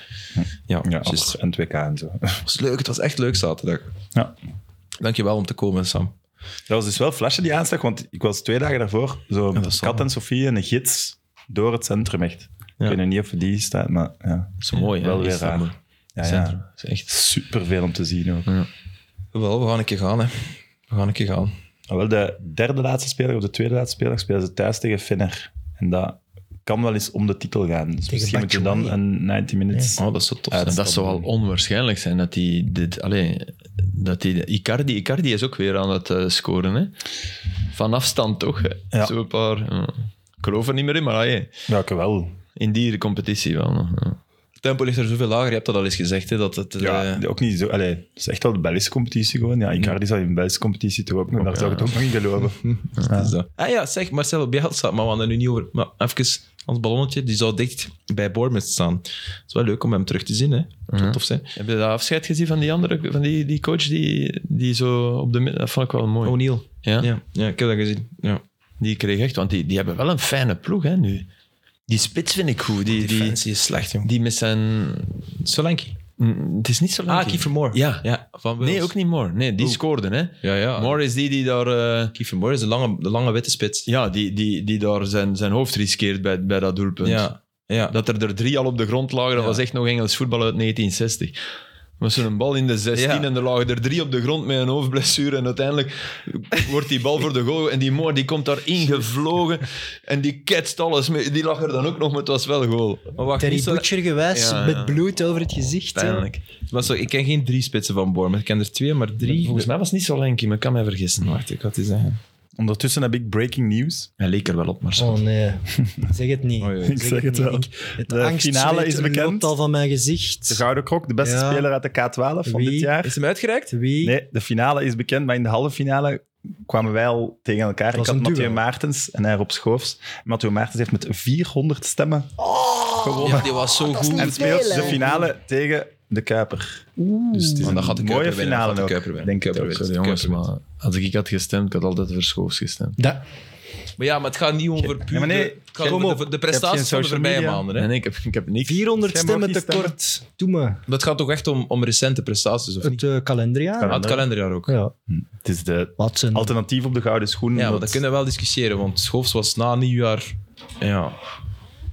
A: Ja,
B: Ja,
A: juist.
B: af- en het WK en <laughs> zo.
A: Het was leuk, het was echt leuk zaterdag.
B: Ja.
A: Dankjewel om te komen, Sam.
B: Dat was dus wel flasje die aanslag, want ik was twee dagen daarvoor zo
A: dat is
B: Kat en Sofie en een gids door het centrum echt. Ik weet nog niet of die staat, maar ja.
C: Dat is mooi, hè?
B: wel weer
C: Istanbul.
B: raar. Ja,
C: Centrum.
B: ja.
C: Dat is echt...
B: Superveel om te zien ook.
A: Wel, we gaan een keer gaan, hè. We gaan een keer gaan.
B: Ah, Wel, de derde laatste speler of de tweede laatste speler spelen ze thuis tegen Finner. En dat kan wel eens om de titel gaan. Dus misschien moet je dan
D: Batshuayi.
B: een 90 minutes...
A: Oh, dat is zo tof.
B: Ja,
A: zijn.
C: En Eh, dat zou wel onwaarschijnlijk zijn dat hij dit... Allee, dat hij... Icardi, Icardi is ook weer aan het eh, scoren, hè. Van afstand toch, hè.
B: Ja.
C: Zo een paar... ja. Ik geloof er niet meer in, maar allee,
B: Ja, ik wel.
C: in die competitie wel nog. ja.
A: Het tempo ligt er zoveel lager. Je hebt dat al eens gezegd. Hè, dat het, eh,
B: Ja, ook niet zo... Allee, het is echt wel de Belgische competitie gewoon. Ja, Icardi zal in de Belgische competitie toch ook nog. Daar zou ik het ook nog in geloven.
A: is dat. Ah ja, zeg, Marcelo Bielsa. Maar we hadden er nu niet over... Maar even, ons ballonnetje, die zou dicht bij Bournemouth staan. Het is wel leuk om hem terug te zien. Hè. Dat zou tof zijn.
C: Heb je dat afscheid gezien van die andere, van die, die coach die, die zo op de mid- Dat vond ik wel mooi.
A: O'Neill.
C: ja?
A: Ja. ja, ik heb dat gezien. Ja.
C: Die kreeg echt, want die, die hebben wel een fijne ploeg hè, nu. Die spits vind ik goed.
A: Oh,
C: Die, die,
A: Defensie is slecht, jong.
C: die met zijn...
A: Solanke.
C: Mm, Het is niet zo lang.
A: Ah, Kiefer Oh. Moore.
C: Ja.
A: ja van Wales.
C: Nee, ook niet Moore. Nee, die
A: Oeh.
C: scoorde hè.
A: Ja, ja.
C: Moore is die die daar... eh,
A: Kiefer Moore is de lange, de lange witte spits.
C: Ja, die, die, die daar zijn, zijn hoofd riskeert bij, bij dat doelpunt.
A: Ja. ja.
C: Dat er er drie al op de grond lagen, dat
A: Ja.
C: was echt nog Engels voetbal uit 1960. Was zo'n bal in de 16
A: Ja.
C: en er lagen er drie op de grond met een hoofdblessure. En uiteindelijk wordt die bal voor de goal. En die Moor die komt daar ingevlogen en die ketst alles mee. Die lag er dan ook nog, maar het was wel goal.
A: Maar wacht,
D: Terry
A: niet zo-
D: Butcher gewijs,
C: Ja, ja.
D: met bloed over het gezicht. hè.
C: Pijnlijk.
A: maar zo, ik ken geen drie spitsen van Bournemouth. Ik ken er twee, maar drie...
C: Volgens mij was het niet zo lenkie, maar ik kan mij vergissen.
A: Wacht, ik had die zeggen.
B: Ondertussen heb ik breaking news.
C: Hij leek er wel op, maar zo.
B: <laughs>
D: Oh nee, zeg het niet.
A: Oh, jee.
B: Ik zeg het
D: niet.
B: wel.
D: Ik- het
B: De
D: angstzweet
B: finale is
D: loopt
B: bekend.
D: al van mijn
B: De
D: gezicht.
B: Gouden Krok, de beste
D: Ja.
B: speler uit de K12 van
D: Wie?
B: dit jaar.
A: Is hem uitgereikt?
D: Wie?
B: Nee, de finale is bekend, maar in de halve finale kwamen wij al tegen elkaar. Ik
D: was
B: had
D: een duo.
B: Mathieu Maartens en hij Rob Schoofs. Mathieu Maartens heeft met 400 stemmen gewonnen.
A: die was zo goed.
B: en speelt de finale tegen de Kuiper. Dus het is
A: Maar
B: een
A: dan gaat de Kuiper
B: mooie
A: winnen,
B: finale
A: gaat de
B: ook.
A: Kuiper winnen.
B: Denk ik
A: Kuiper
B: ook.
A: winnen.
C: Sorry, jongens, maar als ik had gestemd, ik had altijd verschoofs gestemd.
D: Da-
A: Maar ja, maar het gaat niet over puur...
B: Ja, maar nee,
A: de- het gaat
B: kom
A: over
B: op.
A: de, de
B: Je
A: prestaties
B: hebt
A: van
B: geen
A: de
B: social
A: voorbije
B: media.
A: maanden. Hè?
C: En ik heb, ik heb niks.
D: 400
B: Jij mag
D: stemmen
B: niet stemmen.
D: tekort. Doe me.
A: Maar het gaat toch echt om, om recente prestaties, of niet?
D: Het eh, kalenderjaar.
A: Ah, het kalenderjaar ook.
D: Ja,
B: Het is de
D: wat zijn
B: alternatief op de gouden schoen.
A: Ja, maar
B: omdat-
A: dat kunnen we wel discussiëren, want Schoofs was na nieuwjaar... Ja,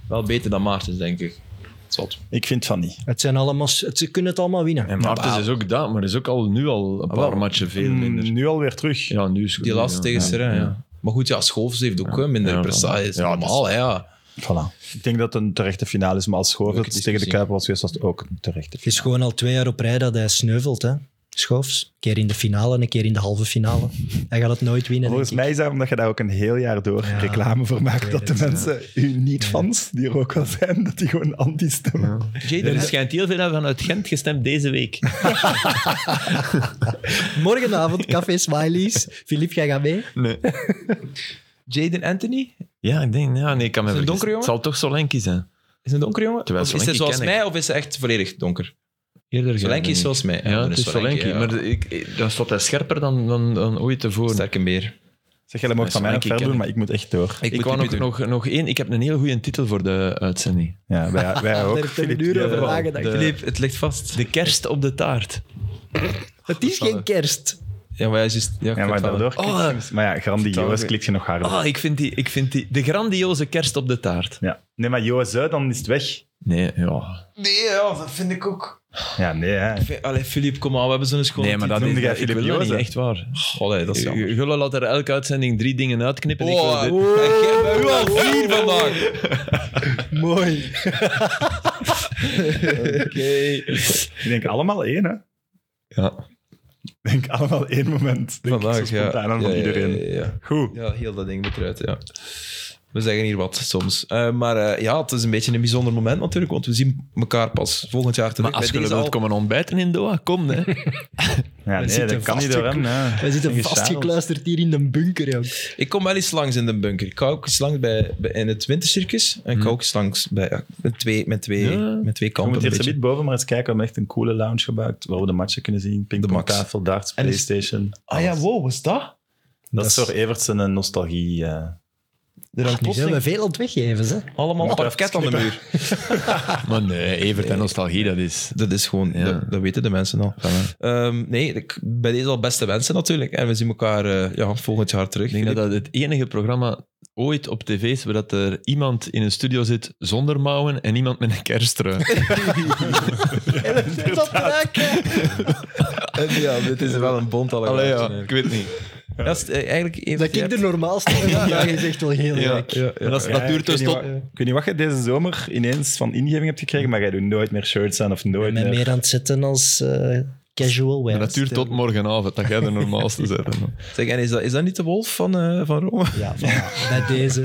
A: wel beter dan Maartens, denk ik. Zot.
B: Ik vind van niet.
D: Het zijn allemaal, het, ze kunnen het allemaal winnen.
C: En Martens is ook dat, maar is ook al, nu al een paar
A: Ah, wel.
C: matchen veel minder.
B: Mm, Nu alweer terug.
C: Ja, nu is het
A: Die
C: goed,
A: laatste
C: ja.
A: tegen
C: Ja.
A: Seraing, ja. Maar goed, ja, Schoofs heeft ook eh, minder
C: Ja,
A: prestaties.
C: ja, dat is-
A: normaal, hè, ja.
B: Voilà. Ik denk dat het een terechte finale is, maar als Schoofs
A: Leuke
B: het tegen de
A: discussie.
B: Kuiper was geweest, was het ook een terechte
D: Het is gewoon al twee jaar op rij dat hij sneuvelt, hè. Schoofs. Een keer in de finale en een keer in de halve
B: <laughs>
D: finale. Hij gaat het nooit winnen, denk
B: Volgens
D: ik.
B: mij is dat omdat je daar ook een heel jaar door
D: Ja,
B: reclame voor maakt.
D: ik
B: Dat
D: weet
B: de
D: het,
B: mensen, u niet-fans, die er ook wel zijn, dat die gewoon anti-stemmen.
C: er schijnt heel veel vanuit Gent gestemd deze week.
D: Morgenavond, Café Smileys.
B: <laughs>
D: Filip, jij gaat mee?
A: Jaden Anthony?
C: Ja, ik denk, ja, nee, ik kan me
A: Is het een
C: vergissen.
A: donkere
C: Het
A: jongen?
C: zal toch Solenki zijn.
A: Is een donkere jongen?
C: Terwijl
A: Of is hij
C: Solanke
A: zoals
C: ken
A: mij of is hij echt volledig donker?
C: Eerder
A: Solanke is zoals mij.
C: Ja,
A: dan
C: het is Solenki.
A: ja.
C: Maar de- ik, ik- dan staat hij scherper dan, dan, dan ooit tevoren.
A: Sterke beer.
B: Zeg, jij mag
C: Ja,
B: van mij nog
C: Solanke
B: ver
C: ken
B: doen,
C: ik.
B: maar ik moet echt door.
C: Ik,
A: moet
C: wou
A: die
C: nog,
A: doen.
C: nog, nog één. Ik heb een heel goede titel voor de uitzending.
B: Ja, wij, wij ook.
D: Daar hebben
B: Filip.
D: we een uur over
B: Ja,
D: nagedacht.
C: de-
A: Filip, het ligt vast.
C: De kerst op de taart.
D: Het is geen kerst.
A: Ja, maar hij is juist... Ja, ik
B: Ja,
A: heb
B: maar
A: het wel.
B: daardoor klikt
C: Oh,
B: je- Maar ja, grandioos klikt je nog harder.
C: Ah, ik vind die, ik vind die... De grandioze kerst op de taart.
B: Ja. Nee, maar Joas uit, dan is het weg.
C: Nee, ja.
A: Nee, ja, dat vind ik ook.
B: Ja, nee, hè.
A: Allee, Filip, kom aan, we hebben zo'n schoon.
C: Nee, maar dat
B: noemde
C: is...
B: jij
C: Ik
B: Filip
C: wil dat niet,
B: Joze?
C: echt waar.
A: Allee, dat is jammer.
C: Gulle laat er elke uitzending drie dingen uitknippen. <laughs> Ik wil dit-
A: en jij bent nu al vier vandaag.
D: Mooi.
B: Ik denk allemaal één, hè.
C: Ja.
B: Ik denk allemaal één moment. Denk ik zo spontaan aan van iedereen.
A: Ja, ja, ja.
B: Goed.
A: Ja, heel dat ding moet eruit, ja. We zeggen hier wat soms. Eh, maar eh, ja, het is een beetje een bijzonder moment natuurlijk, want we zien elkaar pas volgend jaar terug.
C: Maar als
A: Bij
C: je
A: deze
C: wilt
A: al-
C: komen ontbijten in Doha, kom. Hè.
B: Ja, nee,
D: zitten
B: dat kan niet door hem. hè.
D: Wij zitten
B: Tegen Charles.
D: vastgekluisterd hier in de bunker, jong.
A: Ik kom wel eens langs in de bunker. Ik ga ook eens langs bij, bij- in het wintercircus. En ik ga ook eens langs bij, ja, met, twee, met, twee,
C: Hm. Ja.
A: met twee
B: We
A: kampen.
B: moeten hier
A: een beetje.
B: zometeen boven maar eens kijken. We hebben echt een coole lounge gebouwd waar we de matchen kunnen zien.
A: max.
B: Pingpongtafel, darts,
A: En is-
B: Playstation.
A: Ah ja, wow, was dat?
B: Dat is
D: dat
B: voor Evertsen een nostalgie. eh.
A: Er hangt
D: Nu zijn we
A: plotseling
D: veel aan het weggeven, hè.
A: allemaal
B: Moeten we
A: parket aan de
B: even
A: muur.
C: <laughs> Maar nee, Evert en nostalgie, dat is...
A: Dat is gewoon,
C: Ja.
A: dat, dat weten de mensen al. Ehm, nee, ik, bij deze al beste wensen natuurlijk. En we zien elkaar eh, ja, volgend jaar terug.
C: Ik denk dat dat het enige programma ooit op tv is waar dat er iemand in een studio zit zonder mouwen en iemand met een kersttrui.
A: ja, dit is wel een bond <laughs>
C: Allee, ja, ik weet niet.
A: Dat is eh, eigenlijk even,
D: Dat ik de normaalste ben vandaag is echt wel heel leuk.
B: En dat,
E: dat duurt dus
B: ik weet
E: tot-
B: niet wat- Ik weet niet wat je deze zomer ineens van ingeving hebt gekregen, maar jij doet nooit meer shirts aan of nooit
D: Ik ben
B: meer... <laughs>
D: meer aan het zitten als eh, casual wear.
E: Maar dat duurt tot morgenavond, dat jij de normaalste bent.
A: Zeg, en is dat, is dat niet de wolf van, eh, van Rome?
D: Ja, voilà. bij deze.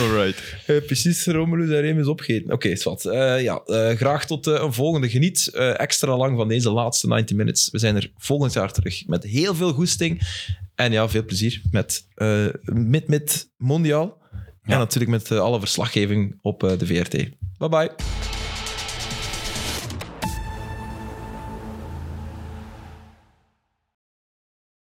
E: Alright.
A: Eh, precies, Romulus en Remus opgegeten. Oké, is wat. Eh, ja, eh, graag tot eh, een volgende. Geniet eh, extra lang van deze laatste 90 minutes. We zijn er volgend jaar terug met heel veel goesting. En ja, veel plezier met eh Mid-Mid Mondiaal. En natuurlijk met eh, alle verslaggeving op eh, de VRT. Bye-bye.